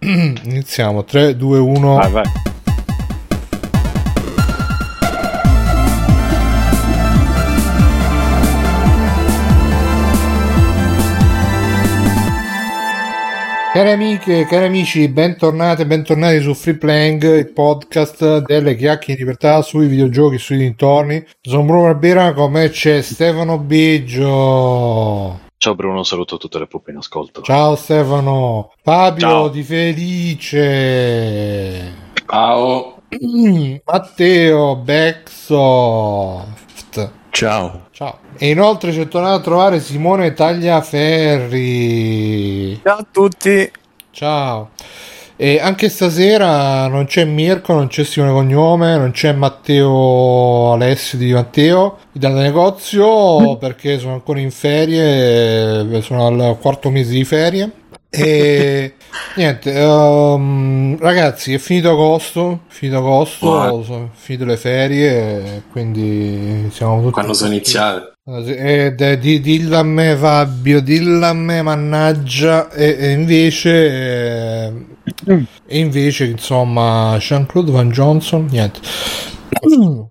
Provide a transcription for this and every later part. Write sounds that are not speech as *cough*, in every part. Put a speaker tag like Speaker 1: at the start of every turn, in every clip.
Speaker 1: *clears throat* Iniziamo 3, 2, 1.
Speaker 2: Vai, vai.
Speaker 1: Cari amiche, cari amici, bentornate, bentornati su Free Playing, il podcast delle chiacchiere di libertà sui videogiochi, sui dintorni. Sono Bruno Barbera, con me c'è Stefano Biggio.
Speaker 2: Ciao Bruno, saluto tutte le puppe in ascolto.
Speaker 1: Ciao Stefano, Fabio
Speaker 2: Ciao.
Speaker 1: di Felice, *clears throat*
Speaker 3: Ciao.
Speaker 1: Matteo Bexoft.
Speaker 3: Ciao.
Speaker 1: Ciao. E inoltre ci è tornato a trovare Simone Tagliaferri.
Speaker 3: Ciao a tutti.
Speaker 1: Ciao. E anche stasera non c'è Mirko, non c'è Simone Cognome, non c'è Matteo Alessio di Matteo di Dal Negozio perché sono ancora in ferie, eh, sono al quarto mese di ferie.
Speaker 3: *laughs*
Speaker 1: E niente, ehm, ragazzi, è finito agosto, è finito agosto,
Speaker 3: Wow.
Speaker 1: sono finite le ferie, quindi siamo tutti
Speaker 3: Quando sono iniziate?
Speaker 1: Ah, sì, Ed è di, dillo a me Fabio, dillo a me mannaggia e, e invece eh,
Speaker 2: Mm.
Speaker 1: e invece insomma Jean-Claude Van Johnson niente *clears throat*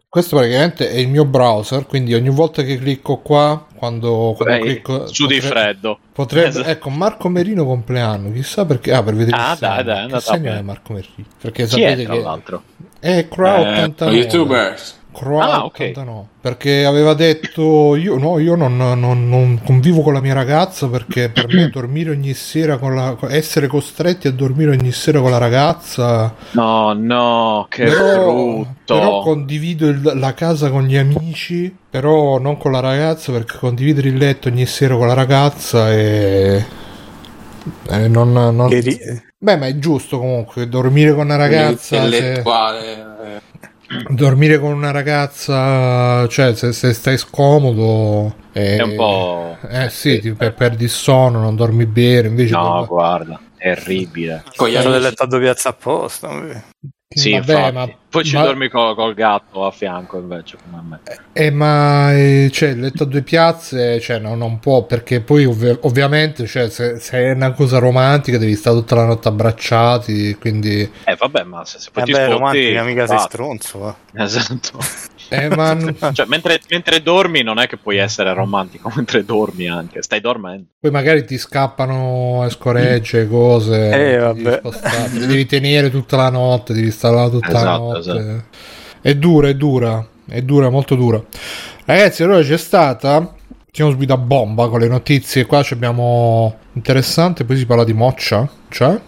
Speaker 1: questo praticamente è il mio browser quindi ogni volta che clicco qua quando, quando
Speaker 2: Ehi,
Speaker 1: clicco
Speaker 2: su di
Speaker 1: potre-
Speaker 2: freddo.
Speaker 1: potrebbe
Speaker 2: Esatto.
Speaker 1: ecco Marco Merino compleanno chissà perché ah per vedere
Speaker 2: Ah,
Speaker 1: il segno.
Speaker 2: dai, dai, è
Speaker 1: che
Speaker 2: andata
Speaker 1: segno
Speaker 2: bene.
Speaker 1: è Marco Merino perché
Speaker 2: Chi è
Speaker 1: sapete
Speaker 2: tra
Speaker 1: che
Speaker 2: l'altro?
Speaker 1: è Crow
Speaker 3: Eh,
Speaker 1: 89
Speaker 3: YouTubers.
Speaker 1: Croa
Speaker 2: Ah,
Speaker 1: 89 perché aveva detto io, no, io non, non- non convivo con la mia ragazza perché per
Speaker 2: *clears throat*
Speaker 1: me dormire ogni sera con la essere costretti a dormire ogni sera con la ragazza
Speaker 2: No, no, che
Speaker 1: però,
Speaker 2: brutto.
Speaker 1: però condivido il- la casa con gli amici però non con la ragazza perché condividere il letto ogni sera con la ragazza è e non, non-
Speaker 4: Che ri-
Speaker 1: beh ma è giusto comunque dormire con una ragazza se-
Speaker 3: Intellettuale.
Speaker 1: dormire con una ragazza, cioè se, se stai scomodo eh,
Speaker 2: È un po'...
Speaker 1: Eh sì, ti- per- perdi il sonno, non dormi bene, invece
Speaker 2: No, boh,
Speaker 1: con-
Speaker 2: guarda, terribile.
Speaker 3: Con gli
Speaker 4: Ero del
Speaker 3: amici.
Speaker 4: letto a due piazze apposta.
Speaker 2: Sì,
Speaker 1: vabbè,
Speaker 2: infatti.
Speaker 1: ma,
Speaker 2: Poi ci
Speaker 1: ma-
Speaker 2: dormi co- col gatto a fianco invece, come a me.
Speaker 1: eh, ma, eh, cioè, il letto a due piazze, cioè, no, non può, perché poi ovvi- ovviamente, cioè, se, se è una cosa romantica devi stare tutta la notte abbracciati, quindi...
Speaker 2: Eh, vabbè, ma se, se poi ti
Speaker 4: Vabbè,
Speaker 2: sposti...
Speaker 4: romantica, mica sei
Speaker 2: basta.
Speaker 4: stronzo. eh.
Speaker 2: Esatto.
Speaker 1: Eh,
Speaker 2: *laughs*
Speaker 1: ma n-
Speaker 5: Ah.
Speaker 2: Cioè, mentre, mentre dormi non è che puoi essere romantico, *laughs* mentre dormi anche. Stai dormendo.
Speaker 1: poi magari ti scappano scoregge, cose...
Speaker 4: Eh,
Speaker 1: ti devi
Speaker 4: vabbè.
Speaker 1: spostare, ti devi tenere tutta la notte, devi stare là tutta la
Speaker 2: Esatto,
Speaker 1: notte.
Speaker 2: esatto.
Speaker 1: È dura, è dura, è dura, molto dura. Ragazzi, allora c'è stata. Siamo subito a bomba con le notizie. Qua ci abbiamo interessante. Poi si parla di moccia. Cioè,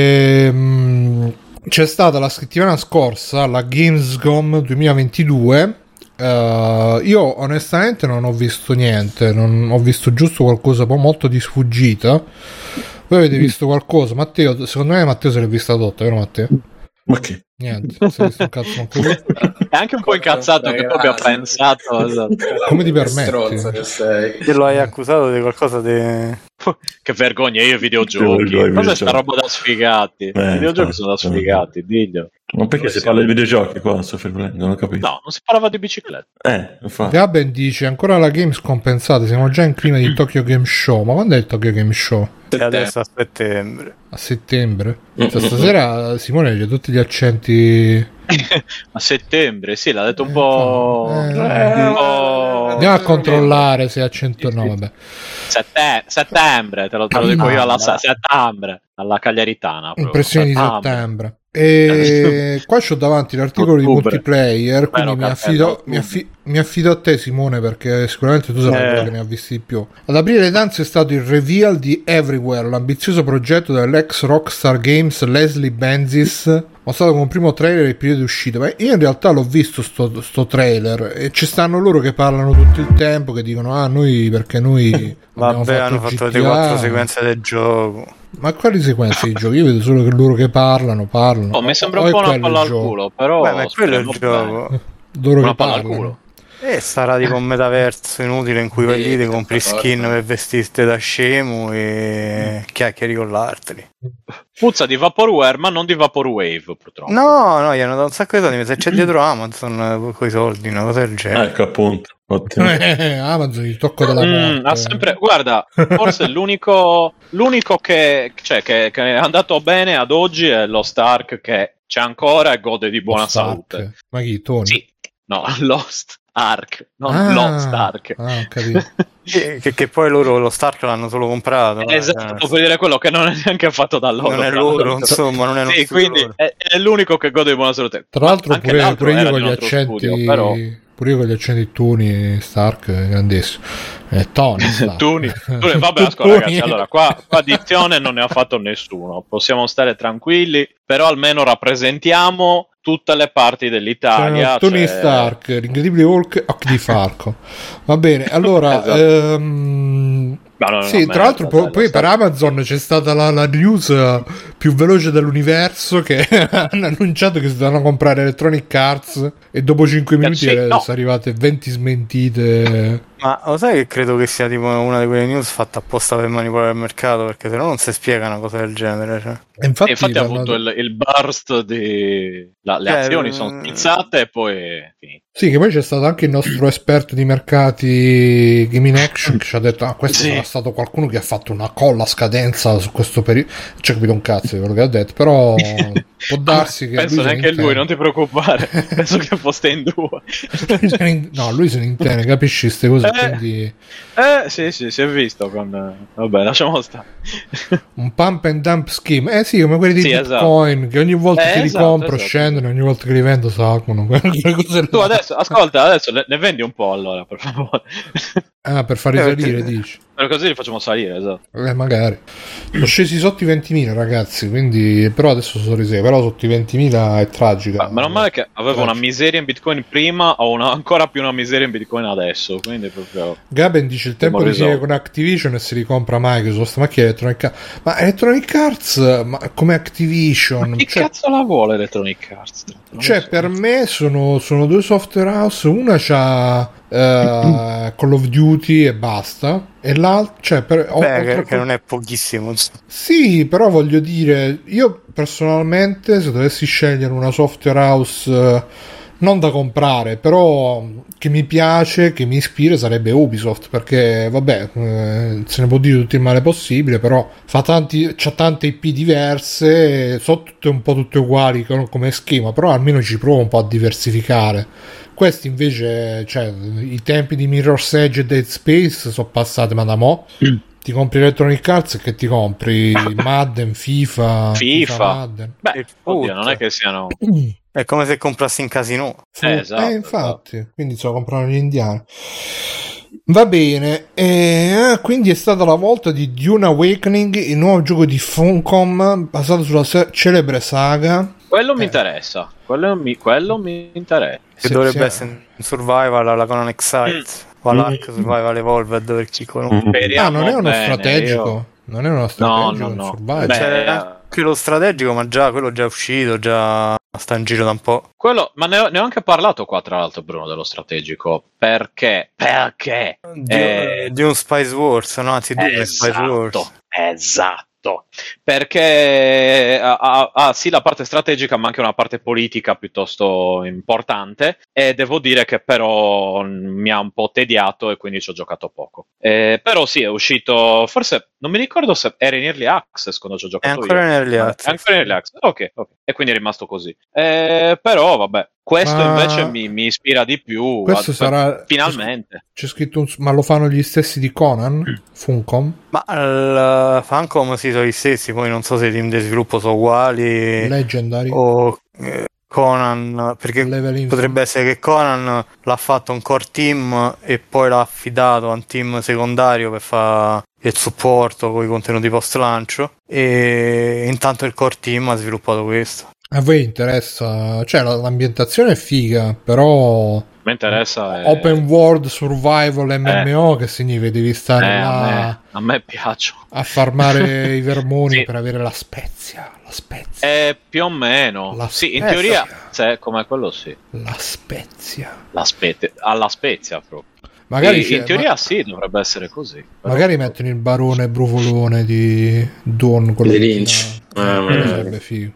Speaker 1: Ehm, c'è stata la settimana scorsa la Gamescom 2022. Eh, io onestamente non ho visto niente. Non ho visto giusto qualcosa poi molto di sfuggita. Voi avete visto qualcosa? Matteo, secondo me Matteo se l'è vista tutta, vero Matteo?
Speaker 2: *laughs*
Speaker 5: Ma che?
Speaker 1: Niente, non si è visto un cazzo manco lui.
Speaker 2: È anche un po' incazzato che proprio ha
Speaker 4: *laughs*
Speaker 2: pensato... esatto.
Speaker 1: Come ti
Speaker 3: Che
Speaker 1: permetti?
Speaker 3: stronzo che sei.
Speaker 4: Te lo hai accusato di qualcosa di...
Speaker 2: Che vergogna, io i
Speaker 5: Che
Speaker 2: videogiochi.
Speaker 5: vergogna, esatto.
Speaker 2: Cos'è
Speaker 5: Eh, videogiochi.
Speaker 2: sta roba da sfigati? I videogiochi
Speaker 5: infatti,
Speaker 2: sono da sfigati, diglio.
Speaker 5: Ma perché si parla di videogiochi qua su Free Play? Non ho capito.
Speaker 2: No, non si parlava di bicicletta.
Speaker 5: Eh, infatti.
Speaker 1: Gaben dice ancora la Games compensate, siamo già in clima di Tokyo Game Show. Ma quando è il Tokyo Game Show?
Speaker 4: E adesso a settembre.
Speaker 1: A settembre?
Speaker 5: Mm,
Speaker 1: Cioè,
Speaker 5: mm,
Speaker 1: stasera Simone c'è tutti gli accenti.
Speaker 2: *laughs* A settembre, sì, l'ha detto un po'...
Speaker 1: Eh,
Speaker 2: un po'-
Speaker 1: Andiamo a controllare se è accento. No, vabbè.
Speaker 2: Sette- settembre, te lo, te lo dico io alla sa- settembre, alla Cagliaritana. proprio.
Speaker 1: Impressioni di settembre.
Speaker 2: *laughs*
Speaker 1: E qua c'ho davanti l'articolo di
Speaker 2: Ottobre.
Speaker 1: multiplayer, quindi mi
Speaker 2: cappello,
Speaker 1: affido,
Speaker 2: ottobre.
Speaker 1: mi, affi- mi affido a te Simone perché sicuramente tu sarai
Speaker 4: Eh.
Speaker 1: quello che ne ha visti di più. Ad aprire le danze è stato il reveal di Everywhere, l'ambizioso progetto dell'ex Rockstar Games Leslie Benzis, mostrato come primo trailer il periodo di uscita. Ma io in realtà l'ho visto sto, sto trailer e ci stanno loro che parlano tutto il tempo, che dicono ah noi perché
Speaker 4: *laughs*
Speaker 1: noi... abbiamo
Speaker 4: Vabbè, hanno fatto le quattro
Speaker 1: GTA."
Speaker 4: sequenze del gioco.
Speaker 1: Ma quali sequenze
Speaker 2: *laughs*
Speaker 1: di giochi? Io vedo solo che loro che parlano, parlano.
Speaker 2: Oh, mi sembra
Speaker 1: O
Speaker 2: un
Speaker 1: è
Speaker 2: po' una
Speaker 1: quello il
Speaker 2: palla al
Speaker 1: gioco?
Speaker 2: culo, però...
Speaker 4: Beh, ma
Speaker 3: Oh,
Speaker 4: quello è il
Speaker 2: speriamo bene.
Speaker 4: gioco.
Speaker 1: Loro
Speaker 2: Una
Speaker 1: che
Speaker 2: palla al
Speaker 1: parlano.
Speaker 2: culo.
Speaker 4: E sarà tipo un metaverso inutile in cui vai lì, ti compri
Speaker 3: certo.
Speaker 4: skin per vestirti da scemo
Speaker 3: Mm.
Speaker 4: e chiacchieri con l'altri.
Speaker 2: Puzza di Vaporware, ma non di Vaporwave, purtroppo.
Speaker 4: No, no, gli hanno dato un sacco di eh, soldi, ma se c'è dietro Amazon con i soldi, una cosa del genere.
Speaker 5: Ecco appunto. Ottimo.
Speaker 1: *laughs* Eh, Amazon il tocco della
Speaker 2: Mm,
Speaker 1: morte.
Speaker 2: ha sempre, guarda, forse l'unico, l'unico che, cioè, che, che è andato bene ad oggi è lo Stark che c'è ancora e gode di buona
Speaker 1: Stark.
Speaker 2: salute.
Speaker 1: Ma chi? Tony?
Speaker 2: Sì, no, *laughs* Lost Ark, non
Speaker 1: Ah,
Speaker 2: lo Stark.
Speaker 1: ah, ho
Speaker 2: *laughs*
Speaker 1: capito.
Speaker 4: Che,
Speaker 3: Ecco.
Speaker 4: che- che poi loro lo Stark l'hanno solo comprato. eh,
Speaker 2: Esatto,
Speaker 4: cioè,
Speaker 2: puoi dire quello che non è neanche fatto da loro.
Speaker 4: non è
Speaker 2: tra
Speaker 4: loro,
Speaker 2: *laughs* l'altro.
Speaker 4: insomma, non è lo
Speaker 2: Sì,
Speaker 4: studio
Speaker 2: quindi
Speaker 4: loro.
Speaker 2: è, è l'unico che gode di buona salute.
Speaker 1: Tra l'altro,
Speaker 2: Anche
Speaker 1: pure,
Speaker 2: l'altro
Speaker 1: pure io
Speaker 2: era
Speaker 1: con
Speaker 2: di
Speaker 1: gli
Speaker 2: un altro
Speaker 1: accenti.
Speaker 2: studio, però-
Speaker 1: Pure io con gli accenti Tony Stark, è grandissimo. Eh,
Speaker 2: *laughs*
Speaker 1: Tony Stark.
Speaker 2: Tuni,
Speaker 1: *laughs*
Speaker 2: Tuni- vabbè, ascolta,
Speaker 1: Tuni.
Speaker 2: ragazzi, allora qua, qua dizione non ne ha fatto nessuno, possiamo stare tranquilli, però almeno rappresentiamo tutte le parti dell'Italia.
Speaker 1: *laughs* Sono Tony
Speaker 2: cioè-
Speaker 1: Stark, l'incredibile Hulk, occhi di Farco. Va
Speaker 2: *laughs*
Speaker 1: bene, allora.
Speaker 2: Esatto.
Speaker 1: ehm,
Speaker 2: No, no, no,
Speaker 1: sì,
Speaker 2: merda,
Speaker 1: tra l'altro, po-
Speaker 2: dai,
Speaker 1: poi
Speaker 2: basta.
Speaker 1: per Amazon c'è stata la, la news eh, più veloce dell'universo che *laughs* hanno annunciato che si dovevano comprare Electronic Arts e dopo 5 minuti
Speaker 2: sì,
Speaker 1: eh,
Speaker 2: no.
Speaker 1: sono arrivate 20 smentite.
Speaker 4: Ma lo sai che credo che sia tipo una di quelle news fatta apposta per manipolare il mercato, perché se no non si spiega una cosa del genere. Cioè.
Speaker 1: E infatti,
Speaker 2: E infatti ha
Speaker 1: l'hanno-
Speaker 2: avuto il, il burst di... la- le
Speaker 4: Cioè,
Speaker 2: azioni
Speaker 4: mm,
Speaker 2: sono spizzate e poi... è finito.
Speaker 1: Sì, che poi c'è stato anche il nostro esperto di mercati Gaming Action che ci ha detto: Ah, questo
Speaker 2: Sì.
Speaker 1: sarà stato qualcuno che ha fatto una colla a scadenza su questo periodo. Non C'è capito un cazzo di quello che ha detto,
Speaker 2: *laughs*
Speaker 1: però Oh, può darsi che.
Speaker 2: Penso
Speaker 1: se ne
Speaker 2: neanche lui,
Speaker 1: intende.
Speaker 2: non ti preoccupare, penso che foste in
Speaker 1: *laughs*
Speaker 2: due.
Speaker 1: Lui *laughs* se ne in- No, lui se ne intende, capisci queste cose,
Speaker 2: Eh.
Speaker 1: quindi
Speaker 2: eh, sì, sì, si è visto con... Vabbè, lasciamo stare.
Speaker 1: un pump and dump scheme. Eh sì, come quelli di
Speaker 2: Sì, esatto.
Speaker 1: Bitcoin, che ogni volta
Speaker 2: Eh,
Speaker 1: che li
Speaker 2: esatto,
Speaker 1: compro
Speaker 2: esatto.
Speaker 1: scendono, ogni volta che li vendo salgono. *laughs* Quelle cose là.
Speaker 2: Tu adesso, ascolta, adesso ne, ne vendi un po' allora, per favore.
Speaker 1: Ah, per far
Speaker 4: Eh, perché-
Speaker 1: risalire, dici.
Speaker 2: *laughs* Però così li facciamo salire, esatto.
Speaker 1: Eh, magari. Sono scesi sotto i 20.000, ragazzi, quindi però adesso sono resi, però sotto i 20.0ila è tragica.
Speaker 2: Ma meno male che avevo una miseria in Bitcoin prima, ho una- ancora più una miseria in Bitcoin adesso, quindi proprio...
Speaker 1: Gaben dice il tempo
Speaker 2: Abbiamo
Speaker 1: di finire
Speaker 2: risolto.
Speaker 1: con Activision e si ricompra Microsoft, ma chi è Electronic Arts? Ma Electronic Arts ma come Activision?
Speaker 2: Ma chi
Speaker 1: Cioè,
Speaker 2: cazzo la vuole Electronic Arts? Esatto, Non lo
Speaker 1: Cioè,
Speaker 2: so.
Speaker 1: per me sono, sono due software house, una c'ha eh, Call of Duty e basta, e l'altra, cioè, per, o-
Speaker 4: Beh,
Speaker 1: oltre-
Speaker 4: che, che non è pochissimo. insomma.
Speaker 1: Sì, però voglio dire, io personalmente se dovessi scegliere una software house eh, non da comprare, però mm, che mi piace, che mi ispira, sarebbe Ubisoft, perché vabbè, eh, se ne può dire tutto il male possibile, però fa tanti, c'ha tante IP diverse, eh, sono tutte un po' tutte uguali co- come schema, però almeno ci provo un po' a diversificare. Questi invece, cioè, i tempi di Mirror's Edge e Dead Space sono passati ma da mo'. Ti compri Electronic Arts e che ti
Speaker 2: *laughs*
Speaker 1: compri Madden, FIFA,
Speaker 2: FIFA.
Speaker 1: Madden.
Speaker 2: Beh, oddio,
Speaker 4: Tutto.
Speaker 2: non è che siano...
Speaker 4: È come se comprassi in casino.
Speaker 1: Fu-
Speaker 2: Eh, esatto,
Speaker 1: eh, infatti, quindi se lo comprano gli indiani. Va bene, eh, quindi è stata la volta di Dune Awakening, il nuovo gioco di Funcom basato sulla se- celebre saga.
Speaker 2: Quello mi
Speaker 1: Eh.
Speaker 2: interessa, quello mi, quello mi interessa.
Speaker 4: Che
Speaker 1: Se-
Speaker 4: dovrebbe
Speaker 1: se-
Speaker 4: essere un survival alla Conan Excite
Speaker 2: Mm.
Speaker 4: o all'Ark Survival Evolved per chi conosce.
Speaker 5: Mm.
Speaker 1: Ah, non è uno
Speaker 2: bene,
Speaker 1: strategico,
Speaker 2: io-
Speaker 1: non è uno
Speaker 2: No,
Speaker 1: strategico,
Speaker 2: no,
Speaker 1: è un
Speaker 2: no.
Speaker 1: survival.
Speaker 2: Beh,
Speaker 4: Cioè, anche lo strategico, ma già quello già è uscito, già sta in giro da un po'.
Speaker 2: quello, ma ne ho, ne ho anche parlato qua, tra l'altro, Bruno, dello strategico. Perché? Perché?
Speaker 4: Di,
Speaker 2: Eh.
Speaker 4: di un Spice Wars, no? Anzi, di un Spice Wars.
Speaker 2: Esatto, esatto. Perché ha, ha- ha sì la parte strategica, ma anche una parte politica piuttosto importante. E devo dire che però mh, mi ha un po' tediato e quindi ci ho giocato poco. Eh, però sì, è uscito. Forse non mi ricordo se era in early access quando ci ho
Speaker 4: È
Speaker 2: giocato
Speaker 4: ancora
Speaker 2: io.
Speaker 4: in early
Speaker 2: Ah,
Speaker 4: access.
Speaker 2: è ancora in early access. Ok, ok. E quindi è rimasto così. Eh, però vabbè, questo
Speaker 1: Ma-
Speaker 2: invece mi, mi ispira di più.
Speaker 1: Questo
Speaker 2: ad-
Speaker 1: sarà...
Speaker 2: Finalmente. Mm.
Speaker 1: C'è scritto un... Ma lo fanno gli stessi di Conan? Funcom?
Speaker 4: Ma il Fancom si sono gli stessi, poi non so se i team di sviluppo sono uguali
Speaker 1: Legendary?
Speaker 4: o eh, Conan, perché
Speaker 1: Level Info?
Speaker 4: potrebbe essere che Conan l'ha fatto un core team e poi l'ha affidato a un team secondario per fare il supporto con i contenuti post lancio e intanto il core team ha sviluppato questo.
Speaker 1: A voi interessa, cioè la- l'ambientazione è figa, però
Speaker 2: Mi
Speaker 4: Mm.
Speaker 2: interessa. eh,
Speaker 1: open world survival MMO che significa devi stare
Speaker 2: eh, a,
Speaker 1: là a,
Speaker 2: me, a me piacciono.
Speaker 1: Ah.
Speaker 2: *laughs*
Speaker 1: farmare i vermoni
Speaker 2: Sì.
Speaker 1: per avere la spezia, la spezia,
Speaker 2: Eh, più o meno.
Speaker 1: La
Speaker 2: sì, in
Speaker 1: Spezia.
Speaker 2: teoria, se è come quello, sì.
Speaker 1: la spezia.
Speaker 2: La spete- alla spezia, proprio.
Speaker 1: Magari,
Speaker 2: Sì, in
Speaker 1: c'è-
Speaker 2: teoria,
Speaker 1: ma-
Speaker 2: sì, dovrebbe essere così. Però-
Speaker 1: magari mettono il barone brufolone di Don quello
Speaker 3: Di
Speaker 1: che-
Speaker 3: Lynch.
Speaker 1: no,
Speaker 3: Eh,
Speaker 2: Ah,
Speaker 1: quello
Speaker 3: magari.
Speaker 1: sarebbe figo.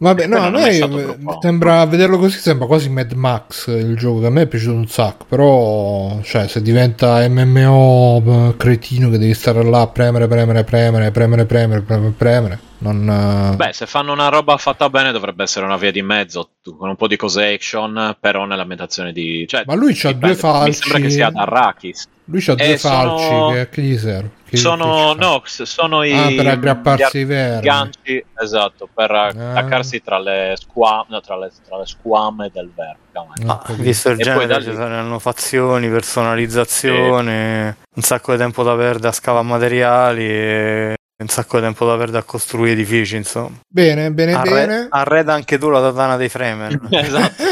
Speaker 1: Vabbè, no, a
Speaker 2: Eh, Quello non è
Speaker 1: me
Speaker 2: stato troppo.
Speaker 1: sembra vederlo così, sembra quasi Mad Max il gioco che a me è piaciuto un sacco, però cioè, se diventa MMO eh, cretino che devi stare là a premere, premere, premere, premere, premere, premere, premere, non... eh,
Speaker 2: Beh, se fanno una roba fatta bene dovrebbe essere una via di mezzo, tu- con un po' di cose action, però nell'ambientazione di... Cioè,
Speaker 1: Ma lui c'ha
Speaker 2: dipende,
Speaker 1: due falci.
Speaker 2: Mi sembra che sia da Arrakis.
Speaker 1: Lui ha due
Speaker 2: eh, sono-
Speaker 1: falci, che, che gli serve? Che-
Speaker 2: Sono,
Speaker 1: che ci fa?
Speaker 2: no, s- sono i...
Speaker 1: Ah, per aggrapparsi
Speaker 2: gli
Speaker 1: i vermi. Ah.
Speaker 2: ganci, esatto, per attaccarsi tra le, squame, no, tra, le, tra le squame del verme.
Speaker 1: No,
Speaker 4: Ma
Speaker 1: Ah, capito.
Speaker 4: Ah, visto il
Speaker 2: E poi
Speaker 4: genere
Speaker 2: da lì-
Speaker 4: ci saranno fazioni, personalizzazione, un sacco di tempo da perdere a scavare materiali e un sacco di tempo da perdere a costruire edifici, insomma.
Speaker 1: Bene, bene,
Speaker 4: Arre-
Speaker 1: bene.
Speaker 4: arreda anche tu la tatana dei Fremen.
Speaker 2: ah, *laughs*
Speaker 1: *laughs*
Speaker 2: esatto,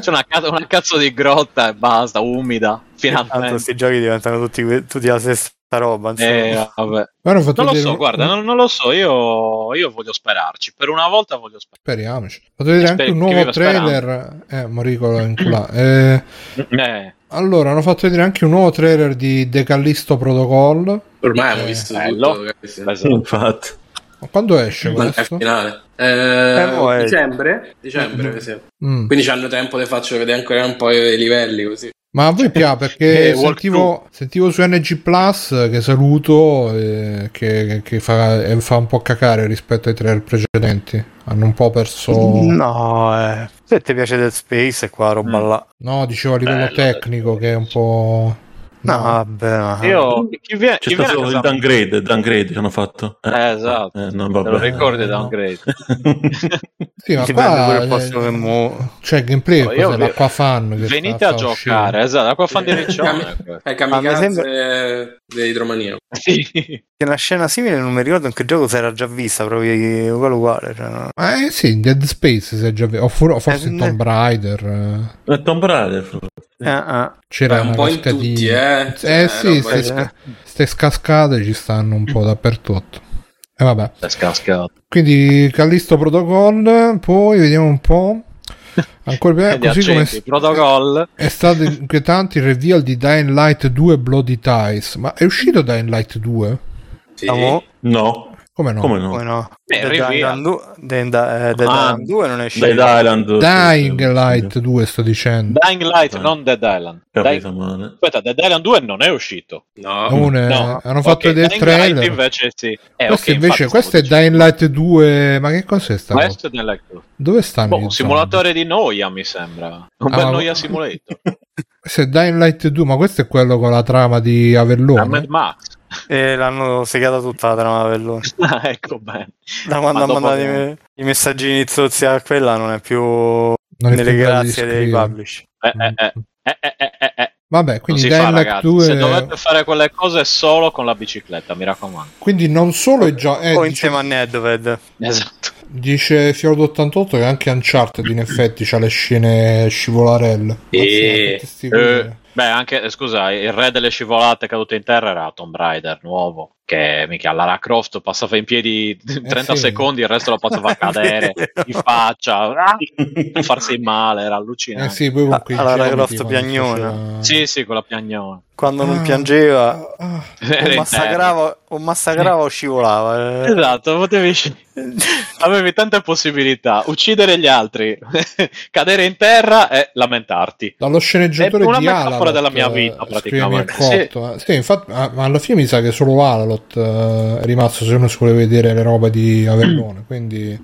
Speaker 2: c'è una, ca- una cazzo di grotta e basta, umida,
Speaker 4: Tanto
Speaker 5: Esatto,
Speaker 2: finalmente.
Speaker 4: questi giochi diventano tutti, que- tutti la stessa roba. insomma.
Speaker 2: Eh, vabbè.
Speaker 1: Ma hanno fatto
Speaker 2: Non lo
Speaker 1: vedere
Speaker 2: so,
Speaker 1: un-
Speaker 2: guarda, non, non lo so, io, io voglio sperarci. Per una volta voglio sperarci.
Speaker 1: Speriamoci. Fatto vedere anche un
Speaker 2: Sper- Eh, che
Speaker 1: nuovo
Speaker 2: viva speranza.
Speaker 1: trailer. Eh, Morico in là. Eh,
Speaker 5: Mm.
Speaker 2: Eh,
Speaker 1: allora, hanno fatto vedere anche un nuovo trailer di The Callisto Protocol.
Speaker 3: Ormai
Speaker 1: Eh,
Speaker 3: abbiamo visto
Speaker 2: bello.
Speaker 3: tutto, ragazzi.
Speaker 2: esatto.
Speaker 5: *laughs* Infatti.
Speaker 1: Ma quando esce
Speaker 3: Ma è
Speaker 1: questo?
Speaker 3: finale.
Speaker 4: Eh, mo
Speaker 3: Eh,
Speaker 4: è-
Speaker 3: dicembre? Dicembre, mi sembra.
Speaker 1: Mm.
Speaker 3: Quindi hanno tempo, le faccio vedere ancora un po' i livelli così. Eh,
Speaker 1: Ma a voi piace perché
Speaker 2: Eh,
Speaker 1: sentivo, sentivo su NG Plus eh, che saluto eh, che, che- che fa, eh, fa un po' cacare rispetto ai trailer precedenti. Hanno un po'
Speaker 4: Oh.
Speaker 1: perso.
Speaker 4: No, eh. se ti piace Dead Space e qua roba
Speaker 2: Mm.
Speaker 4: là.
Speaker 1: No, dicevo a livello
Speaker 2: Bello,
Speaker 1: tecnico che è un po'.
Speaker 4: No, vabbè, ma-
Speaker 2: Io, chi viene,
Speaker 5: Ah. C'è
Speaker 2: chi viene a
Speaker 5: stato il
Speaker 2: casa-
Speaker 5: downgrade, il downgrade che hanno fatto.
Speaker 2: Eh, esatto.
Speaker 5: Eh, no, vabbè.
Speaker 2: Te lo ricordi
Speaker 1: Eh,
Speaker 2: il
Speaker 1: no.
Speaker 2: downgrade?
Speaker 1: Sì, ma
Speaker 4: Ti prende pure
Speaker 1: qua
Speaker 4: il posto che mu-
Speaker 1: c'è il gameplay,
Speaker 2: No,
Speaker 1: cos'è?
Speaker 2: io vi-
Speaker 1: l'acqua fan. che
Speaker 2: Venite
Speaker 1: sta- sta
Speaker 2: a giocare, esatto, acqua fan di Riccione.
Speaker 5: *laughs*
Speaker 4: Ma
Speaker 3: È
Speaker 4: mi
Speaker 3: kamikaze
Speaker 4: sembra-
Speaker 3: eh, dell'idromania.
Speaker 2: Sì.
Speaker 4: Che una scena simile non mi ricordo in che gioco si era già vista, proprio uguale uguale. Cioè, no.
Speaker 1: uscendo. Eh sì, in Dead Space si è già ve- o for- o forse
Speaker 4: Eh,
Speaker 1: in Tomb Raider eh,
Speaker 5: È Tomb Raider.
Speaker 4: Eh, eh.
Speaker 1: c'era
Speaker 3: Eh, un
Speaker 1: una
Speaker 3: po' in
Speaker 1: cascatina.
Speaker 3: tutti, eh.
Speaker 1: Eh,
Speaker 3: Eh,
Speaker 1: sì,
Speaker 3: roba-
Speaker 1: queste cascate ci stanno un po' dappertutto. E vabbè.
Speaker 2: Cascato.
Speaker 1: Quindi Callisto Protocol, poi vediamo un po'. Ancora
Speaker 2: *laughs*
Speaker 1: più, eh,
Speaker 2: Quindi
Speaker 1: così come
Speaker 2: accendi, protocol.
Speaker 1: è stato inquietante il reveal di Dying Light 2 Bloody Ties. Ma è uscito Dying Light 2?
Speaker 3: Sì.
Speaker 4: Siamo-
Speaker 5: No,
Speaker 1: Come no?
Speaker 5: come no?
Speaker 4: Come no?
Speaker 2: Eh,
Speaker 4: Dead
Speaker 2: rivela.
Speaker 4: Island 2, Dead- eh, Dead
Speaker 2: Ah.
Speaker 4: Island 2 non è
Speaker 5: Dead
Speaker 4: uscito.
Speaker 5: Island.
Speaker 1: Dying
Speaker 5: sì, sì.
Speaker 1: Light 2 sto dicendo.
Speaker 2: Dying Light,
Speaker 5: Eh.
Speaker 2: non Dead Island.
Speaker 5: Capito
Speaker 2: Dying-
Speaker 5: male.
Speaker 2: Aspetta, Dead Island 2 non è uscito.
Speaker 3: No.
Speaker 1: Un, eh,
Speaker 2: No.
Speaker 1: hanno fatto
Speaker 2: Ok,
Speaker 1: vedere il
Speaker 2: Dying
Speaker 1: trailer.
Speaker 2: Light invece sì. Eh,
Speaker 1: questo
Speaker 2: ok,
Speaker 1: invece,
Speaker 2: infatti
Speaker 1: questo è
Speaker 2: stavo
Speaker 1: Dying Ah, Light 2. Ma che cos'è sta
Speaker 2: dicendo.
Speaker 1: roba?
Speaker 2: Questo è Dying Light 2.
Speaker 1: Dove stanno?
Speaker 2: Boh,
Speaker 1: gli
Speaker 2: un
Speaker 1: zombie?
Speaker 2: simulatore di noia, mi sembra. Un
Speaker 1: Ah,
Speaker 2: bel
Speaker 1: ma- *laughs*
Speaker 2: noia simulator.
Speaker 1: Questo è Dying Light 2, ma questo è quello con la trama di
Speaker 2: A
Speaker 1: Avellone.
Speaker 2: Mad Max. *laughs*
Speaker 4: E l'hanno segata tutta la trama Avellone.
Speaker 2: Ah, ecco bene.
Speaker 4: Da quando
Speaker 2: Ma
Speaker 4: ha
Speaker 2: dopo-
Speaker 4: mandato i, me- i messaggini zozzi a quella non è più
Speaker 1: Non è più
Speaker 4: nelle
Speaker 1: in grado di
Speaker 4: grazie dei
Speaker 1: scrivere.
Speaker 4: publish.
Speaker 2: Eh, eh, eh. Eh, eh, eh, eh, eh.
Speaker 1: Vabbè,
Speaker 2: Non
Speaker 1: quindi
Speaker 2: si
Speaker 1: Dying
Speaker 2: fa,
Speaker 1: Light
Speaker 2: ragazzi.
Speaker 1: 2.
Speaker 2: Se dovete fare quelle cose solo con la bicicletta, mi raccomando.
Speaker 1: Quindi non solo i giochi.
Speaker 4: o
Speaker 1: Eh, dice,
Speaker 4: Oh, insieme a Nedved.
Speaker 2: Esatto.
Speaker 1: dice Fiordo88 che anche Uncharted in effetti c'ha le scene scivolarelle.
Speaker 3: Eh,
Speaker 1: Mazza, tutti sti
Speaker 2: Eh,
Speaker 1: cose.
Speaker 2: beh, anche eh, scusa, il re delle scivolate cadute in terra era Tomb Raider nuovo. Che mica Lara Croft passava in piedi 30
Speaker 1: Eh, sì.
Speaker 2: secondi, il resto la
Speaker 1: *laughs*
Speaker 2: poteva cadere in faccia, ah, farsi male, era
Speaker 1: Eh
Speaker 2: allucinante.
Speaker 1: sì, poi con quei
Speaker 4: Ah, Allora,
Speaker 1: giochi,
Speaker 4: Croft
Speaker 1: quando
Speaker 4: Piagnona.
Speaker 1: faceva-
Speaker 2: sì, sì, con la piagnone.
Speaker 4: Quando non
Speaker 1: Ah,
Speaker 4: piangeva,
Speaker 1: ah,
Speaker 2: Era
Speaker 4: o
Speaker 2: in terra.
Speaker 4: massacrava, o massacrava o scivolava. eh.
Speaker 2: Eh, Esatto, potevi sci- avevi tante possibilità, uccidere gli altri, *laughs* cadere in terra e lamentarti.
Speaker 1: dallo sceneggiatore
Speaker 2: È una
Speaker 1: di
Speaker 2: metafora
Speaker 1: Alalot
Speaker 2: della mia vita,
Speaker 1: eh,
Speaker 2: praticamente.
Speaker 1: scrive Mirko Otto, eh. Sì, infatti, ah, ma alla fine mi sa che solo Alalot eh, è rimasto se uno si vuole vedere le robe di Avellone. Quindi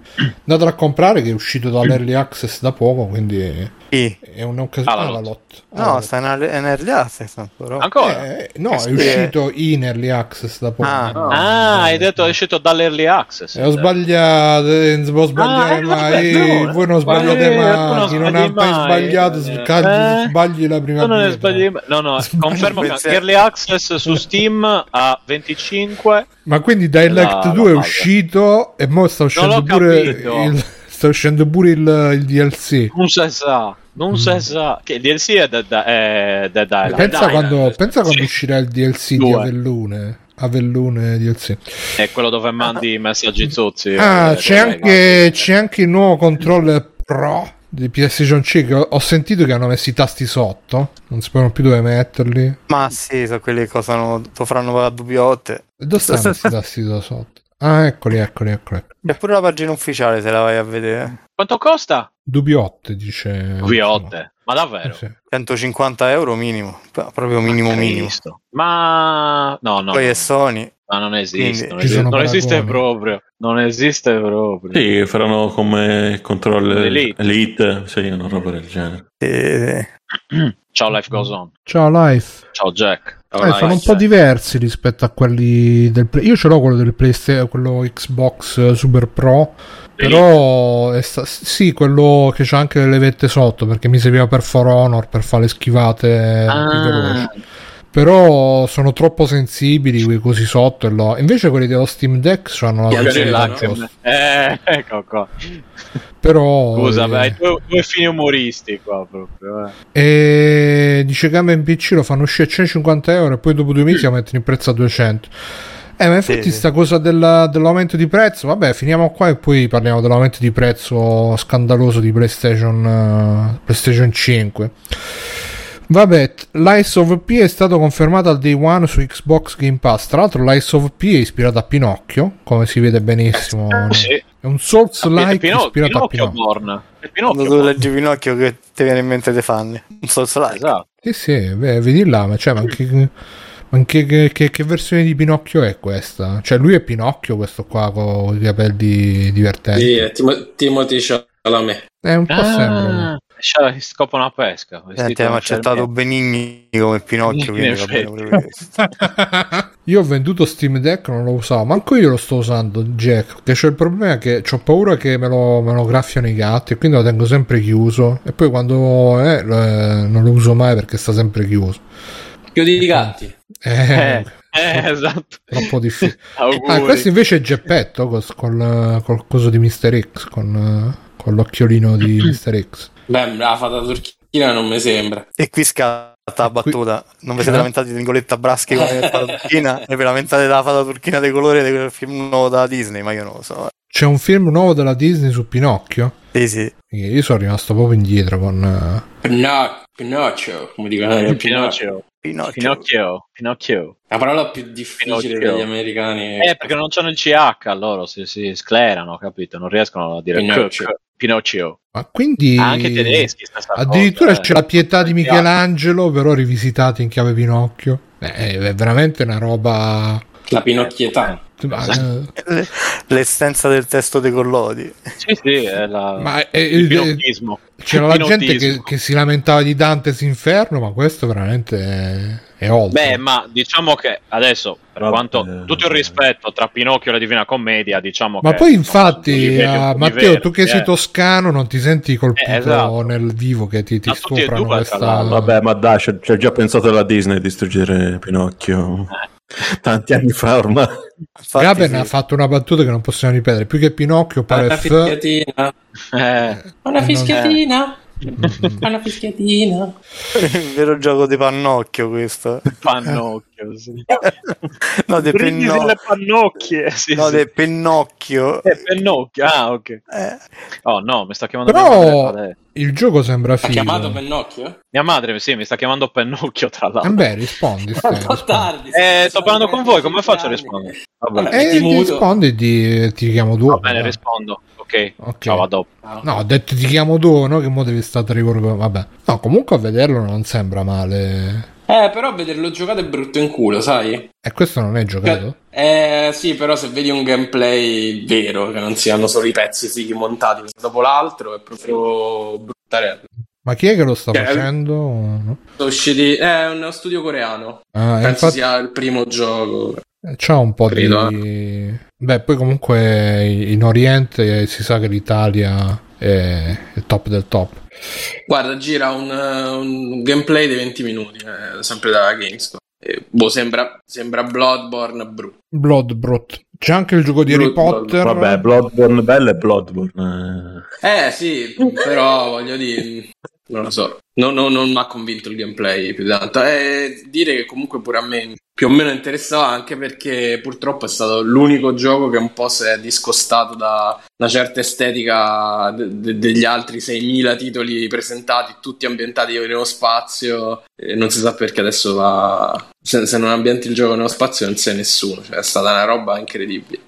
Speaker 1: andatelo a comprare che è uscito dall'early access da poco, quindi
Speaker 4: Sì.
Speaker 1: è un'occasione.
Speaker 2: Alalot.
Speaker 1: Alalot.
Speaker 4: No,
Speaker 2: Ah.
Speaker 1: Alalot.
Speaker 4: sta in early- in early access ancora.
Speaker 2: Ancora?
Speaker 1: Eh, no, è
Speaker 4: Sì.
Speaker 1: uscito in early access da poco.
Speaker 4: Ah.
Speaker 2: ah, hai detto è uscito dall'early access.
Speaker 1: Eh, ho sbagliato, eh, non si può sbagliare
Speaker 2: Ah, eh,
Speaker 1: mai.
Speaker 2: vabbè,
Speaker 1: eh,
Speaker 2: no,
Speaker 1: voi non sbagliate
Speaker 2: eh, tu
Speaker 1: mai,
Speaker 2: non
Speaker 1: chi non
Speaker 2: sbagli
Speaker 1: ha mai
Speaker 2: mai.
Speaker 1: sbagliato,
Speaker 3: Eh,
Speaker 1: sbagli,
Speaker 2: eh.
Speaker 1: sbagli la prima
Speaker 2: No, non ne
Speaker 1: pietra.
Speaker 2: sbagli- no, no,
Speaker 1: Sbagli-
Speaker 2: confermo che
Speaker 4: Pensavo-
Speaker 2: Early Access su Steam a 25.
Speaker 1: Ma quindi Dying
Speaker 2: La-
Speaker 1: Light
Speaker 2: la
Speaker 1: 2 è
Speaker 2: pausa.
Speaker 1: uscito e mo sta uscendo
Speaker 2: l'ho
Speaker 1: pure
Speaker 2: capito. Eh,
Speaker 1: il, sta uscendo pure il, il DLC.
Speaker 2: Non si sa, non si sa. Che il DLC è Dead, è Dead Island.
Speaker 1: Mm. Eh, pensa,
Speaker 2: Dai,
Speaker 1: quando, pensa quando
Speaker 2: Sì.
Speaker 1: uscirà il DLC di
Speaker 2: Due.
Speaker 1: Avellone. Avellone DLC.
Speaker 2: È quello dove mandi i messaggi zozzi.
Speaker 1: Ah,
Speaker 2: Eh,
Speaker 1: c'è
Speaker 2: dai,
Speaker 1: anche, c'è anche il nuovo controller Pro di PlayStation 5 che ho- ho sentito che hanno messo i tasti sotto, non sapevano più dove metterli.
Speaker 4: Ma sì, sono quelli che costano, lo faranno a dubbiotte.
Speaker 2: *laughs*
Speaker 1: Dove stanno questi tasti da sotto? Ah, eccoli, eccoli, eccoli.
Speaker 4: C'è pure la pagina ufficiale se la vai a vedere.
Speaker 2: Quanto costa?
Speaker 1: Dubiotte, dice.
Speaker 2: Guiotte. Ma
Speaker 1: Eh,
Speaker 2: davvero?
Speaker 1: sì.
Speaker 4: 150 euro minimo, P- proprio minimo minimo.
Speaker 2: Cristo. Ma no, no,
Speaker 4: Poi
Speaker 2: no,
Speaker 4: è Sony.
Speaker 2: ma non esiste,
Speaker 4: Quindi-
Speaker 2: non,
Speaker 1: Ci
Speaker 2: esiste,
Speaker 1: sono
Speaker 2: non esiste
Speaker 1: paragoni.
Speaker 2: proprio, non esiste proprio.
Speaker 5: Sì, faranno come controllo
Speaker 2: Elite.
Speaker 5: elite. sì, una roba del genere.
Speaker 4: Eh,
Speaker 2: Ciao Life Goes On.
Speaker 1: Ciao, Life.
Speaker 2: Ciao Jack.
Speaker 1: Eh, sono un
Speaker 2: Jack.
Speaker 1: po' diversi rispetto a quelli del Play- io ce l'ho quello del PlayStation quello Xbox eh, Super Pro però è sta- sì quello che c'ha anche le vette sotto perché mi serviva per For Honor per fare le schivate più veloci
Speaker 2: Ah,
Speaker 1: però sono troppo sensibili quelli così sotto e lo- invece quelli dello Steam Deck hanno
Speaker 3: Gli
Speaker 1: la
Speaker 3: angeli
Speaker 1: versione
Speaker 3: lacrime.
Speaker 1: sottoposta.
Speaker 2: eh, ecco qua.
Speaker 1: però
Speaker 2: Scusa,
Speaker 1: eh,
Speaker 2: beh, hai due, due fini umoristi qua proprio. eh.
Speaker 1: E dice gamma in PC lo fanno uscire a 150 euro e poi dopo due
Speaker 2: Mm.
Speaker 1: mesi lo mettono in prezzo a 200. Eh, ma infatti
Speaker 4: Sì, sì.
Speaker 1: sta cosa della- dell'aumento di prezzo, vabbè, finiamo qua e poi parliamo dell'aumento di prezzo scandaloso di PlayStation, eh, PlayStation 5. Vabbè, t- l'Ice of P è stato confermato al day one su Xbox Game Pass. Tra l'altro, l'Ice of P è ispirata a Pinocchio, come si vede benissimo.
Speaker 2: Eh, Sì.
Speaker 1: È un Souls-like
Speaker 2: Pino-
Speaker 1: ispirato a Pinocchio.
Speaker 2: Pinocchio Born. È Pinocchio
Speaker 4: Quando tu
Speaker 2: Born.
Speaker 4: leggi Pinocchio che ti viene in mente dei fan. Non so se l'hai.
Speaker 2: Esatto.
Speaker 1: Sì, sì, beh, vedi là, ma, cioè, ma anche, ma anche che, che- che versione di Pinocchio è questa? Cioè, lui è Pinocchio, questo qua con i capelli divertenti.
Speaker 3: Sì, eh. è Timo- Timothy Chalamet.
Speaker 1: È un po' sembra.
Speaker 2: Ah, scia- scopa una pesca.
Speaker 4: Senti, abbiamo Eh, accettato Benigni come Pinocchio,
Speaker 2: cioè, eh. In
Speaker 4: quindi va bene
Speaker 2: effetti.
Speaker 4: pure questo.
Speaker 1: *laughs* Io ho venduto Steam Deck, non lo usavo, manco io lo sto usando, Jack. Che c'è il problema che ho paura che me lo, me lo graffiano i gatti, quindi lo tengo sempre chiuso. E poi quando eh, lo- eh, non lo uso mai perché sta sempre chiuso.
Speaker 3: Chiudi i gatti.
Speaker 1: *laughs* Eh,
Speaker 2: Eh, eh, esatto.
Speaker 1: Troppo
Speaker 2: *laughs*
Speaker 1: difficile.
Speaker 2: Auguri.
Speaker 1: Ah, questo invece è Geppetto cos- col, col coso di Mr. X, con, con l'occhiolino
Speaker 2: *clears throat*
Speaker 1: di Mr. X.
Speaker 3: Beh, la fata turchina non mi sembra.
Speaker 4: E qui scatta la battuta. Non vi siete
Speaker 1: Eh?
Speaker 4: lamentati di Nicoletta Braschi come la fata
Speaker 2: *laughs*
Speaker 4: turchina? E vi lamentate della fata turchina dei colori di quel film nuovo da Disney, ma io non lo so.
Speaker 1: C'è un film nuovo della Disney su Pinocchio?
Speaker 4: Sì, sì.
Speaker 1: Io sono rimasto proprio indietro con... eh,
Speaker 3: Pinoc- Pinocchio, come dicono eh, Pinocchio.
Speaker 2: Pinocchio.
Speaker 4: Pinocchio.
Speaker 2: Pinocchio. Pinocchio.
Speaker 3: La parola più difficile
Speaker 2: Pinocchio.
Speaker 3: per gli americani.
Speaker 2: Eh, perché non c'hanno il CH loro, si, si sclerano, capito? Non riescono a dire
Speaker 3: Pinocchio.
Speaker 2: Pinocchio. Pinocchio.
Speaker 1: Ma quindi...
Speaker 2: Ah, anche i tedeschi stessa cosa,
Speaker 1: Addirittura
Speaker 2: eh.
Speaker 1: c'è la pietà di
Speaker 2: Sì,
Speaker 1: Michelangelo, però rivisitata in chiave Pinocchio. Eh, è veramente una roba...
Speaker 3: La pinocchietà.
Speaker 1: Ma,
Speaker 2: Sì.
Speaker 1: eh,
Speaker 4: Le- L'essenza del testo dei collodi.
Speaker 2: Sì, sì, è la...
Speaker 1: ma, eh,
Speaker 2: il
Speaker 1: eh,
Speaker 2: pinocchismo.
Speaker 1: c'era
Speaker 2: Il
Speaker 1: la gente che,
Speaker 2: pinotismo.
Speaker 1: che si lamentava di Dante's Inferno, ma questo veramente è, è oltre.
Speaker 2: Beh, ma diciamo che adesso, per
Speaker 5: Vabbè.
Speaker 2: quanto tutto il rispetto tra Pinocchio e la Divina Commedia, diciamo
Speaker 1: Ma
Speaker 2: che...
Speaker 1: poi
Speaker 2: sono
Speaker 1: infatti,
Speaker 2: livelli un
Speaker 1: ah,
Speaker 2: po'
Speaker 1: Matteo, tu che
Speaker 2: diversi,
Speaker 1: sei
Speaker 2: *laughs* eh.
Speaker 1: toscano non ti senti colpito
Speaker 2: Eh, esatto.
Speaker 1: nel vivo che ti, ti
Speaker 2: A tutti e
Speaker 1: stuprano
Speaker 2: due, tra
Speaker 1: questa...
Speaker 2: l'altro.
Speaker 5: Ah, Vabbè, ma dai, c'è c'è già pensato alla Disney a distruggere Pinocchio tanti anni fa ormai.
Speaker 4: Infatti,
Speaker 1: Gaben
Speaker 4: sì.
Speaker 1: ha fatto una battuta che non possiamo ripetere, più che Pinocchio pare
Speaker 3: Una
Speaker 1: F...
Speaker 3: fischiatina.
Speaker 2: Eh,
Speaker 3: Una
Speaker 1: Non-
Speaker 3: fischiatina.
Speaker 1: Mm-mm.
Speaker 3: Una fischiatina.
Speaker 4: *laughs* Il vero gioco di Pannocchio questo.
Speaker 2: Pannocchio, sì. Eh,
Speaker 4: No, di
Speaker 2: Brindisi
Speaker 4: Pinno-
Speaker 2: alle pannocchie. Sì,
Speaker 4: no,
Speaker 2: sì.
Speaker 4: di Pennocchio.
Speaker 2: Eh, Pennocchio. Ah, ok.
Speaker 4: Eh,
Speaker 2: Oh no, mi sta chiamando mia madre.
Speaker 1: Però
Speaker 2: adesso.
Speaker 1: il gioco sembra
Speaker 3: eh. Ha
Speaker 1: figo.
Speaker 3: chiamato
Speaker 1: Eh
Speaker 3: Pennocchio?
Speaker 2: Mia madre, sì, mi sta chiamando Pennocchio, tra l'altro.
Speaker 1: beh,
Speaker 3: *laughs*
Speaker 1: rispondi. stai,
Speaker 3: Un po'
Speaker 1: rispondi.
Speaker 3: tardi.
Speaker 2: Eh, sto parlando con voi, come faccio a
Speaker 3: Anni.
Speaker 2: rispondere? Vabbè,
Speaker 3: Eh,
Speaker 1: Eh,
Speaker 3: ti
Speaker 1: ti
Speaker 3: muto.
Speaker 1: rispondi e ti, ti chiamo dopo.
Speaker 2: va bene,
Speaker 1: dai.
Speaker 2: rispondo. Ok,
Speaker 1: Ok.
Speaker 2: ciao, a dopo.
Speaker 3: Ah,
Speaker 1: No, ho detto ti chiamo dopo, no? Che mo devi stare a ricordo- Vabbè. No, comunque a vederlo non sembra male.
Speaker 3: Eh, però vederlo giocato è brutto in culo, sai?
Speaker 1: E questo non è giocato?
Speaker 3: Eh sì, però se vedi un gameplay vero, che non siano solo i pezzi fighi montati uno dopo l'altro, è proprio bruttarello.
Speaker 1: Ma chi è che lo sta
Speaker 3: Cioè,
Speaker 1: facendo? No?
Speaker 3: Sono usciti... eh, È uno studio coreano,
Speaker 1: Ah,
Speaker 3: penso
Speaker 1: infatti-
Speaker 3: sia il primo gioco.
Speaker 1: Eh, C'ha un po'
Speaker 3: Credo, eh.
Speaker 1: di... Beh, poi comunque in Oriente si sa che l'Italia è il top del top.
Speaker 3: Guarda, gira un, eh, un gameplay di 20 minuti, eh, sempre da GameStop. E, boh, sembra, sembra Bloodborne brutto.
Speaker 1: Bloodbrot. C'è anche il gioco di Harry
Speaker 3: Bloodbrot,
Speaker 1: Potter.
Speaker 5: Vabbè, Bloodborne bello è Bloodborne. eh.
Speaker 3: Eh sì, però voglio dire... non lo so. No, no, non mi ha convinto il gameplay più di tanto. E dire che comunque pure a me più o meno interessava anche perché purtroppo è stato l'unico gioco che un po' si è discostato da una certa estetica de- de- degli altri 6.000 titoli presentati, tutti ambientati nello spazio. E non si sa perché adesso va... Se, se non ambienti il gioco nello spazio non sei nessuno. Cioè, è stata una roba incredibile.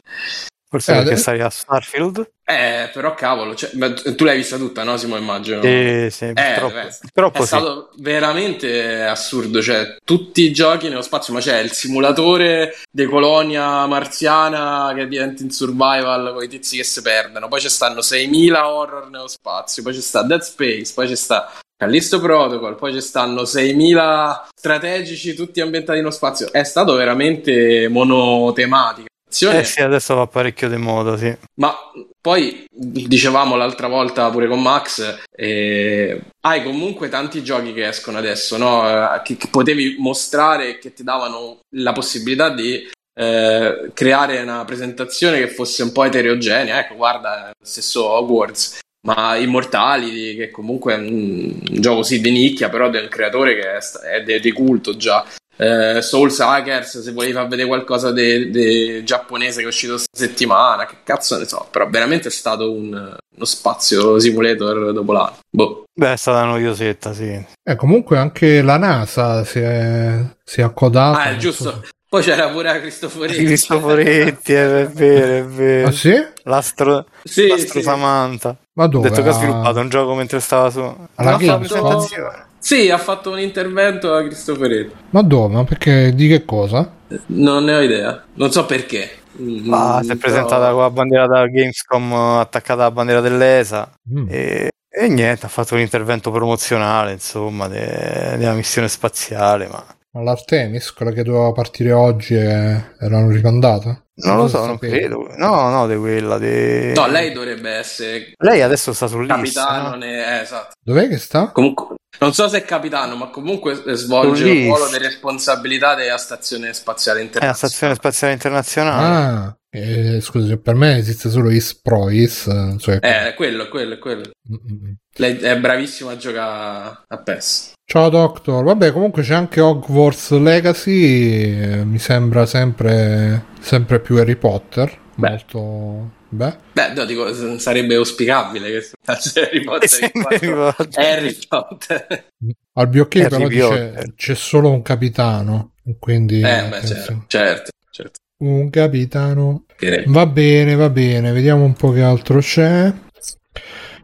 Speaker 4: Forse
Speaker 1: Eh,
Speaker 4: perché
Speaker 1: adesso-
Speaker 4: stai a Starfield?
Speaker 3: Eh, però cavolo, cioè, ma tu l'hai vista tutta, no Simo? Immagino.
Speaker 4: Sì,
Speaker 1: Eh,
Speaker 4: sì, purtroppo.
Speaker 3: beh,
Speaker 4: Purtroppo
Speaker 3: È
Speaker 4: sì. Eh,
Speaker 3: stato veramente assurdo, cioè tutti i giochi nello spazio, ma c'è il simulatore di colonia marziana che diventa in survival con i tizi che si perdono, poi ci stanno 6.000 horror nello spazio, poi ci sta Dead Space, poi ci sta Callisto Protocol, poi ci stanno 6.000 strategici tutti ambientati nello spazio, è stato veramente monotematico.
Speaker 4: Eh sì, adesso va parecchio di moda, sì.
Speaker 3: Ma poi dicevamo l'altra volta pure con Max, eh, hai comunque tanti giochi che escono adesso, no? Eh, Che, che potevi mostrare e che ti davano la possibilità di eh, creare una presentazione che fosse un po' eterogenea. Ecco, guarda, lo stesso Hogwarts, ma Immortality, che comunque è un gioco sì di nicchia, però del creatore che è, sta- è de- di culto già. Eh, Soul Hackers, se volevi far vedere qualcosa de- de- giapponese che è uscito questa settimana, che cazzo ne so, però veramente è stato un- uno spazio simulator dopo l'anno. Boh.
Speaker 4: Beh, è stata noiosetta, sì.
Speaker 1: Eh, comunque anche la NASA si è, si è accodata.
Speaker 3: Ah, è giusto. Poi c'era pure Cristoforetti.
Speaker 4: Cristoforetti, eh, è vero, è vero.
Speaker 1: Ah sì?
Speaker 4: L'astro,
Speaker 3: *laughs* Sì,
Speaker 4: l'astro
Speaker 3: sì.
Speaker 4: Samantha.
Speaker 1: Ma
Speaker 4: Ha
Speaker 1: dove?
Speaker 4: detto che ha
Speaker 1: Ah,
Speaker 4: sviluppato un gioco mentre stava su.
Speaker 1: Alla
Speaker 4: Ha fatto la
Speaker 1: Gamescom?
Speaker 4: presentazione.
Speaker 3: Sì, ha fatto un intervento a Cristoforetti.
Speaker 1: Ma dove? Ma perché? Di che cosa?
Speaker 3: Non ne ho idea. Non so perché. Mm,
Speaker 4: Ah, si è
Speaker 3: però-
Speaker 4: presentata con la bandiera da Gamescom eh, attaccata alla bandiera dell'ESA.
Speaker 1: Mm.
Speaker 4: E, e niente, ha fatto un intervento promozionale, insomma, de- della missione spaziale, ma
Speaker 1: Ma L'Artemis, quella che doveva partire oggi, eh, erano ricandata?
Speaker 4: non lo so, non
Speaker 1: sapevo.
Speaker 4: credo. No, no, di quella. de-
Speaker 3: No, lei dovrebbe essere
Speaker 4: Lei adesso sta sull'ISS.
Speaker 3: capitano.
Speaker 4: no?
Speaker 3: ne- eh, esatto.
Speaker 1: Dov'è che sta?
Speaker 3: Comunque, non so se è capitano, ma comunque eh, svolge
Speaker 4: Lì.
Speaker 3: un ruolo di responsabilità della stazione spaziale
Speaker 4: È Eh, la
Speaker 3: internazionale.
Speaker 4: stazione spaziale internazionale.
Speaker 1: Ah, eh, scusi, per me esiste solo Is Pro, Is, eh, non so che...
Speaker 3: Eh, è quello, è quello, è quello.
Speaker 1: Mm, mm, mm.
Speaker 3: Lei è bravissima a giocare a PES.
Speaker 1: Ciao Doctor, vabbè comunque c'è anche Hogwarts Legacy, eh, mi sembra sempre, sempre più Harry Potter,
Speaker 3: Beh.
Speaker 1: molto... Beh,
Speaker 3: Beh, no, dico, s- sarebbe auspicabile che si facesse
Speaker 4: *laughs*
Speaker 3: Harry Potter in quattro- Eh. Harry Potter.
Speaker 1: al BioK
Speaker 4: Harry
Speaker 1: però
Speaker 4: Potter.
Speaker 1: dice, c'è solo un capitano, quindi...
Speaker 3: Eh, beh,
Speaker 1: penso-
Speaker 3: certo, certo, certo.
Speaker 1: Un capitano...
Speaker 3: Direi.
Speaker 1: Va bene, va bene, vediamo un po' che altro c'è.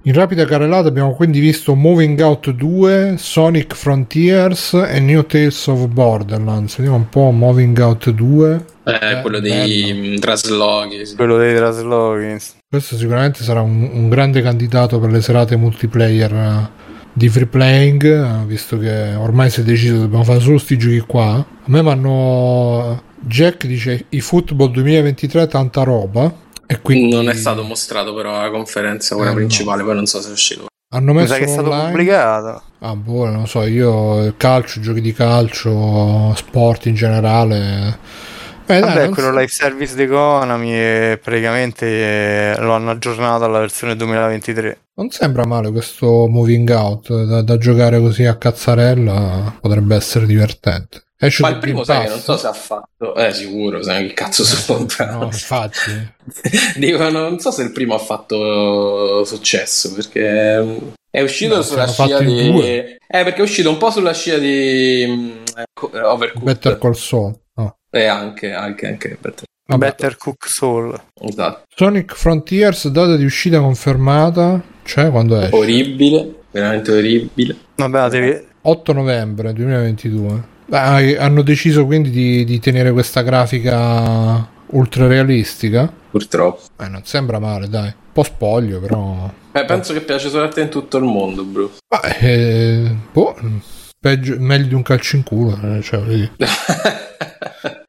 Speaker 1: In rapida carrellata abbiamo quindi visto Moving Out 2, Sonic Frontiers e New Tales of Borderlands. Vediamo un po' Moving Out 2.
Speaker 3: Eh, quello dei
Speaker 1: bello.
Speaker 3: mm, trasloghi. sì.
Speaker 4: Quello dei traslogins.
Speaker 1: Questo sicuramente sarà un, un grande candidato per le serate multiplayer eh, di free playing, eh, visto che ormai si è deciso che dobbiamo fare solo questi giochi qua. A me vanno... eh, Jack dice i football 2023 tanta roba. E quindi
Speaker 3: Non è stato mostrato però alla conferenza quella
Speaker 1: Eh, no.
Speaker 3: principale, poi non so se è uscito.
Speaker 1: Hanno
Speaker 4: Mi
Speaker 1: messo
Speaker 4: sa che è stato
Speaker 1: online.
Speaker 4: pubblicato.
Speaker 1: Ah, boh, non lo so, io eh, calcio, giochi di calcio, sport in generale. Beh, dai,
Speaker 4: Vabbè,
Speaker 1: Eh, non
Speaker 4: quello
Speaker 1: so-
Speaker 4: live service di Konami eh, praticamente eh, lo hanno aggiornato alla versione 2023.
Speaker 1: non sembra male questo moving out eh, da, da giocare così a cazzarella, potrebbe essere divertente. Esce
Speaker 3: Ma
Speaker 1: su
Speaker 3: il primo
Speaker 1: Game
Speaker 3: sai che non
Speaker 1: Pass?
Speaker 3: so se ha fatto. Eh, sicuro, sai che cazzo sono
Speaker 1: Eh, No, infatti.
Speaker 3: *laughs* Dico, non so se il primo ha fatto successo perché mm, è uscito
Speaker 1: Beh,
Speaker 3: sulla
Speaker 1: se hanno
Speaker 3: scia
Speaker 1: fatto in
Speaker 3: di.
Speaker 1: due.
Speaker 3: Eh, perché è uscito un po' sulla scia di mm, eh, Co- eh, Overcooked
Speaker 1: Better Call Saul. no.
Speaker 3: e anche, anche, anche Better.
Speaker 1: Vabbè.
Speaker 4: Better Cook Soul.
Speaker 3: Esatto.
Speaker 1: Sonic Frontiers, data di uscita confermata, cioè quando
Speaker 3: Boh,
Speaker 1: esce?
Speaker 3: Orribile, veramente orribile.
Speaker 4: Vabbè, la devi-
Speaker 1: 8 novembre 2022. Beh, hanno deciso quindi di, di tenere questa grafica ultra realistica.
Speaker 3: Purtroppo.
Speaker 1: Eh, non sembra male, dai. Un po' spoglio, però.
Speaker 3: Eh, penso che piace solo a te in tutto il mondo, bro. *laughs*
Speaker 1: Ma, eh, boh, peggio- meglio di un calcio in culo. eh, cioè, voglio dire.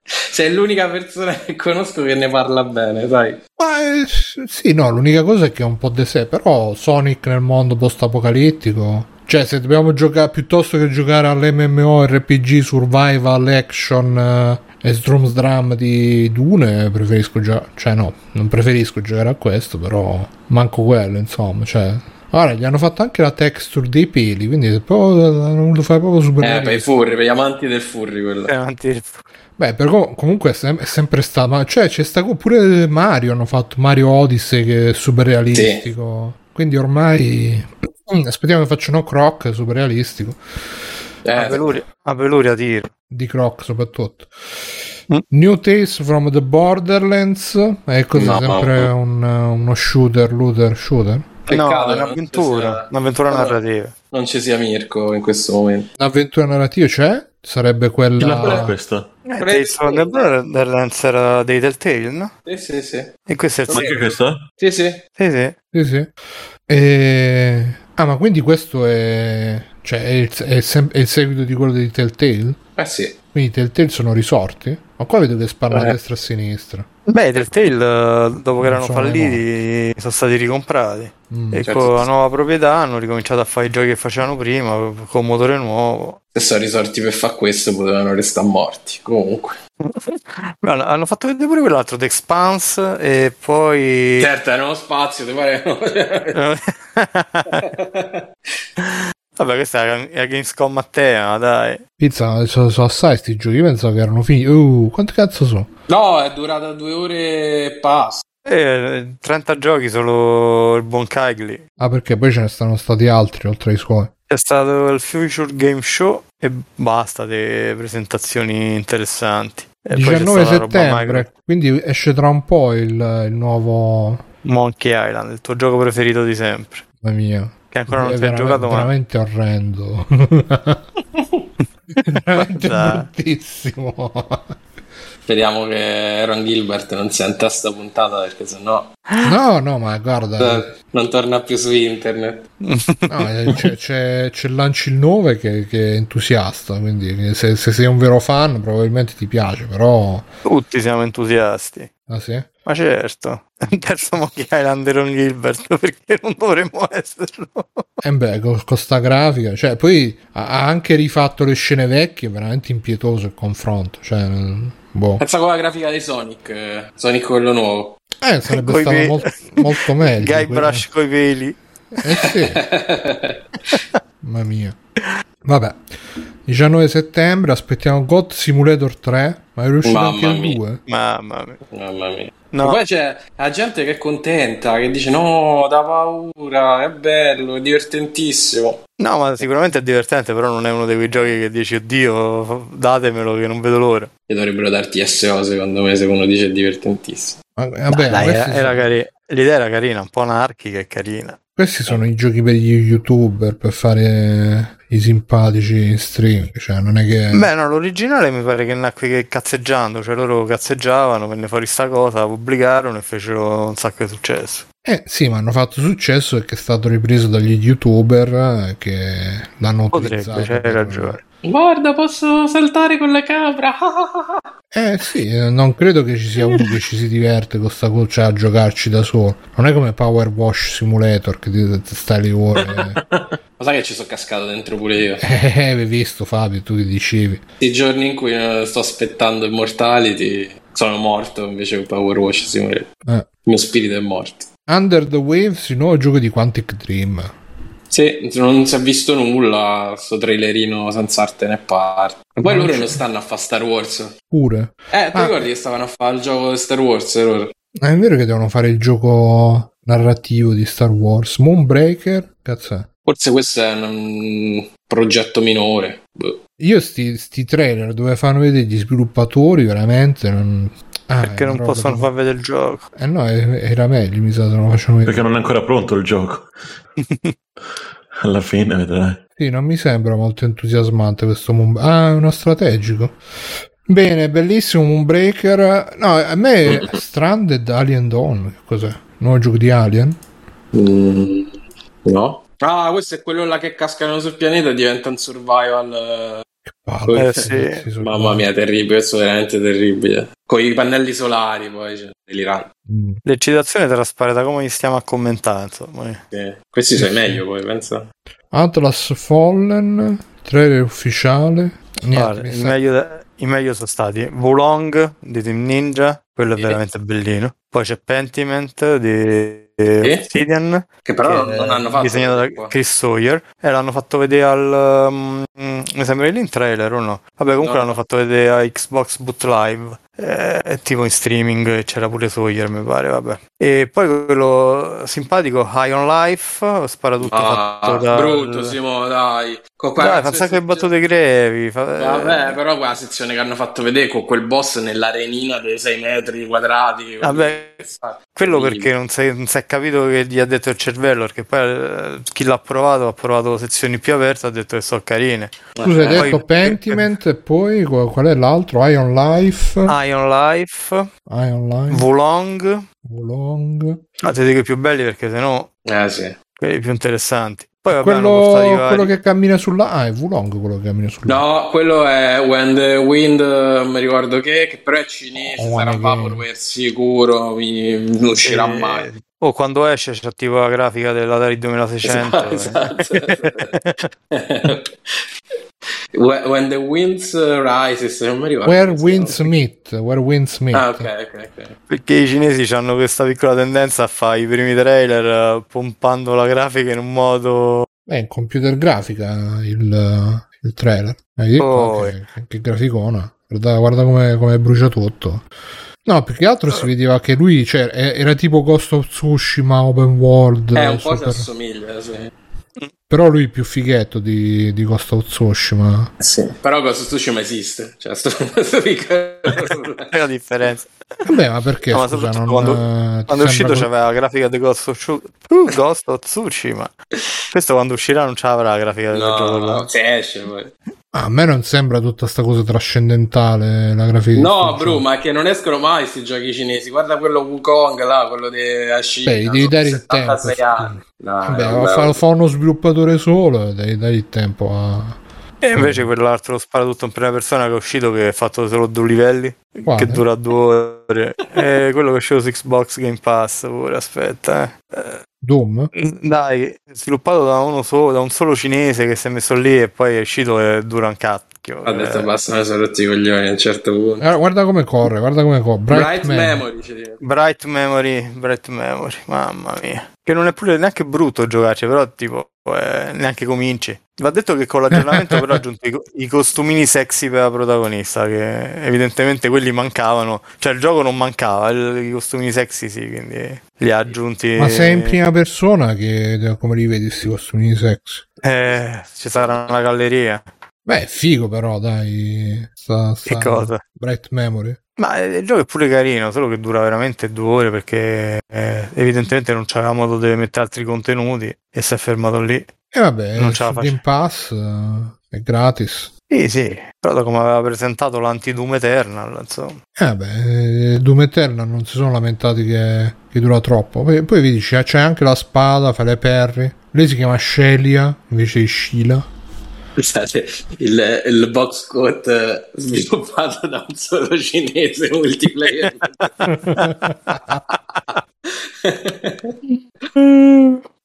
Speaker 3: Sei l'unica persona che conosco che ne parla bene, sai.
Speaker 1: Ma eh, s- sì, no, l'unica cosa è che è un po' de sé. Però Sonic nel mondo post-apocalittico. Cioè, se dobbiamo giocare piuttosto che giocare all'MMORPG survival action eh, e Strums Drum di Dune, preferisco già. Cioè, no, non preferisco giocare a questo, però manco quello, insomma. Cioè, Ora gli hanno fatto anche la texture dei peli, quindi se proprio, eh, hanno voluto fare proprio super
Speaker 3: Eh, per i
Speaker 1: realistico.
Speaker 3: furri, per gli amanti del furri quello.
Speaker 4: Eh, anti-
Speaker 1: Beh, però com- comunque è, sem- è sempre stato. Ma cioè, c'è sta pure Mario. Hanno fatto Mario Odyssey che è super realistico. Quindi ormai. Mm, Aspettiamo che facciano Croc super realistico.
Speaker 4: a
Speaker 3: Eh,
Speaker 4: Veluria, a Veluria tiro.
Speaker 1: Di Croc soprattutto.
Speaker 4: Mm.
Speaker 1: New Tales from the Borderlands. E così
Speaker 3: No,
Speaker 1: sempre
Speaker 3: no.
Speaker 1: un- uno shooter, looter, shooter.
Speaker 4: no,
Speaker 3: peccato
Speaker 4: è
Speaker 3: che non ci
Speaker 4: un'avventura,
Speaker 3: sia-
Speaker 4: un'avventura
Speaker 3: Allora,
Speaker 4: narrativa.
Speaker 3: Non ci sia Mirko in questo momento.
Speaker 1: Un'avventura narrativa c'è? Sarebbe
Speaker 5: Ce l'ha pure
Speaker 1: quella.
Speaker 5: questa.
Speaker 4: Eh,
Speaker 3: Pre-
Speaker 4: Tales from the Borderlands era dei Telltale, no?
Speaker 3: Sì, sì, sì.
Speaker 4: E questo è il
Speaker 5: Ma anche questa?
Speaker 3: Sì, sì.
Speaker 4: Sì, sì.
Speaker 1: Sì, sì. E- Ah, ma quindi questo è. Cioè, è il, è sem- è il seguito di quello di Telltale?
Speaker 3: Eh sì.
Speaker 1: Quindi i Telltale sono risorti? Ma qua vedo che sparano a
Speaker 4: Eh.
Speaker 1: destra e a sinistra.
Speaker 4: Beh, i Telltale eh, dopo che erano
Speaker 1: sono
Speaker 4: falliti sono stati ricomprati
Speaker 1: Mm.
Speaker 4: e
Speaker 3: certo.
Speaker 4: con la nuova proprietà hanno ricominciato a fare i giochi che facevano prima con motore nuovo.
Speaker 3: Se sono risorti per fare questo potevano restare morti. Comunque.
Speaker 4: Ma hanno- Hanno fatto vedere pure quell'altro, The Expanse, e poi... *laughs*
Speaker 3: Certo, era uno spazio, ti pare? *laughs*
Speaker 4: Vabbè, questa è la Gamescom a tema, dai.
Speaker 1: Pizza, sono so assai sti giochi. Io pensavo che erano finiti. Uh, quanti cazzo sono?
Speaker 3: no, è durata due ore e passa.
Speaker 4: Eh, 30 giochi solo il buon Kagli.
Speaker 1: Ah, perché poi ce ne stanno stati altri oltre ai suoi.
Speaker 4: C'è stato il Future Game Show e basta di presentazioni interessanti. E poi c'è
Speaker 1: 19
Speaker 4: stata la roba
Speaker 1: settembre, quindi esce tra un po' il, il nuovo.
Speaker 4: Micro- Monkey Island, il tuo gioco preferito di sempre.
Speaker 1: Mamma mia.
Speaker 4: Che ancora non
Speaker 1: è
Speaker 4: ti hai
Speaker 1: vera-
Speaker 4: giocato, ma
Speaker 1: Eh, veramente
Speaker 4: *laughs*
Speaker 1: orrendo. veramente
Speaker 4: Guarda.
Speaker 1: bruttissimo.
Speaker 3: Speriamo che Ron Gilbert non senta sta puntata perché sennò
Speaker 1: No, no, ma guarda,
Speaker 3: eh, non torna più su internet.
Speaker 1: No, eh, c'è, c'è, c'è Lanci il 9 che, che è entusiasta, quindi se, se sei un vero fan probabilmente ti piace, però...
Speaker 4: tutti siamo entusiasti.
Speaker 1: Ah sì?
Speaker 4: Ma certo, *laughs* il terzo Monkey Island e Ron Gilbert, perché non dovremmo esserlo?
Speaker 1: E beh, con, con sta grafica, cioè poi ha, ha anche rifatto le scene vecchie, veramente impietoso il confronto, cioè... eh, Boh.
Speaker 3: Pensa con la grafica di Sonic, eh, Sonic quello nuovo.
Speaker 4: *laughs*
Speaker 1: Eh, sarebbe
Speaker 4: Coi
Speaker 1: stato
Speaker 4: pe-
Speaker 1: mol- molto meglio.
Speaker 4: Guybrush coi peli.
Speaker 1: quello. Eh sì.
Speaker 4: *laughs*
Speaker 1: Mamma mia. Vabbè. 19 settembre aspettiamo God Simulator 3, ma è riuscito
Speaker 3: Mamma
Speaker 1: anche il
Speaker 3: mia.
Speaker 1: 2?
Speaker 4: Mamma mia.
Speaker 3: Mamma mia.
Speaker 4: No.
Speaker 3: E poi c'è la gente che è contenta, che dice no, da paura, è bello, è divertentissimo.
Speaker 4: No, ma sicuramente è divertente, però non è uno di quei giochi che dici, oddio, datemelo che non vedo l'ora.
Speaker 3: E dovrebbero darti SO secondo me se uno dice è divertentissimo.
Speaker 1: Ma- eh, Vabbè,
Speaker 4: Dai, eh,
Speaker 1: questi
Speaker 4: era- era cari- l'idea era carina, un po' anarchica e carina.
Speaker 1: Questi sono i giochi per gli youtuber per fare i simpatici in streaming, cioè non è che
Speaker 4: Beh, no, l'originale mi pare che nacque che cazzeggiando, cioè loro cazzeggiavano, venne fuori sta cosa, la pubblicarono e fecero un sacco di successo.
Speaker 1: Eh sì, ma hanno fatto successo perché è stato ripreso dagli youtuber eh, che l'hanno utilizzato.
Speaker 4: Potrebbe, c'hai
Speaker 1: per-
Speaker 4: ragione.
Speaker 3: Guarda, posso saltare con la capra. *laughs*
Speaker 1: Eh sì, eh, non credo che ci sia uno che ci si diverte con sta co- cioè, a giocarci da solo. Non è come Power Wash Simulator che ti ti stai lì
Speaker 4: *laughs*
Speaker 1: ore.
Speaker 3: Ma sai che ci sono cascato dentro pure io.
Speaker 1: Eh, avevi visto Fabio, tu che dicevi.
Speaker 3: I giorni in cui eh, sto aspettando Immortality sono morto invece con Power Wash Simulator.
Speaker 1: Eh.
Speaker 3: Il mio spirito è morto.
Speaker 1: Under the Waves, il nuovo gioco di Quantic Dream.
Speaker 3: Sì, non si è visto nulla, sto trailerino senza arte né parte. E Poi
Speaker 1: Ma
Speaker 3: loro
Speaker 1: c'è-
Speaker 3: non stanno a fare Star Wars.
Speaker 1: Pure.
Speaker 3: Eh, ti
Speaker 1: Ah.
Speaker 3: ricordi che stavano a fare il gioco di Star Wars loro?
Speaker 1: Ah, è vero che devono fare il gioco narrativo di Star Wars. Moonbreaker? Cazzo è.
Speaker 3: Forse questo è un mm, progetto minore. Boh.
Speaker 1: Io sti, sti trailer dove fanno vedere gli sviluppatori veramente non... Ah,
Speaker 4: Perché
Speaker 1: è
Speaker 4: non
Speaker 1: una
Speaker 4: possono
Speaker 1: roba
Speaker 4: far vedere il gioco.
Speaker 1: che- Eh no, eh, era meglio, mi sa, se lo facciamo vedere.
Speaker 5: Perché non è ancora pronto il gioco. Alla fine vedrai.
Speaker 1: Sì, non mi sembra molto entusiasmante questo Moonbreaker. Ah, è uno strategico. Bene, bellissimo Moonbreaker. No, a me è Stranded Alien Dawn, che cos'è? Nuovo gioco di Alien?
Speaker 3: Eh, Mm, no? Ah, questo è quello là che cascano sul pianeta e diventa un survival.
Speaker 1: Che palle.
Speaker 4: Eh, sì.
Speaker 1: Sì,
Speaker 3: eh.
Speaker 1: sì,
Speaker 3: Mamma mia, terribile, questo è veramente terribile. Con i pannelli solari poi, cioè, delirante.
Speaker 1: Mm.
Speaker 4: L'eccitazione te la spara da come gli stiamo a commentare, insomma. eh.
Speaker 3: Sì. Questi sono i meglio poi, pensa.
Speaker 1: Atlas Fallen, trailer ufficiale. Niente,
Speaker 4: Guarda,
Speaker 1: mi
Speaker 4: il,
Speaker 1: sa-
Speaker 4: meglio da- i meglio sono stati Wulong di Team Ninja, quello è
Speaker 3: Sì.
Speaker 4: veramente bellino. Poi c'è Pentiment di eh,
Speaker 3: Sì.
Speaker 4: Obsidian
Speaker 3: Che però
Speaker 4: che
Speaker 3: non
Speaker 4: è
Speaker 3: hanno fatto.
Speaker 4: disegnato da
Speaker 3: qua.
Speaker 4: Chris Sawyer e l'hanno fatto vedere al um, mi sembra lì in trailer o no vabbè comunque
Speaker 3: No.
Speaker 4: l'hanno fatto vedere a Xbox Boot Live eh, tipo in streaming eh, c'era pure Sawyer mi pare vabbè e poi quello simpatico High on Life spara tutto
Speaker 3: Ah,
Speaker 4: fatto da
Speaker 3: brutto, Simo, dai. Con qua-
Speaker 4: dai, fa un
Speaker 3: se-
Speaker 4: sacco di
Speaker 3: se-
Speaker 4: battute grevi. fa- eh,
Speaker 3: Vabbè, però quella sezione che hanno fatto vedere con quel boss nell'arenina dei 6 metri quadrati.
Speaker 4: Vabbè, Quello perché non si, non si è capito che gli ha detto il cervello, perché poi eh, chi l'ha provato ha provato sezioni più aperte, ha detto che sono carine.
Speaker 1: Scusa, hai
Speaker 4: Eh, poi-
Speaker 1: detto Pentiment e poi qu- qual è l'altro? Ion Life,
Speaker 4: Ion Life,
Speaker 1: Ion Life,
Speaker 4: Wulong,
Speaker 1: Wulong.
Speaker 4: ah, ti dico i più belli perché sennò
Speaker 3: Eh sì.
Speaker 4: quelli più interessanti. Poi vabbè, hanno
Speaker 1: Quello,
Speaker 4: portato i vari.
Speaker 1: quello che cammina sulla... Ah, è Wulong quello che cammina sulla...
Speaker 3: No, quello è When the Wind, eh, mi ricordo che, che però è cinese,
Speaker 1: Oh,
Speaker 3: sarà
Speaker 1: my God.
Speaker 3: Vaporware sicuro, quindi non uscirà
Speaker 4: Eh,
Speaker 3: mai. *laughs*
Speaker 4: Oh, quando esce c'è tipo la grafica dell'Atari 2600.
Speaker 3: Esatto, esatto. When when the Winds Rises, non mi ricordo.
Speaker 1: Where
Speaker 3: come si
Speaker 1: Winds
Speaker 3: chiama.
Speaker 1: Meet, Where Winds Meet.
Speaker 3: Ah, ok, ok, ok.
Speaker 4: *laughs* Perché i cinesi hanno questa piccola tendenza a fare i primi trailer eh, pompando la grafica in un
Speaker 3: *laughs*
Speaker 4: modo
Speaker 1: È in computer grafica il, il trailer. Vedi qua
Speaker 4: Oh.
Speaker 1: che, che- che graficona. Guarda, guarda come, come brucia tutto. No, più che altro
Speaker 4: Eh.
Speaker 1: si vedeva che lui cioè, e- era tipo Ghost of Tsushima Open World.
Speaker 3: Eh, un po' si
Speaker 1: super-
Speaker 3: assomiglia, sì.
Speaker 1: Però lui più fighetto di, di Ghost of Tsushima.
Speaker 3: Però questo Tsushima esiste. Cioè, sto... *laughs* sto dico-
Speaker 4: è la differenza.
Speaker 1: Vabbè, ma perché?
Speaker 4: *laughs* No, ma
Speaker 1: scusa,
Speaker 4: soprattutto
Speaker 1: non,
Speaker 4: quando-
Speaker 1: eh, ti
Speaker 4: Quando è uscito
Speaker 1: sembra
Speaker 4: c'aveva la grafica di Ghost of, Tsu- uh, Ghost of Tsushima. Questo quando uscirà non c'avrà la
Speaker 1: Eh,
Speaker 4: grafica del
Speaker 3: No,
Speaker 4: gioco là.
Speaker 3: no, se esce poi.
Speaker 1: co- Ah, A me non sembra tutta sta cosa trascendentale la grafica. di
Speaker 3: No,
Speaker 1: Tsushima.
Speaker 3: Bru, ma che non escono mai questi giochi cinesi. Guarda quello Wukong là, quello della Cina.
Speaker 1: Beh, gli devi dare il
Speaker 3: 76
Speaker 1: tempo.
Speaker 3: anni. Dai,
Speaker 1: Vabbè,
Speaker 3: vabbè.
Speaker 1: fa, fa uno sviluppatore solo, dai, dai il tempo a...
Speaker 4: E invece quell'altro sparatutto in prima persona che è uscito che è fatto solo due livelli,
Speaker 1: Quale?
Speaker 4: che dura due ore. *laughs* e quello che è uscito su Xbox Game Pass pure, aspetta. eh. Eh,
Speaker 1: Doom?
Speaker 4: Dai, sviluppato da uno solo, da un solo cinese che si è messo lì e poi è uscito e dura un cacchio.
Speaker 3: Ho detto
Speaker 4: eh.
Speaker 3: basta, mi sono rotti i coglioni a un certo punto.
Speaker 1: Guarda, guarda come corre, guarda come corre. Bright,
Speaker 3: Bright
Speaker 1: Eh, Man.
Speaker 3: Memory, ci dice.
Speaker 4: Bright Memory, Bright Memory, mamma mia. Che non è pure neanche brutto giocarci, però tipo eh, neanche cominci. Va detto che con l'aggiornamento però ha aggiunto i, co- i costumini sexy per la protagonista, che evidentemente quelli mancavano, cioè il gioco non mancava, il- i costumini sexy sì, quindi li ha aggiunti.
Speaker 1: Ma sei in prima persona che come li vedi sti costumi sexy?
Speaker 4: Eh, ci sarà una galleria.
Speaker 1: Beh, è figo però, dai. Sta, sta-
Speaker 4: Che cosa?
Speaker 1: Bright Memory.
Speaker 4: Ma eh, il gioco è pure carino, solo che dura veramente due ore perché eh, evidentemente non c'aveva modo di mettere altri contenuti e si è fermato lì.
Speaker 1: E vabbè,
Speaker 4: Non
Speaker 1: non
Speaker 4: ce la
Speaker 1: su
Speaker 4: faccio.
Speaker 1: Game Pass eh, è gratis.
Speaker 4: Sì, sì, però da come aveva presentato l'anti-Doom Eternal, *laughs* insomma.
Speaker 1: E vabbè, eh, Doom Eternal non si sono lamentati che, che dura troppo. Poi, poi vi dici, ah, c'è anche la spada, fa le perri. Lei si chiama Shelia invece di Sheila.
Speaker 3: Scusate, il, il box quote eh, sviluppato da un solo cinese
Speaker 1: *laughs*
Speaker 3: multiplayer.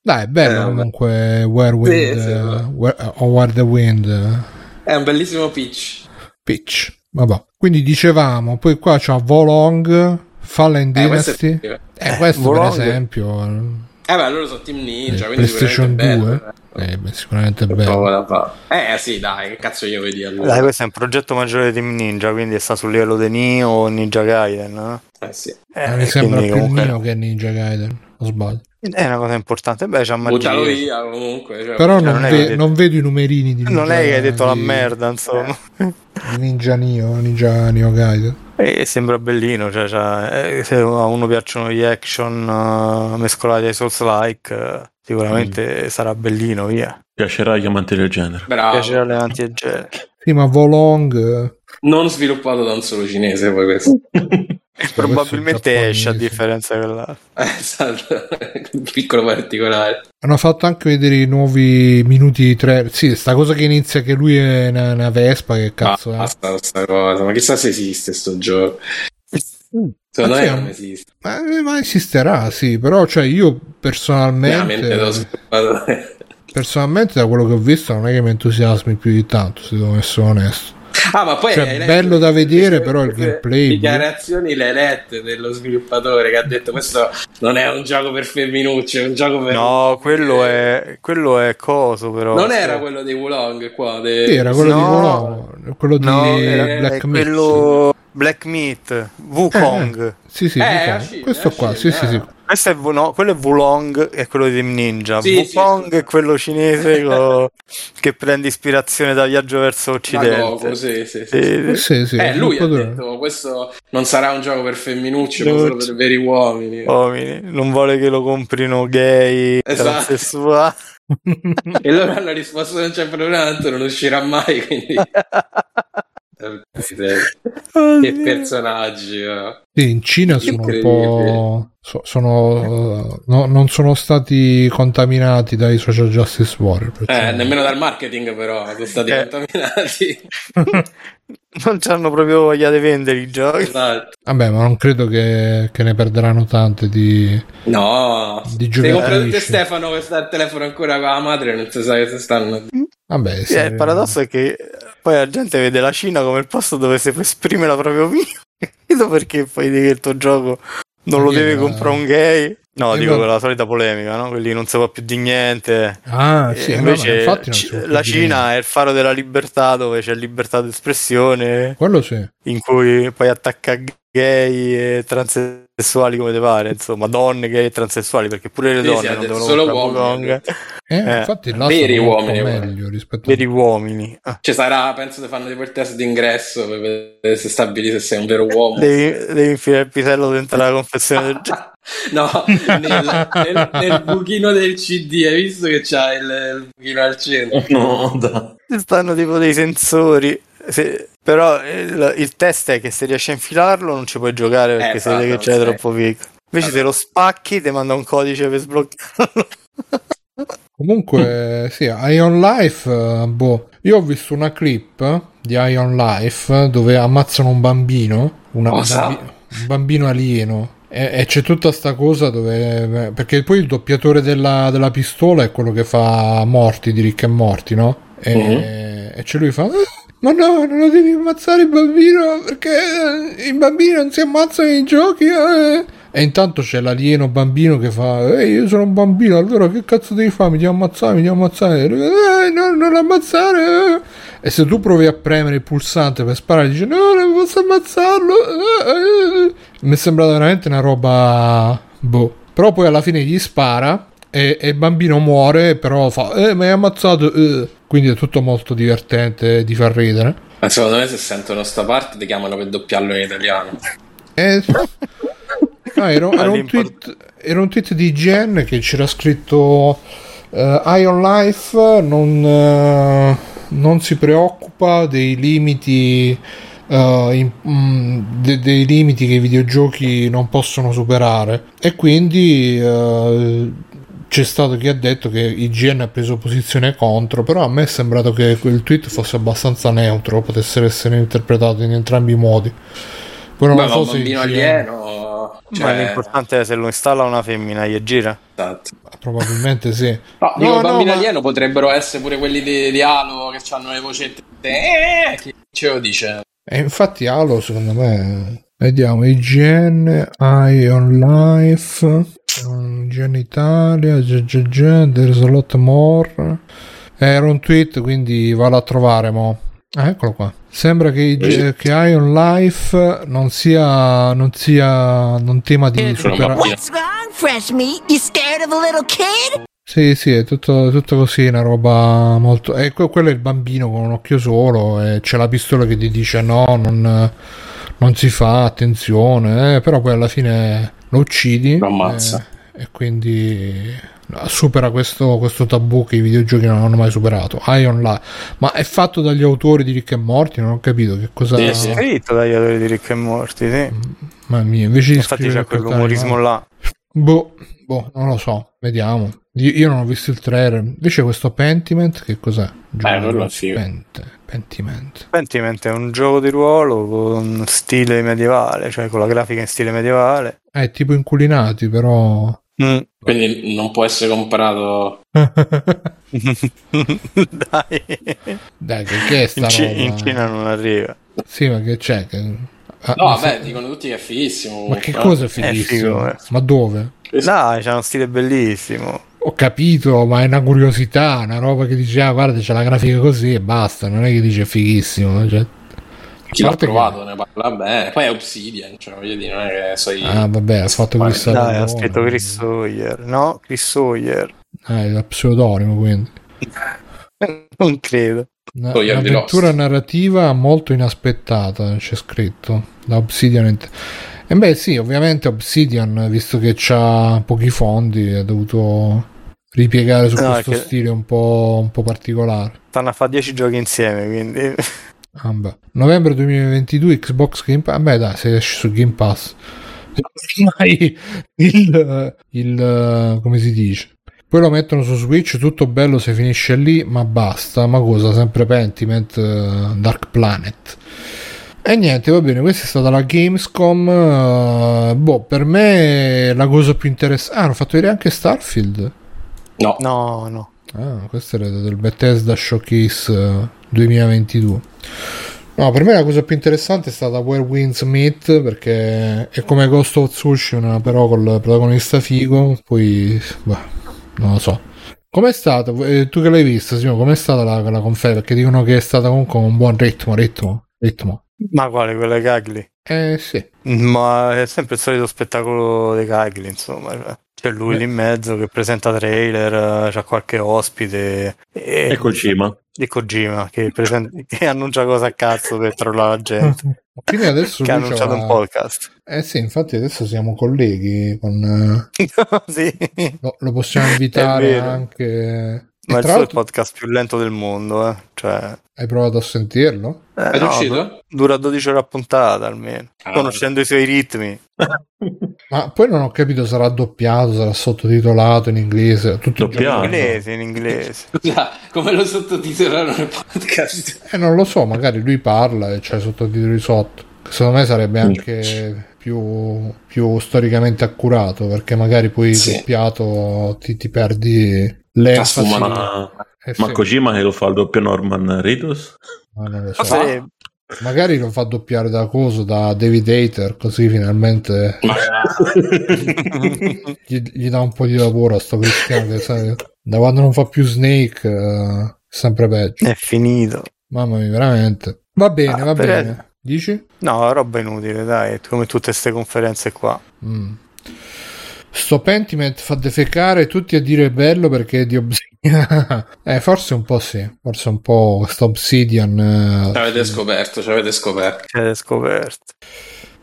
Speaker 1: Dai, è bello
Speaker 3: Eh, vabbè.
Speaker 1: comunque Where, Wind,
Speaker 3: sì,
Speaker 1: eh,
Speaker 3: vabbè.
Speaker 1: Where- eh, o Where the Wind eh,
Speaker 3: È un bellissimo pitch.
Speaker 1: Pitch. Vabbè. Quindi dicevamo, poi qua c'ha Volong, Fallen
Speaker 3: Eh, questo è
Speaker 1: Dynasty.
Speaker 3: figo. eh,
Speaker 1: Eh, questo
Speaker 4: Volong.
Speaker 1: per esempio, eh,
Speaker 3: beh, loro sono Team Ninja, quindi
Speaker 1: PlayStation 2.
Speaker 3: sicuramente è bello, eh.
Speaker 1: eh, beh, sicuramente
Speaker 3: Che
Speaker 1: bello.
Speaker 3: paura fa. Eh sì, dai, che cazzo io vedi
Speaker 4: Dai,
Speaker 3: allora?
Speaker 4: questo è un progetto maggiore di Team Ninja, quindi sta sul livello di Nioh o Ninja Gaiden, no?
Speaker 3: Eh, sì.
Speaker 4: Eh,
Speaker 1: mi sembra
Speaker 4: quindi
Speaker 1: più
Speaker 4: comunque
Speaker 1: Nino che Ninja Gaiden, o sbaglio.
Speaker 3: Cioè,
Speaker 4: È una cosa importante. Beh, Boh, c'ha magia.
Speaker 3: Buttalo via comunque. cioè,
Speaker 1: Però
Speaker 4: non
Speaker 1: non,
Speaker 4: è
Speaker 1: ve-
Speaker 4: che hai detto-
Speaker 1: non vedo i numerini di Ninja
Speaker 4: Non è che hai detto la
Speaker 1: di-
Speaker 4: merda, insomma.
Speaker 1: di Ninja Neo, Ninja Neo Gaiden.
Speaker 4: Eh, E sembra bellino, cioè, cioè, eh, se a uno piacciono gli action eh, mescolati ai Souls-like, eh,
Speaker 1: Mm.
Speaker 4: sicuramente sarà bellino, via. Ah.
Speaker 5: Piacerà agli amanti del genere.
Speaker 3: Bravo.
Speaker 4: Piacerà alle anti-gel.
Speaker 1: Sì, ma Volong... eh,
Speaker 3: Non sviluppato da un solo cinese poi questo. *laughs*
Speaker 1: questo
Speaker 4: Probabilmente
Speaker 1: è
Speaker 4: esce, a
Speaker 1: giapponese.
Speaker 4: differenza della...
Speaker 3: Eh, esatto. Un piccolo particolare.
Speaker 1: Hanno fatto anche vedere i nuovi minuti di tre. Sì, sta cosa che inizia che lui è una, una Vespa,
Speaker 3: Ah,
Speaker 1: che cazzo eh. è?
Speaker 3: Basta con sta cosa, ma chissà se esiste sto gioco. Secondo
Speaker 1: Ma
Speaker 3: me
Speaker 1: sì,
Speaker 3: non
Speaker 1: ma-
Speaker 3: esiste.
Speaker 1: Ma, ma esisterà, sì, però cioè io
Speaker 3: Veramente l'ho
Speaker 1: personalmente,
Speaker 3: sviluppato.
Speaker 1: personalmente da quello che ho visto non è che mi entusiasmi più di tanto, se devo essere onesto.
Speaker 3: Ah, ma poi
Speaker 1: Cioè,
Speaker 3: hai letto
Speaker 1: bello da vedere,
Speaker 3: queste-
Speaker 1: però il
Speaker 3: queste
Speaker 1: gameplay, boh.
Speaker 3: Dichiarazioni le hai lette dello sviluppatore che ha detto questo non è un gioco per femminucci, è un gioco per...
Speaker 4: No, quello è, quello è coso però.
Speaker 3: Eh, Non era
Speaker 4: Sì.
Speaker 3: quello dei Wulong qua. de-
Speaker 1: Sì, era quello di
Speaker 4: Eh, No.
Speaker 1: Colombo, quello di
Speaker 4: No,
Speaker 3: era-
Speaker 1: Black
Speaker 4: è
Speaker 1: Myth.
Speaker 4: quello Black Meat, Wukong.
Speaker 1: Eh, eh. Sì, sì,
Speaker 3: Eh,
Speaker 1: Wukong.
Speaker 3: è uscito,
Speaker 1: questo
Speaker 3: è
Speaker 1: qua, sì,
Speaker 3: uscito,
Speaker 1: sì,
Speaker 3: eh.
Speaker 1: sì.
Speaker 4: Questo è, Wu- no, quello è Wulong e quello di Ninja.
Speaker 3: Sì, sì,
Speaker 4: Wukong
Speaker 3: scusa.
Speaker 4: è quello
Speaker 3: *laughs*
Speaker 4: cinese co- che prende ispirazione da viaggio verso
Speaker 3: Da
Speaker 4: occidente.
Speaker 3: Goku, sì, sì, sì.
Speaker 4: Sì,
Speaker 1: Eh,
Speaker 4: sì.
Speaker 1: sì, sì,
Speaker 3: Eh, lui ha
Speaker 1: sviluppatore.
Speaker 3: detto questo non sarà un gioco per femminucci, ma solo per veri uomini.
Speaker 4: Uomini, non vuole che lo comprino gay,
Speaker 3: Esatto.
Speaker 4: transessuali. *laughs*
Speaker 3: E loro hanno risposto non c'è problema, tanto non uscirà
Speaker 4: *laughs*
Speaker 3: mai, *laughs* quindi... che
Speaker 4: Oddio.
Speaker 3: personaggi, eh.
Speaker 1: Sì, in Cina sono un po'. so- sono, eh, no- non sono stati contaminati dai social justice warrior. perciò-
Speaker 3: Eh, nemmeno dal marketing però sono stati
Speaker 4: Eh. *laughs*
Speaker 3: contaminati.
Speaker 4: non ci hanno proprio voglia di vendere i giochi.
Speaker 3: Esatto.
Speaker 1: Vabbè, ma non credo che, che ne perderanno tante di,
Speaker 3: No,
Speaker 1: di
Speaker 3: se compra tutte
Speaker 1: giocatrici.
Speaker 3: Stefano che sta al telefono ancora con la madre non si sa che se stanno...
Speaker 1: Vabbè,
Speaker 4: Sì,
Speaker 1: se-
Speaker 4: eh, il paradosso è che poi la gente vede la Cina come il posto dove si può esprimere la propria opinione. *laughs* Capito perché poi dire che il tuo gioco non lo
Speaker 1: Perché
Speaker 4: deve
Speaker 1: la-
Speaker 4: comprare un gay? No,
Speaker 1: Eh,
Speaker 4: dico
Speaker 1: ma-
Speaker 4: quella solita polemica, no? Quelli non si può più di niente.
Speaker 1: Ah,
Speaker 4: Eh,
Speaker 1: sì,
Speaker 4: invece
Speaker 1: vabbè, infatti non
Speaker 4: ci-
Speaker 1: si può più
Speaker 4: la
Speaker 1: dire.
Speaker 4: Cina è il faro della libertà dove c'è libertà d'espressione
Speaker 1: Quello sì. Eh,
Speaker 4: in cui puoi attaccare gay e transessuali come ti pare, insomma, donne gay e transessuali perché pure le
Speaker 3: Sì,
Speaker 4: donne
Speaker 3: sì, ha
Speaker 4: non
Speaker 3: detto
Speaker 4: devono
Speaker 3: solo
Speaker 4: comprare
Speaker 3: uomini, cioè, ha
Speaker 4: Wukong.
Speaker 1: Eh,
Speaker 4: Eh,
Speaker 1: infatti là
Speaker 3: veri
Speaker 1: sono molto
Speaker 3: uomini, guarda.
Speaker 1: meglio rispetto a...
Speaker 4: Veri uomini. Ah.
Speaker 3: Ci sarà, penso che fanno tipo il test d'ingresso per vedere se stabilire se sei un vero uomo.
Speaker 4: Devi, devi infilare il pisello dentro la confezione Cioè, del
Speaker 3: *laughs*
Speaker 4: gioco.
Speaker 3: no, *laughs* nel, nel- nel buchino del CD, hai visto che c'ha il, il buchino al centro?
Speaker 5: No, dai.
Speaker 4: Ci stanno tipo dei sensori. Se- però il, il test è che se riesci a infilarlo non ci puoi giocare perché
Speaker 3: Eh,
Speaker 4: se vede che
Speaker 3: esatto,
Speaker 4: c'è
Speaker 3: sì.
Speaker 4: troppo picco. Invece se lo spacchi ti manda un codice per sbloccarlo.
Speaker 1: Comunque, sì, Ion Life, eh, boh, io ho visto una clip di Ion Life eh, dove ammazzano un bambino, una- un,
Speaker 3: Cosa?
Speaker 1: bambi- un bambino alieno. E, e c'è tutta sta cosa dove... eh, Perché poi il doppiatore della, della pistola è quello che fa Morti di Rick e Morti, no? E, e c'è lui che fa... "Ah, Ma no, non lo devi ammazzare il bambino perché eh, i bambini non si ammazzano nei giochi. eh." E intanto c'è l'alieno bambino che fa: Ehi, io sono un bambino, allora che cazzo devi fare? Mi devi ammazzare, mi devi ammazzare. E lui, "Eh, no, non ammazzare. eh." E se tu provi a premere il pulsante per sparare, dice: No, non posso ammazzarlo. eh, eh." Mi è sembrata veramente una roba. Boh. Però poi alla fine gli spara e, e il bambino muore, però fa: Eh, mi hai ammazzato. eh." Quindi è tutto molto divertente di far ridere.
Speaker 3: Ma secondo me se sentono sta parte ti chiamano per doppiarlo in italiano.
Speaker 1: Eh, *laughs* no, era, era un
Speaker 4: All'import-
Speaker 1: tweet, era un tweet di IGN che c'era scritto eh, Ion Life non, eh, non si preoccupa dei limiti eh, in- mm, de- dei limiti che i videogiochi non possono superare e quindi eh, c'è stato chi ha detto che IGN ha preso posizione contro, però a me è sembrato che quel tweet fosse abbastanza neutro, potesse essere interpretato in entrambi i modi. Poi non
Speaker 3: Beh,
Speaker 1: lo
Speaker 3: ma
Speaker 1: so
Speaker 3: un
Speaker 1: se
Speaker 3: bambino
Speaker 1: IGN
Speaker 3: alieno...
Speaker 4: Ma
Speaker 3: Cioè,
Speaker 4: l'importante è se lo installa una femmina e gira.
Speaker 3: esatto.
Speaker 1: *laughs* Probabilmente sì.
Speaker 3: *laughs* No, dico,
Speaker 1: No, no,
Speaker 3: bambini
Speaker 1: ma-
Speaker 3: alieno potrebbero essere pure quelli di, di Halo che hanno le vocette. Eh, chi ce lo dice?
Speaker 1: E infatti Halo secondo me... Vediamo, IGN, Ion Life, um, IGN Italia, GGG, There's a lot more. Eh, Era un tweet, quindi vado a trovare, mo. Ah, eccolo qua. Sembra che, IG che Ion Life non sia... non sia... non tema di
Speaker 2: Sono
Speaker 1: superare...
Speaker 2: bambino.
Speaker 6: What's wrong, Fresh Meat? You scared of a little kid?
Speaker 1: Sì, sì, è tutto, tutto così, una roba molto... E que- quello è il bambino con un occhio solo e c'è la pistola che ti dice no, non, non si fa, attenzione, eh", però poi alla fine lo uccidi
Speaker 3: Lo ammazza.
Speaker 1: eh, e, quindi supera questo, questo tabù che i videogiochi non hanno mai superato. Ion là, ma è fatto dagli autori di Rick e Morty, non ho capito che cosa...
Speaker 3: Sì,
Speaker 4: È scritto dagli autori di Ricche e Morti, sì.
Speaker 1: Mamma mia, invece di
Speaker 4: Infatti
Speaker 1: scrivere
Speaker 4: c'è
Speaker 1: per
Speaker 4: quell'umorismo
Speaker 1: carità,
Speaker 4: là.
Speaker 1: Boh, boh, non lo so, vediamo. Io, io non ho visto il trailer. Invece questo Pentiment, che cos'è? Giuro,
Speaker 3: quello è figo.
Speaker 1: Pent- Pentiment.
Speaker 4: Pentiment è un gioco di ruolo con stile medievale, cioè con la grafica in stile medievale.
Speaker 1: Eh, È tipo inculinati, però... *laughs*
Speaker 4: Mm. *laughs*
Speaker 3: Quindi non può essere comparato.
Speaker 4: Dai,
Speaker 1: Dai, che, che è sta
Speaker 4: in, Ci-
Speaker 1: roba?
Speaker 4: in Cina non arriva.
Speaker 1: Sì, ma che c'è? Che- Ah,
Speaker 3: No,
Speaker 1: ma
Speaker 3: vabbè,
Speaker 1: se-
Speaker 3: dicono tutti che è fighissimo.
Speaker 1: Ma che
Speaker 3: comunque.
Speaker 1: cosa è
Speaker 4: figo,
Speaker 1: fighissimo?
Speaker 4: eh.
Speaker 1: Ma dove?
Speaker 4: Dai, c'ha uno stile bellissimo.
Speaker 1: Ho capito, ma è una curiosità, una roba che dice, ah, guarda, c'è la grafica così e basta, non è che dice è fighissimo. Cioè...
Speaker 3: Chi
Speaker 1: A
Speaker 3: l'ha
Speaker 1: parte che-
Speaker 3: provato ne parla bene. Poi è Obsidian, cioè voglio dire, non è che so io.
Speaker 1: Ah, vabbè, ha fatto
Speaker 3: Vai,
Speaker 1: Chris
Speaker 4: Dai, ha
Speaker 1: Avellone.
Speaker 4: scritto Chris Sawyer, no? Chris Sawyer. *laughs*
Speaker 1: Ah, è il pseudonimo, quindi.
Speaker 4: Non credo.
Speaker 1: Una-
Speaker 3: Poi Harvey
Speaker 1: un'avventura
Speaker 3: Lost.
Speaker 1: narrativa molto inaspettata, c'è scritto da Obsidian. Ent- E beh, sì, ovviamente Obsidian, visto che ha pochi fondi, ha dovuto ripiegare su
Speaker 4: No,
Speaker 1: questo
Speaker 4: è che-
Speaker 1: stile un po', un po' particolare.
Speaker 4: Stanno a fare 10 giochi insieme, quindi... *laughs*
Speaker 1: Ah, beh. Novembre 2022 Xbox Game Pass. Vabbè, dai, se esce su Game Pass. *laughs* Ormai il, il come si dice? Poi lo mettono su Switch, tutto bello se finisce lì, ma basta. Ma cosa? Sempre Pentiment, eh, Dark Planet. E niente, va bene, questa è stata la Gamescom. eh, boh, per me la cosa più interessante. Ah, hanno fatto vedere anche Starfield.
Speaker 3: No.
Speaker 4: No, no.
Speaker 1: Ah, questo era del Bethesda Showcase eh, 2022. No, per me la cosa più interessante è stata Where Winds Meet perché è come Ghost of Tsushima, però col protagonista figo. Poi, bah, non lo so. Com'è stata? eh, tu che l'hai vista, Simone, com'è stata la, la conferenza? Perché dicono che è stata comunque un buon ritmo, ritmo, ritmo.
Speaker 4: Ma quale, quella Cagli?
Speaker 1: Eh sì.
Speaker 4: Ma è sempre il solito spettacolo dei Cagli, insomma. cioè. C'è lui
Speaker 1: Beh.
Speaker 4: lì in mezzo che presenta trailer, eh, c'ha qualche ospite. E...
Speaker 5: Ecco il cima.
Speaker 4: Di Kojima, che, presen- *laughs* che annuncia cosa a cazzo per trollare la gente.
Speaker 1: Quindi adesso
Speaker 4: *laughs* che ha
Speaker 1: lui
Speaker 4: annunciato
Speaker 1: c'ha-
Speaker 4: un podcast. *laughs*
Speaker 1: Eh sì, infatti adesso siamo colleghi con... eh,
Speaker 4: sì.
Speaker 1: lo, lo possiamo
Speaker 4: *laughs* È
Speaker 1: invitare
Speaker 4: vero.
Speaker 1: anche... E
Speaker 4: Ma il
Speaker 1: tra
Speaker 4: suo è il
Speaker 1: l'altro-
Speaker 4: podcast più lento del mondo, eh. Cioè,
Speaker 1: Hai provato a sentirlo?
Speaker 4: eh,
Speaker 3: È
Speaker 4: no,
Speaker 3: uscito?
Speaker 4: du- dura 12 ore a puntata almeno.
Speaker 3: Ah.
Speaker 4: Conoscendo i suoi ritmi.
Speaker 1: Ma poi non ho capito, sarà doppiato, sarà sottotitolato in inglese, tutto
Speaker 5: Doppiato? Ah,
Speaker 4: in
Speaker 1: in inglese.
Speaker 4: inglese, in
Speaker 3: *laughs*
Speaker 4: inglese.
Speaker 3: Scusa, come lo sottotitolano nel *laughs* podcast?
Speaker 1: Eh, non lo so, magari lui parla e c'è i sottotitoli sotto. Secondo me sarebbe
Speaker 5: Mm.
Speaker 1: anche più, più storicamente accurato, perché magari poi
Speaker 3: Sì.
Speaker 1: doppiato ti, ti perdi l'enfasi.
Speaker 3: Trasfuma-
Speaker 5: Ma,
Speaker 1: Eh sì,
Speaker 5: Ah, ma Kojima che lo fa il doppio Norman Reedus?
Speaker 1: ma non lo so.
Speaker 4: Ma sarebbe-
Speaker 1: Magari lo fa doppiare da coso, da David Hater, così finalmente
Speaker 4: *laughs*
Speaker 1: gli, gli dà un po' di lavoro a sto cristiano che sai, da quando non fa più Snake eh, è sempre peggio.
Speaker 4: è finito.
Speaker 1: Mamma mia, veramente. Va bene,
Speaker 4: Ah,
Speaker 1: va
Speaker 4: per-
Speaker 1: bene. Dici?
Speaker 4: No, roba inutile, dai, come tutte queste conferenze qua.
Speaker 1: Mm. Sto Pentiment fa defecare tutti a dire è bello perché è di Obsidian. *laughs* eh, forse un po' sì, forse un po' questo Obsidian. eh,
Speaker 3: Ci avete scoperto, ci avete scoperto.
Speaker 4: C'è Cioè, scoperto.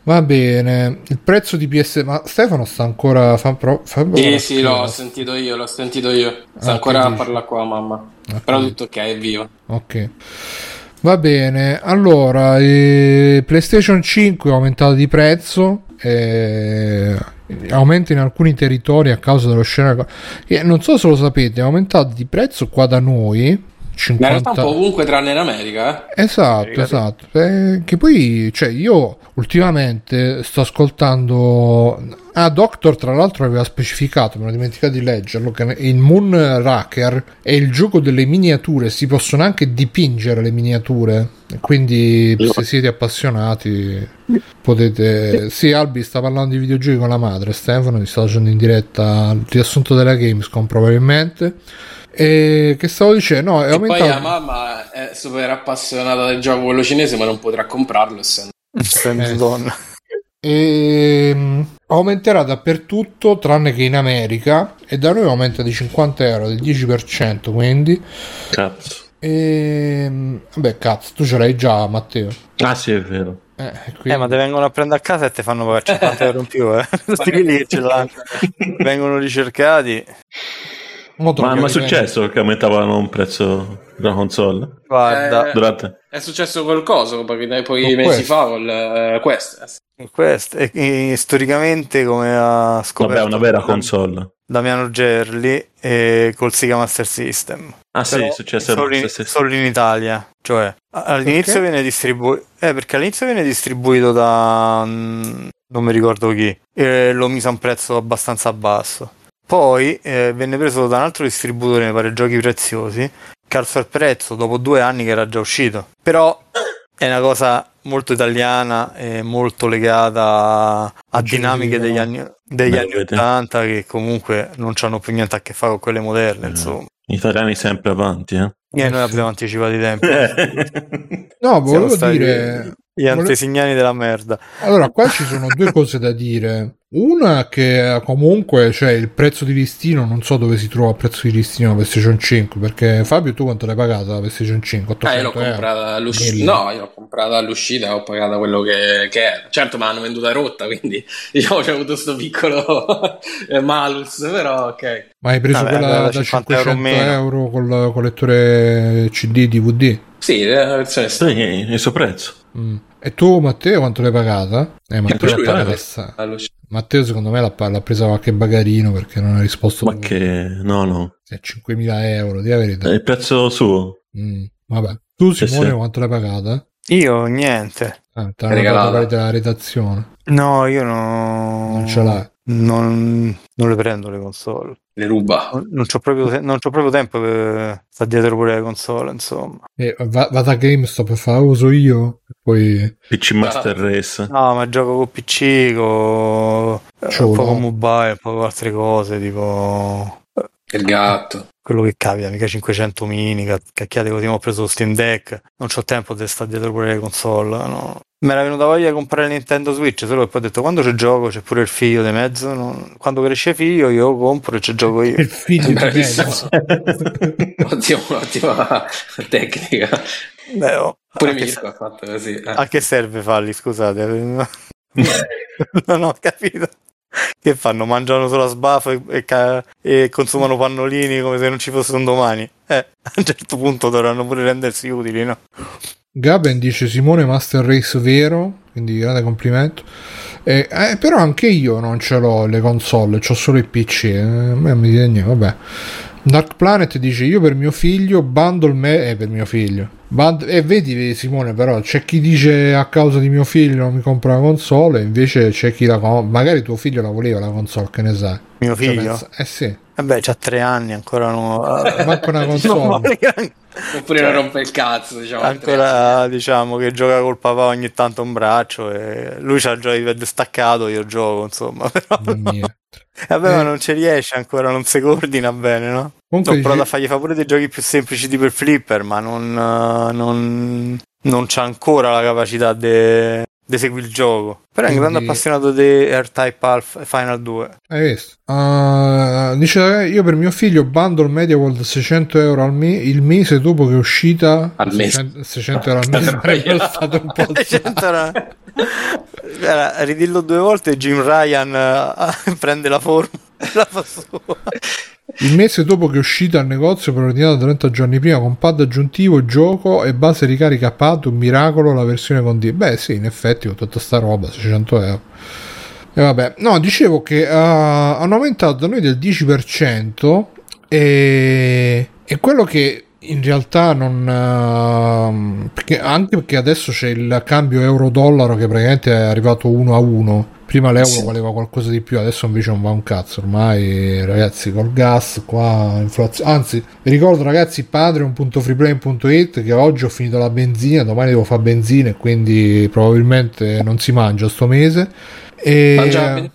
Speaker 1: Va bene, il prezzo di PS... Ma Stefano sta ancora... Fa pro... fa-
Speaker 3: Sì, sì, l'ho sentito io, l'ho sentito io. Sta
Speaker 1: Ah,
Speaker 3: ancora
Speaker 1: che
Speaker 3: a
Speaker 1: dici?
Speaker 3: parlare qua, mamma.
Speaker 1: Ah,
Speaker 3: Però
Speaker 1: quindi-
Speaker 3: tutto ok, è vivo.
Speaker 1: Ok. Va bene, allora eh, PlayStation 5 è aumentato di prezzo, eh, aumenta in alcuni territori a causa dello scenario. eh, non so se lo sapete, è aumentato di prezzo qua da noi.
Speaker 3: Ma in realtà
Speaker 1: 50...
Speaker 3: un po' ovunque tranne in America, eh.
Speaker 1: Esatto, esatto. Eh, che poi, cioè, io ultimamente sto ascoltando. Ah, Doctor, tra l'altro, aveva specificato, me l'ho dimenticato di leggerlo, che il Moon Raker è il gioco delle miniature, si possono anche dipingere le miniature. Quindi, se siete appassionati, potete. Sì, Albi sta parlando di videogiochi con la madre, Stefano, ti sta facendo in diretta il riassunto della Gamescom, probabilmente. E che stavo dicendo? No, è
Speaker 3: E poi
Speaker 1: aumentato.
Speaker 3: la mamma è super appassionata del gioco quello cinese, ma non potrà comprarlo essendo.
Speaker 5: Eh,
Speaker 4: Essendo donna.
Speaker 1: Ehm, aumenterà dappertutto tranne che in America e da noi aumenta di 50 euro del 10% quindi
Speaker 5: Cazzo.
Speaker 1: Ehm, vabbè cazzo tu ce l'hai già Matteo
Speaker 5: Ah sì, è vero.
Speaker 1: eh, quindi-
Speaker 4: Eh, ma te vengono a prendere a casa e ti fanno pagare 50 euro in più,
Speaker 3: *laughs*
Speaker 4: eh. Sti lì ce l'hanno.
Speaker 3: Eh.
Speaker 4: Vengono ricercati.
Speaker 1: Mo
Speaker 5: Ma,
Speaker 1: troviamo
Speaker 5: ma è
Speaker 1: i prezzi.
Speaker 5: successo che aumentavano un prezzo della console?
Speaker 4: Guarda,
Speaker 3: Eh.
Speaker 5: Durante...
Speaker 3: È successo qualcosa pochi, pochi
Speaker 1: Con
Speaker 3: mesi
Speaker 1: questo.
Speaker 3: fa con eh, questa.
Speaker 4: questo è- eh, storicamente come ha scoperto
Speaker 5: Vabbè, è una vera console.
Speaker 4: Damiano Gerli eh, col Sega Master System.
Speaker 5: Ah sì,
Speaker 4: Però
Speaker 5: è successo
Speaker 4: solo, in, solo in Italia. Cioè, a- all'inizio
Speaker 1: Perché?
Speaker 4: viene distribuito. Eh, perché all'inizio viene distribuito da. mm, non mi ricordo chi. E lo mise a un prezzo abbastanza basso. Poi eh, venne preso da un altro distributore, mi pare giochi preziosi, che alzò il prezzo dopo due anni che era già uscito. Però è una cosa molto italiana e molto legata a
Speaker 1: Gentile,
Speaker 4: dinamiche degli
Speaker 1: no?
Speaker 4: anni, degli
Speaker 5: Beh,
Speaker 4: anni
Speaker 5: vedi.
Speaker 4: 80 che comunque non hanno più niente a che fare con quelle moderne,
Speaker 5: Eh.
Speaker 4: insomma.
Speaker 5: Gli italiani sempre
Speaker 4: *laughs*
Speaker 5: avanti, eh.
Speaker 4: E noi abbiamo anticipato i tempi.
Speaker 1: No,
Speaker 4: Siamo
Speaker 1: Eh, volevo
Speaker 4: stati
Speaker 1: dire...
Speaker 4: Gli antesignani della merda.
Speaker 1: Allora, qua ci sono due cose da dire. Una che eh, comunque, cioè, il prezzo di listino, non so dove si trova il prezzo di listino la PlayStation 5, perché Fabio, tu quanto l'hai pagata la PlayStation 5?
Speaker 3: Ah, io l'ho
Speaker 1: 800 euro?
Speaker 3: comprata
Speaker 1: Mille.
Speaker 3: all'uscita. No, io l'ho comprata all'uscita e ho pagato quello che, che era. Certo, me l'hanno venduta rotta, quindi *laughs* diciamo c'è avuto sto piccolo *laughs* eh, malus, però ok.
Speaker 1: Ma hai preso
Speaker 4: Vabbè,
Speaker 1: quella
Speaker 4: allora
Speaker 1: da
Speaker 4: 50 euro
Speaker 1: 500 euro,
Speaker 4: meno.
Speaker 1: col, col lettore CD, DVD?
Speaker 3: Sì, eh, la versione sta-
Speaker 5: Sì, il suo prezzo.
Speaker 1: Mm. E tu, Matteo, quanto l'hai pagata? Eh, Matteo,
Speaker 5: lui
Speaker 1: l'ha
Speaker 5: l'ha
Speaker 1: pagata-
Speaker 3: all'uscita.
Speaker 1: Matteo, secondo me, l'ha, pa- l'ha presa qualche bagarino perché non ha risposto.
Speaker 5: Ma che... No, no.
Speaker 1: Se 5.000 euro, di la
Speaker 5: È
Speaker 1: verità.
Speaker 5: il prezzo suo.
Speaker 1: Mm, Vabbè. Tu,
Speaker 5: Sì,
Speaker 1: Simone,
Speaker 5: sì.
Speaker 1: quanto l'hai pagata?
Speaker 4: Io niente.
Speaker 1: Ah, te l'hanno
Speaker 3: Regalata.
Speaker 1: data quelli della redazione.
Speaker 4: No, io no...
Speaker 1: Non ce l'hai.
Speaker 5: Mm.
Speaker 4: Non, non le prendo le console.
Speaker 3: Le ruba.
Speaker 4: Non, non c'ho, proprio te- non c'ho proprio tempo per sta dietro pure le console, insomma.
Speaker 1: E Eh, va, va da GameStop e fa "Ah, uso io. E
Speaker 5: *laughs*
Speaker 1: Poi
Speaker 5: PC Master Race.
Speaker 4: No, ma gioco con PC, con...
Speaker 1: C'ho
Speaker 4: eh, un po'
Speaker 1: no.
Speaker 4: con mobile, un po' con altre cose, tipo...
Speaker 3: Il gatto. *laughs*
Speaker 4: Quello che capita, mica 500 mini, ca- cacchiate così, ma ho preso lo Steam Deck, non c'ho tempo di stare dietro pure le console, no. Mi era venuta voglia di comprare il Nintendo Switch, solo che poi ho detto, quando c'è gioco c'è pure il figlio di mezzo, non- quando cresce figlio io compro e c'è
Speaker 1: *laughs*
Speaker 4: gioco io.
Speaker 1: il figlio di
Speaker 3: Bravissimo.
Speaker 1: mezzo.
Speaker 3: Ottima, ottima *laughs* tecnica.
Speaker 4: Beh, oh,
Speaker 3: Pure
Speaker 4: a, che,
Speaker 3: Mirko ha fatto così. eh.
Speaker 1: Ah,
Speaker 4: a che serve farli, scusate? eh, *laughs* non ho capito. Che fanno? Mangiano solo a sbaffo e, e ca- e consumano pannolini come se non ci fosse un domani. Eh, a un certo punto dovranno pure rendersi utili, no?
Speaker 1: Gaben dice Simone Master Race vero, quindi grande complimento. Eh, eh, però anche io non ce l'ho le console, ho solo il PC. eh, a me non mi dite niente, vabbè. Dark Planet dice io per mio figlio bundle me eh, per mio figlio. Bund- e vedi vedi, Simone però c'è chi dice a causa di mio figlio non mi compra la console, invece c'è chi la com- magari tuo figlio la voleva la console, che ne sai.
Speaker 4: Mio
Speaker 1: Cioè,
Speaker 4: figlio.
Speaker 1: pensa- eh sì,
Speaker 4: Vabbè, c'ha tre anni, ancora *laughs* non...
Speaker 1: manco Ah, una
Speaker 4: non
Speaker 1: console.
Speaker 3: Oppure
Speaker 1: cioè,
Speaker 3: non rompe il cazzo, diciamo.
Speaker 4: ancora diciamo che gioca col papà ogni tanto un braccio e lui c'ha il joypad staccato, io gioco, insomma. *laughs* Però,
Speaker 1: Mamma mia.
Speaker 4: Vabbè,
Speaker 1: Eh.
Speaker 4: ma non ci riesce ancora, non si coordina bene, no?
Speaker 1: Comunque
Speaker 4: Ho provato a
Speaker 1: dice-
Speaker 4: fargli fare pure dei giochi più semplici tipo il flipper, ma non, eh, non, non c'ha ancora la capacità di seguire il gioco. Però è un grande
Speaker 1: Quindi-
Speaker 4: appassionato di R-Type Alpha e Final 2.
Speaker 1: Hai visto? Ah, dice eh, io per mio figlio bundle Media World 600 euro al me- il mese dopo che è uscita
Speaker 3: Al mese.
Speaker 1: 600, 600 euro al mese *laughs* sarebbe stato un po' alzato.
Speaker 4: Era- era- ridillo due volte Jim Ryan eh, *laughs* prende la forma la fa sua.
Speaker 1: il mese dopo che è uscita al negozio preordinato 30 giorni prima con pad aggiuntivo gioco e base ricarica pad un miracolo la versione con D beh sì in effetti con tutta sta roba 600 euro e vabbè no dicevo che ah, hanno aumentato da noi del 10% e, e quello che in realtà non ehm, perché- anche perché adesso c'è il cambio euro-dollaro che praticamente è arrivato 1 a 1 prima l'euro
Speaker 3: Sì.
Speaker 1: valeva qualcosa di più adesso invece non va un cazzo ormai ragazzi col gas qua inflazione anzi vi ricordo ragazzi patreon.freeplane.it che oggi ho finito la benzina domani devo fare benzina e quindi probabilmente non si mangia sto mese e
Speaker 3: Mangiabile.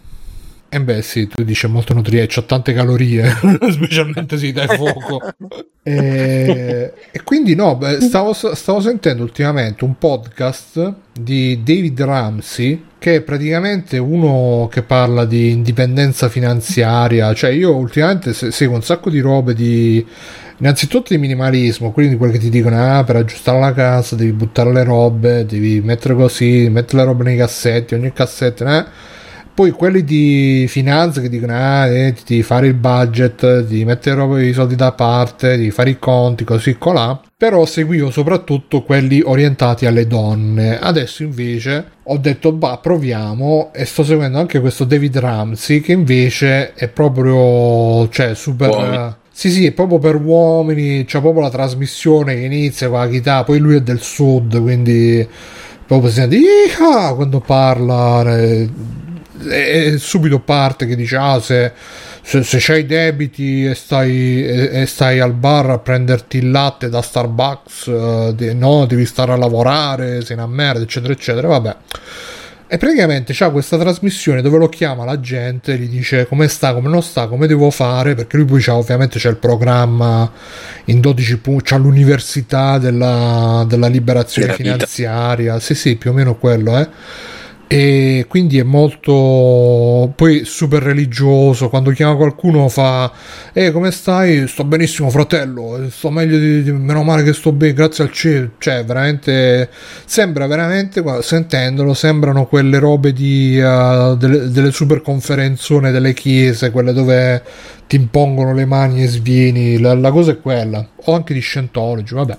Speaker 1: eh beh sì, tu dici è molto nutriente, ha tante calorie, *laughs* specialmente si dai fuoco.
Speaker 3: *laughs*
Speaker 1: e, e quindi no, beh, stavo, stavo sentendo ultimamente un podcast di David Ramsey che è praticamente uno che parla di indipendenza finanziaria, cioè io ultimamente se- seguo un sacco di robe di innanzitutto di minimalismo, quindi quelli che ti dicono ah per aggiustare la casa devi buttare le robe, devi mettere così, mettere le robe nei cassetti, ogni cassetto, eh? Poi quelli di finanza che dicono ah, eh, di fare il budget, di mettere roba- i soldi da parte, di fare i conti, così colà. Però seguivo soprattutto quelli orientati alle donne. Adesso invece ho detto bah proviamo e sto seguendo anche questo David Ramsey che invece è proprio cioè super...
Speaker 3: Uomini.
Speaker 1: Sì, sì, è proprio per uomini, c'è proprio la trasmissione che inizia con la chitarra, poi lui è del sud, quindi proprio si sente "Iha!" quando parla eh, e, e subito parte che dice ah se se, se c'hai debiti e stai, e, e stai al bar a prenderti il latte da Starbucks, eh, de- no, devi stare a lavorare, sei una merda, eccetera, eccetera, vabbè. E praticamente c'ha questa trasmissione dove lo chiama la gente, gli dice come sta, come non sta, come devo fare, perché lui poi c'ha, ovviamente c'è il programma in 12 punti, c'ha l'università della, della liberazione
Speaker 2: Della vita.
Speaker 1: finanziaria, sì sì, più o meno quello, eh. E quindi è molto poi super religioso. Quando chiama qualcuno fa: E come stai? Sto benissimo, fratello. eh, Sto meglio di, di- meno male che sto bene, grazie al cielo. Cioè, veramente sembra veramente guarda, sentendolo, sembrano quelle robe di eh, delle, delle super conferenzone delle chiese, quelle dove ti impongono le mani e svieni. La, la cosa è quella, o anche di Scientology, vabbè.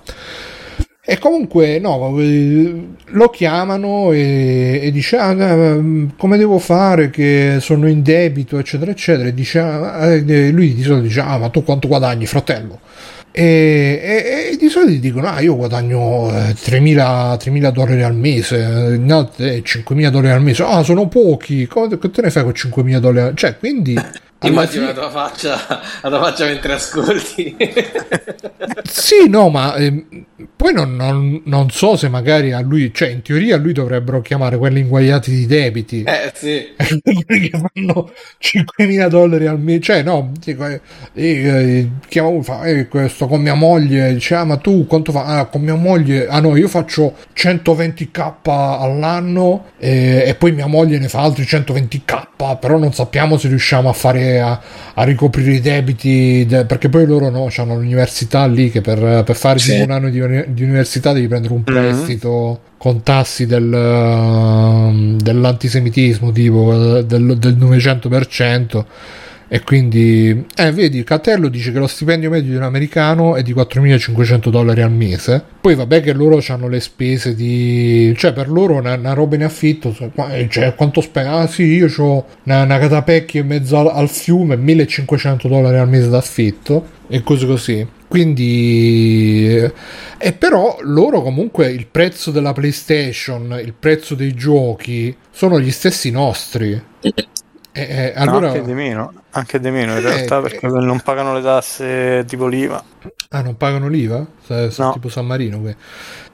Speaker 1: E comunque no, eh, lo chiamano e, e dice "Ah, eh, come devo fare che sono in debito eccetera eccetera e dice, "Ah, eh, lui di solito dice ah ma tu quanto guadagni fratello? E, e- e di solito dicono ah io guadagno eh, 3.000, 3.000 dollari al mese, eh, in altre, eh, 5.000 dollari al mese, ah sono pochi, cosa che te ne fai con 5.000 dollari? al-?" Cioè quindi... alla
Speaker 3: Immagino
Speaker 1: fine-
Speaker 3: la tua faccia, la tua faccia mentre ascolti. *laughs*
Speaker 1: Sì, no, ma ehm, poi non, non- non so se magari a lui, cioè in teoria a lui dovrebbero chiamare quelli inguagliati di debiti,
Speaker 3: eh sì.
Speaker 1: *laughs* quelli che fanno 5.000 dollari al mese, cioè no, dico, eh, eh, chiama uno, fa, eh, questo con mia moglie, dice, ah ma tu quanto fa? Ah, con mia moglie, ah no, io faccio 120k all'anno eh, e poi mia moglie ne fa altri 120k, però non sappiamo se riusciamo a fare a, a ricoprire i debiti de- perché poi loro no, hanno l'università lì che per, per fare
Speaker 3: Sì.
Speaker 1: tipo un anno di, uni- di università devi prendere un prestito con tassi del, ehm, dell'antisemitismo tipo eh, del, del 900% e quindi eh, vedi Catello dice che lo stipendio medio di un americano è di 4.500 dollari al mese poi vabbè che loro hanno le spese di cioè per loro una, una roba in affitto so- qua- eh, cioè quanto spendo ah sì io ho una, una catapecchia in mezzo al, al fiume 1.500 dollari al mese d'affitto e cose così quindi eh, e però loro comunque il prezzo della PlayStation, il prezzo dei giochi sono gli stessi nostri. E, e
Speaker 4: No,
Speaker 1: allora
Speaker 4: anche di meno, anche di meno in
Speaker 1: Eh,
Speaker 4: realtà
Speaker 1: eh.
Speaker 4: perché non pagano le tasse tipo l'IVA.
Speaker 1: ah, non pagano l'IVA? Se- se
Speaker 4: No.
Speaker 1: Tipo San Marino. que-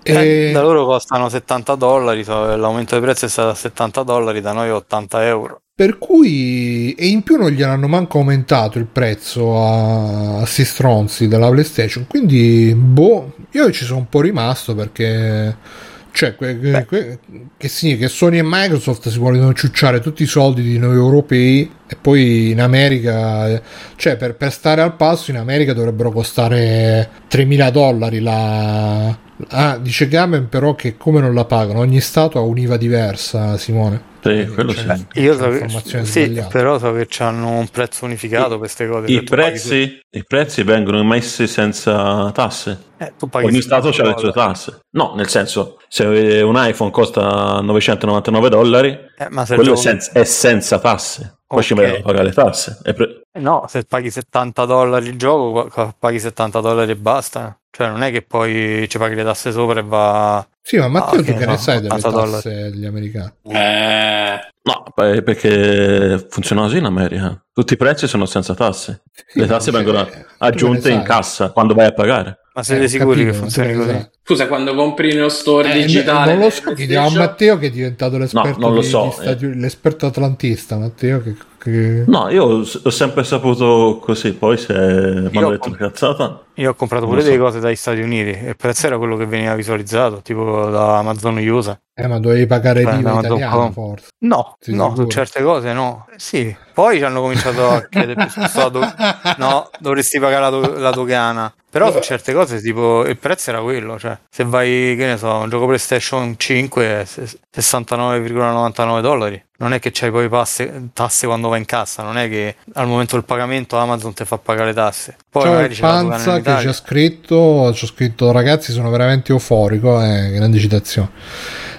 Speaker 4: Eh,
Speaker 1: E-
Speaker 4: da loro costano 70 dollari, so- l'aumento dei prezzi è stato a 70 dollari, da noi 80 euro.
Speaker 1: Per cui, e in più non gliel'hanno manco aumentato il prezzo a, a sti stronzi della PlayStation. Quindi, boh, io ci sono un po' rimasto perché. Cioè, que- que- que- che significa che Sony e Microsoft si vogliono ciucciare tutti i soldi di noi europei e poi in America, eh, cioè per, per stare al passo in America dovrebbero costare 3.000 dollari la... Ah, dice Gamen però che come non la pagano, ogni stato ha un'IVA diversa, Simone.
Speaker 5: Sì, quello sì.
Speaker 1: Cioè,
Speaker 4: Io
Speaker 1: c'è
Speaker 4: so che,
Speaker 1: informazione
Speaker 4: sì,
Speaker 1: sbagliata.
Speaker 4: però so che hanno un prezzo unificato queste cose.
Speaker 5: I
Speaker 4: cioè, tu paghi
Speaker 5: prezzi, I prezzi vengono messi senza tasse.
Speaker 4: su- eh, tu paghi
Speaker 5: Ogni
Speaker 4: su-
Speaker 5: stato ha le sue tasse. No, nel senso, se eh, un iPhone costa 999 dollari,
Speaker 4: Eh, ma se
Speaker 5: quello è
Speaker 4: giochi-
Speaker 5: senza, è senza tasse. Poi ci
Speaker 4: Ok.
Speaker 5: vanno a pagare le tasse. E pre-
Speaker 4: Eh No, se paghi 70 dollari il gioco, qua- paghi 70 dollari e basta. Cioè, non è che poi ci paghi le tasse sopra e va.
Speaker 1: Sì, ma Matteo,
Speaker 4: Ah,
Speaker 1: tu
Speaker 4: ok,
Speaker 1: che
Speaker 4: no,
Speaker 1: ne sai delle
Speaker 4: 80
Speaker 1: tasse degli americani?
Speaker 3: Eh,
Speaker 5: No, beh, perché funziona così in America. Tutti i prezzi sono senza tasse. le tasse
Speaker 1: Sì,
Speaker 5: vengono
Speaker 1: cioè, tu che ne
Speaker 5: aggiunte in
Speaker 1: sai?
Speaker 5: cassa quando vai a pagare.
Speaker 4: Ma
Speaker 1: Eh,
Speaker 4: siete
Speaker 1: ho
Speaker 4: sicuri
Speaker 1: capito,
Speaker 4: che
Speaker 1: ma
Speaker 4: funzioni
Speaker 1: tu che ne
Speaker 4: così?
Speaker 1: sai?
Speaker 3: scusa, quando compri nello store
Speaker 1: Eh,
Speaker 3: digitale
Speaker 1: non lo so, chiediamo a
Speaker 3: PlayStation?
Speaker 1: Matteo che è diventato l'esperto,
Speaker 5: non lo
Speaker 1: di-
Speaker 5: so,
Speaker 1: di Stati-
Speaker 5: eh.
Speaker 1: l'esperto atlantista. Matteo, che, che-
Speaker 5: No, io s- ho sempre saputo così. Poi se mi hanno detto
Speaker 4: comp-
Speaker 5: una cazzata,
Speaker 4: Io ho comprato pure
Speaker 5: Non lo
Speaker 4: delle
Speaker 5: so.
Speaker 4: cose dagli Stati Uniti e il prezzo era quello che veniva visualizzato, tipo da Amazon USA.
Speaker 1: Eh, ma dovevi pagare
Speaker 4: Beh,
Speaker 1: l'IVA
Speaker 4: no,
Speaker 1: italiana,
Speaker 4: dopo-
Speaker 1: forse.
Speaker 4: No,
Speaker 1: Sei
Speaker 4: no,
Speaker 1: sicuro?
Speaker 4: su certe cose no. Sì, poi ci hanno cominciato a chiedere sto
Speaker 1: *laughs*
Speaker 4: do- no, dovresti pagare la, do- la dogana. Però su certe cose, tipo, il prezzo era quello, cioè, se vai, che ne so, un gioco PlayStation 5 è se- 69,99 dollari. Non è che c'hai poi passe- tasse quando vai in cassa, non è che al momento del pagamento Amazon ti fa pagare tasse. Poi
Speaker 1: Ciao
Speaker 4: magari c'è la dogana
Speaker 1: Cioè,
Speaker 4: in
Speaker 1: Panza che ci
Speaker 4: Italia.
Speaker 1: ha scritto, ci ha scritto ragazzi sono veramente euforico, eh, grande citazione.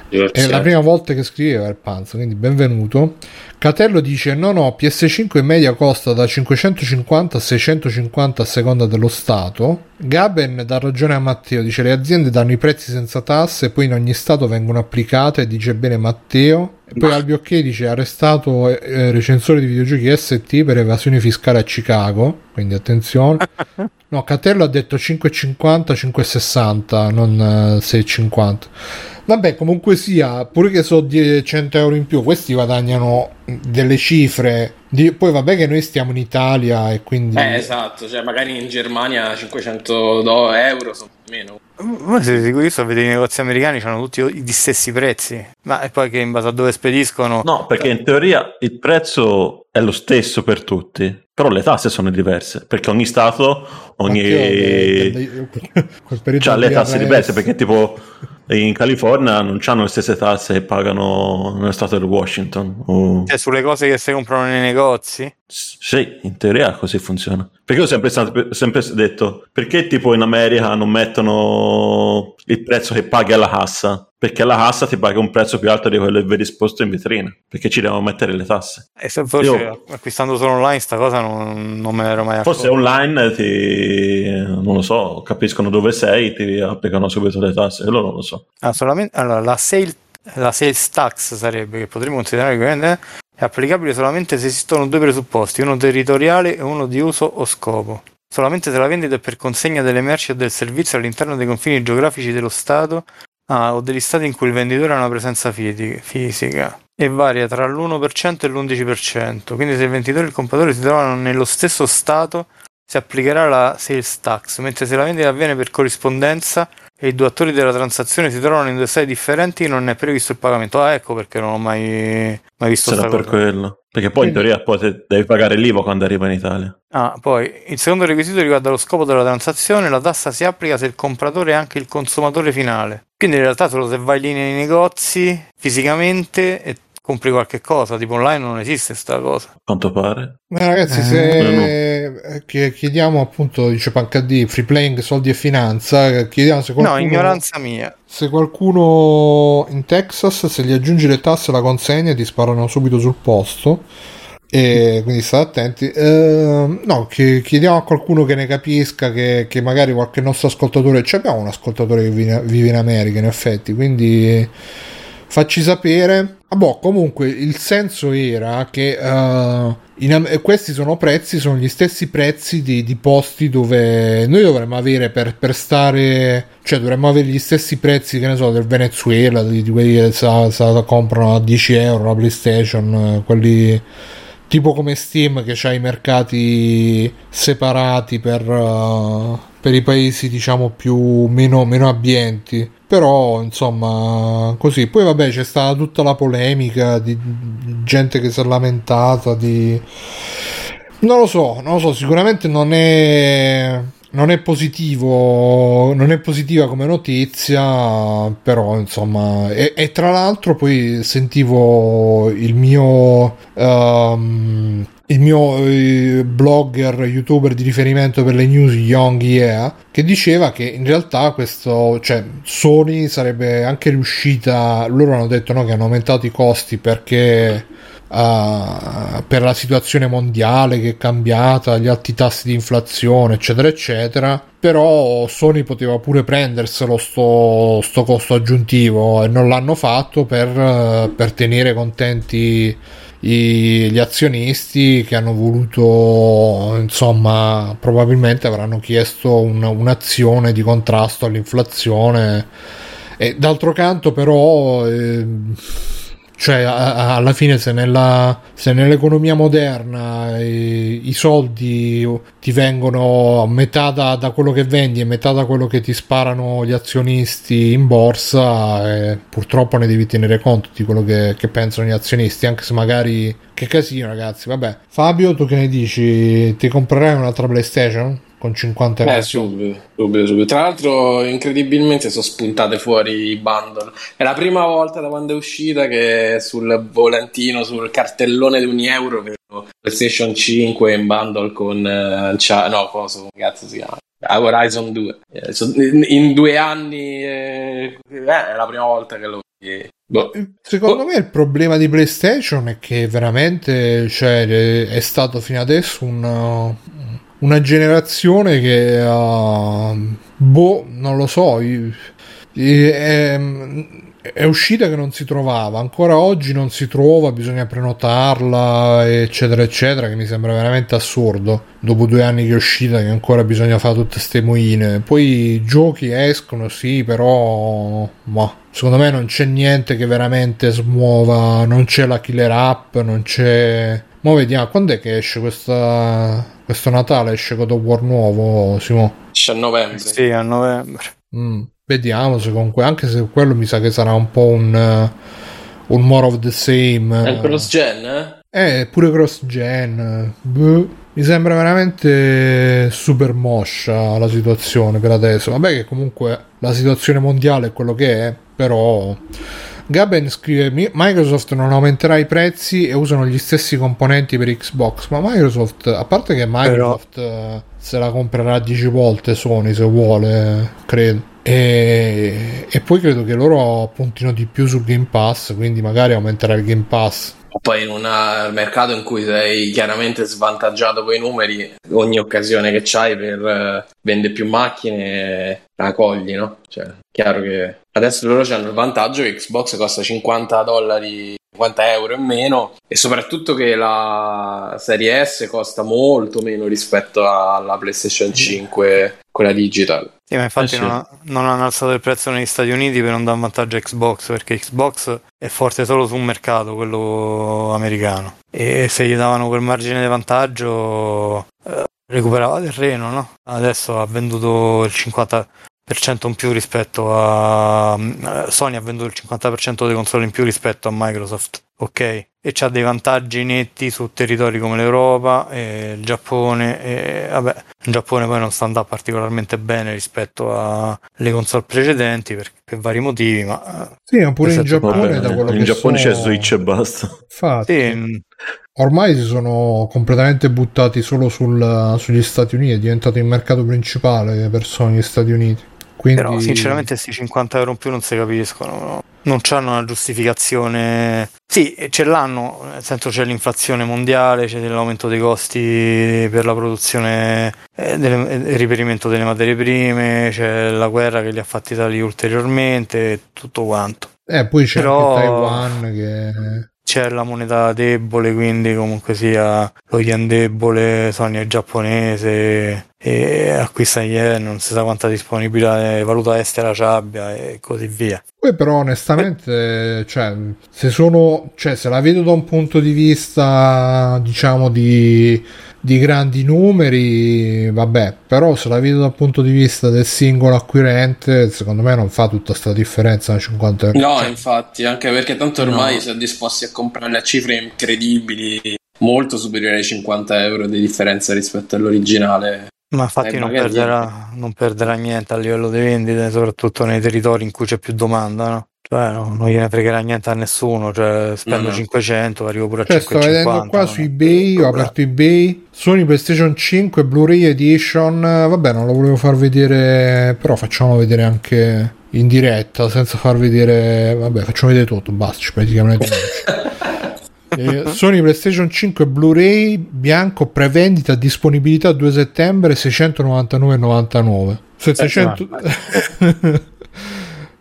Speaker 1: È la prima volta che scriveva il Panza, quindi benvenuto. Catello dice: No, no, PS5 in media costa da 550 a 650 a seconda dello Stato. Gaben dà ragione a Matteo: dice le aziende danno i prezzi senza tasse, poi in ogni Stato vengono applicate. E dice bene Matteo. E poi Albi Ok dice: arrestato eh, recensore di videogiochi ST per evasione fiscale a Chicago. Quindi attenzione. No, Catello ha detto 5,50, 5,60, non eh, 6,50. Vabbè, comunque sia, pure che so die- 100 euro in più, questi guadagnano delle cifre. di- poi vabbè che noi stiamo in Italia e quindi...
Speaker 3: Eh, esatto, cioè magari in Germania 500 do- euro sono meno.
Speaker 4: Ma siete sicuri? Io so, vedo i negozi americani hanno tutti gli stessi prezzi. Ma è poi che in base a dove spediscono.
Speaker 5: No, perché in teoria il prezzo è lo stesso per tutti, però le tasse sono diverse, perché ogni stato, ogni...
Speaker 1: Matteo, eh, del- quel periodo
Speaker 5: *laughs* c'ha le
Speaker 1: di
Speaker 5: tasse
Speaker 1: DRS.
Speaker 5: diverse perché tipo in California non hanno le stesse tasse che pagano nello stato del Washington o-
Speaker 4: Cioè, sulle cose che si comprano nei negozi.
Speaker 5: sì in teoria così funziona perché io ho sempre, stato- sempre detto perché tipo in America non mettono il prezzo che paghi alla cassa perché la cassa ti paga un prezzo più alto di quello che vedi esposto in vetrina perché ci devono mettere le tasse
Speaker 4: E se forse
Speaker 5: Io-
Speaker 4: acquistando solo online, sta cosa non, non me l'ero
Speaker 1: Ah,
Speaker 4: mai accorto.
Speaker 5: forse online ti non lo so capiscono dove sei ti applicano subito le tasse quello non lo so
Speaker 4: Ah, solamente- allora, la, sale- la sales tax sarebbe che potremmo considerare che è applicabile solamente se esistono due presupposti, uno territoriale e uno di uso o scopo. Solamente se la vendita è per consegna delle merci o del servizio all'interno dei confini geografici dello Stato ah, o degli Stati in cui il venditore ha una presenza fidi- fisica e varia tra l'1% e l'11%. Quindi se il venditore e il compratore si trovano nello stesso Stato si applicherà la sales tax, mentre se la vendita avviene per corrispondenza e i due attori della transazione si trovano in due sedi differenti, non è previsto il pagamento. Ah, ecco perché non ho mai, mai visto
Speaker 5: sarà
Speaker 4: sta
Speaker 5: per
Speaker 4: cosa.
Speaker 5: quello perché poi in
Speaker 1: Quindi-
Speaker 5: teoria poi te- devi pagare l'IVA quando arriva in Italia
Speaker 4: Ah, poi il secondo requisito riguarda lo scopo della transazione, la tassa si applica se il compratore è anche il consumatore finale. Quindi in realtà solo se vai lì nei negozi fisicamente e compri qualche cosa, tipo online non esiste sta cosa.
Speaker 5: a quanto pare.
Speaker 1: Ma ragazzi,
Speaker 4: Eh,
Speaker 1: se eh, chiediamo appunto, dice Pancadì, free playing, soldi e finanza, eh, chiediamo se qualcuno...
Speaker 4: No, ignoranza mia.
Speaker 1: Se qualcuno in Texas, se gli aggiungi le tasse alla consegna, ti sparano subito sul posto. E quindi state attenti. Ehm, no, chi- chiediamo a qualcuno che ne capisca, che, che magari qualche nostro ascoltatore. C'è abbiamo un ascoltatore che vive, vive in America, in effetti, quindi facci sapere. Ah, boh, comunque il senso era che eh, in Am- eh, questi sono prezzi, sono gli stessi prezzi di, di posti dove noi dovremmo avere per, per stare, cioè dovremmo avere gli stessi prezzi, che ne so, del Venezuela, di, di quelli che sa, sa- comprano a 10 euro la PlayStation, eh, quelli tipo come Steam che ha i mercati separati per, eh, per i paesi diciamo più meno, meno abbienti però insomma così poi vabbè c'è stata tutta la polemica di di gente che si è lamentata di non lo so non lo so sicuramente non è non è positivo non è positiva come notizia però insomma e, e tra l'altro poi sentivo il mio ehm, il mio eh, blogger youtuber di riferimento per le news Young Yeah che diceva che in realtà questo cioè Sony sarebbe anche riuscita loro hanno detto no, che hanno aumentato i costi perché eh, per la situazione mondiale che è cambiata gli alti tassi di inflazione eccetera eccetera però Sony poteva pure prenderselo sto, sto costo aggiuntivo e non l'hanno fatto per, eh, per tenere contenti i- gli azionisti che hanno voluto, insomma, probabilmente avranno chiesto un- un'azione di contrasto all'inflazione. E d'altro canto, però, ehm, cioè, a- a- alla fine, se, nella- se nell'economia moderna eh, i soldi ti vengono metà da, da quello che vendi e metà da quello che ti sparano gli azionisti in borsa, eh, purtroppo ne devi tenere conto di quello che, che pensano gli azionisti, anche se magari. Che casino, ragazzi. Vabbè, Fabio, tu che ne dici? Ti comprerai un'altra PlayStation? Con 50 euro?
Speaker 3: Eh, subito, subito, subito. Tra l'altro, incredibilmente sono spuntate fuori i bundle. È la prima volta da quando è uscita che sul volantino, sul cartellone di ogni euro, vedo PlayStation 5 in bundle con eh, Cia- no, cosa come cazzo si chiama? Ah, Horizon 2. Eh, so- in, in due anni eh, eh, è la prima volta che lo che Boh.
Speaker 1: Secondo
Speaker 3: Oh.
Speaker 1: me il problema di PlayStation è che veramente cioè, eh, è stato fino adesso un, uh, una generazione che ha. boh, non lo so. i- i- È, ehm, è uscita che non si trovava, ancora oggi non si trova, bisogna prenotarla, eccetera, eccetera, che mi sembra veramente assurdo. Dopo due anni che è uscita, che ancora bisogna fare tutte ste moine. Poi i giochi escono, sì, però. Ma secondo me non c'è niente che veramente smuova, non c'è la killer app, non c'è. Ma vediamo, quando è che esce questa. Questo Natale esce God of War nuovo, Simo?
Speaker 3: Esce a novembre.
Speaker 4: Sì, a novembre.
Speaker 1: Mm, vediamo se comunque, anche se quello mi sa che sarà un po' un, eh, un more of the same.
Speaker 3: È
Speaker 1: eh.
Speaker 3: il cross gen, eh?
Speaker 1: Eh, pure cross gen. Boh. Mi sembra veramente super moscia la situazione per adesso. Vabbè che comunque la situazione mondiale è quello che è, però Gaben scrive "Mi- Microsoft non aumenterà i prezzi e usano gli stessi componenti per Xbox, ma Microsoft, a parte che Microsoft eh, se la comprerà 10 volte Sony se vuole, credo. E, e poi credo che loro puntino di più sul Game Pass, quindi magari aumenterà il Game Pass.
Speaker 3: Poi in un mercato in cui sei chiaramente svantaggiato con i numeri, ogni occasione che c'hai per eh, vendere più macchine eh, la cogli, no? Cioè, chiaro che adesso loro hanno il vantaggio che Xbox costa 50 dollari, 50 euro in meno e soprattutto che la serie S costa molto meno rispetto alla PlayStation 5, quella digital.
Speaker 4: Sì, ma infatti
Speaker 5: Eh sì.
Speaker 4: non, ha- non hanno alzato il prezzo negli Stati Uniti per non dare vantaggio a Xbox, perché Xbox è forte solo su un mercato, quello americano. E se gli davano quel margine di vantaggio, eh, recuperava terreno, no? Adesso ha venduto il 50% in più rispetto a... eh, Sony ha venduto il 50% delle console in più rispetto a Microsoft, ok? E c'ha dei vantaggi netti su territori come l'Europa, e il Giappone, e vabbè, in Giappone poi non sta andando particolarmente bene rispetto alle console precedenti per, per vari motivi, ma eh,
Speaker 1: Sì, ma pure in
Speaker 4: Esatto,
Speaker 1: Giappone,
Speaker 5: Vabbè,
Speaker 1: da quello
Speaker 5: in
Speaker 1: che
Speaker 5: Giappone
Speaker 1: so-
Speaker 5: c'è Switch e basta.
Speaker 1: Infatti,
Speaker 4: sì, mm, mh,
Speaker 1: ormai si sono completamente buttati solo sul- sugli Stati Uniti, è diventato il mercato principale per Sony gli Stati Uniti. Quindi,
Speaker 4: però sinceramente questi 50 euro in più non si capiscono, no? non hanno una giustificazione. Sì, e ce l'hanno, nel senso c'è l'inflazione mondiale, c'è l'aumento dei costi per la produzione eh, delle- e il riperimento delle materie prime, c'è la guerra che li ha fatti tali ulteriormente, e tutto quanto.
Speaker 1: eh, poi c'è
Speaker 4: però-
Speaker 1: anche Taiwan che...
Speaker 4: c'è la moneta debole, quindi comunque sia lo yen debole, Sony è giapponese e acquista in yen, non si sa quanta disponibilità eh, valuta estera ci abbia e così via.
Speaker 1: Poi però onestamente, cioè, se sono, cioè, se la vedo da un punto di vista, diciamo, di, di grandi numeri, vabbè, però se la vedo dal punto di vista del singolo acquirente, secondo me non fa tutta sta differenza Cioè, 50 euro.
Speaker 3: No, infatti, anche perché tanto ormai
Speaker 4: No.
Speaker 3: sono disposti a comprarle a cifre incredibili, molto superiori ai 50 euro di differenza rispetto all'originale.
Speaker 4: Ma infatti
Speaker 3: Eh,
Speaker 4: non,
Speaker 3: magari-
Speaker 4: perderà, non perderà niente a livello di vendite, soprattutto nei territori in cui c'è più domanda, no? Cioè no, non gliene fregherà niente a nessuno, cioè spendo
Speaker 3: No, no.
Speaker 4: 500, arrivo pure a
Speaker 1: Cioè, sto
Speaker 4: 550.
Speaker 1: vedendo qua
Speaker 4: non
Speaker 1: su
Speaker 4: è-
Speaker 1: eBay, ho aperto eBay, Sony PlayStation 5 Blu-ray Edition, eh, vabbè non lo volevo far vedere, però facciamo vedere anche in diretta, senza far vedere, vabbè facciamo vedere tutto, basta, ci praticamente non c'è. Eh, Sony PlayStation 5 Blu-ray bianco prevendita disponibilità 2 settembre 699,99 700
Speaker 3: Eh,
Speaker 1: *laughs*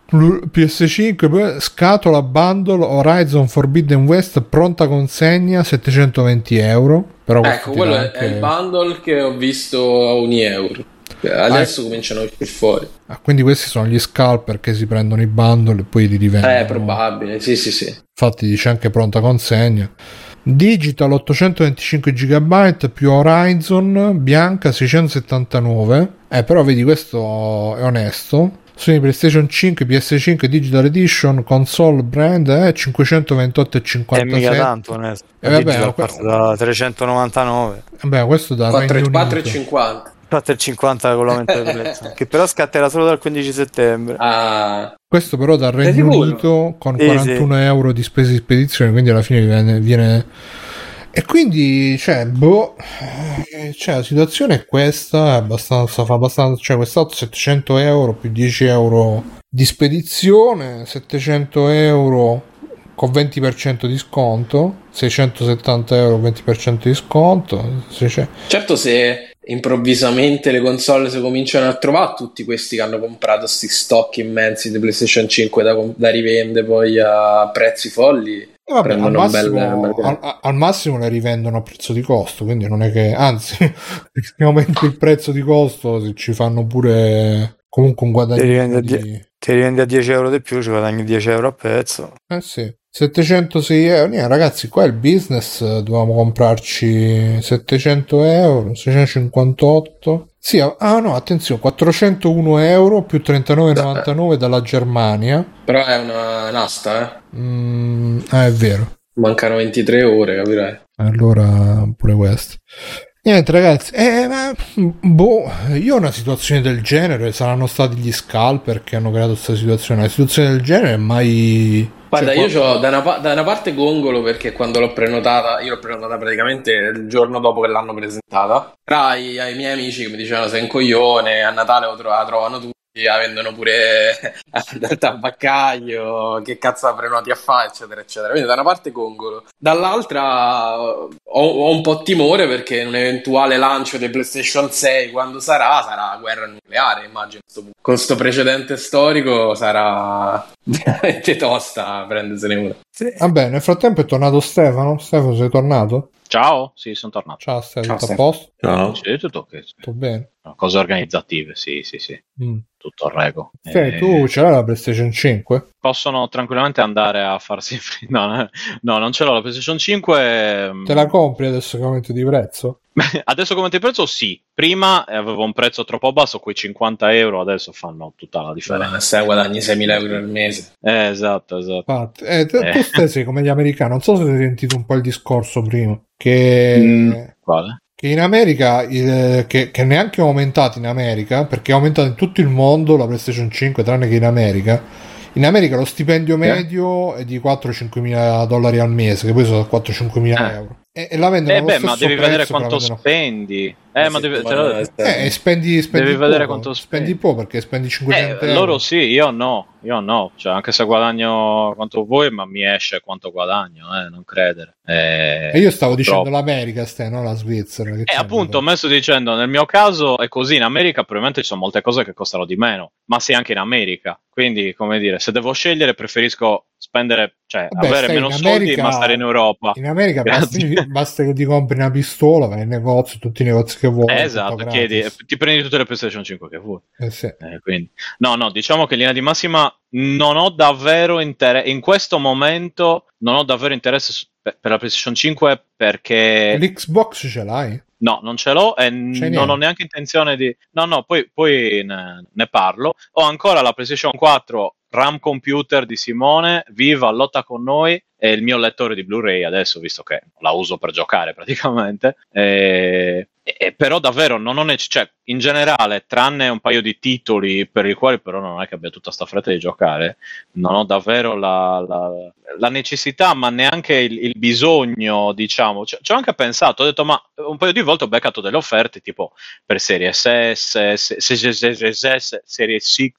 Speaker 1: Blu- PS5 beh, scatola bundle Horizon Forbidden West pronta consegna 720 euro però questo
Speaker 3: Ecco,
Speaker 1: ti
Speaker 3: quello
Speaker 1: dà
Speaker 3: è, è
Speaker 1: anche-
Speaker 3: il bundle che ho visto a un euro. Adesso cominciano a uscire fuori.
Speaker 1: Ah, quindi questi sono gli scalper che si prendono i bundle e poi li rivendono
Speaker 3: Eh, probabile, sì, sì, sì.
Speaker 1: infatti dice anche pronta consegna digital 825 GB più Horizon bianca 679 eh però vedi questo è onesto Sony PlayStation 5 PS5 Digital Edition console brand eh, 528,57
Speaker 4: è mica tanto, onesto.
Speaker 1: Eh, vabbè,
Speaker 4: Digital
Speaker 1: ma que-
Speaker 4: parte da 399.
Speaker 1: Vabbè, questo da
Speaker 3: 4
Speaker 1: Regno
Speaker 3: 4,50.
Speaker 4: 4,50
Speaker 2: *laughs*
Speaker 4: con l'aumento del prezzo, che però scatterà solo dal 15 settembre.
Speaker 3: Ah,
Speaker 1: Questo però dal
Speaker 3: Sei
Speaker 1: Regno
Speaker 3: sicuro?
Speaker 1: Unito con
Speaker 4: Sì,
Speaker 1: 41 euro di spese di spedizione, quindi alla fine viene, viene- E quindi, cioè, boh, eh, cioè, la situazione è questa, è abbastanza, fa abbastanza, cioè, quest'altro 700 euro più 10 euro di spedizione, 700 euro con 20% di sconto, 670 euro con 20% di sconto, 600
Speaker 3: Certo, se improvvisamente le console si cominciano a trovare, tutti questi che hanno comprato questi stock immensi di PlayStation 5 da, com- da rivende poi a prezzi folli.
Speaker 1: Eh, vabbè, al,
Speaker 3: Prendono un bel-
Speaker 1: massimo,
Speaker 3: un bel-
Speaker 1: al- a- al massimo le rivendono a prezzo di costo, quindi non è che, anzi, *laughs* se aumenti il prezzo di costo se ci fanno pure comunque un
Speaker 4: Ti
Speaker 1: guadagno.
Speaker 4: rivende
Speaker 1: Di...
Speaker 4: Ti rivendi a 10 euro di più, ci guadagni 10 euro a pezzo.
Speaker 1: Eh sì, 706 euro. Niente, ragazzi, qua il business eh, dovevamo comprarci 700 euro, 658. Sì, ah ah, no, attenzione, 401 euro più 39,99 dalla Germania.
Speaker 3: Però è una un'asta, eh.
Speaker 1: Mm, ah, è vero.
Speaker 3: Mancano 23 ore, capirai.
Speaker 1: Allora, pure questo. Niente, ragazzi, eh, ma, boh, io una situazione del genere saranno stati gli scalper che hanno creato questa situazione. Una situazione del genere è mai.
Speaker 3: Guarda,
Speaker 1: cioè,
Speaker 3: io c'ho da una, pa- da una parte gongolo perché quando l'ho prenotata, io l'ho prenotata praticamente il giorno dopo che l'hanno presentata. Tra i, ai miei amici che mi dicevano sei un coglione, a Natale lo tro- la trovano tutti, la vendono pure *laughs* dal tabaccaio, che cazzo la prenoti a fare, eccetera, eccetera. Quindi da una parte gongolo, dall'altra ho, ho un po' timore perché un eventuale lancio di PlayStation 6 quando sarà, sarà guerra nucleare, immagino. a sto punto. Con sto precedente storico sarà veramente tosta prendersene una.
Speaker 1: Vabbè, nel frattempo è tornato Stefano. Stefano, sei tornato?
Speaker 2: Ciao, sì, sono tornato.
Speaker 1: Ciao, Stefano,
Speaker 3: Ciao,
Speaker 1: tutto a
Speaker 3: Stefano.
Speaker 1: posto?
Speaker 5: Ciao.
Speaker 2: Sì, tutto ok.
Speaker 1: Tutto bene.
Speaker 2: Cose organizzative, sì, sì, sì.
Speaker 1: Mm.
Speaker 2: Tutto a rego.
Speaker 1: Ok,
Speaker 2: Eh,
Speaker 1: Cioè, tu ce l'hai la PlayStation 5?
Speaker 2: Possono tranquillamente andare a farsi... *laughs* No, no, no, non ce l'ho la PlayStation 5.
Speaker 1: Te la compri adesso che aumenti di prezzo?
Speaker 2: *laughs* Adesso come ti prezzo? Sì. Prima eh, avevo un prezzo troppo basso, quei 50 euro adesso fanno tutta la differenza.
Speaker 3: Cioè, se guadagni 6.000 euro al mese.
Speaker 2: Eh, esatto, esatto.
Speaker 1: Infatti, eh, te-
Speaker 2: Eh.
Speaker 1: tu stai sei come gli americani. Non so se hai sentito un po' il discorso prima. Che.
Speaker 5: Mm.
Speaker 2: Quale?
Speaker 1: Che in America, il- che, che neanche è aumentata in America, perché è aumentata in tutto il mondo la PlayStation 5, tranne che in America. In America lo stipendio medio è di 4-5 mila dollari al mese, che poi sono 4-5 mila
Speaker 2: Eh.
Speaker 1: euro. E, e la vendono
Speaker 2: Eh
Speaker 1: allo
Speaker 2: beh, ma
Speaker 1: stesso
Speaker 2: devi vedere
Speaker 1: prezzo, però
Speaker 2: quanto
Speaker 1: la vendono-
Speaker 2: spendi. Eh, ma
Speaker 3: Sì,
Speaker 2: devi...
Speaker 3: ma-
Speaker 2: te lo-
Speaker 1: Eh, e spendi, spendi
Speaker 2: Devi vedere
Speaker 1: poco,
Speaker 2: quanto
Speaker 1: spendi.
Speaker 2: spendi.
Speaker 1: poco perché spendi 500
Speaker 2: Eh,
Speaker 1: euro.
Speaker 2: loro sì, io no, io no, cioè anche se guadagno quanto voi, ma mi esce quanto guadagno, eh, non credere. Eh,
Speaker 1: E io stavo dicendo
Speaker 2: purtroppo.
Speaker 1: l'America, Ste, non la Svizzera. che
Speaker 2: Eh,
Speaker 1: c'entra?
Speaker 2: appunto, ho messo dicendo, nel mio caso è così, in America probabilmente ci sono molte cose che costano di meno, ma sì anche in America. Quindi, come dire, se devo scegliere preferisco spendere, cioè
Speaker 1: Vabbè,
Speaker 2: avere
Speaker 1: stai
Speaker 2: meno
Speaker 1: in
Speaker 2: soldi
Speaker 1: America-
Speaker 2: ma stare in Europa.
Speaker 1: In America basta,
Speaker 2: Grazie.
Speaker 1: basta che ti compri una pistola, vai in negozio, tutti i negozi che vuoi.
Speaker 2: Eh,
Speaker 1: tutto
Speaker 2: esatto,
Speaker 1: gratis.
Speaker 2: chiedi, ti prendi tutte le PlayStation 5 che vuoi.
Speaker 1: Eh, sì.
Speaker 2: Eh, quindi- No, no, diciamo che in linea di massima non ho davvero interesse, in questo momento non ho davvero interesse su- per, per la PlayStation 5 perché
Speaker 1: L'Xbox ce l'hai?
Speaker 2: no, non ce l'ho e n-
Speaker 1: C'è
Speaker 2: non
Speaker 1: niente.
Speaker 2: ho neanche intenzione di... No, no, poi, poi ne, ne parlo. Ho ancora la PlayStation 4 RAM computer di Simone, viva, lotta con noi e il mio lettore di Blu-ray adesso, visto che la uso per giocare *laughs* praticamente. E- e- però davvero non ho ne- cioè, in generale, tranne un paio di titoli per i quali però non è che abbia tutta sta fretta di giocare, non ho davvero la, la- la necessità, ma neanche il, il bisogno, diciamo. Ci ci ho anche pensato, ho detto, ma un paio di volte ho beccato delle offerte tipo per serie SS, se- se- se- se- se- se- se- serie 6,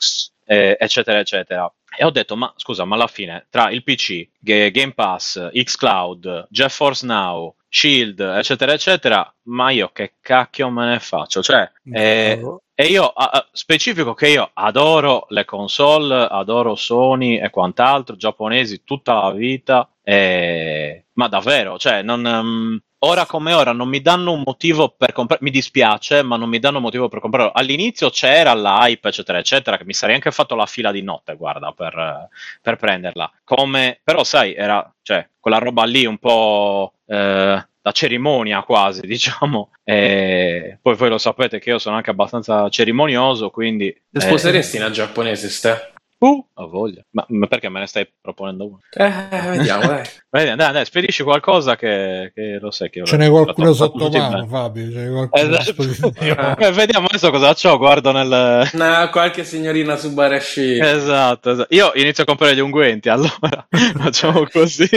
Speaker 2: eh, eccetera, eccetera. E ho detto, ma scusa, ma alla fine tra il PC, Ga- Game Pass, xCloud, GeForce Now, Shield, eccetera, eccetera, ma io che cacchio me ne faccio? Cioè, eh,
Speaker 4: Bravo.
Speaker 2: e io a- a- specifico che io adoro le console, adoro Sony e quant'altro, giapponesi tutta la vita, e- ma davvero, cioè, non, ehm, ora come ora non mi danno un motivo per comprare, mi dispiace, ma non mi danno un motivo per comprarlo. All'inizio c'era la hype, eccetera, eccetera, che mi sarei anche fatto la fila di notte, guarda, per, eh, per prenderla. Come, però, sai, era cioè, quella roba lì un po' eh, da cerimonia quasi, *laughs* diciamo. E poi voi lo sapete che io sono anche abbastanza cerimonioso, quindi. eh,
Speaker 3: Ti sposeresti una giapponese, Ste?
Speaker 2: Uh, ho voglia. Ma, ma perché me ne stai proponendo uno?
Speaker 3: Eh, vediamo, dai.
Speaker 2: Vai, Dai, dai, spedisci qualcosa che, che lo sai che.
Speaker 1: Ce n'è qualcuno
Speaker 2: Tutti
Speaker 1: sotto
Speaker 2: bene.
Speaker 1: mano, Fabio. Ce n'è qualcuno
Speaker 2: *laughs*
Speaker 1: a
Speaker 2: Esatto.
Speaker 1: disposizione.
Speaker 2: Eh, vediamo adesso cosa c'ho, guardo nel...
Speaker 3: Una- qualche signorina su Barashi.
Speaker 2: Eh, *laughs*
Speaker 3: *laughs*
Speaker 2: Esatto, esatto. Io inizio a comprare gli unguenti, allora facciamo così.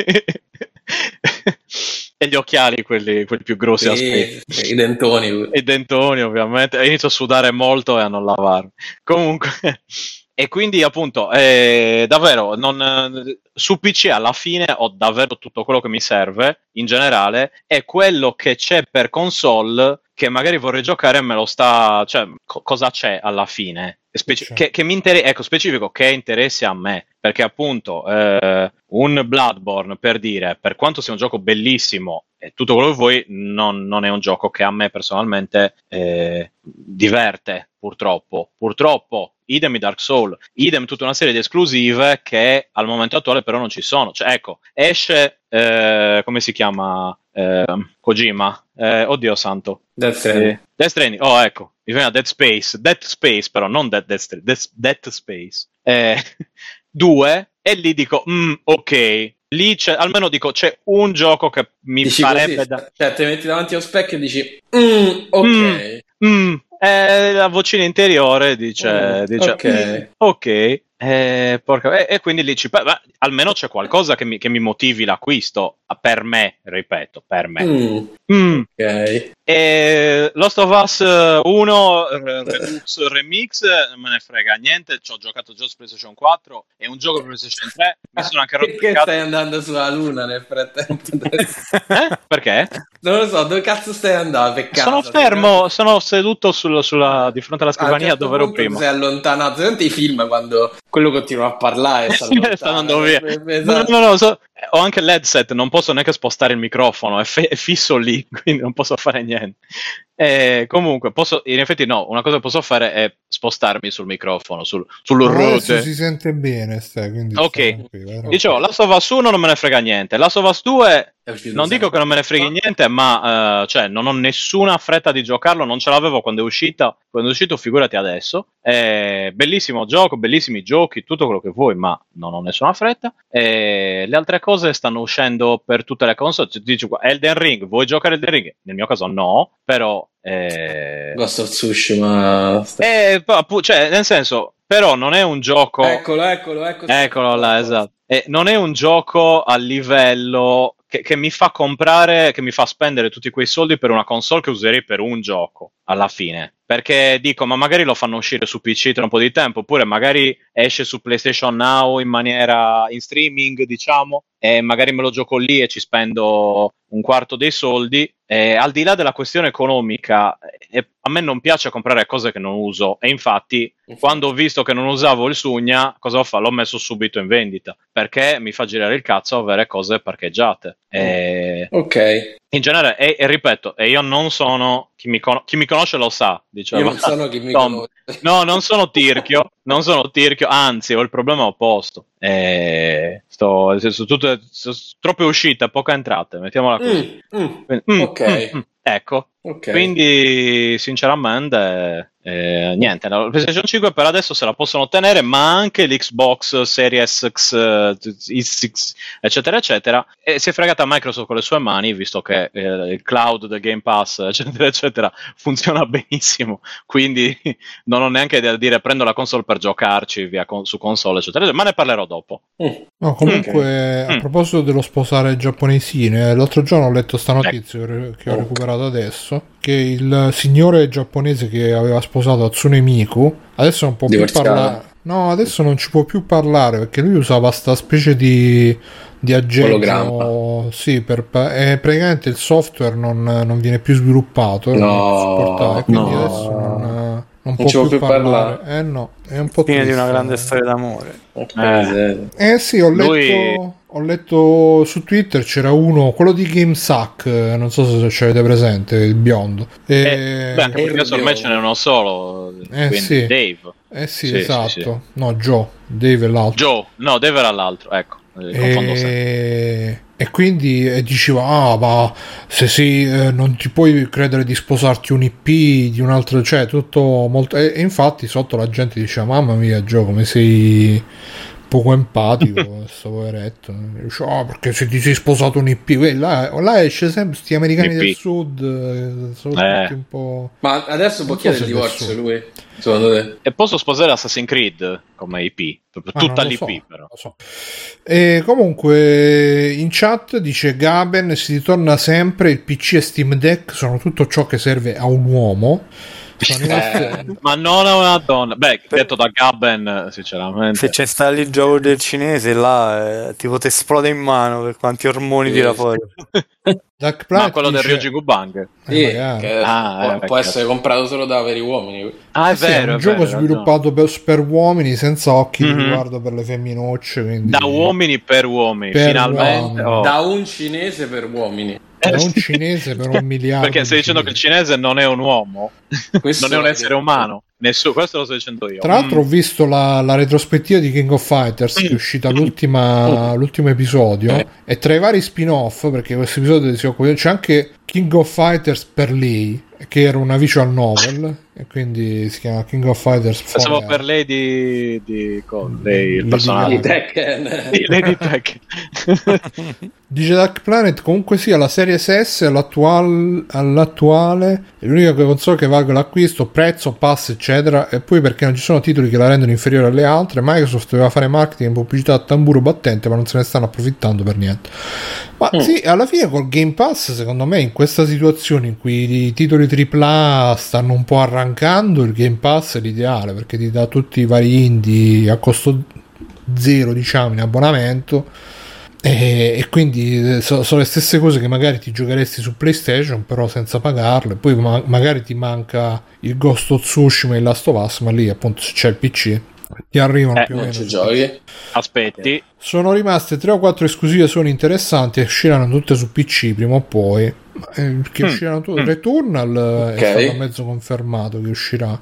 Speaker 2: e gli occhiali, quelli, quelli più grossi a specchio.
Speaker 3: Sì, I dentoni.
Speaker 2: E i dentoni, ovviamente. E inizio a sudare molto e a non lavarmi. Comunque. E quindi, appunto, eh, davvero, non- su PC alla fine ho davvero tutto quello che mi serve, in generale, e quello che c'è per console, che magari vorrei giocare, me lo sta... cioè, co- cosa c'è alla fine? E speci-
Speaker 1: C'è.
Speaker 2: che, che mi inter- ecco, specifico, che interessi a me, perché appunto eh, un Bloodborne, per dire, per quanto sia un gioco bellissimo e tutto quello che vuoi, non, non è un gioco che a me personalmente eh, diverte, purtroppo. Purtroppo, idem i Dark Souls, idem tutta una serie di esclusive che al momento attuale però non ci sono. Cioè, ecco, esce, eh, come si chiama, Eh, Kojima? Eh, oddio santo.
Speaker 3: Death Stranding.
Speaker 2: Eh, Death Stranding, oh ecco, mi viene Dead Space, Dead Space però, non Dead, Death Stranding, Death, Death Space. Eh, *laughs* due, e lì dico, "Mm, ok, lì c'è, almeno dico, c'è un gioco che mi
Speaker 3: Dici
Speaker 2: farebbe
Speaker 3: così,
Speaker 2: da...
Speaker 3: Cioè, ti metti davanti allo specchio e dici, "Mm, ok.
Speaker 2: Mm, Mm, eh, la vocina interiore dice,
Speaker 3: Mm,
Speaker 2: dice,
Speaker 3: ok.
Speaker 2: "Mm, ok, eh, porca- e, e quindi lì ci... beh, beh, almeno c'è qualcosa che mi, che mi motivi l'acquisto, per me, ripeto, per me.
Speaker 3: Mm,
Speaker 2: Mm.
Speaker 3: ok.
Speaker 2: E Lost of Us eh, 1 eh, Redux Remix eh, non me ne frega niente, ci ho giocato già su PlayStation 4, è un gioco per PlayStation 3, mi Eh, sono anche rotto
Speaker 3: Perché
Speaker 2: il cazzo.
Speaker 3: stai andando sulla luna nel frattempo?
Speaker 2: *laughs*
Speaker 3: adesso?
Speaker 2: Eh? Perché?
Speaker 3: non lo so, dove cazzo stai andando? Peccato.
Speaker 2: Sono fermo, sono seduto sul- sulla- di fronte alla
Speaker 3: A un
Speaker 2: scrivania
Speaker 3: certo
Speaker 2: dove ero
Speaker 3: punto
Speaker 2: prima.
Speaker 3: ti sei allontanato. Senti i film quando quello continua a parlare e si
Speaker 2: *laughs* *laughs*
Speaker 3: allontana.
Speaker 2: Sta andando via. No,
Speaker 3: Esatto.
Speaker 2: no, no, so- eh, ho anche l'headset, non posso neanche spostare il microfono, è, fe- è fisso lì, *laughs* quindi non posso fare niente. Eh, comunque, posso, in effetti no, una cosa che posso fare è spostarmi sul microfono, sul, sul
Speaker 1: Adesso
Speaker 2: rode.
Speaker 1: si sente bene, stai, quindi
Speaker 2: eh. Ok.
Speaker 1: stai tranquillo, eh, era-
Speaker 2: Dicevo, la of Us 1 non me ne frega niente, la of Us 2
Speaker 3: È uscito
Speaker 2: non dico che non me ne freghi niente, ma eh, cioè, non ho nessuna fretta di giocarlo, non ce l'avevo quando è uscita, quando è uscito figurati adesso. Eh, bellissimo gioco, bellissimi giochi, tutto quello che vuoi, ma non ho nessuna fretta. Eh, le altre cose stanno uscendo per tutte le console, Cioè, dici qua, Elden Ring, vuoi giocare Elden Ring? Nel mio caso no, però... eh,
Speaker 3: Ghost of Tsushima.
Speaker 2: eh, pa- pu- cioè, nel senso, però non è un gioco...
Speaker 3: Eccolo, eccolo, ecco. eccolo.
Speaker 2: Ecco. Eccolo là, esatto. E non è un gioco a livello che, che mi fa comprare, che mi fa spendere tutti quei soldi per una console che userei per un gioco alla fine. Perché dico, ma magari lo fanno uscire su PC tra un po' di tempo, oppure magari esce su PlayStation Now in maniera in streaming, diciamo, e magari me lo gioco lì e ci spendo un quarto dei soldi. Eh, al di là della questione economica, eh, a me non piace comprare cose che non uso, e infatti quando ho visto che non usavo il Sugna, cosa ho fatto? L'ho messo subito in vendita perché mi fa girare il cazzo avere cose parcheggiate.
Speaker 3: Mm.
Speaker 2: E-
Speaker 3: Ok,
Speaker 2: in genere, e, e ripeto, e io non sono chi mi, con- chi mi conosce lo sa,
Speaker 3: io
Speaker 2: diciamo.
Speaker 3: non sono chi mi
Speaker 2: Tom.
Speaker 3: conosce.
Speaker 2: *laughs* No, non sono tirchio, non sono tirchio, anzi, ho il problema opposto. Eh, sto, sono tutte- sono troppe uscite, poche entrate, mettiamola così.
Speaker 3: *laughs* Mm, mm,
Speaker 2: Quindi- mm,
Speaker 3: ok.
Speaker 2: mm, mm. ecco,
Speaker 3: ok.
Speaker 2: quindi, sinceramente, eh, niente. La PlayStation 5 per adesso se la possono ottenere, ma anche l'Xbox Series X, eh, X, eccetera, eccetera. E si è fregata Microsoft con le sue mani, visto che eh, il cloud del Game Pass, *laughs* eccetera, eccetera, funziona benissimo. Quindi, *laughs* non ho neanche da dire prendo la console per giocarci via con- su console, eccetera, eccetera, ma ne parlerò dopo.
Speaker 3: Mm.
Speaker 1: No, comunque,
Speaker 2: Mm.
Speaker 1: a proposito dello sposare giapponesine, eh, l'altro giorno ho letto sta notizia che ho- che ho
Speaker 3: Ok.
Speaker 1: recuperato adesso, che il signore giapponese che aveva sposato Hatsune Miku, adesso non può più
Speaker 3: Divorziato.
Speaker 1: parlare. No, adesso non ci può più parlare perché lui usava sta specie di, di aggeggio
Speaker 3: Ologramma.
Speaker 1: sì, per, pa- e praticamente il software non, non viene più sviluppato, non viene più
Speaker 3: No,
Speaker 1: supportato, e quindi
Speaker 5: no.
Speaker 1: adesso non, non può
Speaker 3: ci
Speaker 1: più,
Speaker 3: può più
Speaker 1: parlare.
Speaker 3: parlare.
Speaker 1: Eh no, è un po'
Speaker 4: Fine di una
Speaker 1: triste.
Speaker 4: grande storia d'amore.
Speaker 3: Ok,
Speaker 2: Eh.
Speaker 3: sì.
Speaker 1: Eh sì, ho letto,
Speaker 2: Lui-
Speaker 1: ho letto su Twitter c'era uno, quello di GameSack, eh, non so se ce l'avete presente, il biondo. Eh,
Speaker 2: Eh, beh, anche
Speaker 3: eh,
Speaker 2: perché adesso ormai ce n'è uno solo,
Speaker 1: Eh,
Speaker 2: quindi
Speaker 1: sì.
Speaker 2: Dave.
Speaker 1: eh sì,
Speaker 2: sì, sì,
Speaker 1: esatto.
Speaker 2: sì.
Speaker 1: No, Joe, Dave e l'altro.
Speaker 2: Joe, no, Dave era l'altro, ecco, eh, confondo sempre.
Speaker 1: E... e quindi eh, diceva, ah, ma se sì, eh, non ti puoi credere di sposarti un IP di un altro, cioè tutto molto... E, e infatti sotto la gente diceva, mamma mia Joe, come sei poco empatico
Speaker 2: *laughs*
Speaker 1: questo poveretto Dice, "Oh, perché se ti sei sposato un IP Quelli là, là esce sempre sti americani
Speaker 2: IP.
Speaker 1: del sud eh, sono
Speaker 2: Eh.
Speaker 1: tutti un po'
Speaker 3: Ma adesso può
Speaker 1: Non so
Speaker 3: chiedere
Speaker 1: se
Speaker 3: il divorzio
Speaker 1: adesso-
Speaker 3: lui? Secondo te?
Speaker 2: E posso sposare Assassin's Creed come IP,
Speaker 1: Ah, non lo
Speaker 2: tutta l'IP
Speaker 1: so,
Speaker 2: però.
Speaker 1: lo so. E comunque in chat dice Gaben si ritorna sempre il PC e Steam Deck sono tutto ciò che serve a un uomo eh,
Speaker 2: Eh.
Speaker 1: sono rimaste-
Speaker 2: Ma non a una donna. Beh, detto da Gabben, sinceramente.
Speaker 4: Se c'è sta lì il gioco del cinese, là eh, tipo ti esplode in mano per quanti ormoni
Speaker 3: Sì.
Speaker 4: tira
Speaker 2: *laughs*
Speaker 4: fuori.
Speaker 1: Dark Planet
Speaker 2: Ma quello del
Speaker 1: dice-
Speaker 2: Ryoji Gubang.
Speaker 1: Eh,
Speaker 3: Sì,
Speaker 1: magari.
Speaker 3: che
Speaker 2: Ah,
Speaker 3: può,
Speaker 2: eh, beh,
Speaker 3: può
Speaker 2: cazzo.
Speaker 3: essere comprato solo da veri uomini.
Speaker 2: Ah, è
Speaker 1: Sì,
Speaker 2: vero.
Speaker 1: un gioco
Speaker 2: è vero, hai ragione.
Speaker 1: sviluppato per, per uomini senza occhi di
Speaker 2: Mhm.
Speaker 1: riguardo per le femminucce quindi
Speaker 2: da uomini per uomini,
Speaker 1: Per uomini.
Speaker 2: finalmente. oh.
Speaker 3: Eh?
Speaker 2: Eh,
Speaker 3: Da un cinese per uomini.
Speaker 1: da un cinese per
Speaker 2: *laughs*
Speaker 1: un miliardo
Speaker 2: Perché stai
Speaker 1: di
Speaker 2: dicendo che il
Speaker 1: cinesi.
Speaker 2: cinese non è un uomo,
Speaker 3: Questo
Speaker 2: non è un
Speaker 3: l'ha
Speaker 2: essere
Speaker 3: detto.
Speaker 2: umano. Nessuno, questo lo sto dicendo io. Mm.
Speaker 1: Tra l'altro ho visto la, la retrospettiva di King of Fighters che è uscita l'ultima, l'ultimo episodio e tra i vari spin-off, perché questo episodio si occupa c'è anche King of Fighters per lei, che era una visual novel e quindi si chiama King of Fighters
Speaker 2: Pensavo
Speaker 1: Forever.
Speaker 2: per lei di, di con lei, il
Speaker 1: Lady
Speaker 3: Di
Speaker 2: personaggio.
Speaker 1: Gaga.
Speaker 3: Tekken.
Speaker 2: Sì, Lady Tech.
Speaker 1: *laughs* Dice Dark Planet comunque sia la serie SS all'attual- all'attuale è l'unica console che valga l'acquisto, prezzo, pass eccetera e poi perché non ci sono titoli che la rendono inferiore alle altre Microsoft doveva fare marketing e pubblicità a tamburo battente ma non se ne stanno approfittando per niente ma sì alla fine col Game Pass secondo me in questa situazione in cui i titoli AAA stanno un po' arrancando il Game Pass è l'ideale perché ti dà tutti i vari indie a costo zero diciamo in abbonamento e, e quindi eh, so- sono le stesse cose che magari ti giocheresti su PlayStation, però senza pagarle. Poi ma- magari ti manca il Ghost of Tsushima e il Last of Us, ma lì appunto se c'è il PC ti arrivano
Speaker 2: Eh,
Speaker 1: più o
Speaker 3: Non
Speaker 1: meno.
Speaker 3: ci
Speaker 1: tutti.
Speaker 3: giochi.
Speaker 2: Aspetti,
Speaker 1: Sono rimaste 3 o 4 esclusive sono interessanti e usciranno tutte su PC prima o poi. Eh, Che
Speaker 2: Mm.
Speaker 1: usciranno tutte.
Speaker 2: Mm.
Speaker 1: Returnal eh,
Speaker 3: Ok.
Speaker 1: è stato mezzo confermato che uscirà.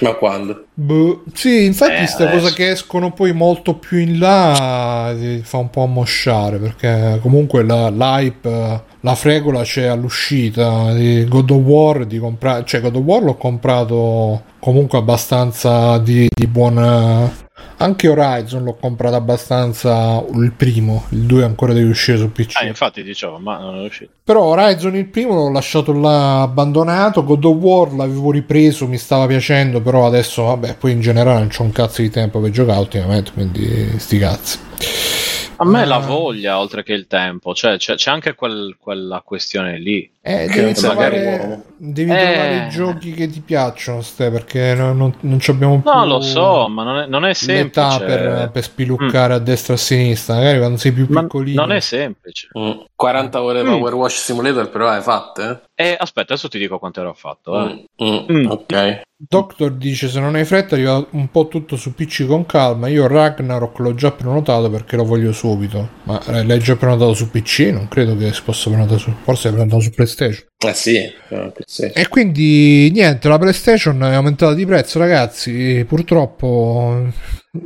Speaker 3: Ma quando?
Speaker 1: Boh. Sì, infatti,
Speaker 2: Eh,
Speaker 1: sta
Speaker 2: adesso.
Speaker 1: cosa che escono poi molto più in là eh, fa un po' ammosciare perché comunque la, l'hype, eh, la fregola c'è all'uscita di God of War. Di compra- cioè, God of War l'ho comprato comunque abbastanza di, di buona. Anche Horizon l'ho comprato abbastanza il primo, il 2 ancora deve uscire su PC.
Speaker 2: Ah, infatti dicevo, ma non è uscito.
Speaker 1: Però Horizon il primo l'ho lasciato là abbandonato, God of War l'avevo ripreso, mi stava piacendo, però adesso vabbè, poi in generale non c'ho un cazzo di tempo per giocare ultimamente, quindi sti cazzi.
Speaker 2: A me
Speaker 1: Ah.
Speaker 2: la voglia, oltre che il tempo, cioè c'è, c'è anche quel- quella questione lì.
Speaker 1: Eh,
Speaker 3: Che
Speaker 1: devi
Speaker 3: non so, magari
Speaker 1: trovare,
Speaker 3: uomo.
Speaker 1: devi
Speaker 2: Eh.
Speaker 1: trovare i giochi che ti piacciono, Ste, perché no- non, non ci abbiamo più
Speaker 2: No, lo so, ma non è, non è
Speaker 1: l'età
Speaker 2: semplice. Mm.
Speaker 1: per, per spiluccare a destra e a sinistra, magari quando sei più
Speaker 2: Ma
Speaker 1: piccolino.
Speaker 2: non è semplice.
Speaker 3: Mm. 40 ore
Speaker 2: Mm.
Speaker 3: Power Wash Simulator, però hai fatte?
Speaker 2: E Eh, aspetta, adesso ti dico quante ero
Speaker 3: eh?
Speaker 2: fatto. eh.
Speaker 3: Mm.
Speaker 2: Mm.
Speaker 3: Ok.
Speaker 1: Doctor dice se non hai fretta arriva un po' tutto su PC con calma, io Ragnarok l'ho già prenotato perché lo voglio subito, ma eh, l'hai già prenotato su PC? Non credo che si possa prenotare su, forse l'hai prenotato su PlayStation.
Speaker 3: Eh sì, eh, sì.
Speaker 1: E quindi niente, la PlayStation è aumentata di prezzo ragazzi, purtroppo,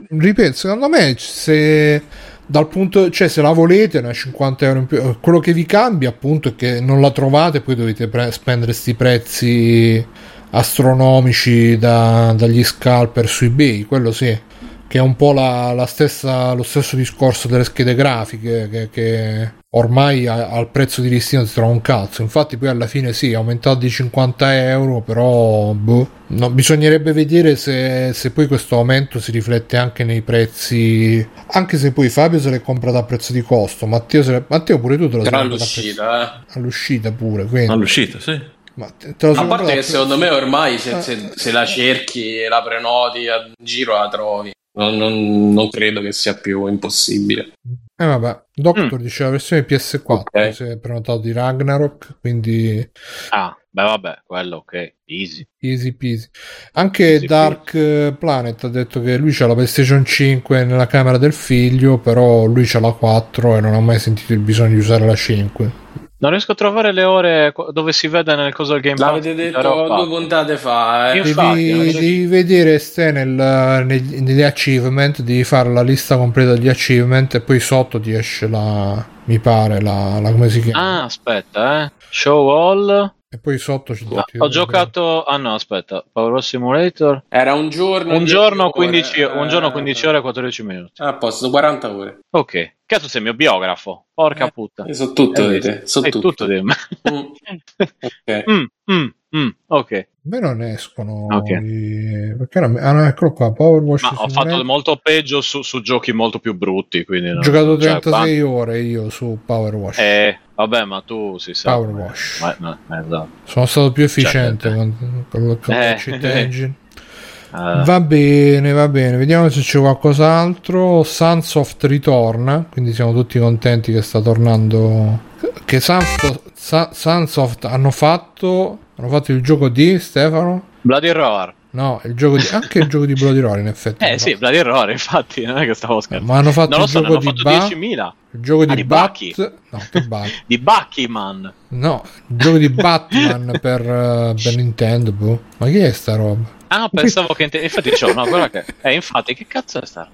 Speaker 1: ripeto, secondo me se... Dal punto, cioè, se la volete, una 50 euro in più. Eh, Quello che vi cambia, appunto, è che non la trovate, poi dovete pre- spendere questi prezzi astronomici da- dagli scalper su eBay, quello sì, che è un po' la, la stessa, lo stesso discorso delle schede grafiche, che, che ormai a- al prezzo di listino si trova un cazzo, infatti poi alla fine sì, è aumentato di 50 euro, però boh, no, bisognerebbe vedere se, se poi questo aumento si riflette anche nei prezzi, anche se poi Fabio se l'è comprata a prezzo di costo, Matteo, se l'è- Matteo pure tu te lo
Speaker 3: Però
Speaker 1: sei comprata a prezzo-
Speaker 3: l'uscita, eh.
Speaker 1: all'uscita pure, quindi...
Speaker 5: All'uscita, Ah, sì.
Speaker 1: Ma te- te lo Eh. sei
Speaker 3: A parte
Speaker 1: comprata
Speaker 3: che
Speaker 1: pre-
Speaker 3: secondo me ormai se, se- se la cerchi e la prenoti a giro la trovi. Non, non- non credo che sia più impossibile.
Speaker 1: Eh vabbè, Doctor
Speaker 2: Mm.
Speaker 1: dice la versione PS4
Speaker 3: Ok.
Speaker 1: si è prenotato di Ragnarok, quindi
Speaker 2: Ah, beh, vabbè, quello che easy.
Speaker 1: easy peasy. Anche
Speaker 2: Easy
Speaker 1: Dark eh, Planet ha detto che lui c'ha la PlayStation 5 nella camera del figlio, però lui c'ha la 4 e non ha mai sentito il bisogno di usare la 5.
Speaker 2: Non riesco a trovare le ore qu- dove si vede nel coso del Game Pass.
Speaker 3: L'avete detto
Speaker 2: Però fa-
Speaker 3: due puntate fa. eh.
Speaker 2: Io
Speaker 1: Devi,
Speaker 2: Infatti, non so-
Speaker 1: devi vedere ste nel- negli, negli achievement, devi fare la lista completa degli achievement e poi sotto ti esce la, mi pare, la, la come si chiama?
Speaker 2: Ah, aspetta, eh. Show all.
Speaker 1: E poi sotto ci
Speaker 2: No, ho giocato. Ah no, aspetta, Power Simulator.
Speaker 3: Era un giorno.
Speaker 2: Un
Speaker 3: 10
Speaker 2: giorno,
Speaker 3: ore,
Speaker 2: 15, un giorno
Speaker 3: eh,
Speaker 2: 15 ore e 14 minuti.
Speaker 3: Ah, A posto, 40 ore.
Speaker 2: Ok. Cazzo, sei mio biografo.
Speaker 3: Eh,
Speaker 2: Porca puttana.
Speaker 3: Io so tutto di te. So
Speaker 2: Sai
Speaker 3: tutto.
Speaker 2: Eh, tutto di me.
Speaker 3: Mm, ok.
Speaker 2: Mm, mm, mm, ok.
Speaker 1: Beh, non escono.
Speaker 2: Ok.
Speaker 1: i- Perché non... Ah, no, eccolo qua. Power Wash.
Speaker 2: Ma ho
Speaker 1: Simulator.
Speaker 2: fatto molto peggio su, su giochi molto più brutti. Quindi
Speaker 1: Ho
Speaker 2: no.
Speaker 1: giocato
Speaker 2: Cioè, qua-
Speaker 1: 36 ore io su Power Wash.
Speaker 2: Eh, vabbè, ma tu si sa.
Speaker 1: Power Wash.
Speaker 2: Ma- ma- ma- esatto.
Speaker 1: Sono stato più efficiente
Speaker 2: Cioè,
Speaker 1: con, con lo con
Speaker 2: Eh.
Speaker 1: Cheat Engine.
Speaker 2: *laughs* Ah,
Speaker 1: Va bene, va bene. Vediamo se c'è qualcos'altro. Sunsoft ritorna, quindi siamo tutti contenti che sta tornando. Che Sunsoft, Sa- Sunsoft hanno fatto. Hanno fatto il gioco di Stefano?
Speaker 2: Bloody Roar.
Speaker 1: No, il gioco di, anche il gioco di Bloody Roar in effetti.
Speaker 2: Eh sì, Bloody Roar, infatti, non è che stavo scherzando.
Speaker 1: ma hanno fatto
Speaker 2: Non lo
Speaker 1: il
Speaker 2: so, ne
Speaker 1: gioco
Speaker 2: hanno
Speaker 1: di
Speaker 2: fatto
Speaker 1: Ba,
Speaker 2: 10.000.
Speaker 1: il gioco
Speaker 2: Ah,
Speaker 1: di
Speaker 2: di
Speaker 1: Bat,
Speaker 2: Bucky.
Speaker 1: no, che Bat,
Speaker 2: *laughs* Di Buckyman.
Speaker 1: no, il gioco di
Speaker 2: *laughs*
Speaker 1: Batman per, eh, per Nintendo. boh. Ma chi è sta roba?
Speaker 2: Ah, pensavo che. inte- Infatti, c'ho, no, guarda che. Eh, infatti, che cazzo è sta?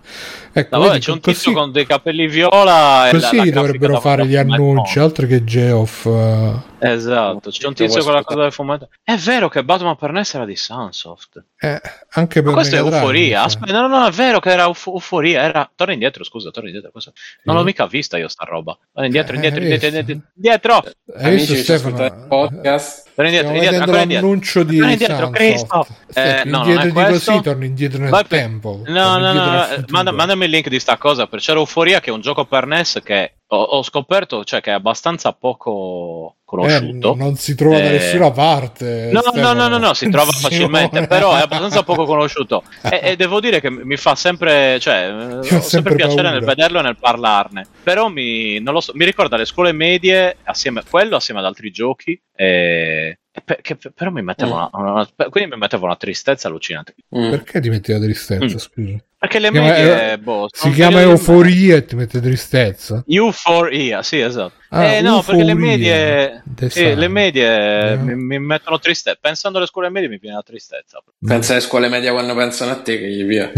Speaker 1: Ecco,
Speaker 2: No, vabbè,
Speaker 1: vedi,
Speaker 2: c'è un
Speaker 1: così-
Speaker 2: tizio con dei capelli viola. E la-
Speaker 1: Così
Speaker 2: la grafica
Speaker 1: dovrebbero
Speaker 2: da-
Speaker 1: fare
Speaker 2: da
Speaker 1: gli
Speaker 2: fumetto.
Speaker 1: annunci, altro che Geoff. eh.
Speaker 2: Esatto, c'è un tizio con la cosa del fumetto. È vero che Batman per NES era di Sunsoft.
Speaker 1: Eh, anche per
Speaker 2: Ma questa è
Speaker 1: Mega Drive,
Speaker 2: euforia.
Speaker 1: mi sa.
Speaker 2: Aspetta, no, no, no, è vero che era uf- euforia. Era... Torna indietro, scusa, torna indietro. Questa... Non
Speaker 1: Sì.
Speaker 2: l'ho mica vista io sta roba. Torna indietro,
Speaker 1: Eh,
Speaker 2: indietro,
Speaker 1: hai
Speaker 2: indietro,
Speaker 1: visto?
Speaker 2: indietro, indietro.
Speaker 1: Hai visto
Speaker 3: Amici che ci
Speaker 1: Stefano?
Speaker 3: ascoltate il podcast.
Speaker 2: Torna indietro,
Speaker 1: Stiamo
Speaker 2: indietro,
Speaker 1: vedendo
Speaker 2: ancora indietro.
Speaker 1: l'annuncio di
Speaker 2: Torna indietro,
Speaker 1: Sunsoft.
Speaker 2: Cristo.
Speaker 1: Stai
Speaker 2: Eh, no, non
Speaker 1: indietro
Speaker 2: è
Speaker 1: di
Speaker 2: questo.
Speaker 1: così, torni indietro nel
Speaker 2: Vai per-
Speaker 1: tempo.
Speaker 2: No,
Speaker 1: torni
Speaker 2: no,
Speaker 1: indietro
Speaker 2: no,
Speaker 1: al
Speaker 2: no, eh,
Speaker 1: futuro.
Speaker 2: manda- mandami il link di sta cosa. Per c'era Euforia che è un gioco per NES che ho, ho scoperto, cioè che è abbastanza poco conosciuto.
Speaker 1: Eh, non si trova da
Speaker 2: Eh,
Speaker 1: nessuna parte.
Speaker 2: No, no,
Speaker 1: Stefano.
Speaker 2: no, no, no, si
Speaker 1: *laughs*
Speaker 2: trova
Speaker 1: Attenzione.
Speaker 2: facilmente, però è
Speaker 1: *laughs*
Speaker 2: abbastanza poco conosciuto e, e devo dire che mi fa sempre, cioè,
Speaker 1: *laughs*
Speaker 2: eh, ho
Speaker 1: Ti fa
Speaker 2: sempre,
Speaker 1: sempre
Speaker 2: piacere
Speaker 1: paura.
Speaker 2: nel vederlo e nel parlarne, però mi, non lo so, mi ricorda le scuole medie, assieme, quello assieme ad altri giochi, e, e pe- che pe- però mi metteva,
Speaker 1: Eh.
Speaker 2: una, una- una- quindi mi metteva una tristezza allucinante,
Speaker 3: Mm.
Speaker 1: Perché ti metti la tristezza?
Speaker 2: Mm.
Speaker 1: Scusa.
Speaker 2: perché le
Speaker 1: Si chiama-
Speaker 2: medie,
Speaker 1: eh,
Speaker 2: boh,
Speaker 1: Si
Speaker 2: sono un
Speaker 1: chiama
Speaker 2: periodo di-
Speaker 1: euforia e ti mette tristezza.
Speaker 2: Euforia, sì, esatto.
Speaker 1: Ah,
Speaker 2: eh, no, perché le
Speaker 1: euforia.
Speaker 2: medie,
Speaker 1: Te
Speaker 2: sì, le
Speaker 1: sai.
Speaker 2: medie
Speaker 1: Eh.
Speaker 2: mi, mi mettono tristezza, pensando alle scuole medie mi viene la tristezza.
Speaker 1: *laughs*
Speaker 3: Pensa alle scuole medie quando pensano a te, che gli via.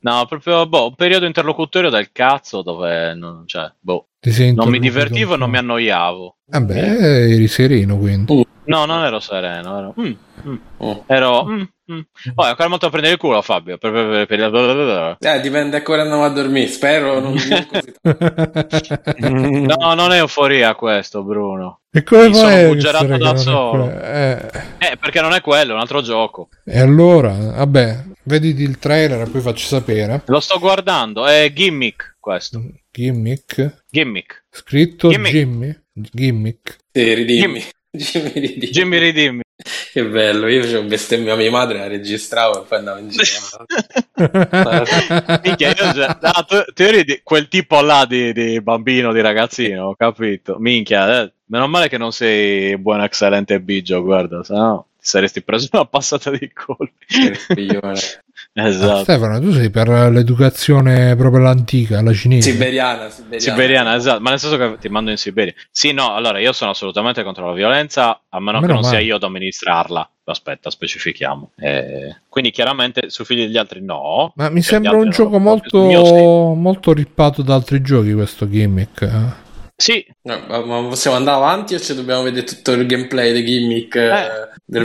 Speaker 2: No, proprio boh, un periodo interlocutorio del cazzo dove non, cioè, boh,
Speaker 1: Ti sei
Speaker 2: non mi
Speaker 1: interrotto
Speaker 2: divertivo e
Speaker 1: un
Speaker 2: non
Speaker 1: po'.
Speaker 2: mi annoiavo.
Speaker 1: Vabbè, Ah, eri sereno quindi.
Speaker 2: No, non ero sereno, ero... mm, mm,
Speaker 3: Oh.
Speaker 2: ero mm, mm. Oh, è ancora molto a prendere il culo, Fabio. per- per- per- per- per-
Speaker 3: Eh, dipende ancora andiamo a dormire. Spero non, non così
Speaker 2: Uh.
Speaker 3: tanto.
Speaker 2: per- No, non è euforia questo, Bruno.
Speaker 1: *laughs* e come
Speaker 2: Mi sono
Speaker 1: fai a
Speaker 2: buggerato
Speaker 1: essere che
Speaker 2: da
Speaker 1: non è
Speaker 2: solo.
Speaker 1: quello? Eh,
Speaker 2: Eh, perché non è quello, è un altro gioco.
Speaker 1: e allora, vabbè, vediti il trailer e poi facci sapere.
Speaker 2: Lo sto guardando, è gimmick questo.
Speaker 1: Mm. Gimmick,
Speaker 2: Gimmick.
Speaker 1: scritto
Speaker 2: Gimmick.
Speaker 1: Jimmy. Gimmick.
Speaker 3: Sì, ridimmi. *laughs* Jimmy, ridimmi.
Speaker 2: Jimmy ridimmi.
Speaker 3: Che bello, io facevo bestemmia a mia madre, la registravo e poi andavo
Speaker 2: *laughs*
Speaker 3: in giro.
Speaker 2: Eh, Minchia, io già- no, tu, tu eri di- quel tipo là di, di bambino, di ragazzino, ho capito. Minchia, eh, meno male che non sei buon eccellente bigio, guarda, se no ti saresti preso una passata di colpi.
Speaker 3: Che coglione.
Speaker 1: *laughs* Ah,
Speaker 2: *laughs* esatto.
Speaker 1: Stefano, tu sei per l'educazione proprio l'antica, la cinese.
Speaker 3: Siberiana, siberiana.
Speaker 2: Siberiana, esatto, ma nel senso che ti mando in Siberia. Sì, no, allora io sono assolutamente contro la violenza, a meno che
Speaker 1: Meno
Speaker 2: non
Speaker 1: male.
Speaker 2: sia io ad amministrarla. Aspetta, specifichiamo. Eh, quindi chiaramente su figli degli altri no.
Speaker 1: Ma mi
Speaker 2: Cioè, gli
Speaker 1: sembra
Speaker 2: altri
Speaker 1: un
Speaker 2: no,
Speaker 1: gioco
Speaker 2: proprio sul mio sì.
Speaker 1: molto, molto rippato da altri giochi questo gimmick. eh.
Speaker 2: Sì,
Speaker 3: No, ma, ma possiamo andare avanti o ci dobbiamo vedere tutto il gameplay dei gimmick eh,
Speaker 2: Eh.
Speaker 3: del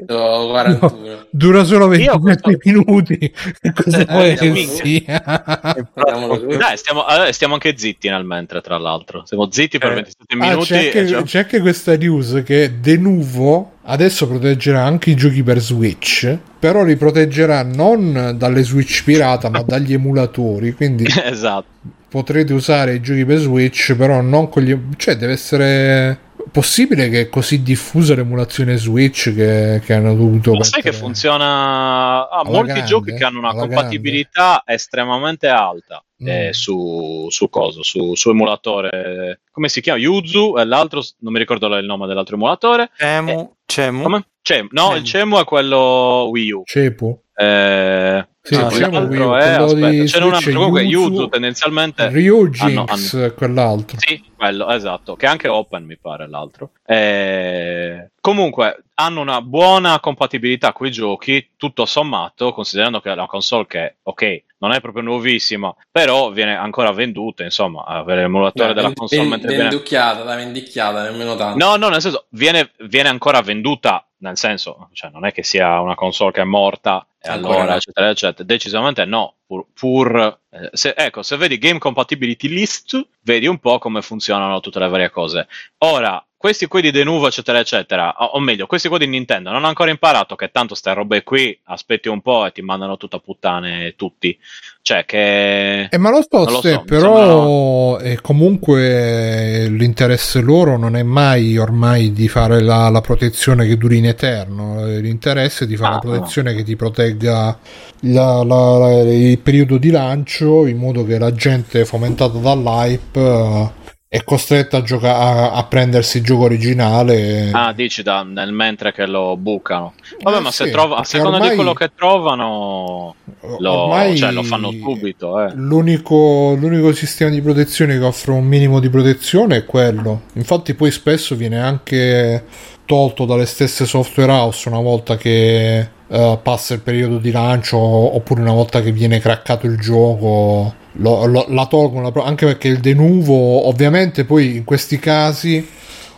Speaker 3: 1341?
Speaker 1: Dura solo 27
Speaker 2: questo- *laughs*
Speaker 1: minuti. *laughs* Cosa
Speaker 2: Eh,
Speaker 1: vuoi che
Speaker 2: minchia.
Speaker 1: sia?
Speaker 3: Guardiamolo lui.
Speaker 2: Dai, stiamo, allora, stiamo anche zitti nel mentre, tra l'altro. Siamo zitti per
Speaker 4: Eh.
Speaker 2: 27
Speaker 1: Ah,
Speaker 2: minuti.
Speaker 1: c'è,
Speaker 2: e
Speaker 1: anche,
Speaker 2: già-
Speaker 1: c'è anche questa news che De Nuvo adesso proteggerà anche i giochi per Switch, però li proteggerà non dalle Switch pirata ma dagli emulatori, quindi
Speaker 2: *laughs* *laughs* esatto.
Speaker 1: potrete usare i giochi per Switch però non con gli... cioè deve essere possibile che è così diffusa l'emulazione Switch che, che hanno dovuto...
Speaker 2: Ma sai che
Speaker 1: mettere-
Speaker 2: funziona? Ah,
Speaker 1: Alla
Speaker 2: molti
Speaker 1: grande,
Speaker 2: giochi che hanno una
Speaker 1: alla
Speaker 2: compatibilità estremamente alta eh,
Speaker 1: Mm.
Speaker 2: su, su coso, su, su emulatore. Come si chiama? Yuzu e l'altro, non mi ricordo il nome dell'altro emulatore.
Speaker 4: Cemu, Cemu.
Speaker 1: Mm.
Speaker 2: Come? Cem- no,
Speaker 4: Cemu.
Speaker 2: il Cemu è quello Wii U.
Speaker 1: Cepu?
Speaker 2: Eh,
Speaker 1: Sì,
Speaker 2: Ah,
Speaker 1: diciamo
Speaker 2: l'altro
Speaker 1: Wii U,
Speaker 2: è-
Speaker 1: quello di
Speaker 2: aspetta, ce n'è
Speaker 1: Switch
Speaker 2: un
Speaker 1: è
Speaker 2: altro comunque
Speaker 1: Yuzu.
Speaker 2: Yuzu tendenzialmente Eh, hanno-
Speaker 1: Ryujinx,
Speaker 2: hanno-
Speaker 1: quell'altro.
Speaker 2: Sì, quello, esatto, che è anche open mi pare l'altro. Eh, comunque hanno una buona compatibilità con i giochi, tutto sommato, considerando che è una console che, ok, non è proprio nuovissima, però viene ancora venduta, insomma, avere l'emulatore
Speaker 3: Beh,
Speaker 2: della
Speaker 3: ven-
Speaker 2: console
Speaker 3: ven-
Speaker 2: mentre viene...
Speaker 3: Venducchiata, la vendicchiata, nemmeno tanto.
Speaker 2: No, no, nel senso, viene, viene ancora venduta, nel senso, cioè, non è che sia una console che è morta e
Speaker 3: Ancora
Speaker 2: allora,
Speaker 3: no.
Speaker 2: eccetera, eccetera. Decisamente no, pur... pur, eh, se- ecco, se vedi Game Compatibility List, vedi un po' come funzionano tutte le varie cose. Ora, questi qui di Denuvo, eccetera, eccetera, o, o meglio, questi qua di Nintendo non hanno ancora imparato che tanto ste robe qui, aspetti un po' e ti mandano tutta a puttane tutti. Cioè, che...
Speaker 1: Eh, ma lo so,
Speaker 2: Non lo
Speaker 1: se
Speaker 2: so, mi
Speaker 1: però eh, comunque eh, l'interesse loro non è mai ormai di fare la, la protezione che duri in eterno, eh, l'interesse è di fare
Speaker 2: Ah,
Speaker 1: la protezione che ti protegga la- la- la- il periodo di lancio in modo che la gente fomentata dall'hype eh, è costretta a, gioca- a, a prendersi il gioco originale.
Speaker 2: Ah, dici da- nel mentre che lo bucano. Vabbè,
Speaker 1: Eh,
Speaker 2: ma
Speaker 1: sì,
Speaker 2: se trova, a
Speaker 1: perché
Speaker 2: seconda di
Speaker 1: ormai- Boh,
Speaker 2: quello che trovano, lo,
Speaker 1: ormai-
Speaker 2: cioè, lo fanno subito. Eh.
Speaker 1: L'unico, l'unico sistema di protezione che offre un minimo di protezione è quello. Infatti, poi spesso viene anche tolto dalle stesse software house una volta che eh, passa il periodo di lancio oppure una volta che viene craccato il gioco. lo- lo- la tolgono la pro- anche perché il denuvo, ovviamente, poi in questi casi.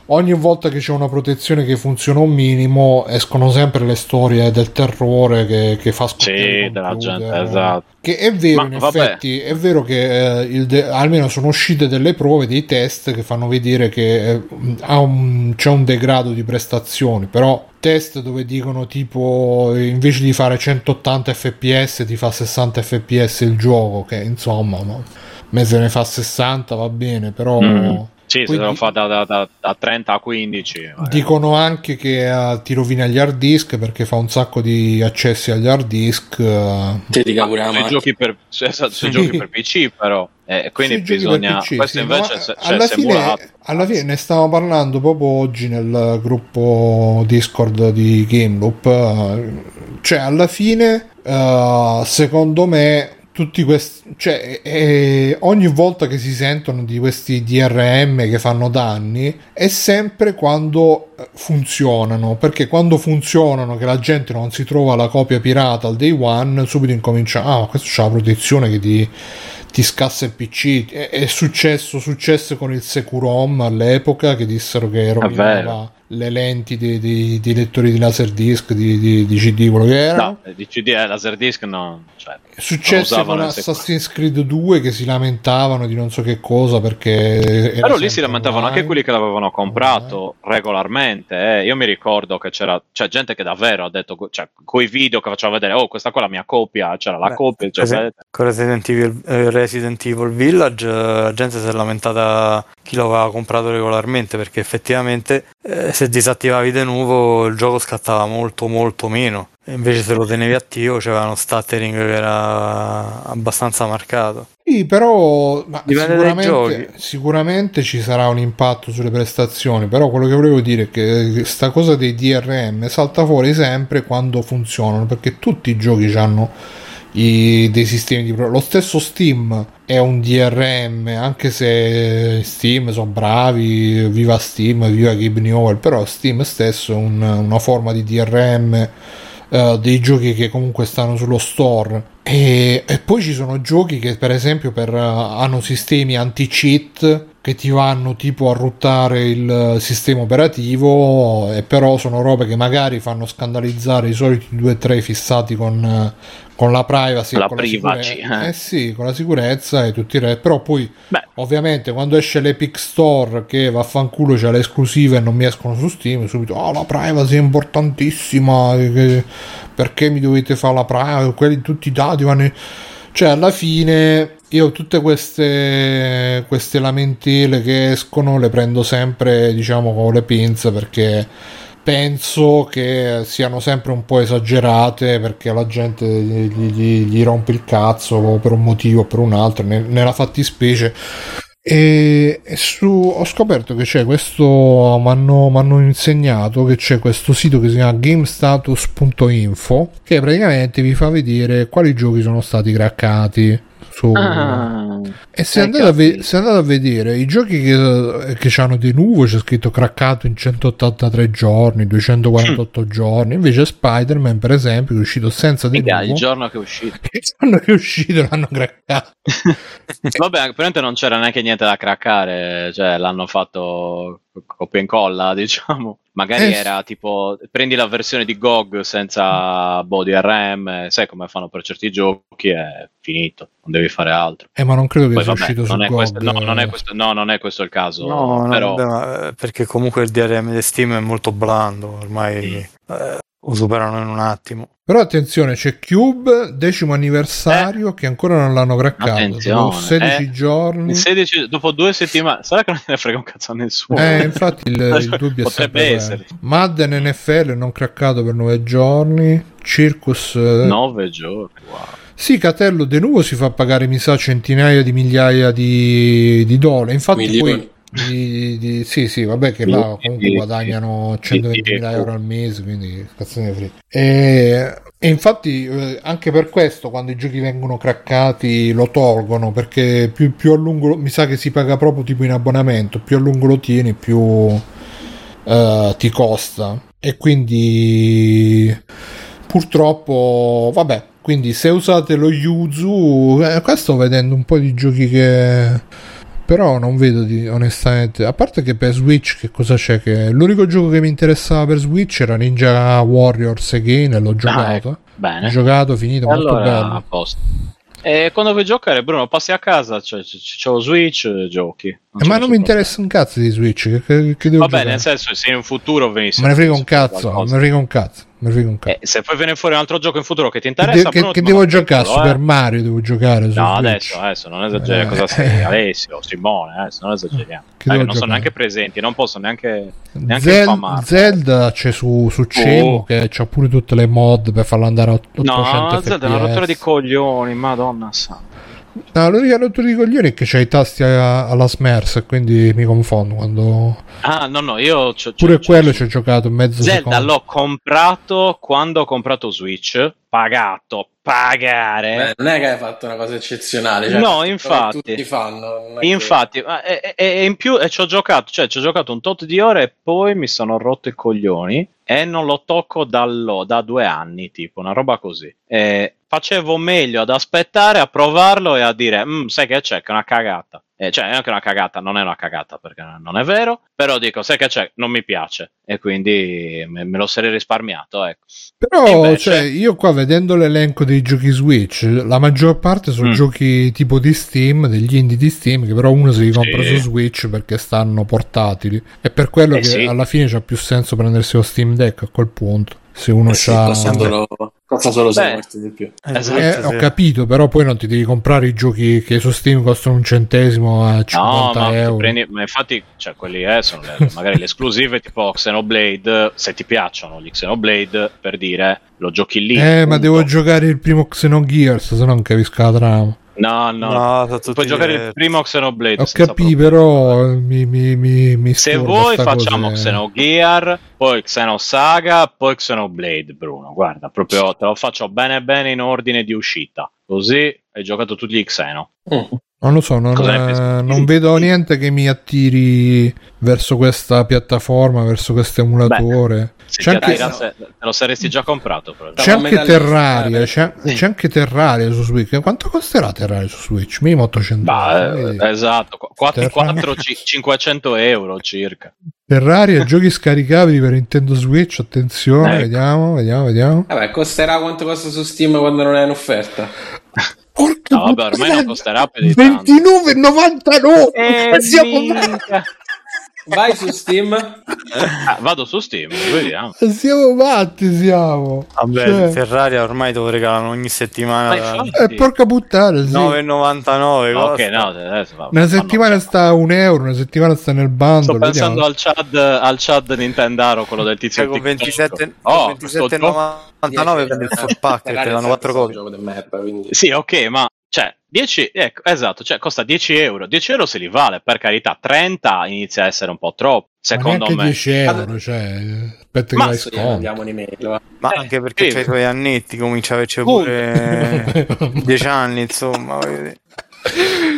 Speaker 1: Ogni volta che c'è una protezione che funziona un minimo, escono sempre le storie del terrore che, che fa scoppiare
Speaker 2: Sì,
Speaker 1: il
Speaker 2: della gente,
Speaker 1: computer.
Speaker 2: esatto.
Speaker 1: Che è vero,
Speaker 2: Ma
Speaker 1: in
Speaker 2: vabbè.
Speaker 1: effetti, è vero che eh, il de- almeno sono uscite delle prove, dei test che fanno vedere che eh, ha un- c'è un degrado di prestazioni, però test dove dicono tipo eh, invece di fare 180 fps ti fa 60 fps il gioco, che insomma, no? mezzo ne fa 60 va bene, però...
Speaker 2: Mm. Sì, se
Speaker 1: Poi
Speaker 2: lo
Speaker 1: di-
Speaker 2: fa da, da- da- da 30 a eh. 15. magari.
Speaker 1: Dicono anche che eh, ti rovina gli hard disk perché fa un sacco di accessi agli hard disk. eh,
Speaker 3: Ti dica pure la
Speaker 2: sui
Speaker 3: macchina.
Speaker 2: giochi per, se- se-
Speaker 1: Sì.
Speaker 2: sui giochi per PC, però. Eh, quindi
Speaker 1: sui giochi per
Speaker 2: bisogna.
Speaker 1: PC,
Speaker 2: questo
Speaker 1: sì,
Speaker 2: invece
Speaker 1: no,
Speaker 2: se- cioè,
Speaker 1: alla,
Speaker 2: se
Speaker 1: fine,
Speaker 2: emulato-
Speaker 1: alla fine ne stavamo parlando proprio oggi nel gruppo Discord di Gameloop. eh, Cioè, alla fine, eh, secondo me, tutti questi. Cioè, eh, ogni volta che si sentono di questi DRM che fanno danni è sempre quando eh, funzionano. Perché quando funzionano, che la gente non si trova la copia pirata al day one, subito incomincia. Ah, ma questo c'ha la protezione che ti ti scassa il PC. È, è successo, successo con il Securom all'epoca che dissero che rovinava
Speaker 2: vero.
Speaker 1: le lenti dei, dei- dei lettori di Laserdisc, di, di, di CD, quello che era.
Speaker 2: No, eh, di CD e Laserdisc no. Cioè,
Speaker 1: È successo
Speaker 2: usavano
Speaker 1: con
Speaker 2: il Securom.
Speaker 1: Assassin's Creed 2 che si lamentavano di non so che cosa perché. era
Speaker 2: Però lì si
Speaker 1: sempre
Speaker 2: lamentavano
Speaker 1: online.
Speaker 2: anche quelli che l'avevano comprato regolarmente. eh. Io mi ricordo che c'era c'è gente che davvero ha detto, cioè, coi video che faceva vedere, oh, questa qua è la mia copia, c'era la
Speaker 4: Beh,
Speaker 2: copia. Cioè,
Speaker 4: Resi- Con Resident Evil, eh, Resident Evil Village eh, la gente si è lamentata chi lo aveva comprato regolarmente perché effettivamente eh, se disattivavi di nuovo il gioco scattava molto molto meno E invece se lo tenevi attivo c'era uno stuttering che era abbastanza marcato
Speaker 1: Sì, però ma
Speaker 4: Dipende dai
Speaker 1: sicuramente,
Speaker 4: giochi.
Speaker 1: sicuramente ci sarà un impatto sulle prestazioni, però quello che volevo dire è che eh, sta cosa dei DRM salta fuori sempre quando funzionano, perché tutti i giochi hanno i- dei sistemi di... pro- Lo stesso Steam è un DRM, anche se Steam sono bravi, viva Steam, viva Gabe Newell, però Steam stesso è un- una forma di DRM eh, dei giochi che comunque stanno sullo store. E, e poi ci sono giochi che, per esempio, per, eh, hanno sistemi anti-cheat che ti vanno tipo a ruttare il eh, sistema operativo, e però sono robe che magari fanno scandalizzare i soliti 2-3 fissati con, eh, con la privacy, e
Speaker 2: La
Speaker 1: con, la
Speaker 2: privacy,
Speaker 1: sicure-
Speaker 2: eh.
Speaker 1: eh sì, con la sicurezza e tutti i re. Però poi
Speaker 2: Beh.
Speaker 1: Ovviamente quando esce l'Epic Store che vaffanculo c'è le esclusive e non mi escono su Steam, subito "Ah, la privacy è importantissima, eh, che- perché mi dovete fare la privacy, quelli tutti i dati vanno... in-". Cioè alla fine io tutte queste, queste lamentele che escono le prendo sempre diciamo con le pinze perché penso che siano sempre un po' esagerate perché la gente gli, gli- gli- gli rompe il cazzo per un motivo o per un altro, ne- nella fattispecie E e su, ho scoperto che c'è questo, mi hanno insegnato che c'è questo sito che si chiama gamestatus.info che praticamente vi fa vedere quali giochi sono stati craccati. su-
Speaker 7: Ah.
Speaker 1: e se
Speaker 2: Eh,
Speaker 1: andate, a ve-
Speaker 2: cazzo.
Speaker 1: se andate a vedere i giochi che, che hanno di nuovo c'è scritto craccato in 183 giorni, 248
Speaker 2: Mm.
Speaker 1: giorni, invece Spider-Man per esempio che è uscito senza di
Speaker 2: Mica,
Speaker 1: nuovo,
Speaker 2: il giorno che è uscito.
Speaker 1: il giorno *laughs* che è uscito l'hanno craccato.
Speaker 2: *laughs* Vabbè, probabilmente non c'era neanche niente da craccare, cioè l'hanno fatto copia e incolla, *laughs* diciamo. Magari
Speaker 1: Eh, sì.
Speaker 2: era tipo, prendi la versione di GOG senza body RM, eh, sai come fanno per certi giochi, è finito, non devi fare altro.
Speaker 1: Eh, ma non credo che
Speaker 2: Poi,
Speaker 1: sia
Speaker 2: vabbè,
Speaker 1: uscito su eh.
Speaker 2: non è
Speaker 1: GOG.
Speaker 2: questo, no, non è questo, no, non è questo il caso,
Speaker 4: No, no,
Speaker 2: però...
Speaker 4: vabbè, ma, eh, perché comunque il DRM di Steam è molto blando, ormai eh, lo superano in un attimo.
Speaker 1: Però attenzione, c'è Cube, decimo anniversario, che ancora non l'hanno craccato.
Speaker 2: Eh. Attenzione,
Speaker 1: Dopo 16
Speaker 2: eh.
Speaker 1: giorni.
Speaker 2: In 16, dopo due settimane, sarà che non ne frega un cazzo a nessuno.
Speaker 1: Eh, infatti il, il dubbio è sempre
Speaker 2: Potrebbe
Speaker 1: quello.
Speaker 2: essere
Speaker 1: Madden NFL non craccato per 9 giorni. Circus... eh,
Speaker 2: 9 giorni. Wow.
Speaker 1: Sì, Catello De Nuvo si fa pagare, mi sa, centinaia di migliaia di, di dollari. Infatti
Speaker 3: Milioni.
Speaker 1: poi... Di, di- sì, sì, vabbè che là
Speaker 7: Milioni
Speaker 1: comunque
Speaker 7: di-
Speaker 1: guadagnano
Speaker 7: di- di-
Speaker 1: 120.000 euro al mese, quindi cazzo ne frega. E, e infatti eh, anche per questo quando i giochi vengono craccati lo tolgono, perché più, più a lungo, lo- mi sa che si paga proprio tipo in abbonamento, più a lungo lo tieni più eh, ti costa. E quindi purtroppo, vabbè, quindi se usate lo Yuzu, eh, qua sto vedendo un po' di giochi che però non vedo di, onestamente, a parte che per Switch che cosa c'è che l'unico gioco che mi interessava per Switch era Ninja Warriors Again e l'ho giocato.
Speaker 2: ecco,
Speaker 1: Ho
Speaker 2: Bene.
Speaker 1: giocato, finito, molto
Speaker 2: allora, a
Speaker 1: bello.
Speaker 2: posto. E quando vuoi giocare, Bruno, passi a casa, c'è, c'è- c'è lo Switch, eh, giochi.
Speaker 1: Eh,
Speaker 2: c'è
Speaker 1: ma non
Speaker 2: nessun
Speaker 1: mi interessa un cazzo di Switch, che, che, che devo
Speaker 2: problema. Vabbè,
Speaker 1: giocare?
Speaker 2: nel senso, se in futuro venisse...
Speaker 1: Me ne frega un
Speaker 2: se fa
Speaker 1: cazzo, me
Speaker 2: qualcosa.
Speaker 1: ne frega un cazzo, me ne frega un cazzo.
Speaker 2: Eh, se poi viene fuori un altro gioco in futuro che ti
Speaker 1: Che,
Speaker 2: interessa...
Speaker 1: de- che-
Speaker 2: Bruno,
Speaker 1: che
Speaker 2: ti
Speaker 1: devo
Speaker 2: mando un
Speaker 1: giocare?
Speaker 2: titolo, eh.
Speaker 1: Super Mario devo giocare su
Speaker 2: No,
Speaker 1: Switch.
Speaker 2: adesso, adesso non esageriamo. Cosa sei?
Speaker 1: *laughs*
Speaker 2: Alessio, Simone, adesso non esageriamo.
Speaker 1: Eh. Che
Speaker 2: Dai,
Speaker 1: devo
Speaker 2: non sono
Speaker 1: giocare?
Speaker 2: neanche presenti, non posso neanche... neanche
Speaker 1: Zel-
Speaker 2: infamarlo.
Speaker 1: Zelda c'è su,
Speaker 2: Oh.
Speaker 1: su Cemo che c'ha pure tutte le mod per farlo andare a 800
Speaker 2: No, Zelda è una
Speaker 1: FPS.
Speaker 2: rottura di coglioni, madonna santa.
Speaker 1: No, l'unica rottura di coglioni è che c'ha i tasti a- alla smers quindi mi confondo quando
Speaker 2: Ah, no, no, io... c'ho- c'ho-
Speaker 1: pure
Speaker 2: c'ho-
Speaker 1: quello ci ho giocato mezzo
Speaker 2: Zelda
Speaker 1: secondo.
Speaker 2: l'ho comprato quando ho comprato Switch, pagato, pagare.
Speaker 3: Beh, non è che hai fatto una cosa eccezionale. Cioè,
Speaker 2: Eh, No,
Speaker 3: come
Speaker 2: infatti.
Speaker 3: Tutti fanno. non è che-
Speaker 2: Infatti, ma- e, e- e in più e ci ho giocato, cioè ci ho giocato un tot di ore e poi mi sono rotto i coglioni e non lo tocco dallo- da due anni, tipo una roba così. E facevo meglio ad aspettare, a provarlo e a dire, "Mm, sai che c'è, che è una cagata. Eh, cioè, non è che è una cagata, non è una cagata perché non è vero, però dico, sai che c'è, non mi piace e quindi me, me lo sarei risparmiato, ecco.
Speaker 1: Però
Speaker 2: Invece-
Speaker 1: cioè, io qua vedendo l'elenco dei giochi Switch, la maggior parte sono
Speaker 2: Mm.
Speaker 1: giochi tipo di Steam, degli indie di Steam, che però uno si li compra
Speaker 2: Sì.
Speaker 1: su Switch perché stanno portatili. È per quello
Speaker 2: Eh
Speaker 1: che
Speaker 2: sì.
Speaker 1: alla fine c'ha più senso prendersi lo Steam Deck a quel punto. Se uno
Speaker 3: Eh sì,
Speaker 1: c'ha...
Speaker 3: costa solo, costa solo sei
Speaker 2: Beh.
Speaker 3: morti di più.
Speaker 2: Esatto.
Speaker 1: Eh,
Speaker 4: sì.
Speaker 1: ho capito, però poi non ti devi comprare i giochi che su Steam costano un centesimo a 50
Speaker 2: no, ma, ti
Speaker 1: euro.
Speaker 2: prendi- ma infatti, cioè, quelli eh, sono le- magari le esclusive tipo Xenoblade. Se ti piacciono gli Xenoblade, per dire, lo giochi lì.
Speaker 1: eh, ma
Speaker 2: punto.
Speaker 1: devo giocare il primo Xenogears, se no non capisco la trama.
Speaker 2: No, no,
Speaker 4: No, sono
Speaker 2: puoi
Speaker 4: tutti
Speaker 2: giocare il
Speaker 4: diversi.
Speaker 2: primo Xenoblade.
Speaker 1: Ho
Speaker 2: senza
Speaker 1: capito,
Speaker 2: problemi.
Speaker 1: però eh, mi, mi, mi, mi
Speaker 2: Se
Speaker 1: sturba
Speaker 2: vuoi,
Speaker 1: sta
Speaker 2: facciamo
Speaker 1: cosa. eh.
Speaker 2: Xenogear, poi Xenosaga, poi Xenoblade. Bruno, guarda, proprio te lo faccio bene, bene in ordine di uscita. Così hai giocato tutti gli Xeno.
Speaker 1: Non lo so, non,
Speaker 2: Cosa ne pensi?
Speaker 1: eh, non vedo niente che mi attiri verso questa piattaforma, verso questo emulatore.
Speaker 2: Se
Speaker 1: C'è
Speaker 2: ti
Speaker 1: anche-
Speaker 2: attirasse- te lo saresti già comprato. probabilmente.
Speaker 1: C'è
Speaker 3: Stavo a
Speaker 1: anche
Speaker 3: metà lista,
Speaker 1: Terraria,
Speaker 3: eh.
Speaker 1: c'è, c'è anche Terraria su Switch. Quanto costerà Terraria su Switch? Minimo 800
Speaker 2: Bah,
Speaker 1: euro.
Speaker 2: eh,
Speaker 1: vedi.
Speaker 2: esatto,
Speaker 1: Terra-
Speaker 2: 4-500 euro circa.
Speaker 1: Terraria,
Speaker 2: *laughs*
Speaker 1: giochi scaricabili per Nintendo Switch, attenzione,
Speaker 2: Ecco.
Speaker 1: vediamo, vediamo, vediamo.
Speaker 3: Vabbè, costerà quanto costa su Steam quando non è in offerta.
Speaker 1: Porca
Speaker 2: No, vabbè, ormai non costerà più di tanto. Eh,
Speaker 1: 29,99.
Speaker 3: Vai su
Speaker 1: *laughs*
Speaker 3: Steam.
Speaker 2: Ah, vado su Steam, vediamo.
Speaker 1: siamo fatti, siamo.
Speaker 4: Vabbè,
Speaker 1: Cioè,
Speaker 4: Ferrari ormai te lo regalano ogni
Speaker 2: Ma
Speaker 4: settimana. da
Speaker 2: infatti-
Speaker 1: eh, porca puttana, sì.
Speaker 4: 9,99
Speaker 2: Ah, ok,
Speaker 4: costa.
Speaker 2: eh, no, adesso va-
Speaker 1: Una
Speaker 2: fanno-
Speaker 1: settimana sta a un euro, una settimana sta nel bando.
Speaker 2: Sto pensando
Speaker 1: vediamo.
Speaker 2: al Chad, al Chad Nintendaro, quello del tizio
Speaker 4: Cioè, con
Speaker 2: TikTok.
Speaker 4: 27,
Speaker 2: Oh,
Speaker 4: con
Speaker 2: questo gioco-
Speaker 4: 27,99 prendi il full pack e te danno 4
Speaker 3: cose.
Speaker 4: copie.
Speaker 3: gioco di merda, quindi.
Speaker 2: Sì, ok, ma Cioè, 10, ecco, esatto, cioè costa 10 euro. 10 euro se li vale, per carità. 30 inizia a essere un po' troppo, secondo
Speaker 1: neanche
Speaker 2: me.
Speaker 1: 10 euro, cioè, aspetta che
Speaker 2: Ma
Speaker 1: vai
Speaker 3: Adesso gli mandiamo
Speaker 1: sconto.
Speaker 3: un'email. va.
Speaker 4: Ma
Speaker 2: Eh,
Speaker 4: anche perché
Speaker 2: sì.
Speaker 4: c'hai i tuoi annetti, cominci a averci pure
Speaker 2: *laughs*
Speaker 4: 10 anni, insomma. vedi.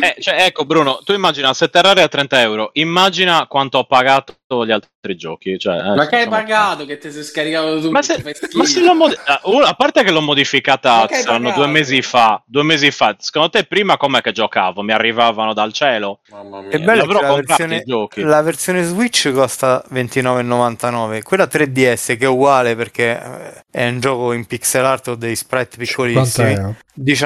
Speaker 2: Eh, cioè, ecco Bruno, tu immagina se Terraria a 30 euro, immagina quanto ho pagato gli altri giochi. Cioè, eh,
Speaker 3: Ma che hai
Speaker 2: insomma.
Speaker 3: pagato? Che ti sei scaricato tutto?
Speaker 2: Ma se,
Speaker 3: fai schifo.
Speaker 2: ma se l'ho modi- ah, uno, a parte che l'ho modificata
Speaker 3: Ma che hai
Speaker 2: saranno
Speaker 3: pagato?
Speaker 2: due mesi fa, due mesi fa, secondo te prima com'è che giocavo? Mi arrivavano dal cielo?
Speaker 3: Mamma
Speaker 1: Eh,
Speaker 3: mia.
Speaker 4: È bello
Speaker 2: l'avrò
Speaker 4: che la
Speaker 2: comprati i
Speaker 4: versione,
Speaker 2: giochi.
Speaker 4: la versione Switch costa 29,99. Quella 3DS, che è uguale perché eh, è un gioco in pixel art o dei sprite piccolissimi,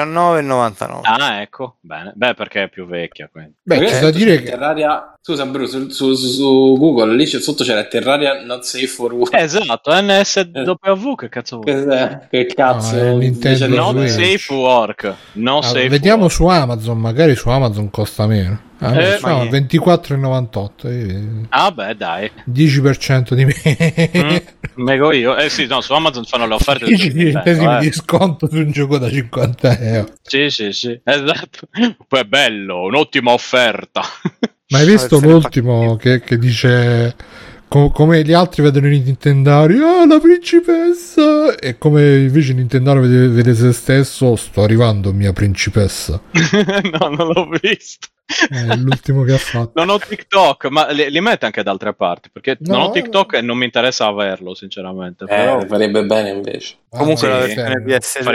Speaker 4: 19,99.
Speaker 2: Ah, ecco, bene, beh, perché è più vecchia. Quindi.
Speaker 1: Beh, c'è da
Speaker 3: Perché
Speaker 1: dire
Speaker 3: su
Speaker 1: che
Speaker 3: Terraria... Scusa, Bruno, su, su- su- su Google lì c'è, sotto c'era Terraria Not Safe for Work.
Speaker 2: Eh, Esatto, NSW, che cazzo
Speaker 1: Eh,
Speaker 2: vuoi?
Speaker 3: Cos'è? *laughs* Che cazzo?
Speaker 1: No, è Nintendo
Speaker 3: Dice-
Speaker 1: Switch.
Speaker 2: Non Eh. safe work, no
Speaker 1: eh, Ah,
Speaker 2: safe
Speaker 1: vediamo
Speaker 2: work.
Speaker 1: su Amazon, magari su Amazon costa meno. Ah,
Speaker 2: Eh,
Speaker 1: no,
Speaker 2: ma
Speaker 1: no,
Speaker 4: chi?
Speaker 1: 24,98 eh,
Speaker 2: Ah, beh, dai.
Speaker 1: 10% di meno.
Speaker 2: Mm, Mego io. Eh sì, no, su Amazon fanno le offerte. di
Speaker 1: 10
Speaker 2: tutto il
Speaker 1: centesimi
Speaker 2: tempo,
Speaker 1: di
Speaker 2: eh.
Speaker 1: sconto su un gioco da 50 euro.
Speaker 2: Sì, sì, sì, esatto. *laughs* Poi è bello, un'ottima offerta. *laughs*
Speaker 1: Ma hai visto
Speaker 4: Deve essere
Speaker 1: l'ultimo che, che dice co- come gli altri vedono i Nintendari, ah la principessa! E come invece il Nintendaro vede, vede se stesso, sto arrivando mia principessa.
Speaker 2: no, non l'ho visto.
Speaker 1: È l'ultimo che ha fatto.
Speaker 2: Non ho TikTok, ma li, li mette anche da altre parti, perché
Speaker 1: No,
Speaker 2: non ho TikTok e non mi interessa averlo, sinceramente. però
Speaker 3: Eh, farebbe bene invece.
Speaker 4: Comunque
Speaker 1: Ah,
Speaker 4: la
Speaker 1: sì.
Speaker 4: versione
Speaker 2: fare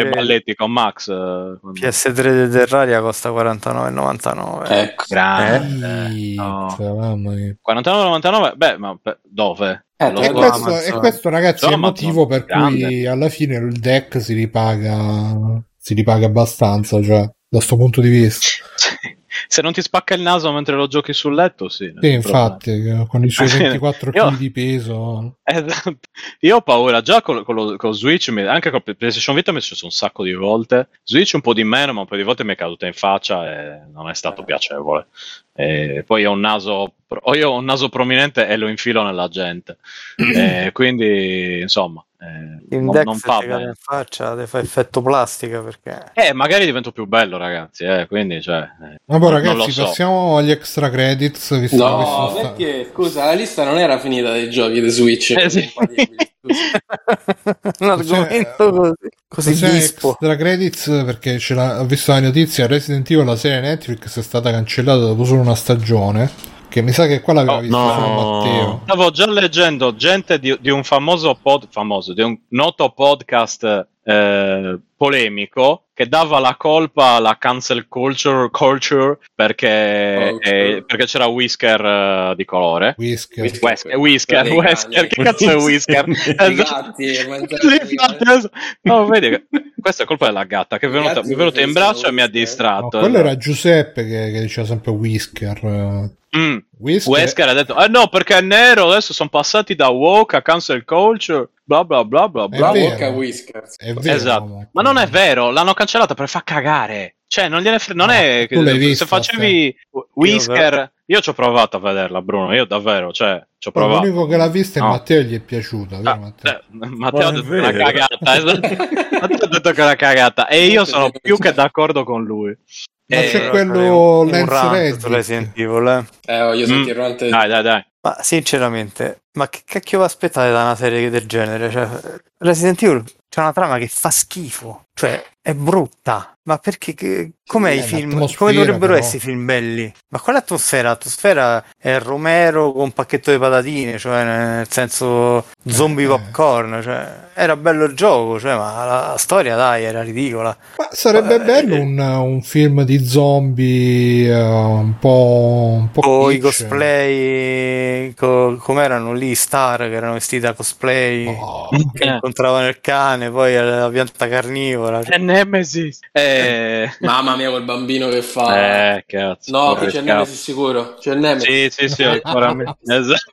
Speaker 2: i
Speaker 4: PS3,
Speaker 2: balletti con Max. eh, quando-
Speaker 4: PS3 di Terraria costa 49,99.
Speaker 2: Eh,
Speaker 3: Ecco.
Speaker 2: Grande. Eh, no.
Speaker 1: Pizza, cioè, mamma mia.
Speaker 2: 49,99, beh, ma per- dove? *laughs*
Speaker 3: Eh,
Speaker 2: Lo
Speaker 1: E
Speaker 3: su
Speaker 2: so-
Speaker 1: questo,
Speaker 4: Amazon.
Speaker 1: e questo, ragazzi
Speaker 2: Su
Speaker 1: è il
Speaker 2: Amazon,
Speaker 1: motivo per cui
Speaker 2: grande.
Speaker 1: alla fine il deck si ripaga, si ripaga abbastanza, cioè, da questo punto di vista.
Speaker 2: Se non ti spacca il naso mentre lo giochi sul letto, sì. non
Speaker 1: Sì,
Speaker 2: c'è problema.
Speaker 1: infatti, eh, con i suoi
Speaker 2: Sì,
Speaker 1: 24
Speaker 2: *laughs* io-
Speaker 1: kg di peso.
Speaker 2: Esatto. Io ho paura, già con, con lo, con Switch, mi- anche con PlayStation Vita mi è successo un sacco di volte. Switch un po' di meno, ma un po' di volte mi è caduta in faccia e non è stato piacevole. E poi ho un naso, pro- o io ho un naso prominente e lo infilo nella gente. E quindi, insomma, eh,
Speaker 4: Il
Speaker 2: non,
Speaker 4: Dex
Speaker 2: non
Speaker 4: se
Speaker 2: fa
Speaker 4: ti cade in
Speaker 2: bene.
Speaker 4: faccia, ti fa effetto plastica
Speaker 1: *laughs*
Speaker 4: perché...
Speaker 2: Eh, magari divento più bello, ragazzi. Eh, quindi, cioè, eh,
Speaker 1: Ma poi
Speaker 2: non- non
Speaker 1: ragazzi,
Speaker 2: lo so.
Speaker 1: passiamo agli extra credits. Visto che
Speaker 3: No,
Speaker 1: questo sta-
Speaker 3: perché scusa, la lista non era finita dei giochi di Switch
Speaker 2: Eh, sì.
Speaker 3: compatibili, scusa.
Speaker 4: un argomento così, così
Speaker 1: Cos'è
Speaker 4: bispo.
Speaker 1: extra credits perché ce l'ha- ho visto la notizia Resident Evil la serie Netflix è stata cancellata dopo solo una stagione che mi sa che qua l'aveva
Speaker 2: Oh,
Speaker 1: vista
Speaker 5: no.
Speaker 1: solo Matteo
Speaker 2: Stavo già leggendo gente di, di un famoso pod, famoso, di un noto podcast eh, polemico che dava la colpa alla cancel culture, culture perché,
Speaker 3: Culture.
Speaker 2: eh, perché c'era Whisker eh, di colore.
Speaker 1: Whisker
Speaker 3: Whisker.
Speaker 2: Wes- eh, Whisker,
Speaker 3: Dei
Speaker 2: Whisker,
Speaker 3: cani.
Speaker 2: che cazzo è Whisker?
Speaker 3: *laughs* I
Speaker 2: Esatto.
Speaker 3: gatti, mangiare i
Speaker 2: Infatti, adesso- No, vedi, che- questa è colpa della gatta che è venuta,
Speaker 3: Ragazzi,
Speaker 2: mi è venuta in
Speaker 3: pensano
Speaker 2: braccio e mi ha
Speaker 3: Whisker.
Speaker 2: distratto.
Speaker 1: No, quello
Speaker 2: esatto.
Speaker 1: era Giuseppe che, che diceva sempre Whisker eh.
Speaker 2: Mm.
Speaker 1: Whisker,
Speaker 2: Wesker ha detto, ah no, perché è nero, adesso sono passati da woke a cancel culture, bla bla bla bla
Speaker 1: È
Speaker 2: bla.
Speaker 1: vero.
Speaker 3: Bocca Whiskers.
Speaker 1: è vero ecco.
Speaker 2: Esatto.
Speaker 1: comunque.
Speaker 2: Ma non è vero, l'hanno cancellata per far cagare. Cioè, non gliene fre- non
Speaker 1: No,
Speaker 2: è
Speaker 1: tu l'hai
Speaker 2: se
Speaker 1: vista,
Speaker 2: facevi Whisker, io ci ho provato a vederla, Bruno, io davvero, cioè, ci ho
Speaker 1: Però
Speaker 2: provato.
Speaker 1: l'unico che l'ha vista è
Speaker 2: No.
Speaker 1: Matteo e gli è piaciuta vero,
Speaker 2: Ah,
Speaker 1: Matteo?
Speaker 2: eh, Matteo ha
Speaker 5: Ma è
Speaker 2: detto una
Speaker 5: vero.
Speaker 2: cagata, esatto.
Speaker 5: *laughs*
Speaker 2: Matteo ha detto che è una cagata e io sono più che d'accordo con lui.
Speaker 1: Ma
Speaker 2: Eh,
Speaker 1: c'è
Speaker 4: Però
Speaker 1: quello
Speaker 4: faremo un
Speaker 1: Lance
Speaker 4: rant
Speaker 1: Reddick.
Speaker 4: su Resident Evil, eh.
Speaker 3: *laughs* Eh, voglio
Speaker 2: Mm.
Speaker 3: sentire durante
Speaker 2: Dai, dai, dai.
Speaker 4: Ma sinceramente, ma che cacchio vi aspettate da una serie del genere? Cioè, Resident Evil c'è una trama che fa schifo, cioè è brutta. Ma perché? Che, com'è
Speaker 1: Sì,
Speaker 4: i
Speaker 1: è
Speaker 4: film?
Speaker 1: l'atmosfera,
Speaker 4: Come dovrebbero
Speaker 1: però.
Speaker 4: essere i film belli? Ma qual è l'atmosfera? L'atmosfera è Romero con un pacchetto di patatine, cioè nel senso zombie
Speaker 1: Eh.
Speaker 4: popcorn. Cioè, era bello il gioco, cioè, ma la, la storia dai era ridicola.
Speaker 1: Ma sarebbe
Speaker 4: Eh,
Speaker 1: bello un, un film di zombie eh, un po'. un po'
Speaker 4: Con Oh, i
Speaker 1: kitsch.
Speaker 4: cosplay, co- com'erano lì, i star che erano vestiti da cosplay.
Speaker 1: Oh,
Speaker 4: che
Speaker 2: Eh.
Speaker 4: incontravano il cane, poi la pianta carnivora. cioè,
Speaker 2: È Nemesis. Eh,
Speaker 3: Mamma mia, quel bambino che fa.
Speaker 2: eh, cazzo.
Speaker 3: no,
Speaker 2: porca
Speaker 3: che c'è il Nemesis sicuro. C'è il Nemesis.
Speaker 2: Sì, sì,
Speaker 4: *laughs*
Speaker 2: sì, ancora me. Esatto.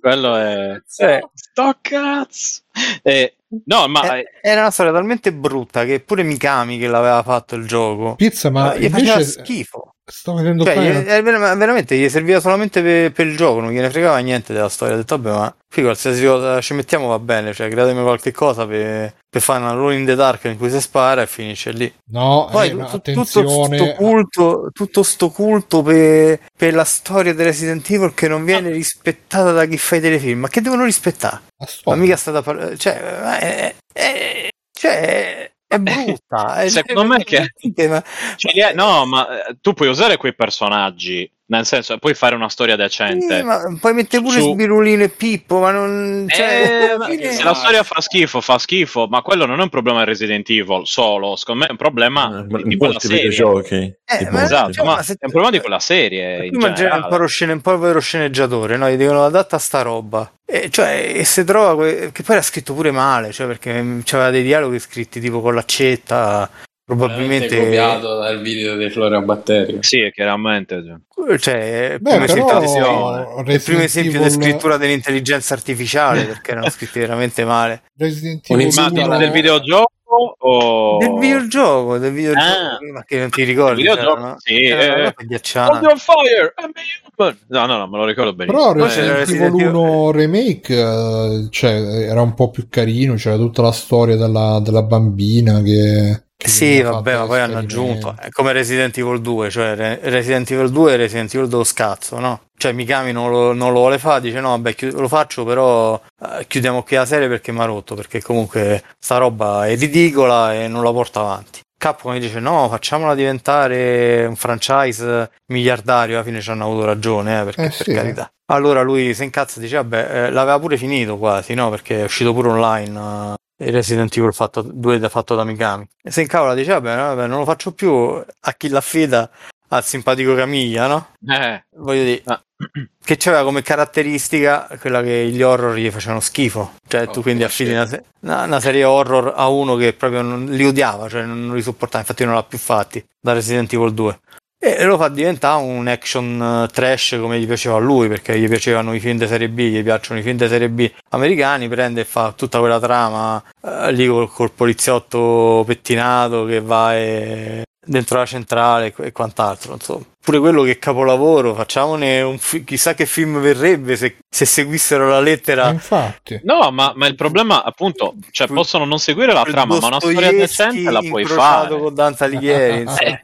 Speaker 2: Quello è... Sto cazzo! Eh, no, ma...
Speaker 4: eh, Era una storia talmente brutta che pure Mikami che l'aveva fatto il gioco.
Speaker 1: Pizza, ma
Speaker 4: Ah, gli faceva
Speaker 1: invece.
Speaker 4: schifo.
Speaker 1: Sto vedendo
Speaker 4: Cioè,
Speaker 1: qua.
Speaker 4: gli- eh, ver- ma veramente gli serviva solamente pe- per il gioco, non gliene fregava niente della storia. Ho detto, vabbè, ma qui qualsiasi cosa ci mettiamo va bene, cioè createmi qualche cosa per, per fare una Rune in the Dark in cui si spara e finisce lì.
Speaker 1: No,
Speaker 4: Poi
Speaker 1: eh, no,
Speaker 4: tu-
Speaker 1: attenzione.
Speaker 4: tutto sto culto, tutto sto culto per, per la storia di Resident Evil che non viene rispettata da chi fa i telefilm. Ma che devono rispettare?
Speaker 1: a
Speaker 4: Ma
Speaker 1: storia.
Speaker 4: mica è stata. par- cioè, è, è- cioè, è brutta. *laughs* eh, è-
Speaker 2: Secondo me che-
Speaker 4: ma-
Speaker 2: Cioè, li è- no, ma eh, tu puoi usare quei personaggi, nel senso, puoi fare una storia decente.
Speaker 4: Sì, ma poi mette pure
Speaker 2: Su-
Speaker 4: Sbirulino e Pippo, ma non. Cioè,
Speaker 2: Eh,
Speaker 4: alla
Speaker 2: ma
Speaker 4: fine-
Speaker 2: se la storia fa schifo, fa schifo, ma quello non è un problema di Resident Evil solo, secondo me è un problema di- di
Speaker 5: Eh, in
Speaker 2: quella
Speaker 5: molti
Speaker 2: serie.
Speaker 5: videogiochi.
Speaker 4: Eh,
Speaker 5: Tipo,
Speaker 4: ma-
Speaker 2: Esatto,
Speaker 4: cioè,
Speaker 2: ma
Speaker 4: se-
Speaker 2: è un problema di quella serie. in
Speaker 4: Prima c'era un,
Speaker 2: generale.
Speaker 4: paroscene- un povero sceneggiatore, no? Gli dicono adatta a sta roba. E, cioè, e se trova. que- che poi era scritto pure male, cioè, perché mm, c'aveva dei dialoghi scritti tipo con l'accetta.
Speaker 3: Probabilmente
Speaker 4: Probabilmente.
Speaker 3: copiato dal video dei Flora Batterio.
Speaker 2: Sì, chiaramente. cioè.
Speaker 4: Cioè,
Speaker 1: Beh,
Speaker 4: primo
Speaker 1: però-
Speaker 4: esempio, di- eh. il primo
Speaker 1: Resident
Speaker 4: esempio di
Speaker 1: Evil-
Speaker 4: scrittura dell'intelligenza artificiale, perché erano scritti veramente male.
Speaker 1: Resident
Speaker 3: Un
Speaker 1: Evil
Speaker 2: Ma
Speaker 3: insulto
Speaker 2: dico
Speaker 3: alla-
Speaker 1: 1
Speaker 2: del videogioco o...
Speaker 4: Del videogioco, del videogioco, ma che non ti ricordi?
Speaker 2: Ah. Del videogioco,
Speaker 4: c'era, no?
Speaker 2: sì,
Speaker 4: C'era una
Speaker 2: eh.
Speaker 4: roba agghiacciante.
Speaker 2: Hold on fire! I'm a human! No, no, no, me lo ricordo benissimo. Eh,
Speaker 1: Però
Speaker 4: Poi
Speaker 1: Resident
Speaker 4: c'era
Speaker 1: Evil
Speaker 4: Resident Evil-
Speaker 1: 1 Remake eh, cioè, era un po' più carino, c'era tutta la storia della, della bambina che... che
Speaker 4: Sì,
Speaker 1: veniva
Speaker 4: vabbè,
Speaker 1: fatta
Speaker 4: ma poi hanno
Speaker 1: l'esperimento.
Speaker 4: aggiunto. eh, È come Resident Evil 2, cioè Re- Resident Evil 2 e Resident Evil 2 scazzo, no? Cioè Mikami non lo, non lo vuole fare, dice no, vabbè, chi- lo faccio, però eh, chiudiamo qui la serie perché mi ha rotto, perché comunque sta roba è ridicola e non la porta avanti. Capcom mi dice no, facciamola diventare un franchise miliardario, alla fine ci hanno avuto ragione, eh, perché
Speaker 1: Eh,
Speaker 4: per
Speaker 1: sì.
Speaker 4: carità. Allora lui si incazza e dice vabbè, eh, l'aveva pure finito quasi, no? Perché è uscito pure online eh, e Resident Evil fatto, 2 da fatto da Mikami. E se in cavola dice, vabbè, no, vabbè, non lo faccio più, a chi l'affida al simpatico Camiglia, no?
Speaker 2: Eh,
Speaker 4: Voglio dire,
Speaker 2: Ah.
Speaker 4: che c'aveva come caratteristica quella che gli horror gli facevano schifo. Cioè, tu
Speaker 3: Oh,
Speaker 4: quindi
Speaker 3: sì.
Speaker 4: affidi una, se- una- una serie horror a uno che proprio non, li odiava, cioè non, non li sopportava, infatti non l'ha più fatti da Resident Evil 2. E lo fa diventare un action eh, trash come gli piaceva a lui, perché gli piacevano i film di serie B, gli piacciono i film di serie B americani, prende e fa tutta quella trama eh, lì col, col poliziotto pettinato che va e- dentro la centrale e qu- e quant'altro, insomma. Pure quello che è capolavoro, facciamone un fi- chissà che film verrebbe se, se seguissero la
Speaker 1: Eh,
Speaker 4: lettera
Speaker 1: Infatti.
Speaker 2: No, ma, ma il problema, appunto, cioè,
Speaker 4: Quel-
Speaker 2: possono non seguire la
Speaker 4: quel
Speaker 2: trama, ma una storia
Speaker 4: Dostoevsky
Speaker 2: decente la puoi
Speaker 4: incrociato
Speaker 2: fare. *laughs*
Speaker 4: con Dante Alighieri, insomma.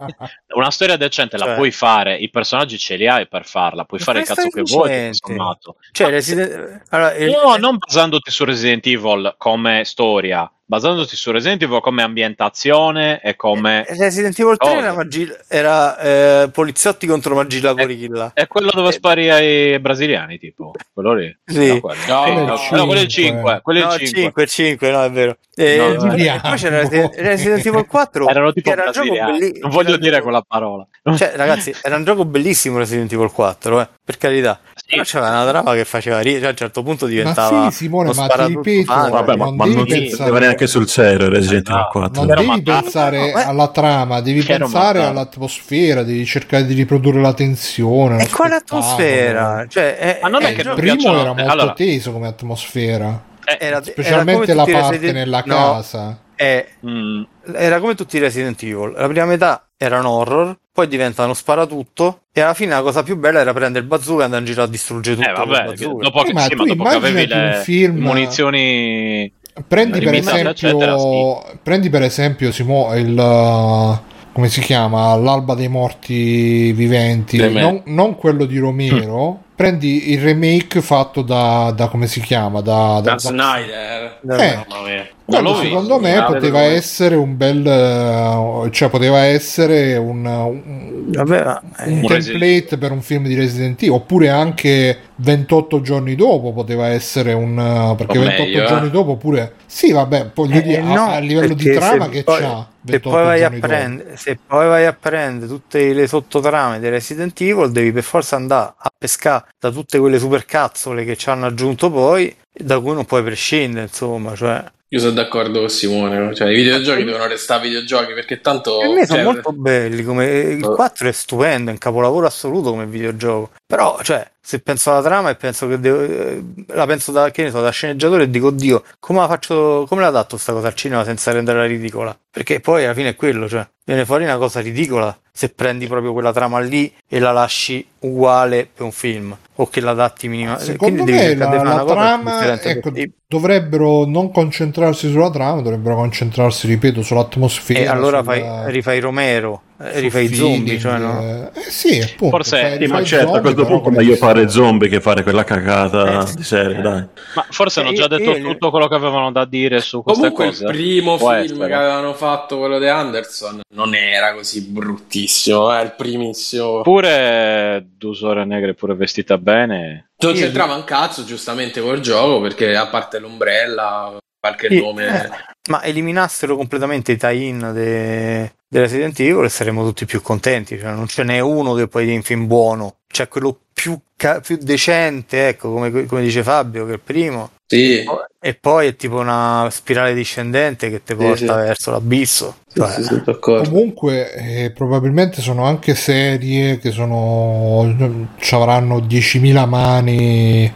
Speaker 2: Una storia decente la
Speaker 4: Cioè.
Speaker 2: puoi fare, i personaggi ce li hai per farla, puoi
Speaker 4: Ma
Speaker 2: fare il
Speaker 4: questa
Speaker 2: cazzo
Speaker 4: è
Speaker 2: che vuoi, tutto
Speaker 4: decente.
Speaker 2: sommato.
Speaker 4: Cioè,
Speaker 2: Ma-
Speaker 4: Resident- allora, il-
Speaker 2: No, non basandoti su Resident Evil come storia, basandoti su Resident Evil come ambientazione e come...
Speaker 4: Eh, Resident Evil 3
Speaker 2: Cosa?
Speaker 4: era, Magi- era, eh, poliziotti contro Magilla
Speaker 2: Eh.
Speaker 4: Gorilla.
Speaker 2: È quello
Speaker 4: Eh.
Speaker 2: dove spari ai brasiliani, tipo. Quello lì.
Speaker 4: Sì.
Speaker 2: No, quello. Sì,
Speaker 3: No, quello è
Speaker 2: no,
Speaker 3: il
Speaker 2: no, quello è il
Speaker 1: cinque.
Speaker 2: 5. Quello è
Speaker 4: no,
Speaker 2: il 5.
Speaker 4: 5, 5, no, è vero. Eh,
Speaker 2: No,
Speaker 4: e
Speaker 2: no,
Speaker 1: no.
Speaker 4: poi c'era Resident, Resident Evil 4.
Speaker 2: Erano tipo
Speaker 4: che era un gioco
Speaker 2: brasiliani.
Speaker 4: belli-
Speaker 2: non voglio
Speaker 4: era un
Speaker 2: dire
Speaker 4: gioco-
Speaker 2: quella parola.
Speaker 4: *laughs* Cioè, ragazzi, era un gioco bellissimo Resident Evil 4, eh, per carità.
Speaker 2: Sì.
Speaker 4: Però c'era una trama che faceva ridere, cioè, a un certo punto diventava
Speaker 1: Ma sì, Simone,
Speaker 4: uno
Speaker 1: ma ti
Speaker 4: sparatutto
Speaker 1: ripeto,
Speaker 4: fan.
Speaker 5: Vabbè, ma
Speaker 1: Non
Speaker 5: non, ma
Speaker 1: devi
Speaker 5: non si
Speaker 1: pensare-
Speaker 5: prendeva neanche sul serio Resident Evil
Speaker 2: No,
Speaker 5: 4.
Speaker 1: Non
Speaker 2: Ero
Speaker 1: devi
Speaker 2: mandato.
Speaker 1: pensare
Speaker 4: No, eh.
Speaker 1: alla trama, devi
Speaker 2: Ero
Speaker 1: pensare
Speaker 2: mandato.
Speaker 1: all'atmosfera, devi cerare di riprodurre la tensione.
Speaker 4: E
Speaker 1: lo
Speaker 4: quale
Speaker 1: spettacolo.
Speaker 4: atmosfera? Cioè, è-
Speaker 2: Ma non è
Speaker 4: il
Speaker 1: Eh,
Speaker 2: che
Speaker 1: il
Speaker 4: gioco-
Speaker 2: non
Speaker 1: primo
Speaker 2: piacciono-
Speaker 1: era molto
Speaker 2: allora-
Speaker 1: teso come atmosfera,
Speaker 2: Eh,
Speaker 4: era- era
Speaker 1: specialmente
Speaker 4: come
Speaker 1: la
Speaker 4: tutti i
Speaker 1: parte
Speaker 4: Resident-
Speaker 1: nella
Speaker 4: no,
Speaker 1: casa.
Speaker 4: è-
Speaker 2: mm,
Speaker 4: era come tutti i Resident Evil. La prima metà era un horror, poi diventano sparatutto. E alla fine la cosa più bella era prendere il bazooka e andare in giro a distruggere tutto.
Speaker 2: eh,
Speaker 4: col
Speaker 2: vabbè,
Speaker 4: bazooka.
Speaker 2: dopo che,
Speaker 1: Eh, ma
Speaker 2: sì, ma
Speaker 1: tu
Speaker 2: dopo che avevi
Speaker 1: immaginati
Speaker 2: le
Speaker 1: un film-
Speaker 2: munizioni...
Speaker 1: Prendi per,
Speaker 2: Limitate, eccetera,
Speaker 1: esempio, prendi per esempio Simo il uh, come si chiama? L'alba dei morti viventi,
Speaker 3: Remake.
Speaker 1: non, non quello di Romero. Prendi il remake fatto da, da- come si chiama? Da, da-
Speaker 3: Da
Speaker 1: da-
Speaker 3: Snyder.
Speaker 1: Eh,
Speaker 3: Mamma mia.
Speaker 1: quello
Speaker 2: Lui,
Speaker 1: secondo me
Speaker 2: Ah,
Speaker 3: Snyder,
Speaker 1: poteva
Speaker 3: lui.
Speaker 1: essere un bel uh, cioè poteva essere un, un-
Speaker 4: Vabbè, ma, eh,
Speaker 1: un
Speaker 2: Un
Speaker 1: template
Speaker 2: Resident-
Speaker 1: per un film di Resident Evil oppure anche 28 giorni dopo poteva essere un uh, perché
Speaker 3: O
Speaker 1: 28
Speaker 3: meglio, eh.
Speaker 1: giorni dopo pure sì vabbè voglio
Speaker 4: Eh,
Speaker 1: dire, a-
Speaker 4: no,
Speaker 1: a, livello di
Speaker 4: perché se
Speaker 1: trama che
Speaker 4: poi-
Speaker 1: c'ha
Speaker 4: se
Speaker 1: 28
Speaker 4: poi, vai a
Speaker 1: giorni dopo.
Speaker 4: prendere, se poi vai a prendere tutte le sottotrame di Resident Evil, devi per forza andare a pescare da tutte quelle supercazzole che ci hanno aggiunto poi, da cui non puoi prescindere, insomma. Cioè,
Speaker 3: Io sono d'accordo con Simone, cioè i videogiochi devono restare videogiochi perché tanto...
Speaker 4: Per me sono
Speaker 3: cioè,
Speaker 4: molto belli. Come... eh, Il 4 è stupendo, è un capolavoro assoluto come videogioco. Però, cioè, se penso alla trama e penso che devo- eh, la penso da, che ne so, da sceneggiatore e dico, Dio, come la faccio, come la adatto sta cosa al cinema senza renderla ridicola? Perché poi alla fine è quello, cioè, viene fuori una cosa ridicola se prendi proprio quella trama lì e la lasci uguale per un film o che la adatti minimamente.
Speaker 1: Ah, Secondo me la, la trama ecco, dovrebbero non concentrarsi sulla trama, dovrebbero concentrarsi, ripeto, sull'atmosfera.
Speaker 4: E allora
Speaker 1: sulla-
Speaker 4: fai, rifai Romero, eh,
Speaker 1: sul
Speaker 4: rifai i zombie,
Speaker 1: feeling,
Speaker 4: cioè no?
Speaker 1: eh, eh, sì, appunto.
Speaker 2: Forse-
Speaker 5: Sì, ma
Speaker 1: rifai
Speaker 5: certo, a
Speaker 1: zombie,
Speaker 5: questo
Speaker 1: però
Speaker 5: punto è
Speaker 1: con
Speaker 5: meglio
Speaker 1: le-
Speaker 5: fare zombie che fare quella cagata
Speaker 4: Eh, sì.
Speaker 5: di serie, dai.
Speaker 2: Ma forse hanno
Speaker 4: Eh,
Speaker 2: già
Speaker 4: io-
Speaker 2: detto
Speaker 4: io-
Speaker 2: tutto quello che avevano da dire su questa
Speaker 3: Comunque
Speaker 2: cosa.
Speaker 3: il primo
Speaker 2: Può
Speaker 3: film
Speaker 2: essere.
Speaker 3: che avevano fatto, quello di Anderson, non era così bruttissimo, è il primissimo.
Speaker 2: Pure Dusore Negre, pure vestita bene.
Speaker 3: Non
Speaker 4: Io-
Speaker 3: c'entrava un cazzo giustamente col gioco perché a parte l'ombrella, qualche
Speaker 4: Sì,
Speaker 3: nome...
Speaker 4: eh, ma eliminassero completamente i tie-in de- dei Resident Evil e saremmo tutti più contenti. Cioè, non ce n'è uno che poi è un film buono. C'è quello più, ca- più decente, ecco, come, come dice Fabio, che è il primo.
Speaker 3: Sì,
Speaker 4: E poi è tipo una spirale discendente che ti porta
Speaker 3: sì.
Speaker 4: verso l'abisso.
Speaker 3: sì,
Speaker 4: Cioè,
Speaker 3: sì, sono d'accordo.
Speaker 1: Comunque, eh, probabilmente sono anche serie che sono. ci avranno 10.000 mani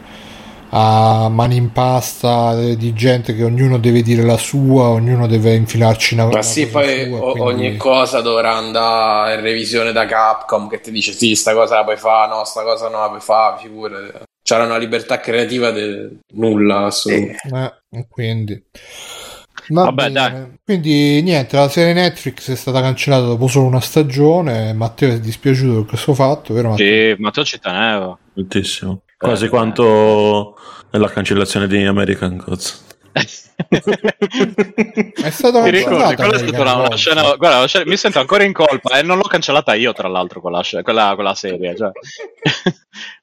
Speaker 1: a mani in pasta eh, di gente che ognuno deve dire la sua, ognuno deve infilarci una
Speaker 3: Ma
Speaker 1: una
Speaker 3: sì,
Speaker 1: cosa
Speaker 3: poi
Speaker 1: sua,
Speaker 3: o-
Speaker 1: quindi-
Speaker 3: ogni cosa dovrà andare in revisione da Capcom che ti dice sì, sta cosa la puoi fare, no, sta cosa non la puoi fare, figura. C'era una libertà creativa del nulla, assolutamente.
Speaker 1: Eh, quindi. Va
Speaker 2: Vabbè,
Speaker 1: bene. Quindi niente, la serie Netflix è stata cancellata dopo solo una stagione. Matteo è dispiaciuto per questo fatto, vero Matteo?
Speaker 2: Sì, Matteo ci teneva.
Speaker 5: Moltissimo. Quasi quanto la cancellazione di American Gods.
Speaker 1: È stata cancellata
Speaker 2: Ti ricordi? Quella è stata
Speaker 1: American
Speaker 2: una, una
Speaker 1: Gods.
Speaker 2: scena. Guarda, la scena- mi sento ancora in colpa e non l'ho cancellata io, tra l'altro, quella, sc- quella- quella serie. cioè. *laughs*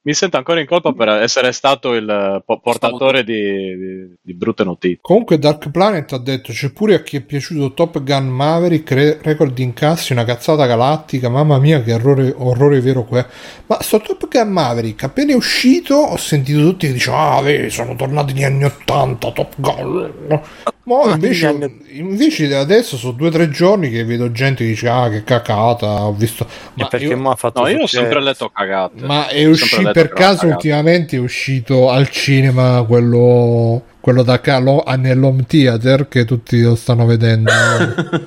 Speaker 2: mi sento ancora in colpa per essere stato il eh, po- portatore di, di- di brutte notizie.
Speaker 1: Comunque Dark Planet ha detto c'è pure a chi è piaciuto Top Gun Maverick, re- record di incassi, una cazzata galattica, mamma mia che orrore, orrore vero qua. Ma sto Top Gun Maverick appena è uscito ho sentito tutti che dicevano ah vedi, sono tornati negli anni 80 Top Gun. Mo invece, invece adesso sono due o tre giorni che vedo gente che dice ah che cacata, ho visto...
Speaker 4: e perché
Speaker 1: io-
Speaker 4: mo ha fatto
Speaker 2: No, io ho
Speaker 4: successo.
Speaker 2: sempre letto cagate.
Speaker 1: ma è
Speaker 2: Ho sempre
Speaker 1: uscito
Speaker 2: letto
Speaker 1: per
Speaker 2: però
Speaker 1: caso
Speaker 2: cagate.
Speaker 1: ultimamente è uscito al cinema quello, quello da Calo nell'Home Theater che tutti lo stanno
Speaker 2: *laughs*
Speaker 1: vedendo.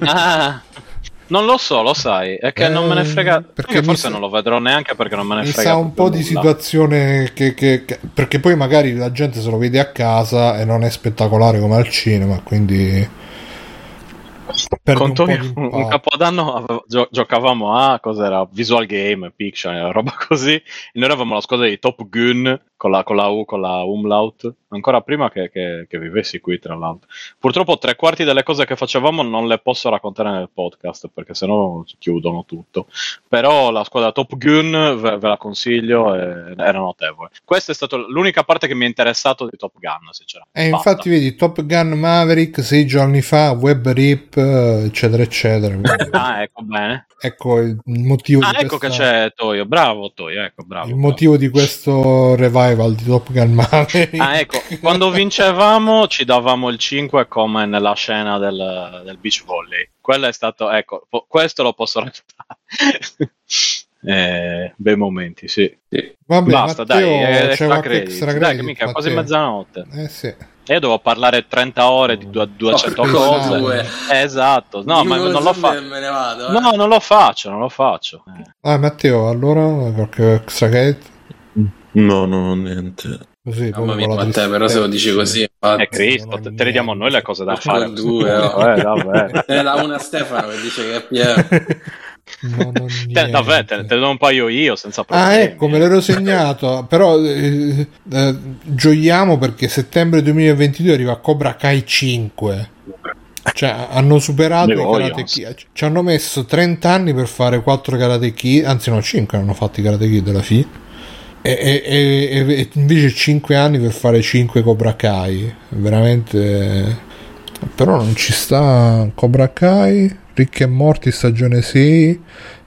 Speaker 2: Ah, non lo so, lo sai, è che non me ne
Speaker 1: Eh,
Speaker 2: frega.
Speaker 1: perché
Speaker 2: Perché
Speaker 1: mi
Speaker 2: forse
Speaker 1: sa-
Speaker 2: non lo vedrò neanche perché non me ne
Speaker 1: Mi
Speaker 2: frega.
Speaker 1: sa un po'
Speaker 2: proprio
Speaker 1: di
Speaker 2: nulla.
Speaker 1: situazione che, che- che- perché poi magari la gente se lo vede a casa e non è spettacolare come al cinema, quindi perdi un
Speaker 2: Conto
Speaker 1: po' di
Speaker 2: mio, un,
Speaker 1: impatto.
Speaker 2: un capodanno avevo- gio- giocavamo a cos'era Visual Game, Picture, roba *laughs* così. E noi avevamo la squadra di Top Gun con la, con la U, con la Umlaut, ancora prima che, che- che vivessi qui, tra l'altro. Purtroppo tre quarti delle cose che facevamo non le posso raccontare nel podcast perché sennò chiudono tutto. Però la squadra Top Gun ve, ve la consiglio, eh, era notevole. Questa è stata l'unica parte che mi è interessato di Top Gun, sinceramente.
Speaker 1: E
Speaker 2: Basta.
Speaker 1: Eh, infatti vedi Top Gun Maverick sei giorni fa, web rip, eh, eccetera, eccetera.
Speaker 2: *laughs*
Speaker 1: quindi
Speaker 2: Ah, ecco bene.
Speaker 1: ecco il motivo
Speaker 2: Ah,
Speaker 1: di
Speaker 2: ecco che
Speaker 1: questa-
Speaker 2: c'è Toyo, bravo Toyo, ecco, bravo.
Speaker 1: il motivo di questo revival di Top Gun Maverick. *laughs*
Speaker 2: Ah, ecco, quando vincevamo ci davamo il 5 come nella scena del, del beach volley. Quello è stato, ecco, po- questo lo posso raccontare. *laughs* eh, bei momenti, sì.
Speaker 1: Vabbè,
Speaker 2: Basta,
Speaker 1: Matteo,
Speaker 2: dai, eh,
Speaker 1: c'è
Speaker 2: extra
Speaker 1: qualche
Speaker 2: credit.
Speaker 1: extra
Speaker 2: Dai,
Speaker 1: credit,
Speaker 2: che mica, è quasi
Speaker 1: Matteo.
Speaker 2: mezzanotte.
Speaker 1: Eh sì.
Speaker 2: E io devo parlare 30 ore di due- 200
Speaker 1: Porca
Speaker 2: cose.
Speaker 1: due.
Speaker 2: Esatto, no, ma non lo
Speaker 3: fa.
Speaker 2: faccio.
Speaker 3: Me ne vado, eh.
Speaker 2: No, non lo faccio, non lo faccio. Eh.
Speaker 1: Ah, Matteo, allora qualche extra credit?
Speaker 5: No, no, no, niente.
Speaker 1: Così,
Speaker 3: Mamma mia,
Speaker 1: proprio con la
Speaker 3: Matteo, però se lo dici così,
Speaker 1: tristezza.
Speaker 3: infatti.
Speaker 2: Eh, Cristo, te, te le diamo noi le cose da
Speaker 3: Con
Speaker 2: fare.
Speaker 3: Ah, due,
Speaker 2: *laughs*
Speaker 3: no.
Speaker 2: eh, vabbè.
Speaker 3: Eh, la una Stefano che dice che è Piero.
Speaker 1: Non
Speaker 2: *laughs*
Speaker 1: ho
Speaker 2: Te,
Speaker 1: niente.
Speaker 2: vabbè, te, te ne do un paio io senza problemi.
Speaker 1: Ah, ecco, me l'ero
Speaker 2: *laughs*
Speaker 1: segnato, però eh, eh, gioiamo perché settembre 2022 arriva Cobra Kai 5. Cioè, hanno superato
Speaker 2: Ne
Speaker 1: i
Speaker 2: voglio.
Speaker 1: Karate Kid. Ci hanno messo 30 anni per fare 4 Karate Kid, anzi no, 5 hanno fatto i Karate Kid alla fine. E, e- e- e- e invece 5 anni per fare 5 Cobra Kai. Veramente... Però non ci sta Cobra Kai. Ricchi e Morti stagione 6.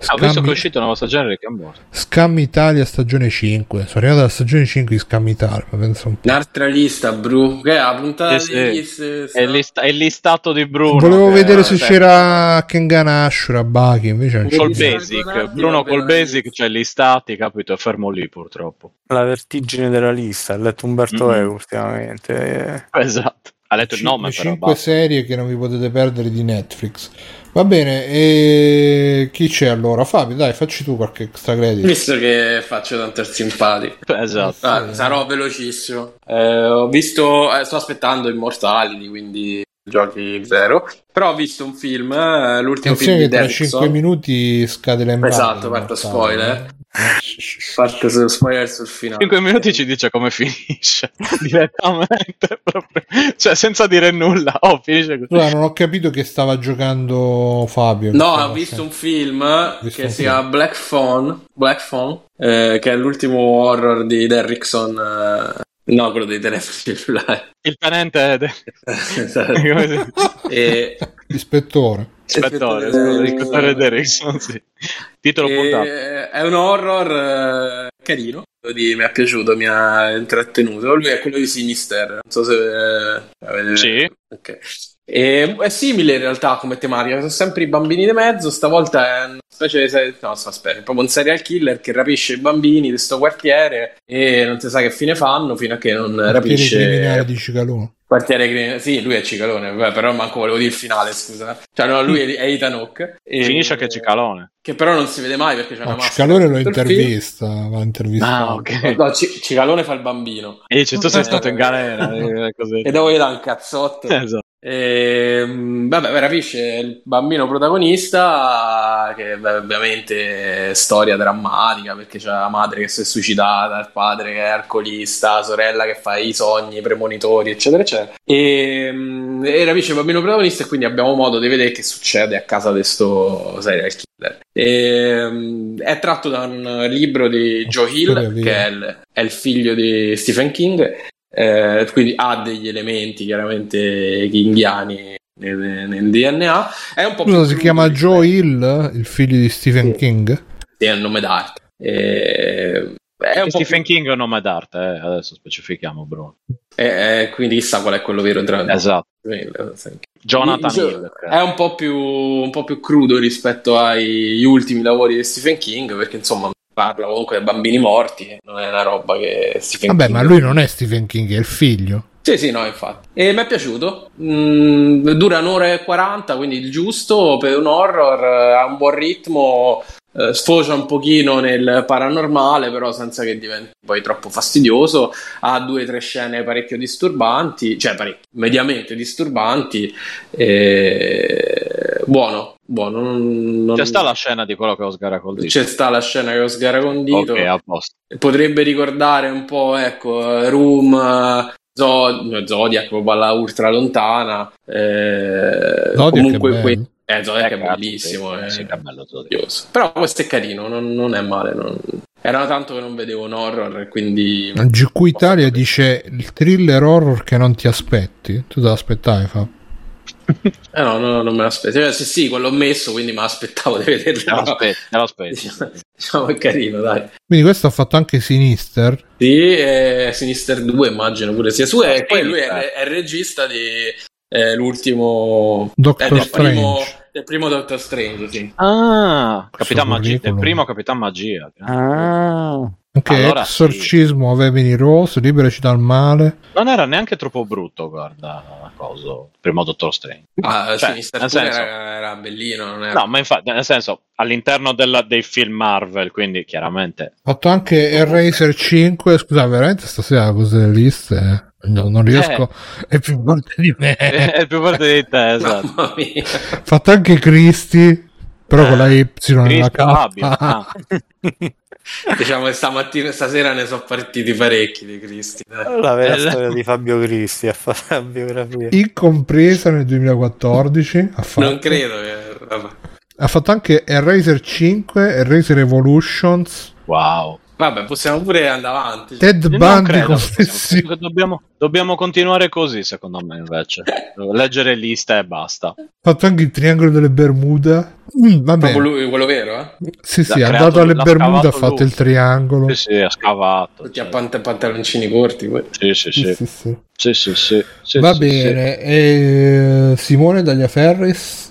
Speaker 2: Ah, ho visto che è
Speaker 1: Scam,
Speaker 2: uscito una nuova stagione di Rick and Morty.
Speaker 1: Scam Italia stagione 5. Sono arrivato alla stagione 5 di Scam Italia, ma penso un po'.
Speaker 3: Un'altra lista, Bru. Che è la puntata
Speaker 2: Sì,
Speaker 3: di
Speaker 2: Ah,
Speaker 3: eh,
Speaker 2: sì.
Speaker 3: list-
Speaker 2: È, list- è il listato di Bruno.
Speaker 1: Volevo
Speaker 2: che-
Speaker 1: vedere se
Speaker 2: cioè,
Speaker 1: c'era Kengan Ashura, Baki, invece non
Speaker 2: Col
Speaker 1: c'è.
Speaker 3: Vedi,
Speaker 2: basic,
Speaker 3: Sargonati
Speaker 2: Bruno
Speaker 3: va bene
Speaker 2: col
Speaker 3: la
Speaker 2: basic,
Speaker 3: lista.
Speaker 2: cioè listati, capito? È fermo lì purtroppo. *laughs*
Speaker 4: La vertigine della lista, ha letto Umberto
Speaker 2: Mm.
Speaker 4: E ultimamente.
Speaker 2: Esatto. Ha letto il nome, però.
Speaker 1: 5
Speaker 2: basta.
Speaker 1: serie che non vi potete perdere di Netflix. Va bene, e chi c'è allora? Fabio, dai, facci tu qualche extra credit.
Speaker 3: Visto che faccio tanto il simpatico.
Speaker 2: Esatto.
Speaker 3: Ah, sarò velocissimo. Eh, ho visto, eh, sto aspettando Immortali, quindi giochi zero. Però ho visto un film, eh, l'ultimo film
Speaker 1: Attenzione
Speaker 3: di
Speaker 1: che tra
Speaker 3: Derrickson.
Speaker 1: 5 minuti scade l'embargo.
Speaker 3: Esatto, parto spoiler. Parte su- spoiler sul
Speaker 1: Ah,
Speaker 3: finale.
Speaker 2: 5 minuti ci dice come *laughs* finisce direttamente, proprio. cioè senza dire nulla. Oh, finisce così.
Speaker 1: Scusa, non ho capito che stava giocando Fabio.
Speaker 3: No, ho visto un film
Speaker 1: Visto
Speaker 3: che
Speaker 1: un
Speaker 3: si
Speaker 1: film.
Speaker 3: chiama Black Phone, Black Phone eh, che è l'ultimo horror di Derrickson. eh, no, quello dei telefoni cellulari.
Speaker 1: *laughs*
Speaker 2: Il tenente *laughs* de- come si-
Speaker 1: *laughs*
Speaker 3: e,
Speaker 1: Ispettore.
Speaker 2: Ispettore, eh, scusa, ispettore Derrickson, sì. Titolo
Speaker 3: Eh,
Speaker 2: puntato.
Speaker 3: è un horror eh, carino. devo dire, mi è piaciuto, mi ha intrattenuto. Lui è quello di Sinister. Non so se eh, avete-
Speaker 2: Sì.
Speaker 3: Ok. E- è simile in realtà come tematica. Sono sempre i bambini di mezzo. Stavolta è una specie di. se- No, sta specie, è proprio un serial killer che rapisce i bambini di sto quartiere e non si sa che fine fanno fino a che non
Speaker 1: Quartiere
Speaker 3: rapisce.
Speaker 1: criminale di Cicalone.
Speaker 3: Quartiere Green, sì, lui è Cicalone, beh, però manco volevo dire il finale, scusa. Cioè, no, lui è, è Ethan Hawke. E-
Speaker 2: Finisce che Cicalone.
Speaker 3: Che però non si vede mai perché c'è una
Speaker 1: No,
Speaker 3: maschera.
Speaker 1: Cicalone lo
Speaker 3: Tutto il film-
Speaker 1: Ah, intervista. Va intervistato.
Speaker 2: Ah, ok.
Speaker 3: No, Ci- Cicalone fa il bambino.
Speaker 2: *laughs* E dice, tu sei stato in
Speaker 3: *laughs*
Speaker 2: galera. eh, così.
Speaker 3: E dopo gli dà un cazzotto.
Speaker 2: *laughs* Esatto.
Speaker 3: Ehm, vabbè, rapisce il bambino protagonista, che beh, ovviamente è storia drammatica, perché c'è la madre che si è suicidata, il padre che è alcolista, la sorella che fa i sogni, i premonitori, eccetera, eccetera. Ehm, E, rapisce il bambino protagonista e quindi abbiamo modo di vedere che succede a casa di sto serial killer. Ehm, è tratto da un libro di Joe Hill, che è il- è il figlio di Stephen King, eh, quindi ha degli elementi chiaramente kinghiani nel, nel DNA. È un po' più
Speaker 1: Scusa, si
Speaker 3: crudo
Speaker 1: chiama
Speaker 3: rispetto-
Speaker 1: Joe Hill, il figlio di Stephen
Speaker 3: Sì.
Speaker 1: King.
Speaker 3: Sì, è il nome d'arte. Eh, è un po'
Speaker 2: Stephen
Speaker 3: più-
Speaker 2: King è un nome d'arte, eh, adesso specifichiamo Bruno.
Speaker 3: eh, eh, quindi chissà qual è quello vero tra
Speaker 2: Esatto. Jonathan
Speaker 3: Quindi,
Speaker 2: Hill.
Speaker 3: È un po' più, un po' più crudo rispetto agli ultimi lavori di Stephen King, perché insomma parla comunque di bambini morti, eh, non è una roba che Stephen
Speaker 1: Vabbè,
Speaker 3: King
Speaker 1: ma lui non è Stephen King, è il figlio.
Speaker 3: Sì, sì, no, infatti. E mi è piaciuto. Mm, dura un'ora e 40, quindi il giusto per un horror, eh, ha un buon ritmo, eh, sfocia un pochino nel paranormale, però senza che diventi poi troppo fastidioso. Ha due o tre scene parecchio disturbanti, cioè parecchio, mediamente disturbanti. E... Buono, buono. Non, non-
Speaker 2: C'è sta la scena di quello che Oscar ha col dito.
Speaker 3: C'è sta la scena che ho sgaragondito.
Speaker 2: Ok, a posto.
Speaker 3: Potrebbe ricordare un po', ecco, Room, eh, Zo- no, Zodiac, proprio alla ultra lontana. Eh,
Speaker 1: Zodiac
Speaker 3: comunque,
Speaker 1: è
Speaker 3: que-
Speaker 1: bello.
Speaker 3: eh, Zodiac
Speaker 2: Eh,
Speaker 3: è
Speaker 2: cazzo,
Speaker 3: bellissimo.
Speaker 2: sì.
Speaker 3: eh.
Speaker 2: Sì, che bello, te lo dico.
Speaker 3: Meraviglioso. Però questo è carino, non, non è male. non- Era tanto che non vedevo un horror, quindi... eh,
Speaker 1: GQ Italia dice il thriller horror che non ti aspetti. Tu te l'aspettavi, Fab.
Speaker 3: Eh no, no, non me l'aspettavo. Cioè, sì, sì, quello l'ho messo, quindi me l'aspettavo di
Speaker 2: Me
Speaker 3: vederlo.
Speaker 2: l'aspetto, me l'aspetto.
Speaker 3: *laughs* Diciamo è carino, dai.
Speaker 1: Quindi questo ha fatto anche Sinister.
Speaker 3: Sì, e Sinister 2 immagino pure sia sua. E poi lui è,
Speaker 2: Sinister.
Speaker 3: è il regista di eh, l'ultimo... eh,
Speaker 1: Doctor
Speaker 3: del,
Speaker 1: Strange.
Speaker 3: primo, del primo Doctor Strange, sì.
Speaker 2: Ah, Capitan Magia,
Speaker 1: curriculum.
Speaker 2: del primo Capitan Magia. Ah.
Speaker 3: Ah.
Speaker 1: Anche
Speaker 2: Allora sì.
Speaker 1: Exorcismo Avemini Rose, Liberaci dal male.
Speaker 2: Non era neanche troppo brutto, guarda, coso, il primo Dottor Strange.
Speaker 3: Ah,
Speaker 2: Cioè,
Speaker 3: Sinister
Speaker 2: nel
Speaker 3: 2
Speaker 2: senso-
Speaker 3: era, era bellino, non era...
Speaker 2: No, ma infatti, nel senso, all'interno della- dei film Marvel, quindi chiaramente...
Speaker 1: Ha fatto anche Eraser 5. Scusa, veramente stasera cose delle liste. eh. No, non riesco.
Speaker 8: Eh.
Speaker 1: È più forte di me.
Speaker 2: È il più forte
Speaker 1: *laughs*
Speaker 2: di te, esatto.
Speaker 3: *laughs* Mamma mia.
Speaker 1: Ha fatto anche Christie. Però con la
Speaker 8: Eh.
Speaker 1: Y nella
Speaker 2: Cristo Fabio.
Speaker 1: K.
Speaker 2: Ah,
Speaker 4: eh.
Speaker 3: diciamo che stamattina, stasera ne sono partiti parecchi di Cristi.
Speaker 4: *laughs*
Speaker 3: dai.
Speaker 4: La vera
Speaker 2: Eh,
Speaker 4: storia di Fabio Cristi ha fatto la biografia.
Speaker 1: Incompresa nel 2014. Ha fatto,
Speaker 3: Non credo che... vabbè.
Speaker 1: Ha fatto anche Eraser 5, Eraser Evolutions.
Speaker 2: wow.
Speaker 3: Vabbè, possiamo pure andare avanti.
Speaker 1: Ted
Speaker 8: Non
Speaker 1: Bundy
Speaker 8: credo,
Speaker 1: confessi.
Speaker 8: possiamo- dobbiamo, dobbiamo continuare così, secondo me, invece. Leggere lista e basta.
Speaker 1: Fatto anche il triangolo delle Bermuda. Mm, va bene.
Speaker 3: Proprio lui, quello vero, eh?
Speaker 1: Sì, sì, è
Speaker 8: l'ha
Speaker 1: andato
Speaker 8: creato-
Speaker 1: alle
Speaker 8: l'ha
Speaker 1: Bermuda, ha
Speaker 8: scavato
Speaker 1: fatto
Speaker 8: lui.
Speaker 1: il triangolo.
Speaker 8: Sì, sì, ha scavato.
Speaker 3: Tutti
Speaker 8: cioè.
Speaker 3: a
Speaker 2: Certo.
Speaker 3: pant- pantaloncini corti. que-
Speaker 8: Sì, sì,
Speaker 1: Sì,
Speaker 8: sì.
Speaker 1: sì, sì.
Speaker 8: Sì, sì, sì. Sì,
Speaker 1: Va
Speaker 8: sì,
Speaker 1: bene, e Simone Dagliaferris.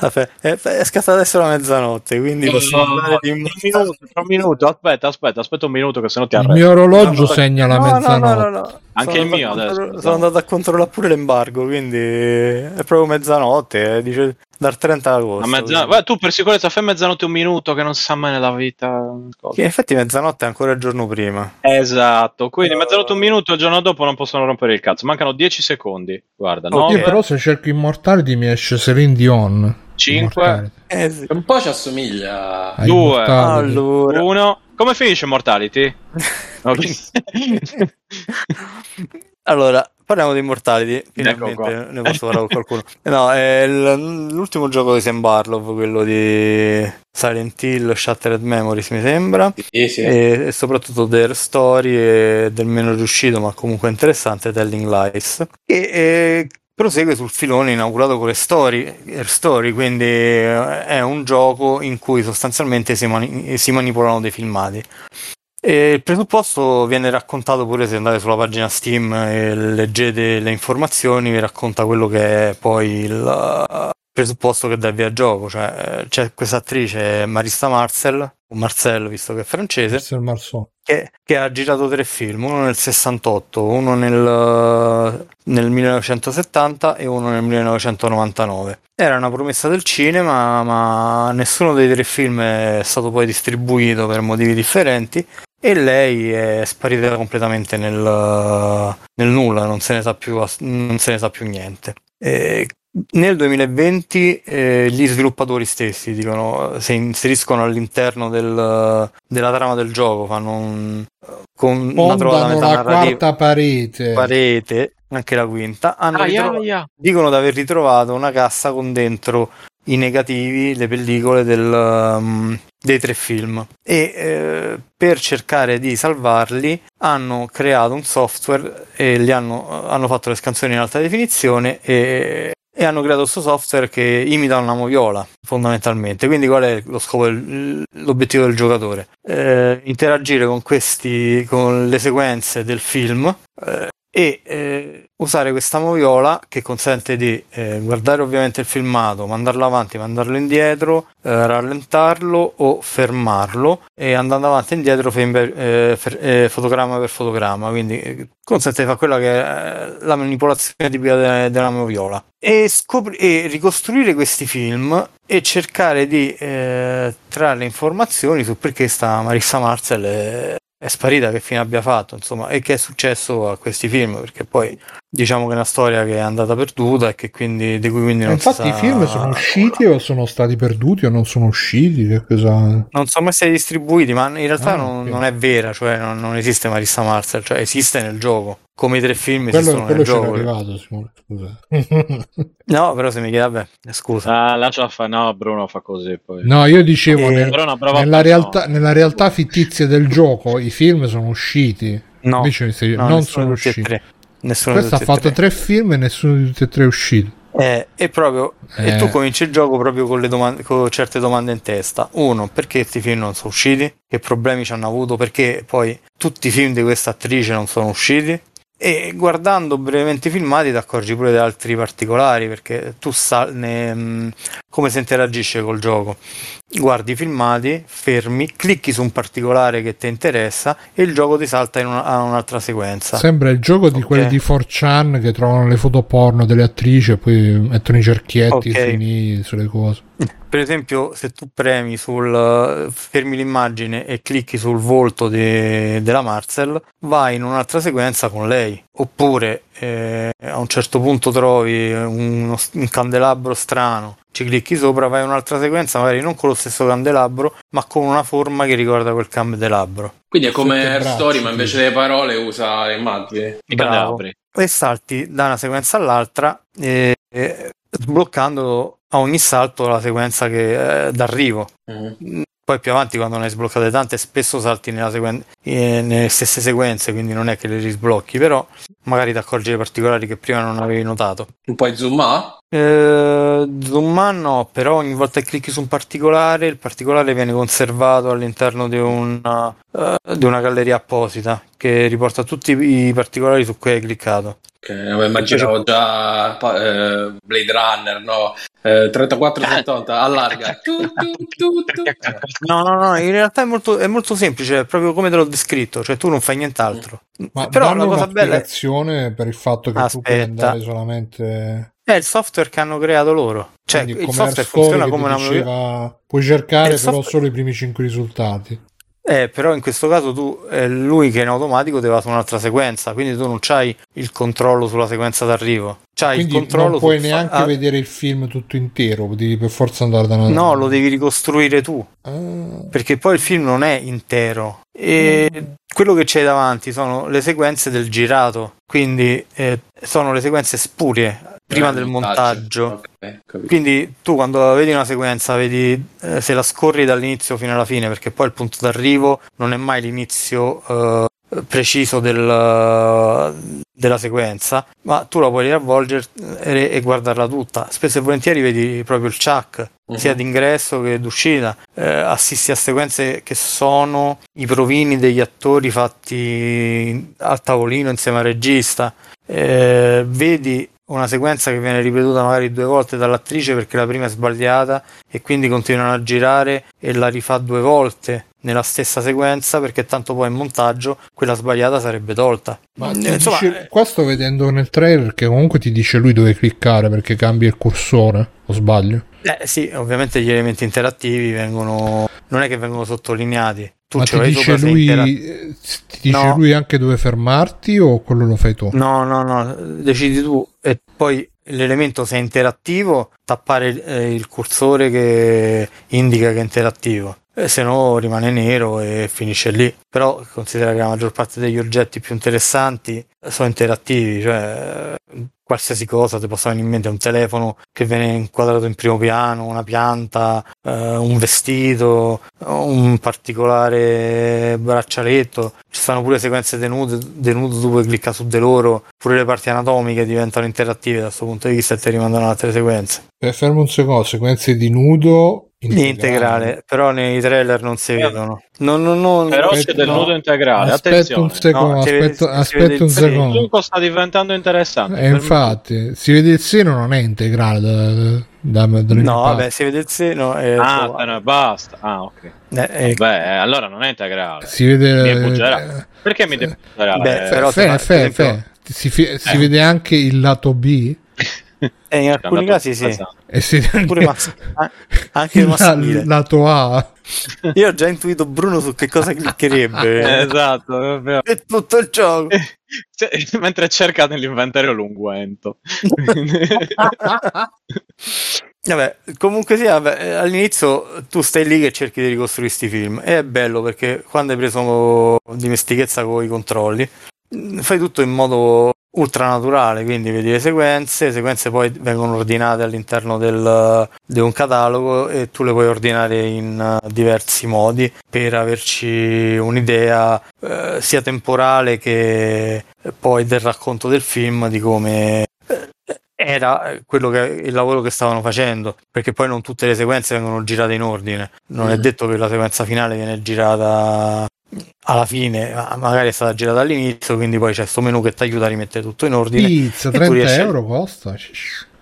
Speaker 4: Vabbè, è, eh, è scattata adesso la mezzanotte, quindi
Speaker 8: sì.
Speaker 4: possiamo
Speaker 8: No,
Speaker 4: parlare di
Speaker 8: un minuto, un minuto, aspetta, aspetta, aspetta un minuto che sennò ti
Speaker 1: Il
Speaker 8: arresto.
Speaker 1: mio orologio
Speaker 4: No,
Speaker 1: segna la
Speaker 4: no, no,
Speaker 1: mezzanotte.
Speaker 4: no, no, no.
Speaker 8: Anche
Speaker 4: Sono
Speaker 8: il mio
Speaker 4: andato a
Speaker 8: adesso,
Speaker 4: contro-
Speaker 8: no.
Speaker 4: Sono andato a controllare pure l'embargo, quindi è proprio mezzanotte, eh, dice dal 30 agosto.
Speaker 8: A mezzanotte,
Speaker 4: quindi.
Speaker 8: guarda, tu per sicurezza fai mezzanotte un minuto che non si sa mai nella vita. cosa.
Speaker 4: Che in effetti mezzanotte è ancora il giorno prima.
Speaker 8: Esatto, quindi
Speaker 4: Eh.
Speaker 8: mezzanotte un minuto, il giorno dopo non possono rompere il cazzo. Mancano 10 secondi. Guarda,
Speaker 4: Ok.
Speaker 1: Io
Speaker 4: no.
Speaker 8: 9,
Speaker 1: però se cerco Immortality mi esce Celine Dion.
Speaker 8: 5,
Speaker 1: Immortality.
Speaker 4: Eh sì.
Speaker 3: cioè, Un po' ci assomiglia.
Speaker 1: Ah,
Speaker 8: Due.
Speaker 1: Immortality.
Speaker 4: Allora,
Speaker 8: 1. Come finisce Mortality? Ok.
Speaker 4: allora, parliamo di Immortality.
Speaker 8: Ecco
Speaker 4: Finalmente
Speaker 8: qua.
Speaker 4: ne posso parlare con qualcuno. Eh, No, è l- l'ultimo gioco di Sam Barlow, quello di Silent Hill, Shattered Memories, mi sembra.
Speaker 1: Eh,
Speaker 3: Sì, sì.
Speaker 4: e, e soprattutto delle storie del meno riuscito ma comunque interessante Telling Lies e, e prosegue sul filone inaugurato con le story, le story quindi eh, è un gioco in cui sostanzialmente si, mani- si manipolano dei filmati e il presupposto viene raccontato pure se andate sulla pagina Steam e leggete le informazioni, vi racconta quello che è poi il eh, presupposto che dà via al gioco. Cioè, eh, c'è questa attrice Marista Marcel, o Marcel visto che è francese,
Speaker 1: Marcel Marceau.
Speaker 4: che, che ha girato tre film, uno nel 68, uno nel, nel 1970 e uno nel 1999. Era una promessa del cinema, ma nessuno dei tre film è stato poi distribuito per motivi differenti e lei è sparita completamente nel, nel nulla, non se ne sa più, ass- non se ne sa più niente. E nel 2020 eh, gli sviluppatori stessi dicono, si inseriscono all'interno del- della trama del gioco, fanno un, con una
Speaker 1: Fondano
Speaker 4: trovata
Speaker 1: la
Speaker 4: narrativa,
Speaker 1: quarta parete.
Speaker 4: parete, anche la quinta, hanno
Speaker 2: Ah,
Speaker 8: Aia,
Speaker 4: ritrovato-
Speaker 8: aia.
Speaker 4: dicono di aver ritrovato una cassa con dentro i negativi, le pellicole del, um, dei tre film e eh, per cercare di salvarli hanno creato un software e li hanno, hanno fatto le scansioni in alta definizione e, e hanno creato questo software che imita una moviola fondamentalmente quindi qual è lo scopo del- l'obiettivo del giocatore Eh, interagire con questi con le sequenze del film eh, e eh, usare questa moviola che consente di eh, guardare ovviamente il filmato, mandarlo avanti, mandarlo indietro, eh, rallentarlo o fermarlo e andando avanti e indietro frame per- eh, fer- eh, fotogramma per fotogramma, quindi eh, consente di fare quella che è eh, la manipolazione tipica de- della moviola e, scopri- e ricostruire questi film e cercare di eh, trarre informazioni su perché sta Marissa Marcel eh, è sparita, che fine abbia fatto, insomma, e che è successo a questi film, perché poi diciamo che è una storia che è andata perduta e che quindi, di cui quindi
Speaker 1: Eh,
Speaker 4: non si
Speaker 1: Infatti
Speaker 4: sa-
Speaker 1: i film sono usciti o sono stati perduti o non sono usciti? Che cosa...
Speaker 4: Non sono mai stati distribuiti, ma in realtà
Speaker 1: Ah,
Speaker 4: non,
Speaker 1: ok.
Speaker 4: non è vera, cioè non, non esiste Marissa Marcel, cioè esiste nel gioco, come i tre film
Speaker 1: Quello,
Speaker 4: esistono
Speaker 1: quello
Speaker 4: nel
Speaker 1: c'era
Speaker 4: gioco.
Speaker 1: arrivato, Simone, scusa. *laughs*
Speaker 4: No, però se mi chiedi, vabbè, scusa.
Speaker 8: Ah, lascia fa... No, Bruno fa così poi.
Speaker 1: No, io dicevo,
Speaker 4: Eh,
Speaker 1: nel-
Speaker 8: Però è una brava
Speaker 1: nella,
Speaker 8: persona.
Speaker 1: realtà, nella realtà fittizia del gioco i film sono usciti,
Speaker 4: No,
Speaker 1: invece se-
Speaker 4: no,
Speaker 1: non
Speaker 4: nessuno
Speaker 1: sono
Speaker 4: di tutti e
Speaker 1: usciti.
Speaker 4: tre. Nessuno di
Speaker 1: Questo ha
Speaker 4: tutti e
Speaker 1: fatto
Speaker 4: tre.
Speaker 1: tre film e nessuno di tutti e tre è uscito.
Speaker 4: Eh, e, proprio,
Speaker 1: Eh.
Speaker 4: e tu cominci il gioco proprio con, le domande, con certe domande in testa. Uno, perché questi film non sono usciti? Che problemi ci hanno avuto? Perché poi tutti i film di questa attrice non sono usciti? E guardando brevemente i filmati ti accorgi pure di altri particolari perché tu sai come si interagisce col gioco. Guardi i filmati, fermi, clicchi su un particolare che ti interessa e il gioco ti salta in una- a un'altra sequenza.
Speaker 1: Sembra il gioco di
Speaker 4: Ok.
Speaker 1: quelli di 4chan che trovano le foto porno delle attrici e poi mettono i cerchietti
Speaker 4: Ok.
Speaker 1: sui ni- sulle cose.
Speaker 4: Per esempio, se tu premi sul fermi l'immagine e clicchi sul volto de- della Marcel, vai in un'altra sequenza con lei. Oppure eh, a un certo punto trovi uno- un candelabro strano, ci clicchi sopra, vai in un'altra sequenza, magari non con lo stesso candelabro, ma con una forma che ricorda quel candelabro.
Speaker 3: Quindi è come
Speaker 1: Sette
Speaker 3: Air
Speaker 1: bracci,
Speaker 3: Story, ma
Speaker 1: sì.
Speaker 3: invece le parole usa le immagini.
Speaker 8: I
Speaker 4: Bravo.
Speaker 8: candelabri.
Speaker 4: e salti da una sequenza all'altra, eh, eh, sbloccando a ogni salto la sequenza che, eh, d'arrivo.
Speaker 3: Mhm.
Speaker 4: Poi più avanti, quando ne hai sbloccate tante, spesso salti nella sequen- eh, nelle stesse sequenze, quindi non è che le risblocchi, però magari ti accorgi dei particolari che prima non avevi notato.
Speaker 3: Un po' ah. zoomà?
Speaker 4: Eh, Zoom no, però ogni volta che clicchi su un particolare, il particolare viene conservato all'interno di una, eh, di una galleria apposita che riporta tutti i particolari su cui hai cliccato.
Speaker 3: Ok, vabbè, immaginavo già pa- eh, Blade Runner, no? Eh, 34-38, allarga. *laughs* Tu, tu, tu, tu.
Speaker 4: No, no, no, in realtà è molto, è molto semplice, è proprio come te l'ho descritto, cioè tu non fai nient'altro.
Speaker 1: Ma
Speaker 4: però
Speaker 1: dammi
Speaker 4: la cosa
Speaker 1: una
Speaker 4: bella è,
Speaker 1: spiegazione per il fatto che tu puoi
Speaker 4: Aspetta.
Speaker 1: andare solamente
Speaker 4: è il software che hanno creato loro. Cioè,
Speaker 1: quindi
Speaker 4: il
Speaker 1: come App
Speaker 4: software
Speaker 1: Store
Speaker 4: funziona
Speaker 1: che ti
Speaker 4: come una
Speaker 1: diceva, puoi
Speaker 4: È
Speaker 1: cercare
Speaker 4: il
Speaker 1: però
Speaker 4: software-
Speaker 1: solo i primi 5 risultati.
Speaker 4: Eh, però in questo caso tu è lui che in automatico ti va su un'altra sequenza, quindi tu non c'hai il controllo sulla sequenza d'arrivo. C'hai
Speaker 1: Quindi
Speaker 4: il controllo
Speaker 1: non puoi
Speaker 4: sul fa-
Speaker 1: neanche
Speaker 4: ah,
Speaker 1: vedere il film tutto intero, devi per forza andare da una
Speaker 4: No, lo devi ricostruire tu,
Speaker 1: Ah,
Speaker 4: perché poi il film non è intero. E quello che c'è davanti sono le sequenze del girato, quindi eh, sono le sequenze spurie prima
Speaker 3: Eh,
Speaker 4: del montaggio.
Speaker 3: Ok, capito.
Speaker 4: Quindi tu quando vedi una sequenza, vedi eh, se la scorri dall'inizio fino alla fine, perché poi il punto d'arrivo non è mai l'inizio eh, preciso del- della sequenza, ma tu la puoi riavvolgere e, e guardarla tutta. Spesso e volentieri vedi proprio il chuck,
Speaker 3: Mhm.
Speaker 4: sia d'ingresso che d'uscita. Eh, assisti a sequenze che sono i provini degli attori fatti a tavolino insieme al regista. Eh, vedi una sequenza che viene ripetuta magari due volte dall'attrice perché la prima è sbagliata e quindi continuano a girare e la rifà due volte nella stessa sequenza perché tanto poi in montaggio quella sbagliata sarebbe tolta.
Speaker 1: ma
Speaker 4: Eh,
Speaker 1: ti
Speaker 4: insomma,
Speaker 1: dice-
Speaker 4: eh,
Speaker 1: qua sto vedendo nel trailer che comunque ti dice lui dove cliccare perché cambia il cursore, o sbaglio?
Speaker 4: eh, sì, ovviamente gli elementi interattivi vengono non è che vengono sottolineati. Tu
Speaker 1: ma
Speaker 4: ce
Speaker 1: ti
Speaker 4: l'hai
Speaker 1: dice,
Speaker 4: sopra se
Speaker 1: lui,
Speaker 4: intera-
Speaker 1: eh, ti dice
Speaker 4: No.
Speaker 1: lui anche dove fermarti o quello lo fai tu?
Speaker 4: No, no, no, decidi tu e poi l'elemento se è interattivo, tappare il, eh, il cursore che indica che è interattivo, Eh, se no rimane nero e finisce lì. Però considera che la maggior parte degli oggetti più interessanti eh, sono interattivi, cioè eh, qualsiasi cosa ti possa venire in mente, un telefono che viene inquadrato in primo piano, una pianta, eh, un vestito, un particolare braccialetto. Ci stanno pure sequenze denude, denudo tu puoi cliccare su di loro, pure le parti anatomiche diventano interattive da questo punto di vista e ti rimandano ad altre sequenze.
Speaker 1: Eh, fermo un secondo, sequenze di nudo
Speaker 4: Integrale, però nei trailer non si vedono. No, no, no,
Speaker 8: Eh. Però
Speaker 1: Aspetta,
Speaker 8: c'è del
Speaker 1: no.
Speaker 8: nudo integrale,
Speaker 1: Aspetta un
Speaker 8: attenzione.
Speaker 1: secondo,
Speaker 4: No, si vede-
Speaker 1: aspetta,
Speaker 4: si vede
Speaker 1: aspetta
Speaker 4: il
Speaker 1: un
Speaker 4: seno.
Speaker 8: Il
Speaker 1: secondo.
Speaker 8: gioco sta diventando interessante.
Speaker 1: Eh, infatti, si vede il seno, non è integrale. Da, da, da-
Speaker 4: no, vabbè, si vede il seno e
Speaker 8: Ah,
Speaker 4: insomma,
Speaker 8: te ne- basta. Ah, ok.
Speaker 4: eh, eh,
Speaker 8: Beh, eh, allora non è integrale.
Speaker 1: si vede.
Speaker 8: Mi è buggerato.
Speaker 1: eh,
Speaker 8: Perché mi devo fare?
Speaker 4: beh,
Speaker 8: Eh,
Speaker 4: però
Speaker 1: fe-
Speaker 4: se fa-
Speaker 1: fe-
Speaker 4: per esempio-
Speaker 1: fe- Si, fi- si vede anche il lato B.
Speaker 4: eh, in alcuni
Speaker 8: andato
Speaker 4: casi sì.
Speaker 8: abbastanza.
Speaker 1: E si
Speaker 4: Pure
Speaker 8: *laughs*
Speaker 1: *laughs*
Speaker 4: mas- an- anche il
Speaker 1: il la-
Speaker 4: maschile.
Speaker 1: il lato A.
Speaker 4: Io ho già intuito Bruno su che cosa
Speaker 8: Eh,
Speaker 4: cliccherebbe.
Speaker 8: Esatto, vabbè.
Speaker 4: *laughs* È tutto il gioco.
Speaker 8: *laughs* Cioè, *laughs* mentre cerca nell'inventario
Speaker 4: *laughs*
Speaker 8: l'unguento.
Speaker 4: Vabbè, comunque sia, vabbè, eh, all'inizio tu stai lì che cerchi di ricostruire sti film e è bello perché quando hai preso dimestichezza con i controlli mh, fai tutto in modo ultranaturale, quindi vedi le sequenze, le sequenze poi vengono ordinate all'interno del, di un catalogo e tu le puoi ordinare in eh, diversi modi per averci un'idea eh, sia temporale che eh, poi del racconto del film, di come eh, era quello che, il lavoro che stavano facendo perché poi non tutte le sequenze vengono girate in ordine non è
Speaker 3: Mm.
Speaker 4: detto che la sequenza finale viene girata alla fine ma magari è stata girata all'inizio quindi poi c'è sto menu che ti aiuta a rimettere tutto in ordine
Speaker 1: Pizza,
Speaker 4: tu
Speaker 1: 30
Speaker 4: riesci a-
Speaker 1: euro costa.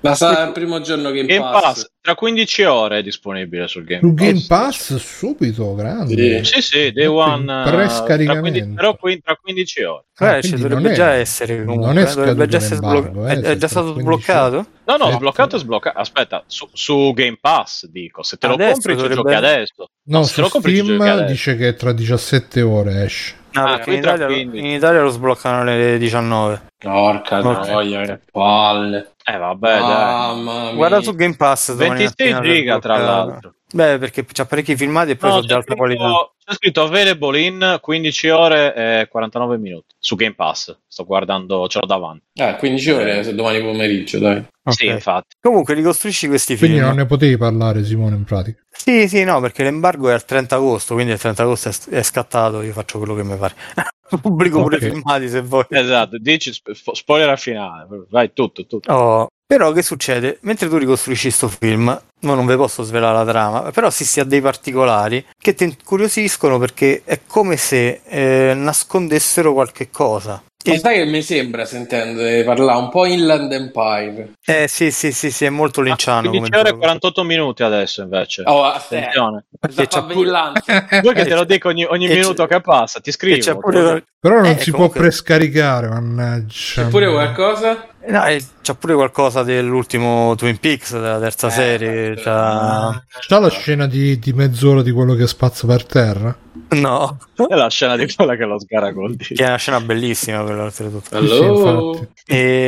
Speaker 3: Ma sarà il primo giorno che
Speaker 8: Game
Speaker 3: Pass.
Speaker 8: Pass tra 15 ore è disponibile sul Game
Speaker 1: Su
Speaker 8: Pass.
Speaker 1: Game Pass subito, grande.
Speaker 8: Sì, sì, Day One. eh, tra 15
Speaker 1: Prescaricamento.
Speaker 8: però qui- tra 15 ore.
Speaker 4: Guarda,
Speaker 1: Ah,
Speaker 4: ci
Speaker 1: quindi
Speaker 4: dovrebbe
Speaker 1: non è-
Speaker 4: già essere
Speaker 1: non è
Speaker 4: comunque eh, dovrebbe già
Speaker 1: scaduto
Speaker 4: essere
Speaker 1: l'embargo,
Speaker 4: sbloccato
Speaker 1: eh,
Speaker 4: è,
Speaker 1: se
Speaker 4: è già
Speaker 1: tra
Speaker 4: stato
Speaker 1: 15
Speaker 4: sbloccato
Speaker 8: No, no,
Speaker 1: Eh,
Speaker 8: sbloccato e sbloccato. Aspetta, su, su Game Pass dico, se te lo
Speaker 4: Adesso
Speaker 8: compri ci
Speaker 4: dovrebbe-
Speaker 8: giochi adesso.
Speaker 1: No,
Speaker 8: se
Speaker 1: su
Speaker 8: lo compri ci giochi
Speaker 1: Steam
Speaker 8: adesso.
Speaker 1: dice che tra 17 ore esce.
Speaker 4: No,
Speaker 8: Ah,
Speaker 4: perché
Speaker 8: qui
Speaker 4: in
Speaker 8: tra
Speaker 4: Italia, lo-
Speaker 8: 15.
Speaker 4: in Italia lo sbloccano alle 19
Speaker 3: Porca
Speaker 4: Ok.
Speaker 3: troia, che palle.
Speaker 8: Eh vabbè, dai.
Speaker 3: Mamma mia.
Speaker 4: guarda su Game Pass domani
Speaker 8: 26
Speaker 4: mattina se è
Speaker 8: giga tra
Speaker 4: sbloccato.
Speaker 8: l'altro.
Speaker 4: Beh, perché c'ha parecchi filmati e poi
Speaker 8: No,
Speaker 4: sono di
Speaker 8: c'è
Speaker 4: alta qualità.
Speaker 8: scritto- C'è scritto available in 15 ore e 49 minuti su Game Pass. Sto guardando, ce l'ho davanti.
Speaker 3: Ah, 15
Speaker 4: Eh.
Speaker 3: ore se domani pomeriggio, dai.
Speaker 4: Ok.
Speaker 8: Sì, infatti.
Speaker 4: Comunque ricostruisci questi film.
Speaker 1: Quindi non ne potevi parlare, Simone, in pratica.
Speaker 4: Sì, sì, no, perché l'embargo è al 30 agosto, quindi il 30 agosto è, è scattato, io faccio quello che mi pare. *laughs* Pubblico pure
Speaker 1: Ok.
Speaker 4: i filmati se vuoi.
Speaker 8: Esatto, dici sp- fo- spoiler al finale. Vai tutto, tutto.
Speaker 4: Oh, Però che succede? Mentre tu ricostruisci sto film, mo non ve posso svelare la trama, però si ha dei particolari che ti incuriosiscono perché è come se eh, nascondessero qualche cosa.
Speaker 3: Ma sai che mi sembra sentendo di parlare un po' Inland Empire.
Speaker 4: Eh sì, sì, sì, sì, è molto linciano. come
Speaker 8: 15 ore e
Speaker 4: gioco.
Speaker 8: 48 minuti adesso invece.
Speaker 3: Oh, aspetta.
Speaker 8: Attenzione. Eh,
Speaker 4: Perché c'ha pure- *laughs*
Speaker 8: Vuoi che te lo dico ogni, ogni
Speaker 4: E c'è-
Speaker 8: minuto che passa? Ti
Speaker 4: che
Speaker 8: scrivo.
Speaker 4: c'è
Speaker 3: cioè.
Speaker 4: pure,
Speaker 1: Però non
Speaker 4: Eh,
Speaker 1: si
Speaker 4: comunque-
Speaker 1: può prescaricare, mannaggia.
Speaker 3: C'è pure qualcosa?
Speaker 4: no, eh, c'ha pure qualcosa dell'ultimo Twin Peaks, della terza
Speaker 3: Eh,
Speaker 4: serie.
Speaker 3: vabbè.
Speaker 4: c'ha-
Speaker 1: C'ha la scena di, di mezz'ora di quello che spazza per terra?
Speaker 3: *laughs*
Speaker 4: No,
Speaker 8: È la scena di quella che lo sgaragol dice.
Speaker 4: che è una scena bellissima quella, oltretutto.
Speaker 1: Sì, sì,
Speaker 3: Allora.
Speaker 1: infatti.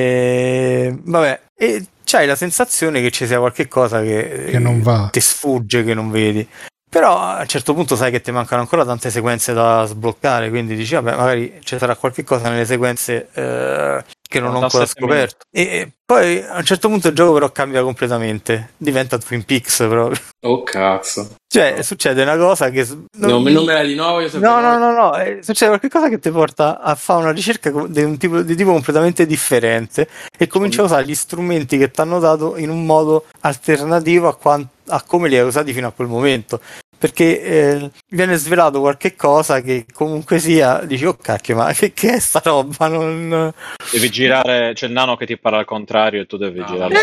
Speaker 4: E vabbè, e c'hai la sensazione che ci sia qualche cosa che,
Speaker 1: Che non va.
Speaker 4: ti sfugge, che non vedi. Però a un certo punto sai che ti mancano ancora tante sequenze da sbloccare, quindi dici, vabbè, magari ci sarà qualche cosa nelle sequenze eh, che non ho ancora
Speaker 8: 47
Speaker 4: scoperto. E e poi a un certo punto il gioco però cambia completamente, diventa Twin Peaks proprio. *laughs*
Speaker 3: Oh cazzo.
Speaker 4: Cioè, succede una cosa che... s-
Speaker 3: Non, non me la di nuovo, io sapevo-
Speaker 4: No, no, no, no, eh, succede qualcosa che ti porta a fare una ricerca co- di un tipo, di tipo completamente differente e cominci a usare gli strumenti che ti hanno dato in un modo alternativo a, quan- a come li hai usati fino a quel momento. Perché eh, viene svelato qualche cosa che comunque sia, dici, oh cacchio, ma che, che è sta roba? Non...
Speaker 8: Devi girare, c'è il nano che ti parla al contrario e tu devi
Speaker 3: Ah.
Speaker 8: girare.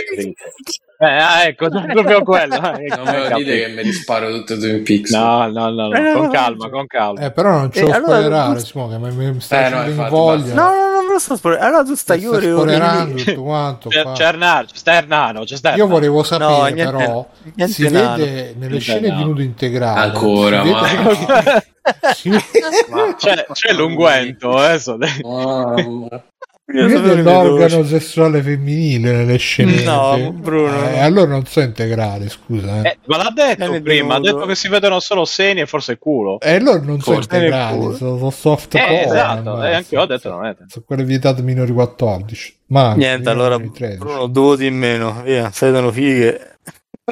Speaker 8: Eh, ah, ecco, *laughs* proprio quello. eh,
Speaker 3: Non me lo
Speaker 8: capi.
Speaker 3: dite che mi disparo tutto Twin Peaks.
Speaker 8: No, no, no,
Speaker 4: Eh,
Speaker 8: no,
Speaker 4: no,
Speaker 8: con
Speaker 4: no,
Speaker 8: calma,
Speaker 4: no.
Speaker 8: con calma.
Speaker 1: Eh, però non ce
Speaker 4: Eh,
Speaker 1: lo
Speaker 4: allora-
Speaker 1: spoilerare, Simone, che mi, mi stai
Speaker 3: Eh, no,
Speaker 1: facendo
Speaker 3: infatti,
Speaker 1: invoglia.
Speaker 4: No, no, no, me lo sto spoilerando. Allora tu stai
Speaker 1: Mi
Speaker 4: ore e
Speaker 1: stai
Speaker 4: ore
Speaker 1: spoilerando
Speaker 4: lì.
Speaker 1: tutto quanto.
Speaker 8: C'è,
Speaker 1: qua.
Speaker 2: certo.
Speaker 8: c'è il nano, c'è il nano, c'è il
Speaker 1: Io
Speaker 8: nano.
Speaker 1: volevo sapere,
Speaker 4: No, niente-
Speaker 1: però,
Speaker 4: niente
Speaker 1: si
Speaker 4: nano.
Speaker 1: vede nelle
Speaker 8: Niente
Speaker 1: scene
Speaker 8: nano.
Speaker 1: di nudo integrale.
Speaker 3: Ancora,
Speaker 1: si
Speaker 3: ma-
Speaker 1: vede- si-
Speaker 3: Ma- cioè,
Speaker 8: C'è, c'è l'unguento eh, adesso. dai.
Speaker 3: Mamma.
Speaker 4: *laughs* Io
Speaker 1: si vede
Speaker 4: sapevo le mie
Speaker 1: l'organo
Speaker 4: voci.
Speaker 1: sessuale femminile nelle scene.
Speaker 4: No, Bruno,
Speaker 1: Eh,
Speaker 4: no.
Speaker 1: allora non so integrale, scusa. Eh.
Speaker 8: Eh, ma l'ha
Speaker 4: Eh,
Speaker 8: detto
Speaker 4: mi
Speaker 8: prima, ha
Speaker 4: devo-
Speaker 8: detto che si vedono solo seni e forse il culo.
Speaker 1: E Eh, allora non so
Speaker 4: Corte nel
Speaker 1: integrali,
Speaker 4: culo.
Speaker 1: sono, sono soft
Speaker 8: Eh,
Speaker 1: porn,
Speaker 8: esatto,
Speaker 1: ma-
Speaker 8: eh, anche io ho detto non è.
Speaker 1: Sono quelle vietate minori 14. Ma
Speaker 4: Niente, allora
Speaker 1: minori 13.
Speaker 4: Bruno, due voti in meno, via, vedono fighe.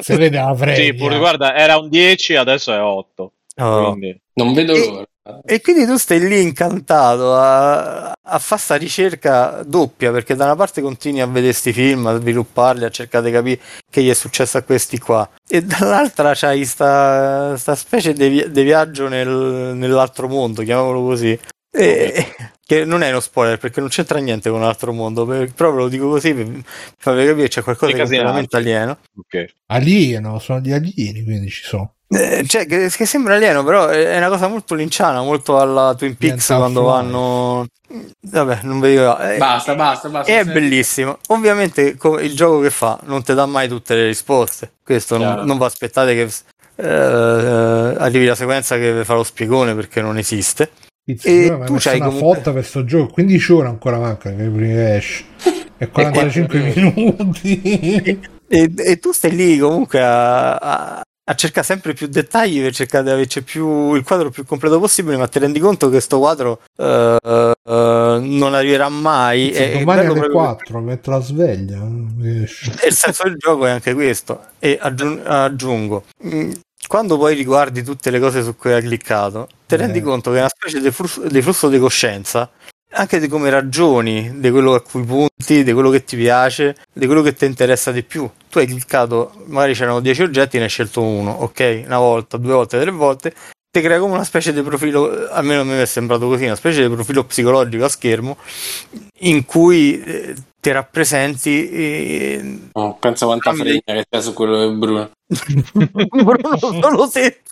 Speaker 1: Se vede la previa.
Speaker 8: Sì,
Speaker 4: eh.
Speaker 8: pure, guarda, era un 10, adesso è 8.
Speaker 4: Oh.
Speaker 8: Quindi,
Speaker 3: Non vedo
Speaker 4: E-
Speaker 3: l'ora.
Speaker 4: E quindi tu stai lì incantato a, a fare sta ricerca doppia, perché da una parte continui a vedere sti film, a svilupparli, a cercare di capire che gli è successo a questi qua, e dall'altra c'hai sta, sta specie di vi- di viaggio nel- nell'altro mondo, chiamiamolo così. E- che non è uno spoiler perché non c'entra niente con l'altro mondo, per- però ve lo dico così per per farvi capire che c'è qualcosa di
Speaker 8: Mica si
Speaker 4: completamente alieno.
Speaker 8: ok.
Speaker 1: Alieno, sono gli alieni, quindi ci sono.
Speaker 4: Eh, cioè, che, che sembra alieno, però è è una cosa molto linciana, molto alla Twin Peaks
Speaker 1: Diventa
Speaker 4: quando
Speaker 1: offline.
Speaker 4: vanno. Vabbè, non vi dico. eh,
Speaker 3: Basta, basta, basta.
Speaker 4: e è
Speaker 3: Senti.
Speaker 4: bellissimo. Ovviamente co- il gioco che fa non ti dà mai tutte le risposte. Questo non,
Speaker 3: Chiaro.
Speaker 4: non vi aspettate che eh, eh, arrivi la sequenza che vi fa lo spiegone perché non esiste.
Speaker 1: Pizzo,
Speaker 4: E
Speaker 1: io avevo
Speaker 4: tu
Speaker 1: messo
Speaker 4: c'hai
Speaker 1: una
Speaker 4: comunque-
Speaker 1: cioè, fotta per sto gioco, 15 ore ancora manca che prima che esce. E 45 *laughs* minuti.
Speaker 4: E, e tu stai lì comunque a, a- a cercare sempre più dettagli per cercare di averci più, il quadro più completo possibile, ma ti rendi conto che sto quadro eh, eh, non arriverà mai.
Speaker 1: Pizzo,
Speaker 4: È- è
Speaker 1: domani
Speaker 4: bello
Speaker 1: alle
Speaker 4: proprio-
Speaker 1: 4 metto la sveglia. eh, esce.
Speaker 4: e il senso del gioco *laughs* è anche questo. E aggiun- aggiungo, mh, quando poi riguardi tutte le cose su cui hai cliccato, ti
Speaker 1: Eh.
Speaker 4: rendi conto che è una specie di flusso di, flusso di coscienza, anche di come ragioni, di quello a cui punti, di quello che ti piace, di quello che ti interessa di più. Tu hai cliccato, magari c'erano 10 oggetti, ne hai scelto uno, ok? Una volta, due volte, tre volte. Ti crea come una specie di profilo, almeno a me mi è sembrato così, una specie di profilo psicologico a schermo in cui eh, ti rappresenti eh,
Speaker 3: Oh, pensa quanta
Speaker 4: Cambi.
Speaker 3: fregna che c'è su quello di Bruno.
Speaker 4: Bruno solo se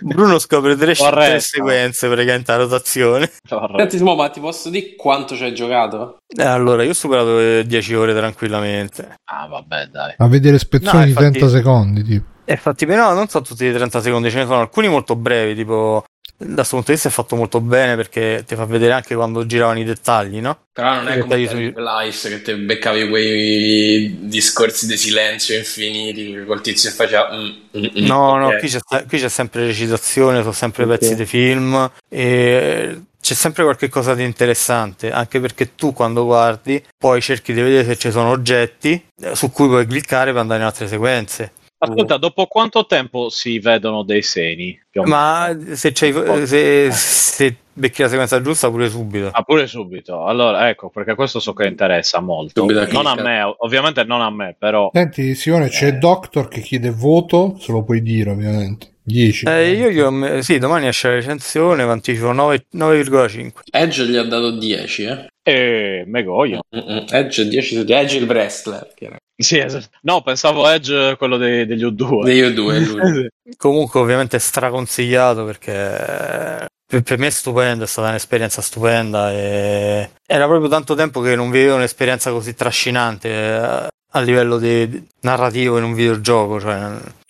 Speaker 4: Bruno scopre tre,
Speaker 8: Corretto.
Speaker 4: tre sequenze praticamente a rotazione.
Speaker 3: Senti, Simo, ma ti posso dire quanto ci hai giocato?
Speaker 4: Eh, Allora, io ho superato le 10 ore tranquillamente.
Speaker 8: Ah, vabbè, dai.
Speaker 1: A vedere spezzoni
Speaker 4: No,
Speaker 1: di
Speaker 4: infatti-
Speaker 1: 30 secondi, tipo.
Speaker 4: E infatti, però, non so tutti i 30 secondi, ce ne sono alcuni molto brevi, tipo da questo punto di vista è fatto molto bene perché ti fa vedere anche quando giravano i dettagli, no?
Speaker 3: Però non è
Speaker 4: Che
Speaker 3: come
Speaker 4: tagli
Speaker 3: Terrible Lies che te beccavi quei discorsi di silenzio infiniti col tizio che faceva... mm, mm, mm,
Speaker 4: No, no,
Speaker 3: ok.
Speaker 4: qui c'è, sta- qui c'è sempre recitazione, sono sempre pezzi di film e c'è sempre qualche cosa di interessante, anche perché tu quando guardi poi cerchi di vedere se ci sono oggetti eh, su cui puoi cliccare per andare in altre sequenze. Uh.
Speaker 8: Ascolta, dopo quanto tempo si vedono dei seni? Più o meno?
Speaker 4: Ma se, c'hai- se, se becchi la sequenza giusta pure subito.
Speaker 8: Ah, pure subito. Allora, ecco, perché questo so che interessa molto.
Speaker 3: Subito a
Speaker 8: Non a
Speaker 3: cliccare.
Speaker 8: me, ov- ovviamente non a me, però
Speaker 4: Eh.
Speaker 1: Senti, Simone, c'è Doctor che chiede voto, se lo puoi dire ovviamente. 10.
Speaker 4: Eh, io, glielo me- sì, domani esce la recensione, vi anticipo 9 9,5.
Speaker 3: Edge gli ha dato 10, eh?
Speaker 8: eh, Megoglio.
Speaker 3: Mm, mm, Edge 10 su 10. Edge il wrestler, che era.
Speaker 8: *laughs* Sì, es- no, pensavo Edge quello dei- degli Eh U2.
Speaker 3: Degli U2, *laughs* lui.
Speaker 4: Comunque, ovviamente, è straconsigliato perché eh, per, per me è stupendo, è stata un'esperienza stupenda. E... Era proprio tanto tempo che non vivevo un'esperienza così trascinante eh, a livello di, di- narrativo in un videogioco. Cioè,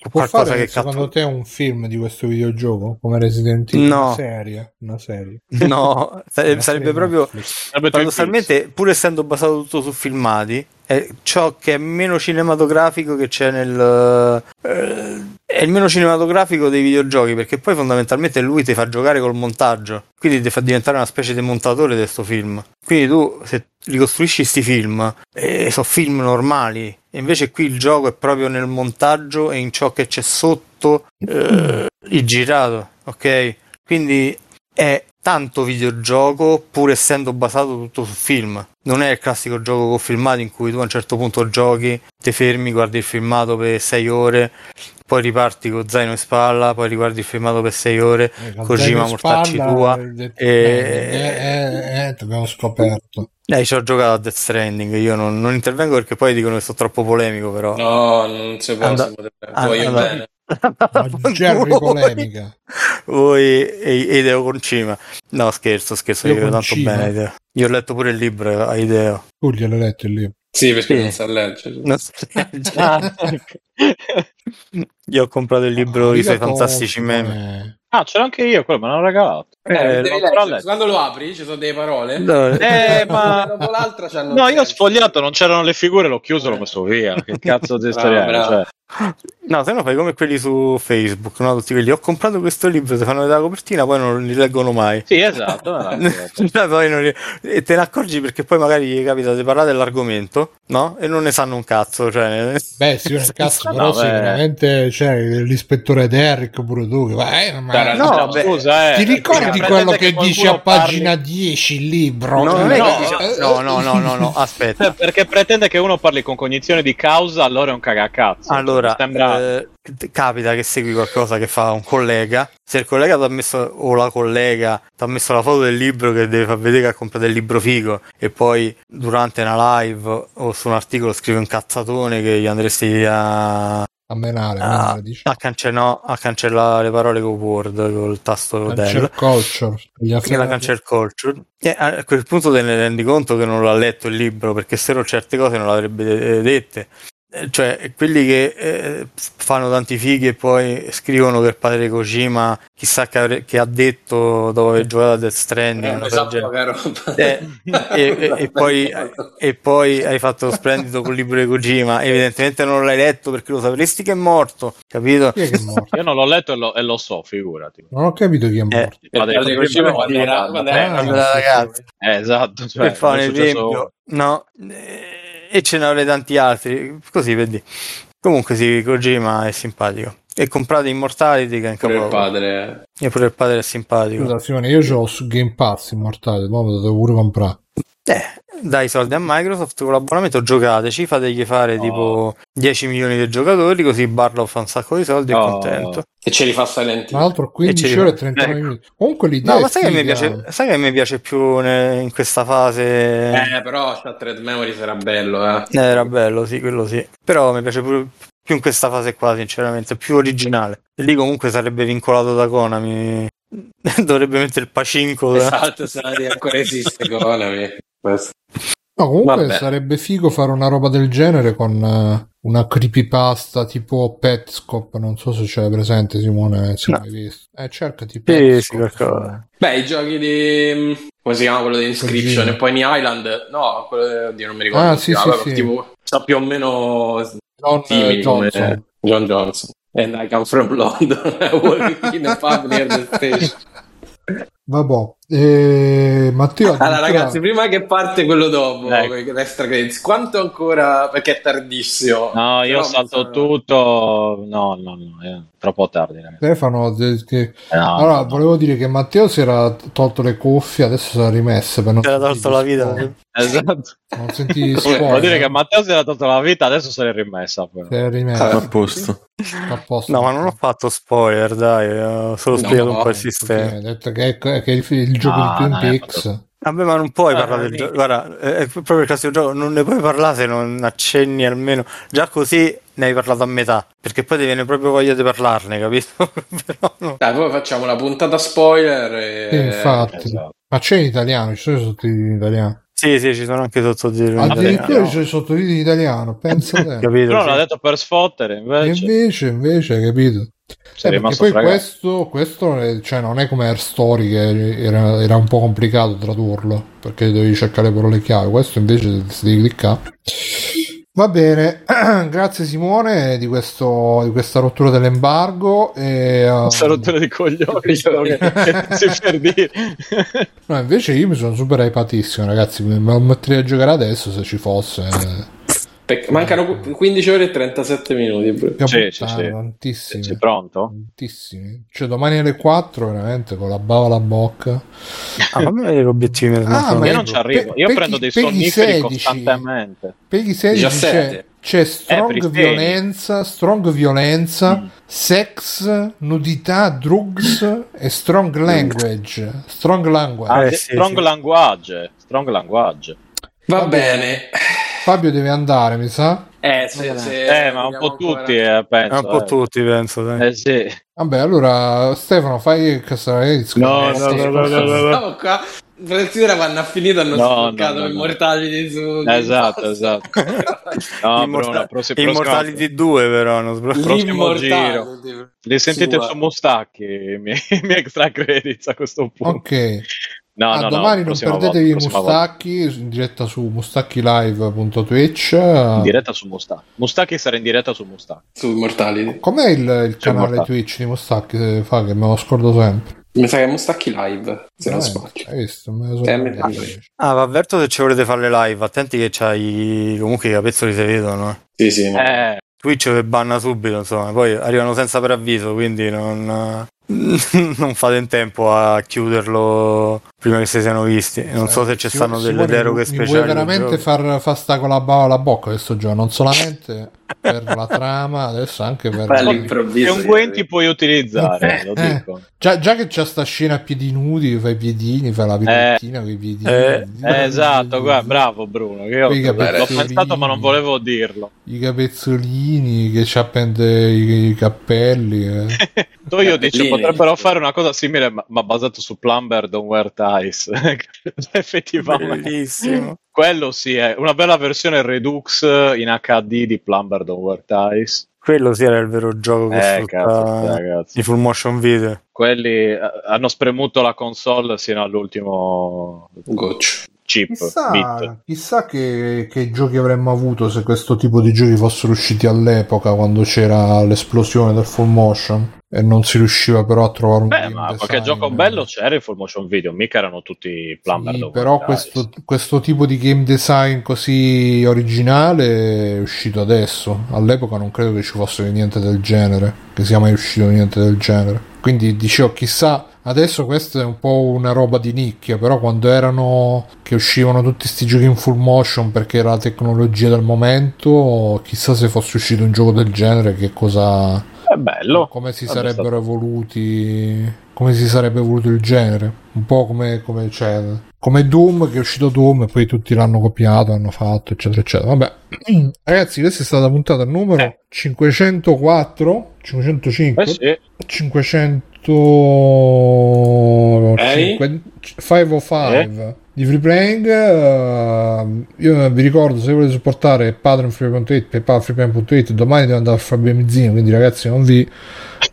Speaker 1: Può
Speaker 4: qualcosa
Speaker 1: fare
Speaker 4: che
Speaker 1: secondo
Speaker 4: cattura.
Speaker 1: te un film di questo videogioco come Resident Evil?
Speaker 4: No.
Speaker 1: Una serie? Una serie.
Speaker 4: *laughs* No,
Speaker 1: Una
Speaker 4: sare- sarebbe
Speaker 1: serie
Speaker 4: proprio
Speaker 1: Netflix.
Speaker 8: Sarebbe
Speaker 4: Paradossalmente, pur essendo basato tutto su filmati, è ciò che è meno cinematografico che c'è nel. eh, è il meno cinematografico dei videogiochi, perché poi fondamentalmente lui ti fa giocare col montaggio, quindi ti fa diventare una specie di montatore di questo film. Quindi tu, se ricostruisci sti film, eh, sono film normali, e invece qui il gioco è proprio nel montaggio e in ciò che c'è sotto eh, il girato, ok? Quindi è tanto videogioco pur essendo basato tutto su film. Non è il classico gioco con filmati in cui tu a un certo punto giochi, ti fermi, guardi il filmato per 6 ore, poi riparti con zaino in spalla, poi riguardi il filmato per 6 ore.
Speaker 1: Eh,
Speaker 4: Kojima,
Speaker 1: Calzani
Speaker 4: mortacci
Speaker 1: spalla, eh.
Speaker 4: tua,
Speaker 1: il det-
Speaker 4: e-
Speaker 1: Eh, eh, eh, ti abbiamo scoperto.
Speaker 4: Eh, ci ho giocato a Death Stranding, io non, non intervengo perché poi dicono che sono troppo polemico, però... Ah,
Speaker 3: No, non si può,
Speaker 4: Anda-
Speaker 3: si può-
Speaker 4: and-
Speaker 3: voglio
Speaker 4: and-
Speaker 3: bene.
Speaker 4: *laughs*
Speaker 1: Jerry
Speaker 4: Voi-
Speaker 1: polemica.
Speaker 4: Voi e e Ideo Concima. No, scherzo, scherzo, io
Speaker 1: Ideo
Speaker 4: vedo tanto
Speaker 1: Kojima.
Speaker 4: bene a Ideo. Io ho letto pure il libro eh, a Ideo.
Speaker 1: Tu gliel'hai letto il libro.
Speaker 3: Sì, perché
Speaker 4: Sì. Eh,
Speaker 3: non sa leggere.
Speaker 4: *laughs* Non so-
Speaker 8: Ah, *laughs* ecco.
Speaker 4: cioè, Io ho comprato il libro
Speaker 1: Ah,
Speaker 4: I suoi
Speaker 1: io
Speaker 4: fantastici
Speaker 1: tosto,
Speaker 4: meme.
Speaker 1: eh.
Speaker 8: Ah, c'era anche io, quello me l'hanno regalato.
Speaker 3: Eh,
Speaker 8: Eh,
Speaker 3: devi
Speaker 8: l'ho
Speaker 3: leggere,
Speaker 8: ancora letto.
Speaker 3: Quando lo apri ci sono delle parole.
Speaker 4: No,
Speaker 8: Eh,
Speaker 3: Una
Speaker 8: ma...
Speaker 3: dopo l'altra c'hanno
Speaker 8: No, io ho
Speaker 3: senso.
Speaker 8: sfogliato, non c'erano le figure, l'ho chiuso, l'ho messo via.
Speaker 3: *laughs*
Speaker 8: Che cazzo di storia è?
Speaker 3: Bravo, bravo.
Speaker 8: Cioè,
Speaker 4: no, se no fai come quelli su Facebook, no? Tutti quelli. Ho comprato questo libro, ti fanno vedere la copertina, poi non li leggono mai.
Speaker 8: Sì, esatto. me
Speaker 3: *laughs*
Speaker 8: l'hanno
Speaker 2: Certo.
Speaker 8: regalato.
Speaker 4: *laughs* No, poi non li- E te ne accorgi perché poi magari gli capita di parlare dell'argomento, no? E non ne sanno un cazzo. Cioè...
Speaker 1: Beh,
Speaker 4: *laughs*
Speaker 1: sì, nel cazzo,
Speaker 8: No,
Speaker 1: però
Speaker 8: beh.
Speaker 1: sicuramente c'è l'ispettore Derrick pure tu che va, eh, ma
Speaker 8: Cioè,
Speaker 4: No, vabbè,
Speaker 8: scusa, eh,
Speaker 1: ti ricordi
Speaker 8: cioè,
Speaker 1: quello
Speaker 8: pretende
Speaker 1: che
Speaker 8: qualcuno
Speaker 1: dici a
Speaker 8: parli-
Speaker 1: pagina 10 il libro? Cioè,
Speaker 4: No, non è
Speaker 8: no,
Speaker 4: che
Speaker 1: eh,
Speaker 4: dice- no, no, no,
Speaker 1: *laughs*
Speaker 4: no, no,
Speaker 2: *laughs*
Speaker 4: aspetta.
Speaker 8: Eh, *laughs* Perché pretende che uno parli con cognizione di causa, allora è un cagacazzo.
Speaker 4: Allora,
Speaker 8: Mi sembra...
Speaker 4: eh, t- capita che segui qualcosa che fa un collega. Se il collega ti ha messo, o la collega ti ha messo la foto del libro che deve far vedere che ha comprato il libro figo, e poi durante una live o su un articolo scrive un cazzatone che gli andresti a, a,
Speaker 1: A menare, a
Speaker 4: a,
Speaker 1: menare, dici.
Speaker 4: cance- no, a cancellare le parole con Word, col tasto del.
Speaker 1: Cancel culture. gli
Speaker 4: Che la
Speaker 1: afferrati.
Speaker 4: cancel culture e a quel punto te ne rendi conto che non l'ha letto il libro perché se no certe cose non le avrebbe de- dette Eh, cioè quelli che eh, fanno tanti fighi e poi scrivono che il padre Kojima chissà che, avre- che ha detto dopo aver giocato a Death Stranding
Speaker 3: Eh,
Speaker 4: una cosa
Speaker 3: esatto,
Speaker 4: del genere.
Speaker 3: che roba. Eh,
Speaker 4: Eh, e, e-
Speaker 3: *laughs*
Speaker 4: e poi, e poi hai fatto lo splendido col libro di Kojima evidentemente non l'hai letto perché lo sapresti che è morto capito?
Speaker 1: Chi è che è morto?
Speaker 8: Io non l'ho letto e lo, e lo so, figurati.
Speaker 3: Eh,
Speaker 1: Non ho capito
Speaker 4: *laughs* Eh,
Speaker 1: chi è morto.
Speaker 8: Il padre
Speaker 3: Padre
Speaker 8: di Kojima
Speaker 3: Kojima quando
Speaker 8: è
Speaker 3: era-
Speaker 8: morto.
Speaker 3: quando
Speaker 1: Ah,
Speaker 3: era-
Speaker 1: sì,
Speaker 4: allora,
Speaker 1: sì,
Speaker 4: ragazzi,
Speaker 1: sì.
Speaker 8: Eh, esatto, cioè,
Speaker 4: per
Speaker 8: non
Speaker 4: fare
Speaker 8: è
Speaker 4: un
Speaker 8: successo-
Speaker 4: esempio, no, eh, e ce ne avrei tanti altri, così per dire. Comunque sì, Kojima è simpatico. E comprate Immortality che è un
Speaker 3: Pure il
Speaker 4: capolavoro.
Speaker 3: padre.
Speaker 4: E pure il padre è simpatico.
Speaker 1: Scusa, Simone, io ce l'ho su Game Pass immortale, ma lo devo pure comprare.
Speaker 4: Eh, dai soldi a Microsoft con l'abbonamento, giocateci, fategli fare tipo 10 milioni di giocatori, così Barlow fa un sacco di soldi e è
Speaker 8: Oh.
Speaker 4: contento.
Speaker 3: E ce li fa Silent
Speaker 1: Tra
Speaker 3: Hill.
Speaker 1: l'altro 15
Speaker 4: ci
Speaker 1: ore e
Speaker 4: rimane.
Speaker 1: 39
Speaker 8: Ecco.
Speaker 1: minuti. Comunque l'idea
Speaker 4: No,
Speaker 1: è
Speaker 4: ma sai che, mi
Speaker 1: figa.
Speaker 4: piace, sai che mi piace più ne- in questa fase?
Speaker 3: Eh, però Shattered Memory sarà bello, eh.
Speaker 4: Eh, Era bello, sì, quello sì. Però mi piace pure più in questa fase qua, sinceramente, più originale. Lì comunque sarebbe vincolato da *laughs* Konami. Dovrebbe mettere il pacinco. eh. da-
Speaker 3: Esatto, se la idea ancora esiste, Konami. Questo.
Speaker 1: No, comunque
Speaker 3: Vabbè.
Speaker 1: sarebbe figo fare una roba del genere con eh, una creepypasta tipo Petscop. Non so se c'è presente, Simone. Se
Speaker 4: No.
Speaker 1: l'hai visto, eh, cercati
Speaker 4: Sì,
Speaker 1: Petscop.
Speaker 4: sì, qualcosa.
Speaker 3: Beh, i giochi di. come si chiama quello di Inscription
Speaker 1: Virginia.
Speaker 3: e poi New Island? No, quello di. oddio, non mi ricordo.
Speaker 1: Ah,
Speaker 3: come si
Speaker 1: sì,
Speaker 3: chiama,
Speaker 1: sì, sì.
Speaker 3: Tipo, sta più o meno
Speaker 1: John eh,
Speaker 3: simili come
Speaker 1: Johnson.
Speaker 3: John Johnson. And I Eh, come from London.
Speaker 2: *laughs*
Speaker 3: I work in a pub near the station.
Speaker 1: Vabbè, eh, Matteo.
Speaker 3: Allora,
Speaker 1: addirittura-
Speaker 3: ragazzi, prima che parte quello dopo,
Speaker 2: Ecco.
Speaker 3: con gli extra credits, quanto ancora? Perché è tardissimo.
Speaker 2: No, io
Speaker 3: Però- eh,
Speaker 2: salto tutto. No, no, no,
Speaker 8: eh,
Speaker 2: è troppo tardi, ragazzi.
Speaker 1: Stefano, de- che-
Speaker 4: Ah,
Speaker 2: No,
Speaker 1: allora
Speaker 2: no, no.
Speaker 1: volevo dire che Matteo si era tolto le cuffie, adesso si era rimesse per non
Speaker 4: Te l'ha
Speaker 1: sentire
Speaker 4: tolto la vita.
Speaker 1: spoiler. *laughs*
Speaker 2: Esatto.
Speaker 1: Non sentire
Speaker 3: Come-
Speaker 1: spoiler.
Speaker 2: Vuol dire che Matteo si era tolto la vita, adesso se l'è rimessa. Però.
Speaker 1: Si era
Speaker 5: Ma
Speaker 1: rimessa,
Speaker 5: a posto.
Speaker 1: sta a posto.
Speaker 4: Ah.
Speaker 1: Eh,
Speaker 4: No, ma non ho fatto spoiler, dai, ho solo
Speaker 3: No,
Speaker 4: spiegato
Speaker 3: no,
Speaker 4: un po' il
Speaker 3: ok.
Speaker 4: sistema.
Speaker 1: Sì, ha detto che è, che è il, il gioco
Speaker 2: Ah,
Speaker 1: di Twin
Speaker 2: non è
Speaker 1: Peaks.
Speaker 4: Vabbè, ma non puoi
Speaker 2: Ah,
Speaker 4: parlare del
Speaker 2: sì.
Speaker 4: gioco. Guarda, eh, è è proprio il classico gioco, non ne puoi parlare se non accenni almeno. Già così ne hai parlato a metà, perché poi ti viene proprio voglia di parlarne, capito? *laughs* Però no.
Speaker 3: Dai, poi facciamo la puntata spoiler. E...
Speaker 1: Sì, infatti.
Speaker 2: esatto.
Speaker 1: Ma c'è in italiano, ci sono i sottotitoli in italiano.
Speaker 4: Sì, sì, ci sono anche sottotitoli. in
Speaker 1: Addirittura
Speaker 4: italiano.
Speaker 1: ci sono i sottotitoli in italiano, pensa
Speaker 4: *laughs*
Speaker 1: a te.
Speaker 4: capito?
Speaker 2: Però
Speaker 4: sì.
Speaker 2: l'ha detto per sfottere,
Speaker 1: E
Speaker 2: invece.
Speaker 1: invece, invece, hai capito?
Speaker 2: Sei
Speaker 1: Eh, perché
Speaker 2: rimasto
Speaker 1: poi
Speaker 2: fregato.
Speaker 1: questo, questo eh, cioè, non è come Air Story che era, era un po' complicato tradurlo perché dovevi cercare le parole chiave. Questo invece si devi cliccare. Va bene, *clears throat* grazie Simone di, questo, di questa rottura dell'embargo. E, um,
Speaker 2: Questa rottura di coglioni quello che, che si per dire.
Speaker 1: no, invece io mi sono super hypatissimo, ragazzi. Me me lo metterei a giocare adesso se ci fosse. Eh,
Speaker 3: Perché mancano qu- 15 ore e 37 minuti. bro.
Speaker 1: Che
Speaker 2: Sì, sì,
Speaker 1: puttana,
Speaker 2: sì.
Speaker 1: tantissimi.
Speaker 2: Sei pronto?
Speaker 1: Tantissimi. Cioè, domani alle 4, veramente con la bava alla bocca.
Speaker 4: Ah, ma gli obiettivi mi smettono.
Speaker 1: ma
Speaker 2: Io
Speaker 1: Prego.
Speaker 2: non ci arrivo, io
Speaker 1: Pe- Eh,
Speaker 2: prendo dei
Speaker 1: Peggy
Speaker 2: sonniferi
Speaker 1: 16.
Speaker 2: costantemente.
Speaker 1: Per i 16 c'è,
Speaker 3: 17.
Speaker 1: c'è strong
Speaker 2: Eh, per i Mm.
Speaker 1: violenza, strong violenza, sex, nudità, drugs e strong language. Strong language.
Speaker 2: Ah,
Speaker 4: Eh,
Speaker 2: de-
Speaker 4: sì,
Speaker 2: strong
Speaker 4: sì.
Speaker 2: language, strong language.
Speaker 3: Va bene.
Speaker 1: Fabio deve andare, mi sa.
Speaker 3: Eh, se- se-
Speaker 2: Eh, ma un po'
Speaker 3: vediamo
Speaker 2: tutti,
Speaker 3: ancora.
Speaker 2: eh, penso.
Speaker 4: Eh, un po'
Speaker 2: eh.
Speaker 4: tutti, penso. dai.
Speaker 2: Eh sì.
Speaker 1: Vabbè, allora Stefano, fai il castellarezzo.
Speaker 2: No,
Speaker 1: Eh,
Speaker 2: no,
Speaker 1: sì.
Speaker 2: no, no, no, no.
Speaker 3: Stavo qua. Considera quando ha finito
Speaker 2: No,
Speaker 3: hanno sbloccato
Speaker 2: no, no, no.
Speaker 3: Immortality su
Speaker 2: Esatto, esatto. No, Bruno,
Speaker 4: Immorta-
Speaker 2: prossi- prossimo-
Speaker 4: Immortality 2, però, non sbaglio.
Speaker 2: Prossimo giro.
Speaker 3: L'immortale.
Speaker 2: Li sentite
Speaker 3: Sua.
Speaker 2: su Mustacchi i miei, *laughs* i miei extra credits a questo punto.
Speaker 1: Ok.
Speaker 2: No,
Speaker 1: Ah,
Speaker 2: no,
Speaker 1: domani
Speaker 2: no,
Speaker 1: non
Speaker 2: prossima
Speaker 1: perdetevi i
Speaker 2: volta, prossima volta.
Speaker 1: Mustacchi in diretta su mustacchilive.twitch.
Speaker 2: In diretta su Mustacchi. Mustacchi sarà in diretta su Mustacchi.
Speaker 3: Su Immortality.
Speaker 1: Com'è il, il canale
Speaker 2: Mustacchi.
Speaker 1: Twitch di Mustacchi? eh, Fa che me lo scordo sempre.
Speaker 3: Mi sa che è Mustacchi Live, se non
Speaker 1: Eh,
Speaker 3: sbaglio.
Speaker 1: hai visto? Me lo so-
Speaker 3: Eh, mi piace.
Speaker 4: Ah, va avverto se ci volete fare le live. Attenti che c'hai comunque i capezzoli si vedono. eh.
Speaker 3: Sì, sì. no.
Speaker 2: Eh,
Speaker 4: Twitch che banna subito, insomma, poi arrivano senza preavviso, quindi non, *laughs* non fate in tempo a chiuderlo prima che si siano visti. Non so se ci
Speaker 1: Simone-
Speaker 4: stanno delle
Speaker 1: Simone,
Speaker 4: deroghe
Speaker 1: mi-
Speaker 4: speciali.
Speaker 1: Mi vuoi
Speaker 4: al
Speaker 1: veramente
Speaker 4: gioco.
Speaker 1: far, far sta con la bava alla bocca questo gioco? Non solamente per la trama, adesso anche per.
Speaker 3: Poi
Speaker 2: gli
Speaker 3: all'improvviso.
Speaker 2: unguenti puoi utilizzare, lo
Speaker 1: Eh.
Speaker 2: dico.
Speaker 1: Già, già che c'è sta scena a piedi nudi, fai i piedini, fai la videottina con i piedini.
Speaker 4: eh,
Speaker 2: Eh, esatto, guarda, bravo Bruno, che io
Speaker 1: Quei
Speaker 2: l'ho
Speaker 1: capezzolini.
Speaker 2: pensato ma non volevo dirlo. *laughs*
Speaker 1: I capezzolini che ci appende i, i cappelli. eh.
Speaker 2: Tu io dice
Speaker 3: Lì.
Speaker 2: potrebbero fare una cosa simile ma, ma basato su Plumber Don't Wear Ties. *laughs* Effettivamente.
Speaker 4: Bellissimo.
Speaker 2: Quello sì, è una bella versione Redux in HD di Plumber Don't Wear Ties.
Speaker 4: Quello sì era il vero gioco che
Speaker 2: Eh, cazzo,
Speaker 4: sfrutta
Speaker 2: ragazzi.
Speaker 4: i full motion video.
Speaker 2: Quelli eh, hanno spremuto la console sino all'ultimo
Speaker 3: Goccio.
Speaker 2: chip. bit.
Speaker 1: Chissà, chissà che, che giochi avremmo avuto se questo tipo di giochi fossero usciti all'epoca quando c'era l'esplosione del full motion e non si riusciva però a trovare un
Speaker 2: Beh,
Speaker 1: game
Speaker 2: ma
Speaker 1: design.
Speaker 2: qualche gioco bello c'era in full motion video, mica erano tutti Plumber
Speaker 1: Sì,
Speaker 2: Don't
Speaker 1: però
Speaker 2: Wear Ties.
Speaker 1: questo, questo tipo di game design così originale è uscito adesso. All'epoca non credo che ci fosse niente del genere, che sia mai uscito niente del genere. Quindi dicevo, chissà, adesso questa è un po' una roba di nicchia, però quando erano che uscivano tutti questi giochi in full motion perché era la tecnologia del momento, chissà se fosse uscito un gioco del genere che cosa
Speaker 2: È bello.
Speaker 1: come si
Speaker 2: Vabbè,
Speaker 1: sarebbero evoluti come si sarebbe evoluto il genere un po' come, come, cioè, come Doom che è uscito Doom e poi tutti l'hanno copiato hanno fatto eccetera eccetera vabbè *clears throat* ragazzi questa è stata puntata numero 504 505
Speaker 2: Eh sì.
Speaker 1: 500 105 505 di Freeplaying eh, io vi ricordo se volete supportare patreon.it paypal.it domani devo andare a fare due mezzini quindi ragazzi non vi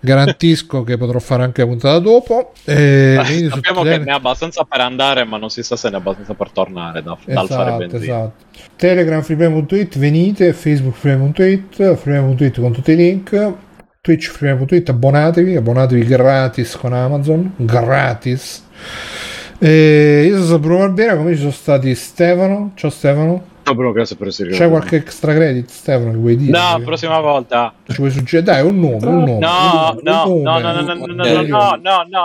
Speaker 1: garantisco che potrò fare anche la puntata dopo e venite su *laughs*
Speaker 2: Sappiamo
Speaker 1: Telegram-
Speaker 2: che ne ha abbastanza per andare, ma non si sa se ne ha abbastanza per tornare da, dal fare
Speaker 1: Esatto,
Speaker 2: benzina.
Speaker 1: esatto. Telegram freeplay.it, venite, Facebook freeplay.it, freeplay.it con tutti i link, Twitch freeplay.it, abbonatevi, abbonatevi gratis con Amazon, gratis. E io sono Bruno Barbera, come ci sono stati Stefano, ciao Stefano,
Speaker 2: No, però grazie per essere
Speaker 1: c'è qualche extra credit Stefano che vuoi dire?
Speaker 2: No,
Speaker 1: Che
Speaker 2: prossima volta.
Speaker 1: Ci vuoi suggerire? Dai, un nome, un nome.
Speaker 2: No,
Speaker 1: un
Speaker 2: no,
Speaker 1: nome,
Speaker 2: no, no,
Speaker 1: un
Speaker 2: no, no,
Speaker 1: nome.
Speaker 2: no, no,
Speaker 3: Eh,
Speaker 2: no,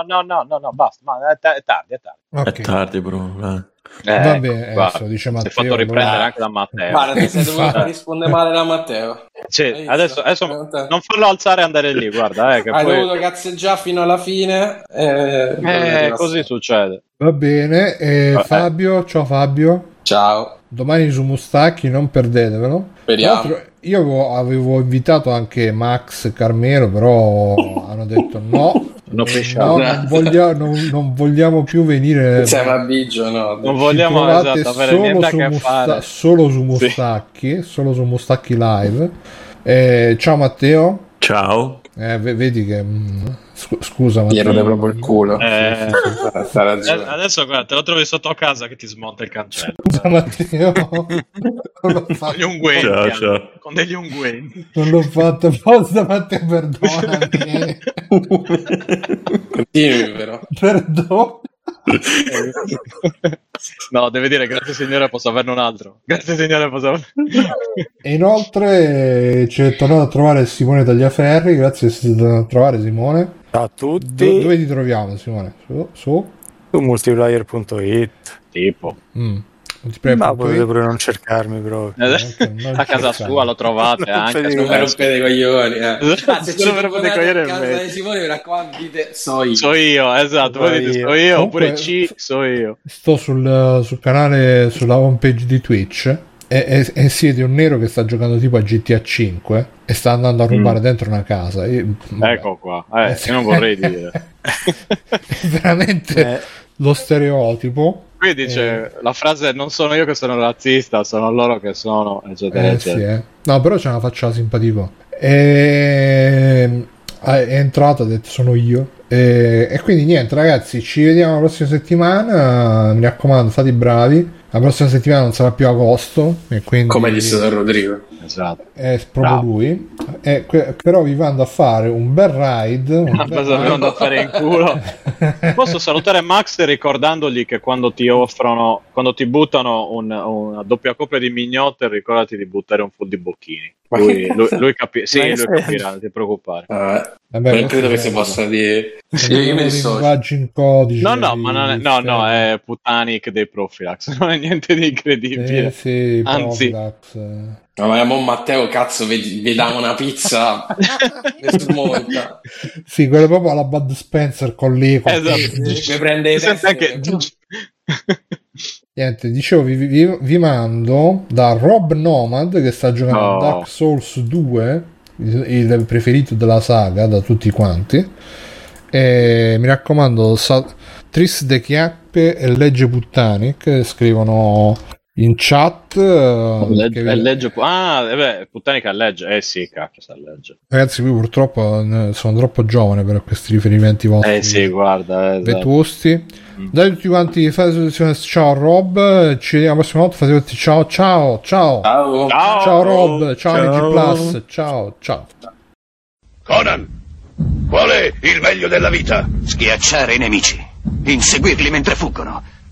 Speaker 2: no, no, no, no, no, no, basta, ma è, ta- è tardi, è tardi.
Speaker 1: Ok,
Speaker 5: È tardi, bro. dai.
Speaker 1: Va
Speaker 2: Eh,
Speaker 1: bene,
Speaker 2: ecco qua.
Speaker 1: adesso dice
Speaker 2: Si è
Speaker 1: Matteo.
Speaker 2: fatto riprendere
Speaker 1: allora.
Speaker 2: anche da Matteo.
Speaker 3: Guarda, ti sei dovuto
Speaker 1: Infatti.
Speaker 3: rispondere male da Matteo. Hai
Speaker 2: Cioè,
Speaker 3: visto? Ah,
Speaker 2: adesso, adesso
Speaker 3: Guarda.
Speaker 2: non farlo alzare e andare lì, guarda, eh, che
Speaker 3: Hai
Speaker 2: poi...
Speaker 3: dovuto cazzeggiare fino alla fine. eh,
Speaker 2: Eh, così succede.
Speaker 1: Va bene, e
Speaker 2: Vabbè.
Speaker 1: Fabio, ciao Fabio.
Speaker 3: Ciao.
Speaker 1: domani su Mustacchi non perdetevelo
Speaker 3: Speriamo.
Speaker 1: Tra l'altro, io avevo, avevo invitato anche Max Carmelo
Speaker 2: *laughs*
Speaker 1: però hanno detto no
Speaker 2: No,
Speaker 1: No, non, voglia- non- non vogliamo più venire
Speaker 3: Sei una biggio, no?
Speaker 2: Non
Speaker 1: Ci
Speaker 2: Cioè, vogliamo
Speaker 1: trovate
Speaker 2: esatto, avere
Speaker 1: solo
Speaker 2: niente a
Speaker 1: su
Speaker 2: che
Speaker 1: Musta-
Speaker 2: fare.
Speaker 1: solo su Mustacchi solo su Mustacchi live Eh, ciao Matteo
Speaker 5: Ciao.
Speaker 1: Eh, ve- vedi che mm, scu- scusa
Speaker 3: Gli
Speaker 1: Matteo
Speaker 3: rode proprio il culo.
Speaker 2: Eh,
Speaker 3: Sta ragione.
Speaker 2: adesso guarda, te lo trovi sotto a casa che ti smonta il cancello.
Speaker 1: scusa Matteo
Speaker 2: *laughs*
Speaker 1: non l'ho
Speaker 2: Con gli
Speaker 1: fatto
Speaker 2: unguenti.
Speaker 5: Ciao,
Speaker 2: anche.
Speaker 5: ciao.
Speaker 2: Con degli unguenti.
Speaker 1: non l'ho fatto apposta Matteo
Speaker 2: *laughs*
Speaker 1: perdonami eh.
Speaker 2: Eh,
Speaker 3: Continui, però.
Speaker 1: Perdono.
Speaker 2: No, deve dire grazie signore, posso averne un altro. Grazie signore, posso averne...
Speaker 1: E inoltre eh, ci è tornato a trovare Simone Tagliaferri. Grazie che siete tornato a trovare Simone.
Speaker 4: Ciao a
Speaker 1: Do-
Speaker 4: tutti
Speaker 1: dove ti troviamo, Simone? Su? su?
Speaker 4: su multiplayer.it.
Speaker 2: Tipo.
Speaker 1: Mm. Non ti prego.
Speaker 4: Ma
Speaker 1: punto
Speaker 4: potete
Speaker 1: it.
Speaker 4: pure non cercarmi proprio.
Speaker 1: Eh, non
Speaker 2: a casa
Speaker 1: scherzare.
Speaker 2: sua lo trovate
Speaker 4: Non
Speaker 2: anche.
Speaker 4: c'è
Speaker 2: se-
Speaker 3: Non mi rompete i coglioni. Eh. Ah, se
Speaker 2: Solo
Speaker 3: ci
Speaker 2: per rompere i
Speaker 3: telefonate
Speaker 2: coglioni
Speaker 3: a
Speaker 2: è
Speaker 3: casa
Speaker 2: meglio.
Speaker 3: di Simone, mi raccomando, dite so io.
Speaker 2: So io, esatto, voi dite so
Speaker 1: Comunque-
Speaker 2: io, oppure C, so io.
Speaker 1: Sto sul, sul canale, sulla home page di Twitch. E, e- e siete un nero che sta giocando tipo a GTA 5 e sta andando a
Speaker 4: Mm.
Speaker 1: rubare dentro una casa. Io- vabbè.
Speaker 2: Ecco qua, eh, che non vorrei dire.
Speaker 1: *laughs* È *laughs* veramente
Speaker 4: Eh,
Speaker 1: lo stereotipo.
Speaker 2: Qui dice cioè, la frase non sono io che sono razzista, sono loro che sono, eccetera,
Speaker 1: Eh, sì,
Speaker 2: eccetera.
Speaker 1: eh. No, però c'è una faccia simpatico. E... eh, È entrato, ha detto sono io. E... e quindi niente, ragazzi, ci vediamo la prossima settimana. Mi raccomando, fate i bravi. La prossima settimana non sarà più agosto. E quindi
Speaker 3: Come gli stato Rodrigo.
Speaker 1: eh.
Speaker 2: Esatto.
Speaker 1: è proprio
Speaker 2: Bravo.
Speaker 1: lui. E que- però vi mando a fare un bel ride.
Speaker 2: *laughs*
Speaker 1: un bel
Speaker 2: Cosa
Speaker 1: ride.
Speaker 2: avevo da fare in culo?
Speaker 1: eh.
Speaker 2: Posso salutare Max ricordandogli che quando ti offrono, quando ti buttano un- una doppia coppia di mignotte, ricordati di buttare un full di bocchini. Lui, lui, lui capi- sì,
Speaker 4: Ma che
Speaker 2: lui
Speaker 4: senso?
Speaker 2: capirà, non ti preoccupare.
Speaker 3: Eh,
Speaker 1: *laughs* Vabbè,
Speaker 3: non credo che
Speaker 1: questo
Speaker 3: si
Speaker 1: è-
Speaker 3: possa dire.
Speaker 1: è
Speaker 3: Io, io mi
Speaker 1: un
Speaker 3: dissocio.
Speaker 1: linguaggio in codice.
Speaker 2: No, no, ma non è, no, no, è Putanic dei Profilax, *laughs* non è niente di
Speaker 1: Eh,
Speaker 2: incredibile.
Speaker 1: sì,
Speaker 2: Anzi.
Speaker 1: Profilax, eh.
Speaker 3: No, ma mo Matteo, cazzo, vi, vi dà una
Speaker 9: *laughs*
Speaker 3: pizza. mi smonta.
Speaker 1: Sì, quello proprio alla Bud Spencer con l'eco.
Speaker 2: *laughs* Esatto.
Speaker 3: Mi prende i
Speaker 2: Si sente
Speaker 3: testi. eh.
Speaker 2: anche-
Speaker 1: Niente, dicevo, vi, vi- vi mando da Rob Nomad che sta giocando a
Speaker 2: Oh.
Speaker 1: Dark Souls 2, il, il preferito della saga da tutti quanti. E mi raccomando, sa- Tris de Chiappe e Legge Puttani che scrivono in chat. eh, che vi-
Speaker 2: Legge, legge, ah, eh beh, puttanica legge, eh sì, cacchio, sta legge.
Speaker 1: Ragazzi, qui purtroppo eh, sono troppo giovane per questi riferimenti
Speaker 10: Oh,
Speaker 1: vostri.
Speaker 2: Eh sì, guarda, eh, esatto.
Speaker 1: vetusti. Dai tutti quanti, fate soluzione. Ciao Rob, ci vediamo la prossima volta. Fate tutti ciao, ciao, ciao.
Speaker 3: Ciao.
Speaker 2: Ciao!
Speaker 1: Ciao Rob, ciao,
Speaker 5: Ciao.
Speaker 1: NG Plus, ciao, ciao.
Speaker 11: Conan, qual è il meglio della vita?
Speaker 10: Schiacciare i nemici, inseguirli mentre fuggono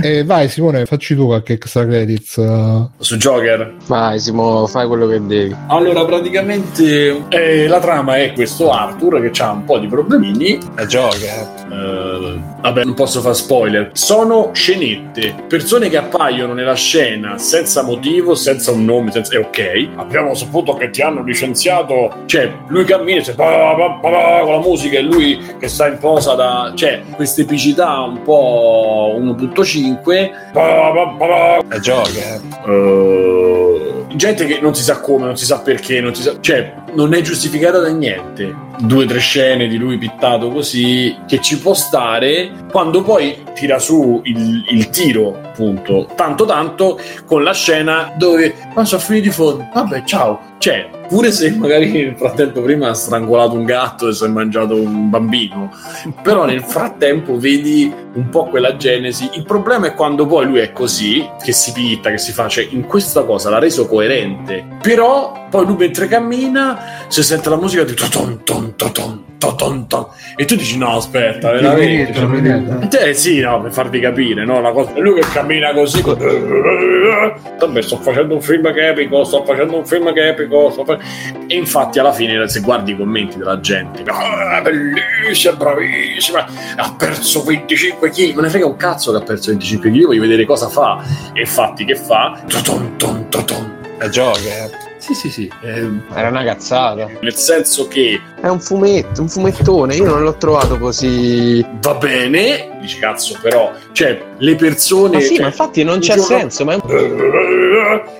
Speaker 1: E vai Simone, facci tu qualche extra credits. eh.
Speaker 9: su Joker.
Speaker 3: Vai, Simo, fai quello che devi.
Speaker 9: Allora, praticamente eh, la trama è questo Arthur che ha un po' di problemini. La Joker. vabbè, non posso fare spoiler. Sono scenette, persone che appaiono nella scena senza motivo, senza un nome, senza... è ok. Abbiamo saputo che ti hanno licenziato. Cioè, lui cammina e c'è pa, pa, pa, pa, con la musica e lui che sta in posa da... Cioè, questa epicità un po' 1.5. Pa, pa, pa, pa. La Joker. Eh, gente che non si sa come, non si sa perché, non si sa, cioè non è giustificata da niente. Due o tre scene di lui pittato così che ci può stare quando poi tira su il, il tiro, appunto, tanto tanto con la scena dove ma sono finiti i fondi, vabbè ciao, cioè pure se magari nel frattempo prima ha strangolato un gatto e si è mangiato un bambino, però nel frattempo vedi un po' quella genesi. Il problema è quando poi lui è così, che si pitta, che si fa, cioè in questa cosa l'ha reso coerente, però poi lui mentre cammina si sente la musica di ton ton ton ton ton ton e tu dici no aspetta veramente
Speaker 1: Diventa,
Speaker 9: cioè,
Speaker 1: diventa.
Speaker 9: eh sì no per farvi capire no la cosa è lui che cammina così con- vabbè sto facendo un film che è epico sto facendo un film che è epico sto fa- e infatti alla fine se guardi i commenti della gente ah, bellissima bravissima ha perso 25 kg me ne frega un cazzo che ha perso 25 kg io voglio vedere cosa fa e infatti che fa ton ton ton ton
Speaker 12: La gioca. eh.
Speaker 9: sì sì sì ehm,
Speaker 12: Era una cazzata.
Speaker 9: nel senso che
Speaker 12: È un fumetto, un fumettone. Io non l'ho trovato così.
Speaker 9: Va bene. dici cazzo però cioè le persone
Speaker 12: Ma sì,
Speaker 9: cioè,
Speaker 12: ma infatti non
Speaker 9: un
Speaker 12: c'è
Speaker 9: giorno-
Speaker 12: senso. Ma è un,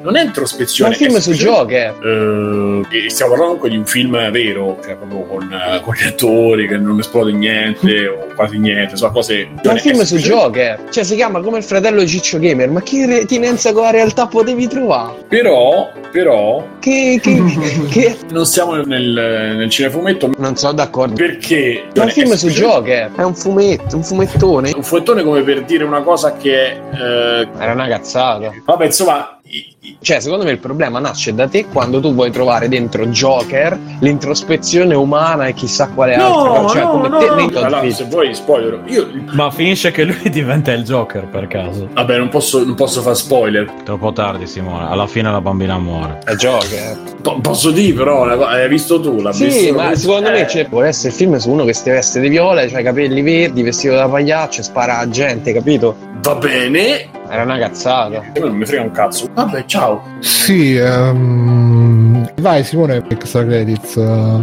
Speaker 9: non è introspezione
Speaker 12: Ma un film
Speaker 9: è
Speaker 12: su
Speaker 9: semplicemente- Eh, e stiamo parlando comunque di un film vero cioè proprio con, eh, con gli attori che non
Speaker 12: *laughs*
Speaker 9: esplode niente o quasi niente insomma cose
Speaker 12: ma un film su Joker. Cioè, si chiama come il fratello di Ciccio Gamer. Ma che retinenza con la realtà potevi trovare?
Speaker 9: però però
Speaker 12: Che.
Speaker 1: *laughs*
Speaker 12: che, che...
Speaker 9: non siamo nel, nel cinefumetto
Speaker 12: non sono d'accordo
Speaker 9: perché
Speaker 12: Ma un film su
Speaker 9: giochi
Speaker 12: Joker. È un fumetto, un fumettone.
Speaker 9: un fumettone come per dire una cosa che eh,
Speaker 12: Era una cazzata.
Speaker 9: vabbè insomma i- i-
Speaker 12: Cioè, secondo me il problema nasce da te quando tu vuoi trovare dentro Joker l'introspezione umana e chissà quale altra cosa. Cioè, come te nei tuoi
Speaker 9: Allora,
Speaker 12: film.
Speaker 9: se vuoi spoiler, io
Speaker 13: Ma finisce che lui *laughs* diventa il Joker per caso.
Speaker 9: Vabbè, non posso, non posso fare spoiler.
Speaker 13: Troppo tardi, Simone. Alla fine la bambina muore.
Speaker 1: Eh,
Speaker 9: È Joker. posso dire, però, una co- hai visto tu? L'ha
Speaker 12: Sì,
Speaker 9: visto Eh,
Speaker 12: ma secondo me cioè, vuole essere il film su uno che si veste di viola, c'ha i capelli verdi, vestito da pagliaccio e spara a gente, capito?
Speaker 9: Va bene. Eh,
Speaker 12: Era una cazzata.
Speaker 9: Non mi frega un cazzo. Vabbè, ciao.
Speaker 1: Sì, ehm, vai Simone, extra credits. eh.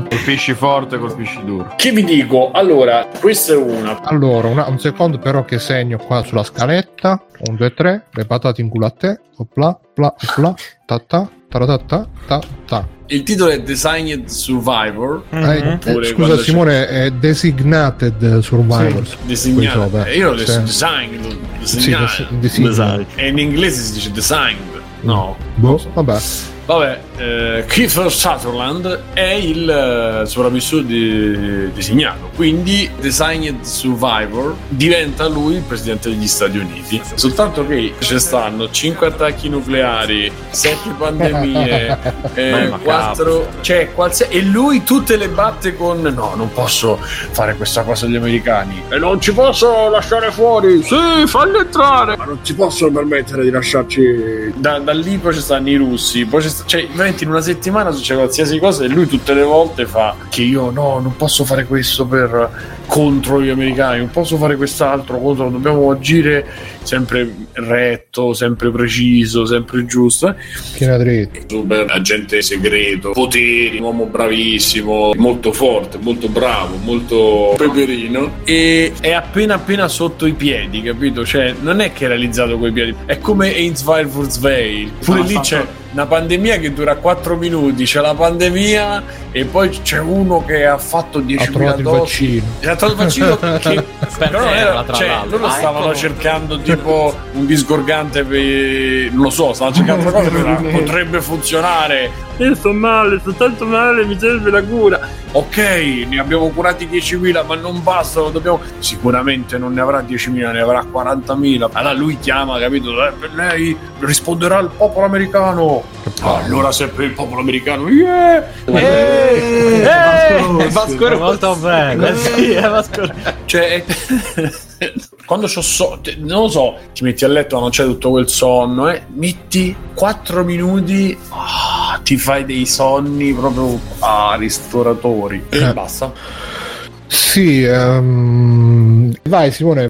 Speaker 10: Colpisci forte, colpisci duro.
Speaker 9: Che vi dico? Allora, questa è una.
Speaker 1: Allora, una- un secondo però che segno qua sulla scaletta. 1, 2, 3, le patate in culo a te. Opla, pla, opla, ta ta, taratata, ta ta.
Speaker 10: Il titolo è Designed Survivor.
Speaker 1: Eh,
Speaker 9: Mhm.
Speaker 1: eh,
Speaker 10: Oppure
Speaker 1: scusa
Speaker 10: quando c'è-
Speaker 1: Simone, è Designated Survivors. Qui sopra.
Speaker 9: Disegnata. Eh, Io l'ho
Speaker 1: Sì.
Speaker 9: detto designed. Disegnata.
Speaker 1: Sì, desi- design. Design.
Speaker 9: E in inglese si dice designed. No.
Speaker 1: Boh, vabbè.
Speaker 9: Vabbè, eh, Kiefer Sutherland è il eh, sopravvissuto di, disegnato, quindi Designed Survivor diventa lui il presidente degli Stati Uniti. Soltanto che ci stanno 5 attacchi nucleari, 7
Speaker 1: *laughs*
Speaker 9: pandemie,
Speaker 10: Ma è
Speaker 9: eh,
Speaker 10: macabro.
Speaker 9: 4... Cioè, qualsiasi... E lui tutte le batte con no, non posso fare questa cosa agli americani. E non ci posso lasciare fuori! Sì, falli entrare! Ma non ci possono permettere di lasciarci. Da, da lì poi ci stanno i russi. Poi ci sta- cioè, veramente in una settimana succede qualsiasi cosa e lui tutte le volte fa che io no, non posso fare questo per contro gli americani, non posso fare quest'altro contro, dobbiamo agire sempre retto, sempre preciso, sempre giusto.
Speaker 1: Piena dritta.
Speaker 9: Super agente segreto, poteri, uomo bravissimo, molto forte, molto bravo, molto peperino. E è appena appena sotto i piedi, capito? Cioè, non è che è realizzato coi piedi, è come Ainsville for Sveil.
Speaker 1: Ah,
Speaker 9: Pure lì
Speaker 1: esatto.
Speaker 9: c'è una pandemia che dura 4 minuti, c'è la pandemia e poi c'è uno che ha fatto
Speaker 1: Ha
Speaker 9: 10.000
Speaker 1: trovato il
Speaker 9: dosi.
Speaker 1: vaccino.
Speaker 9: Ha trovato il *laughs* vaccino che però non
Speaker 1: terra,
Speaker 9: era,
Speaker 1: tra
Speaker 9: cioè,
Speaker 1: l'altro.
Speaker 9: loro
Speaker 1: Ah,
Speaker 9: stavano
Speaker 1: eccolo.
Speaker 9: cercando tipo un disgorgante per... non lo so, stavano cercando una cosa che potrebbe funzionare. Io sto male, sto tanto male, mi serve la cura. Ok, ne abbiamo curati 10.000, ma non bastano, dobbiamo... Sicuramente non ne avrà 10.000, ne avrà 40.000. Allora lui chiama, capito? Eh, per lei risponderà il popolo americano. Allora se è per il popolo americano... Yeah! Eh, eh, Vasco Rossi.
Speaker 13: Molto bene. Sì, è Vasco Rossi.
Speaker 9: Cioè, è- *laughs* quando c'ho so- te- non lo so, ti metti a letto, ma non c'è tutto quel sonno, eh? metti 4 minuti, ah, ti fai dei sonni proprio a Eh. ristoratori e basta.
Speaker 1: Sì, ehm, vai Simone.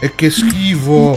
Speaker 1: E che schifo.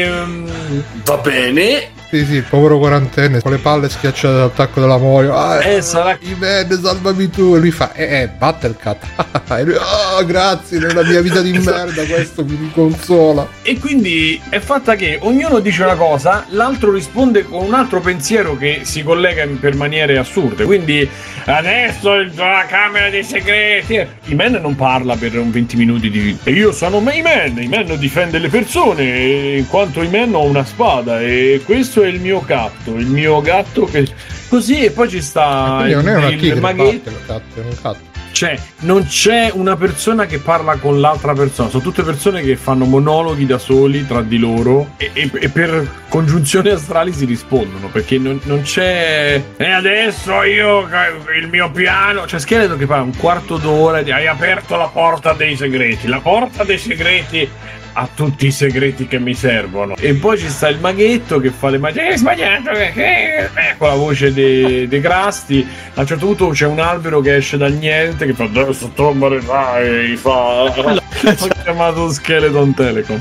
Speaker 9: Ehm, va bene.
Speaker 1: Sì, sì, il povero quarantenne con le palle schiacciate dall'attacco della Morio. Ah,
Speaker 9: Eh, sarà-
Speaker 1: Imen, salvami tu. E lui fa, eh, eh, Battle Cat. *laughs* e lui, oh, grazie, nella mia vita di merda, questo mi riconsola.
Speaker 9: E quindi è fatta che ognuno dice una cosa, l'altro risponde con un altro pensiero che si collega in- per maniere assurde. Quindi adesso il- la Camera dei Segreti. Iman non parla per un 20 minuti di. E io sono Iman. Iman difende le persone. e In quanto Iman ho una spada. E questo è il mio gatto. Il mio gatto che. Così e poi ci sta
Speaker 1: Quindi non è una
Speaker 9: il, il
Speaker 1: tigre,
Speaker 9: maghetto.
Speaker 1: Battle Cat, è un cat.
Speaker 9: Cioè, non c'è una persona che parla con l'altra persona, sono tutte persone che fanno monologhi da soli tra di loro e, e- e per congiunzione astrali si rispondono perché non, non c'è. E adesso io eh, il mio piano. Cioè, Scheletro che fa un quarto d'ora e dice, hai aperto la porta dei segreti, la porta dei segreti ha tutti i segreti che mi servono. E poi ci sta il maghetto che fa le magie. "Eh, sbagliato, eh, eh", con la voce dei de Crasti. A un certo punto c'è un albero che esce dal niente che fa adesso tombare vai. Fa. *laughs* Ho chiamato Skeleton Telecom.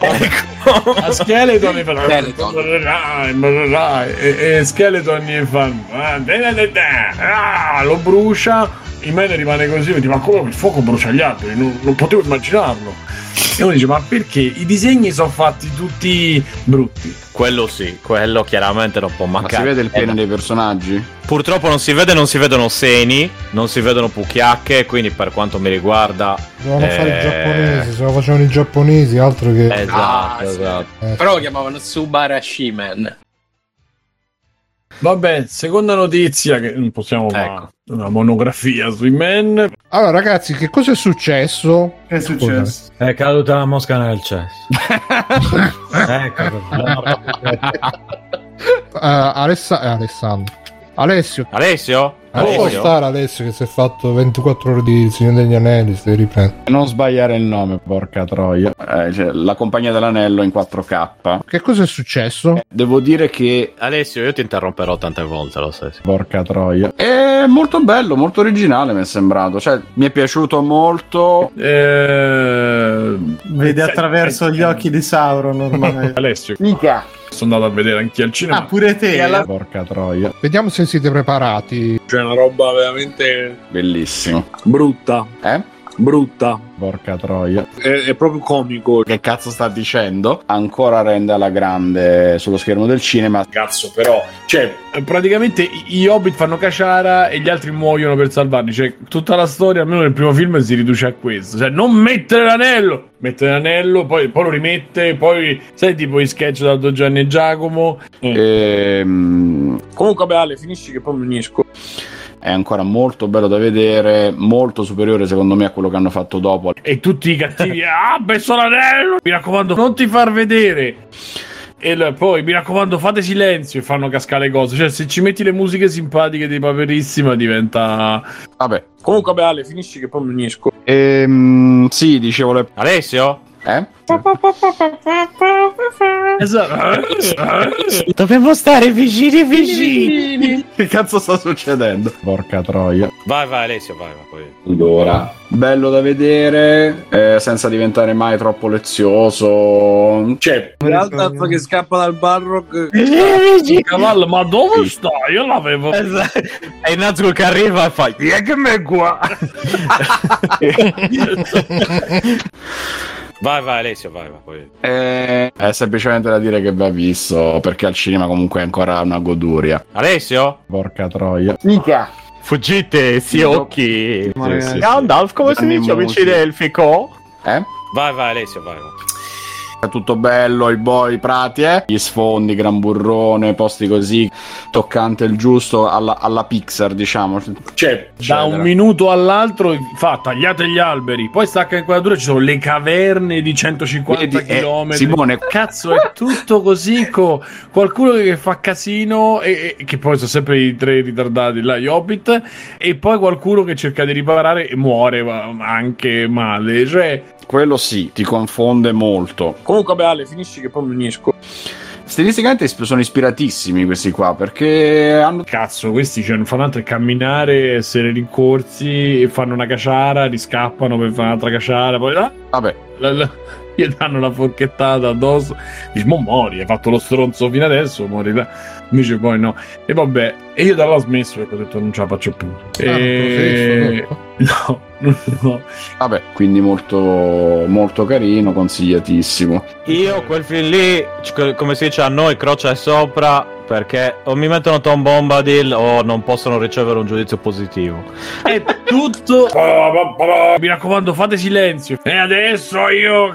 Speaker 9: Ecco. A Skeleton gli fa
Speaker 3: Skeleton.
Speaker 9: "Morrai, morrai", e, e Skeleton gli fa "Ah, da, da, da, da", ah, lo brucia. Imene rimane così, dice, ma come il fuoco brucia gli alberi? Non- non potevo immaginarlo. E uno dice: Ma perché i disegni sono fatti tutti brutti?
Speaker 13: Quello sì, quello chiaramente non può
Speaker 10: Ma si
Speaker 13: mancare.
Speaker 10: vede il pene
Speaker 13: Eh,
Speaker 10: dei personaggi?
Speaker 13: Purtroppo non si vede, non si vedono seni, non si vedono pucchiacche, quindi per quanto mi riguarda...
Speaker 1: Dovevano fare i
Speaker 13: eh,
Speaker 1: giapponesi, se lo facevano i giapponesi, altro che...
Speaker 10: Ah, Eh.
Speaker 13: Esatto, esatto.
Speaker 3: Però lo chiamavano Subarashi Man.
Speaker 9: Vabbè, seconda notizia che non possiamo fare
Speaker 10: Ecco.
Speaker 9: una monografia sui men.
Speaker 1: Allora, ragazzi, che cosa è successo?
Speaker 9: Che è
Speaker 1: successo?
Speaker 13: È caduta la mosca nel cesso. ecco.
Speaker 1: Eh, Alessandro. Alessio.
Speaker 13: Alessio?
Speaker 10: Ah,
Speaker 1: Può
Speaker 13: Alessio?
Speaker 1: stare Alessio che si è fatto 24 ore di Signore degli Anelli, se riprende.
Speaker 10: Non sbagliare il nome, porca troia. Eh, cioè, la compagnia dell'anello in 4K.
Speaker 1: Che cosa è successo?
Speaker 10: Devo dire che
Speaker 13: Alessio, io ti interromperò tante volte, lo sai.
Speaker 10: Porca troia. È molto bello, molto originale mi è sembrato. Cioè, mi è piaciuto molto.
Speaker 9: Eh,
Speaker 14: Vede attraverso gli occhi di
Speaker 9: *laughs*
Speaker 14: Sauron ormai.
Speaker 9: Alessio.
Speaker 10: Mica.
Speaker 9: Sono andato a vedere anche al cinema.
Speaker 14: Ah, pure te.
Speaker 10: Porca troia.
Speaker 1: Vediamo se siete preparati.
Speaker 9: C'è una roba veramente
Speaker 10: Bellissimo.
Speaker 9: brutta.
Speaker 10: Eh?
Speaker 9: Brutta.
Speaker 10: Porca troia.
Speaker 9: È, proprio comico.
Speaker 10: Che cazzo sta dicendo? Ancora rende alla grande sullo schermo del cinema.
Speaker 9: Cazzo, però. Cioè, praticamente i- gli hobbit fanno caciara e gli altri muoiono per salvarli. Cioè, tutta la storia, almeno nel primo film, si riduce a questo. Cioè, non mettere l'anello! Mette l'anello, poi, poi lo rimette, poi. Sai, tipo i sketch da Don Gianni e Giacomo. Eh.
Speaker 10: Ehm,
Speaker 9: Comunque, beh, Ale, finisci che poi mi unisco.
Speaker 10: è ancora molto bello da vedere, molto superiore secondo me a quello che hanno fatto dopo.
Speaker 9: E tutti i cattivi, *laughs* ah, messo l'anello! Mi raccomando, non ti far vedere! E l- poi mi raccomando, fate silenzio e fanno cascare le cose. Cioè, se ci metti le musiche simpatiche di Paperissima, diventa.
Speaker 10: Vabbè.
Speaker 9: Comunque, beh, Ale, finisci che poi mi unisco.
Speaker 10: Ehm, sì, dicevo le...
Speaker 13: Alessio?
Speaker 10: Eh?
Speaker 13: Dobbiamo stare vicini
Speaker 10: Che cazzo sta succedendo? Porca troia.
Speaker 13: Vai, vai, Alessio, vai. vai poi.
Speaker 10: Allora, bello da vedere, eh, senza diventare mai troppo lezioso.
Speaker 9: Cioè,
Speaker 10: Gandalf
Speaker 9: che
Speaker 10: scappa dal Barrock.
Speaker 9: Cavallo, ma dove sta? Io l'avevo.
Speaker 13: È il Nazgul che arriva e fa. "Yeah, che me qua. vai, vai, Alessio, vai, vai. Poi.
Speaker 10: Eh, è semplicemente da dire che va visto, perché al cinema comunque è ancora una goduria.
Speaker 13: Alessio?
Speaker 10: Porca troia. Mica.
Speaker 13: Fuggite, si occhi.
Speaker 10: Ma ragazzi.
Speaker 13: Gandalf, come si
Speaker 10: Danni
Speaker 13: dice, amici
Speaker 10: musi.
Speaker 13: del Fico?
Speaker 10: Eh?
Speaker 13: Vai, vai, Alessio, vai. vai.
Speaker 10: È tutto bello, i boi, i prati, eh? Gli sfondi, gran burrone, posti così, toccante il giusto, alla, alla Pixar, diciamo.
Speaker 9: Cioè, da un minuto all'altro fa tagliate gli alberi, poi stacca inquadratura, ci sono le caverne di 150
Speaker 10: Vedi, eh,
Speaker 9: km.
Speaker 10: Simone-
Speaker 9: cazzo, è tutto così. co- qualcuno che fa casino, e, e- che poi sono sempre i tre ritardati là, gli Hobbit, e poi qualcuno che cerca di riparare e muore ma- ma anche male. Cioè,
Speaker 10: Quello sì, ti confonde molto.
Speaker 9: comunque, beh, Ale, finisci che poi mi unisco.
Speaker 10: Stilisticamente isp- sono ispiratissimi questi qua, perché hanno...
Speaker 9: Cazzo, questi cioè, non fanno altro che camminare, essere rincorsi, fanno una caciara, riscappano per fare un'altra caciara, poi là,
Speaker 10: Vabbè,
Speaker 9: la- la- gli danno una forchettata addosso. Dici, mo muori, hai fatto lo stronzo fino adesso, muori là. Invece poi no. E vabbè, e io da là ho smesso perché ho detto non ce la faccio più.
Speaker 1: Ah,
Speaker 9: Eh, e... *laughs* No, no.
Speaker 10: Vabbè, quindi molto, molto carino, consigliatissimo.
Speaker 13: Io quel film lì, c- come si dice a noi, croce è sopra perché o mi mettono Tom Bombadil o non possono ricevere un giudizio positivo.
Speaker 9: È *laughs* tutto. boh, Mi raccomando, fate silenzio. E adesso io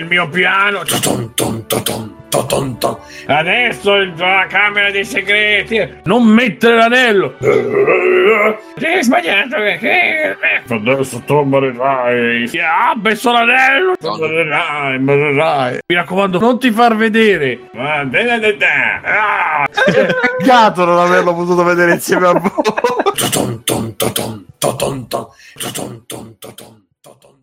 Speaker 9: il mio piano. Toton, ton, toton, toton, ton. Adesso il- la camera dei segreti. Non mettere l'anello. Ti hai sbagliato perché? Adesso tromberai. Ah, messo l'anello. Tromberai, tromberai. Mi raccomando, non ti far vedere. Ah, da, da, da, da. Ah.
Speaker 14: Peccato non averlo potuto vedere insieme
Speaker 4: *laughs*
Speaker 14: a voi.
Speaker 9: Toton, ton, toton, toton, ton. Toton, ton, toton, toton, ton.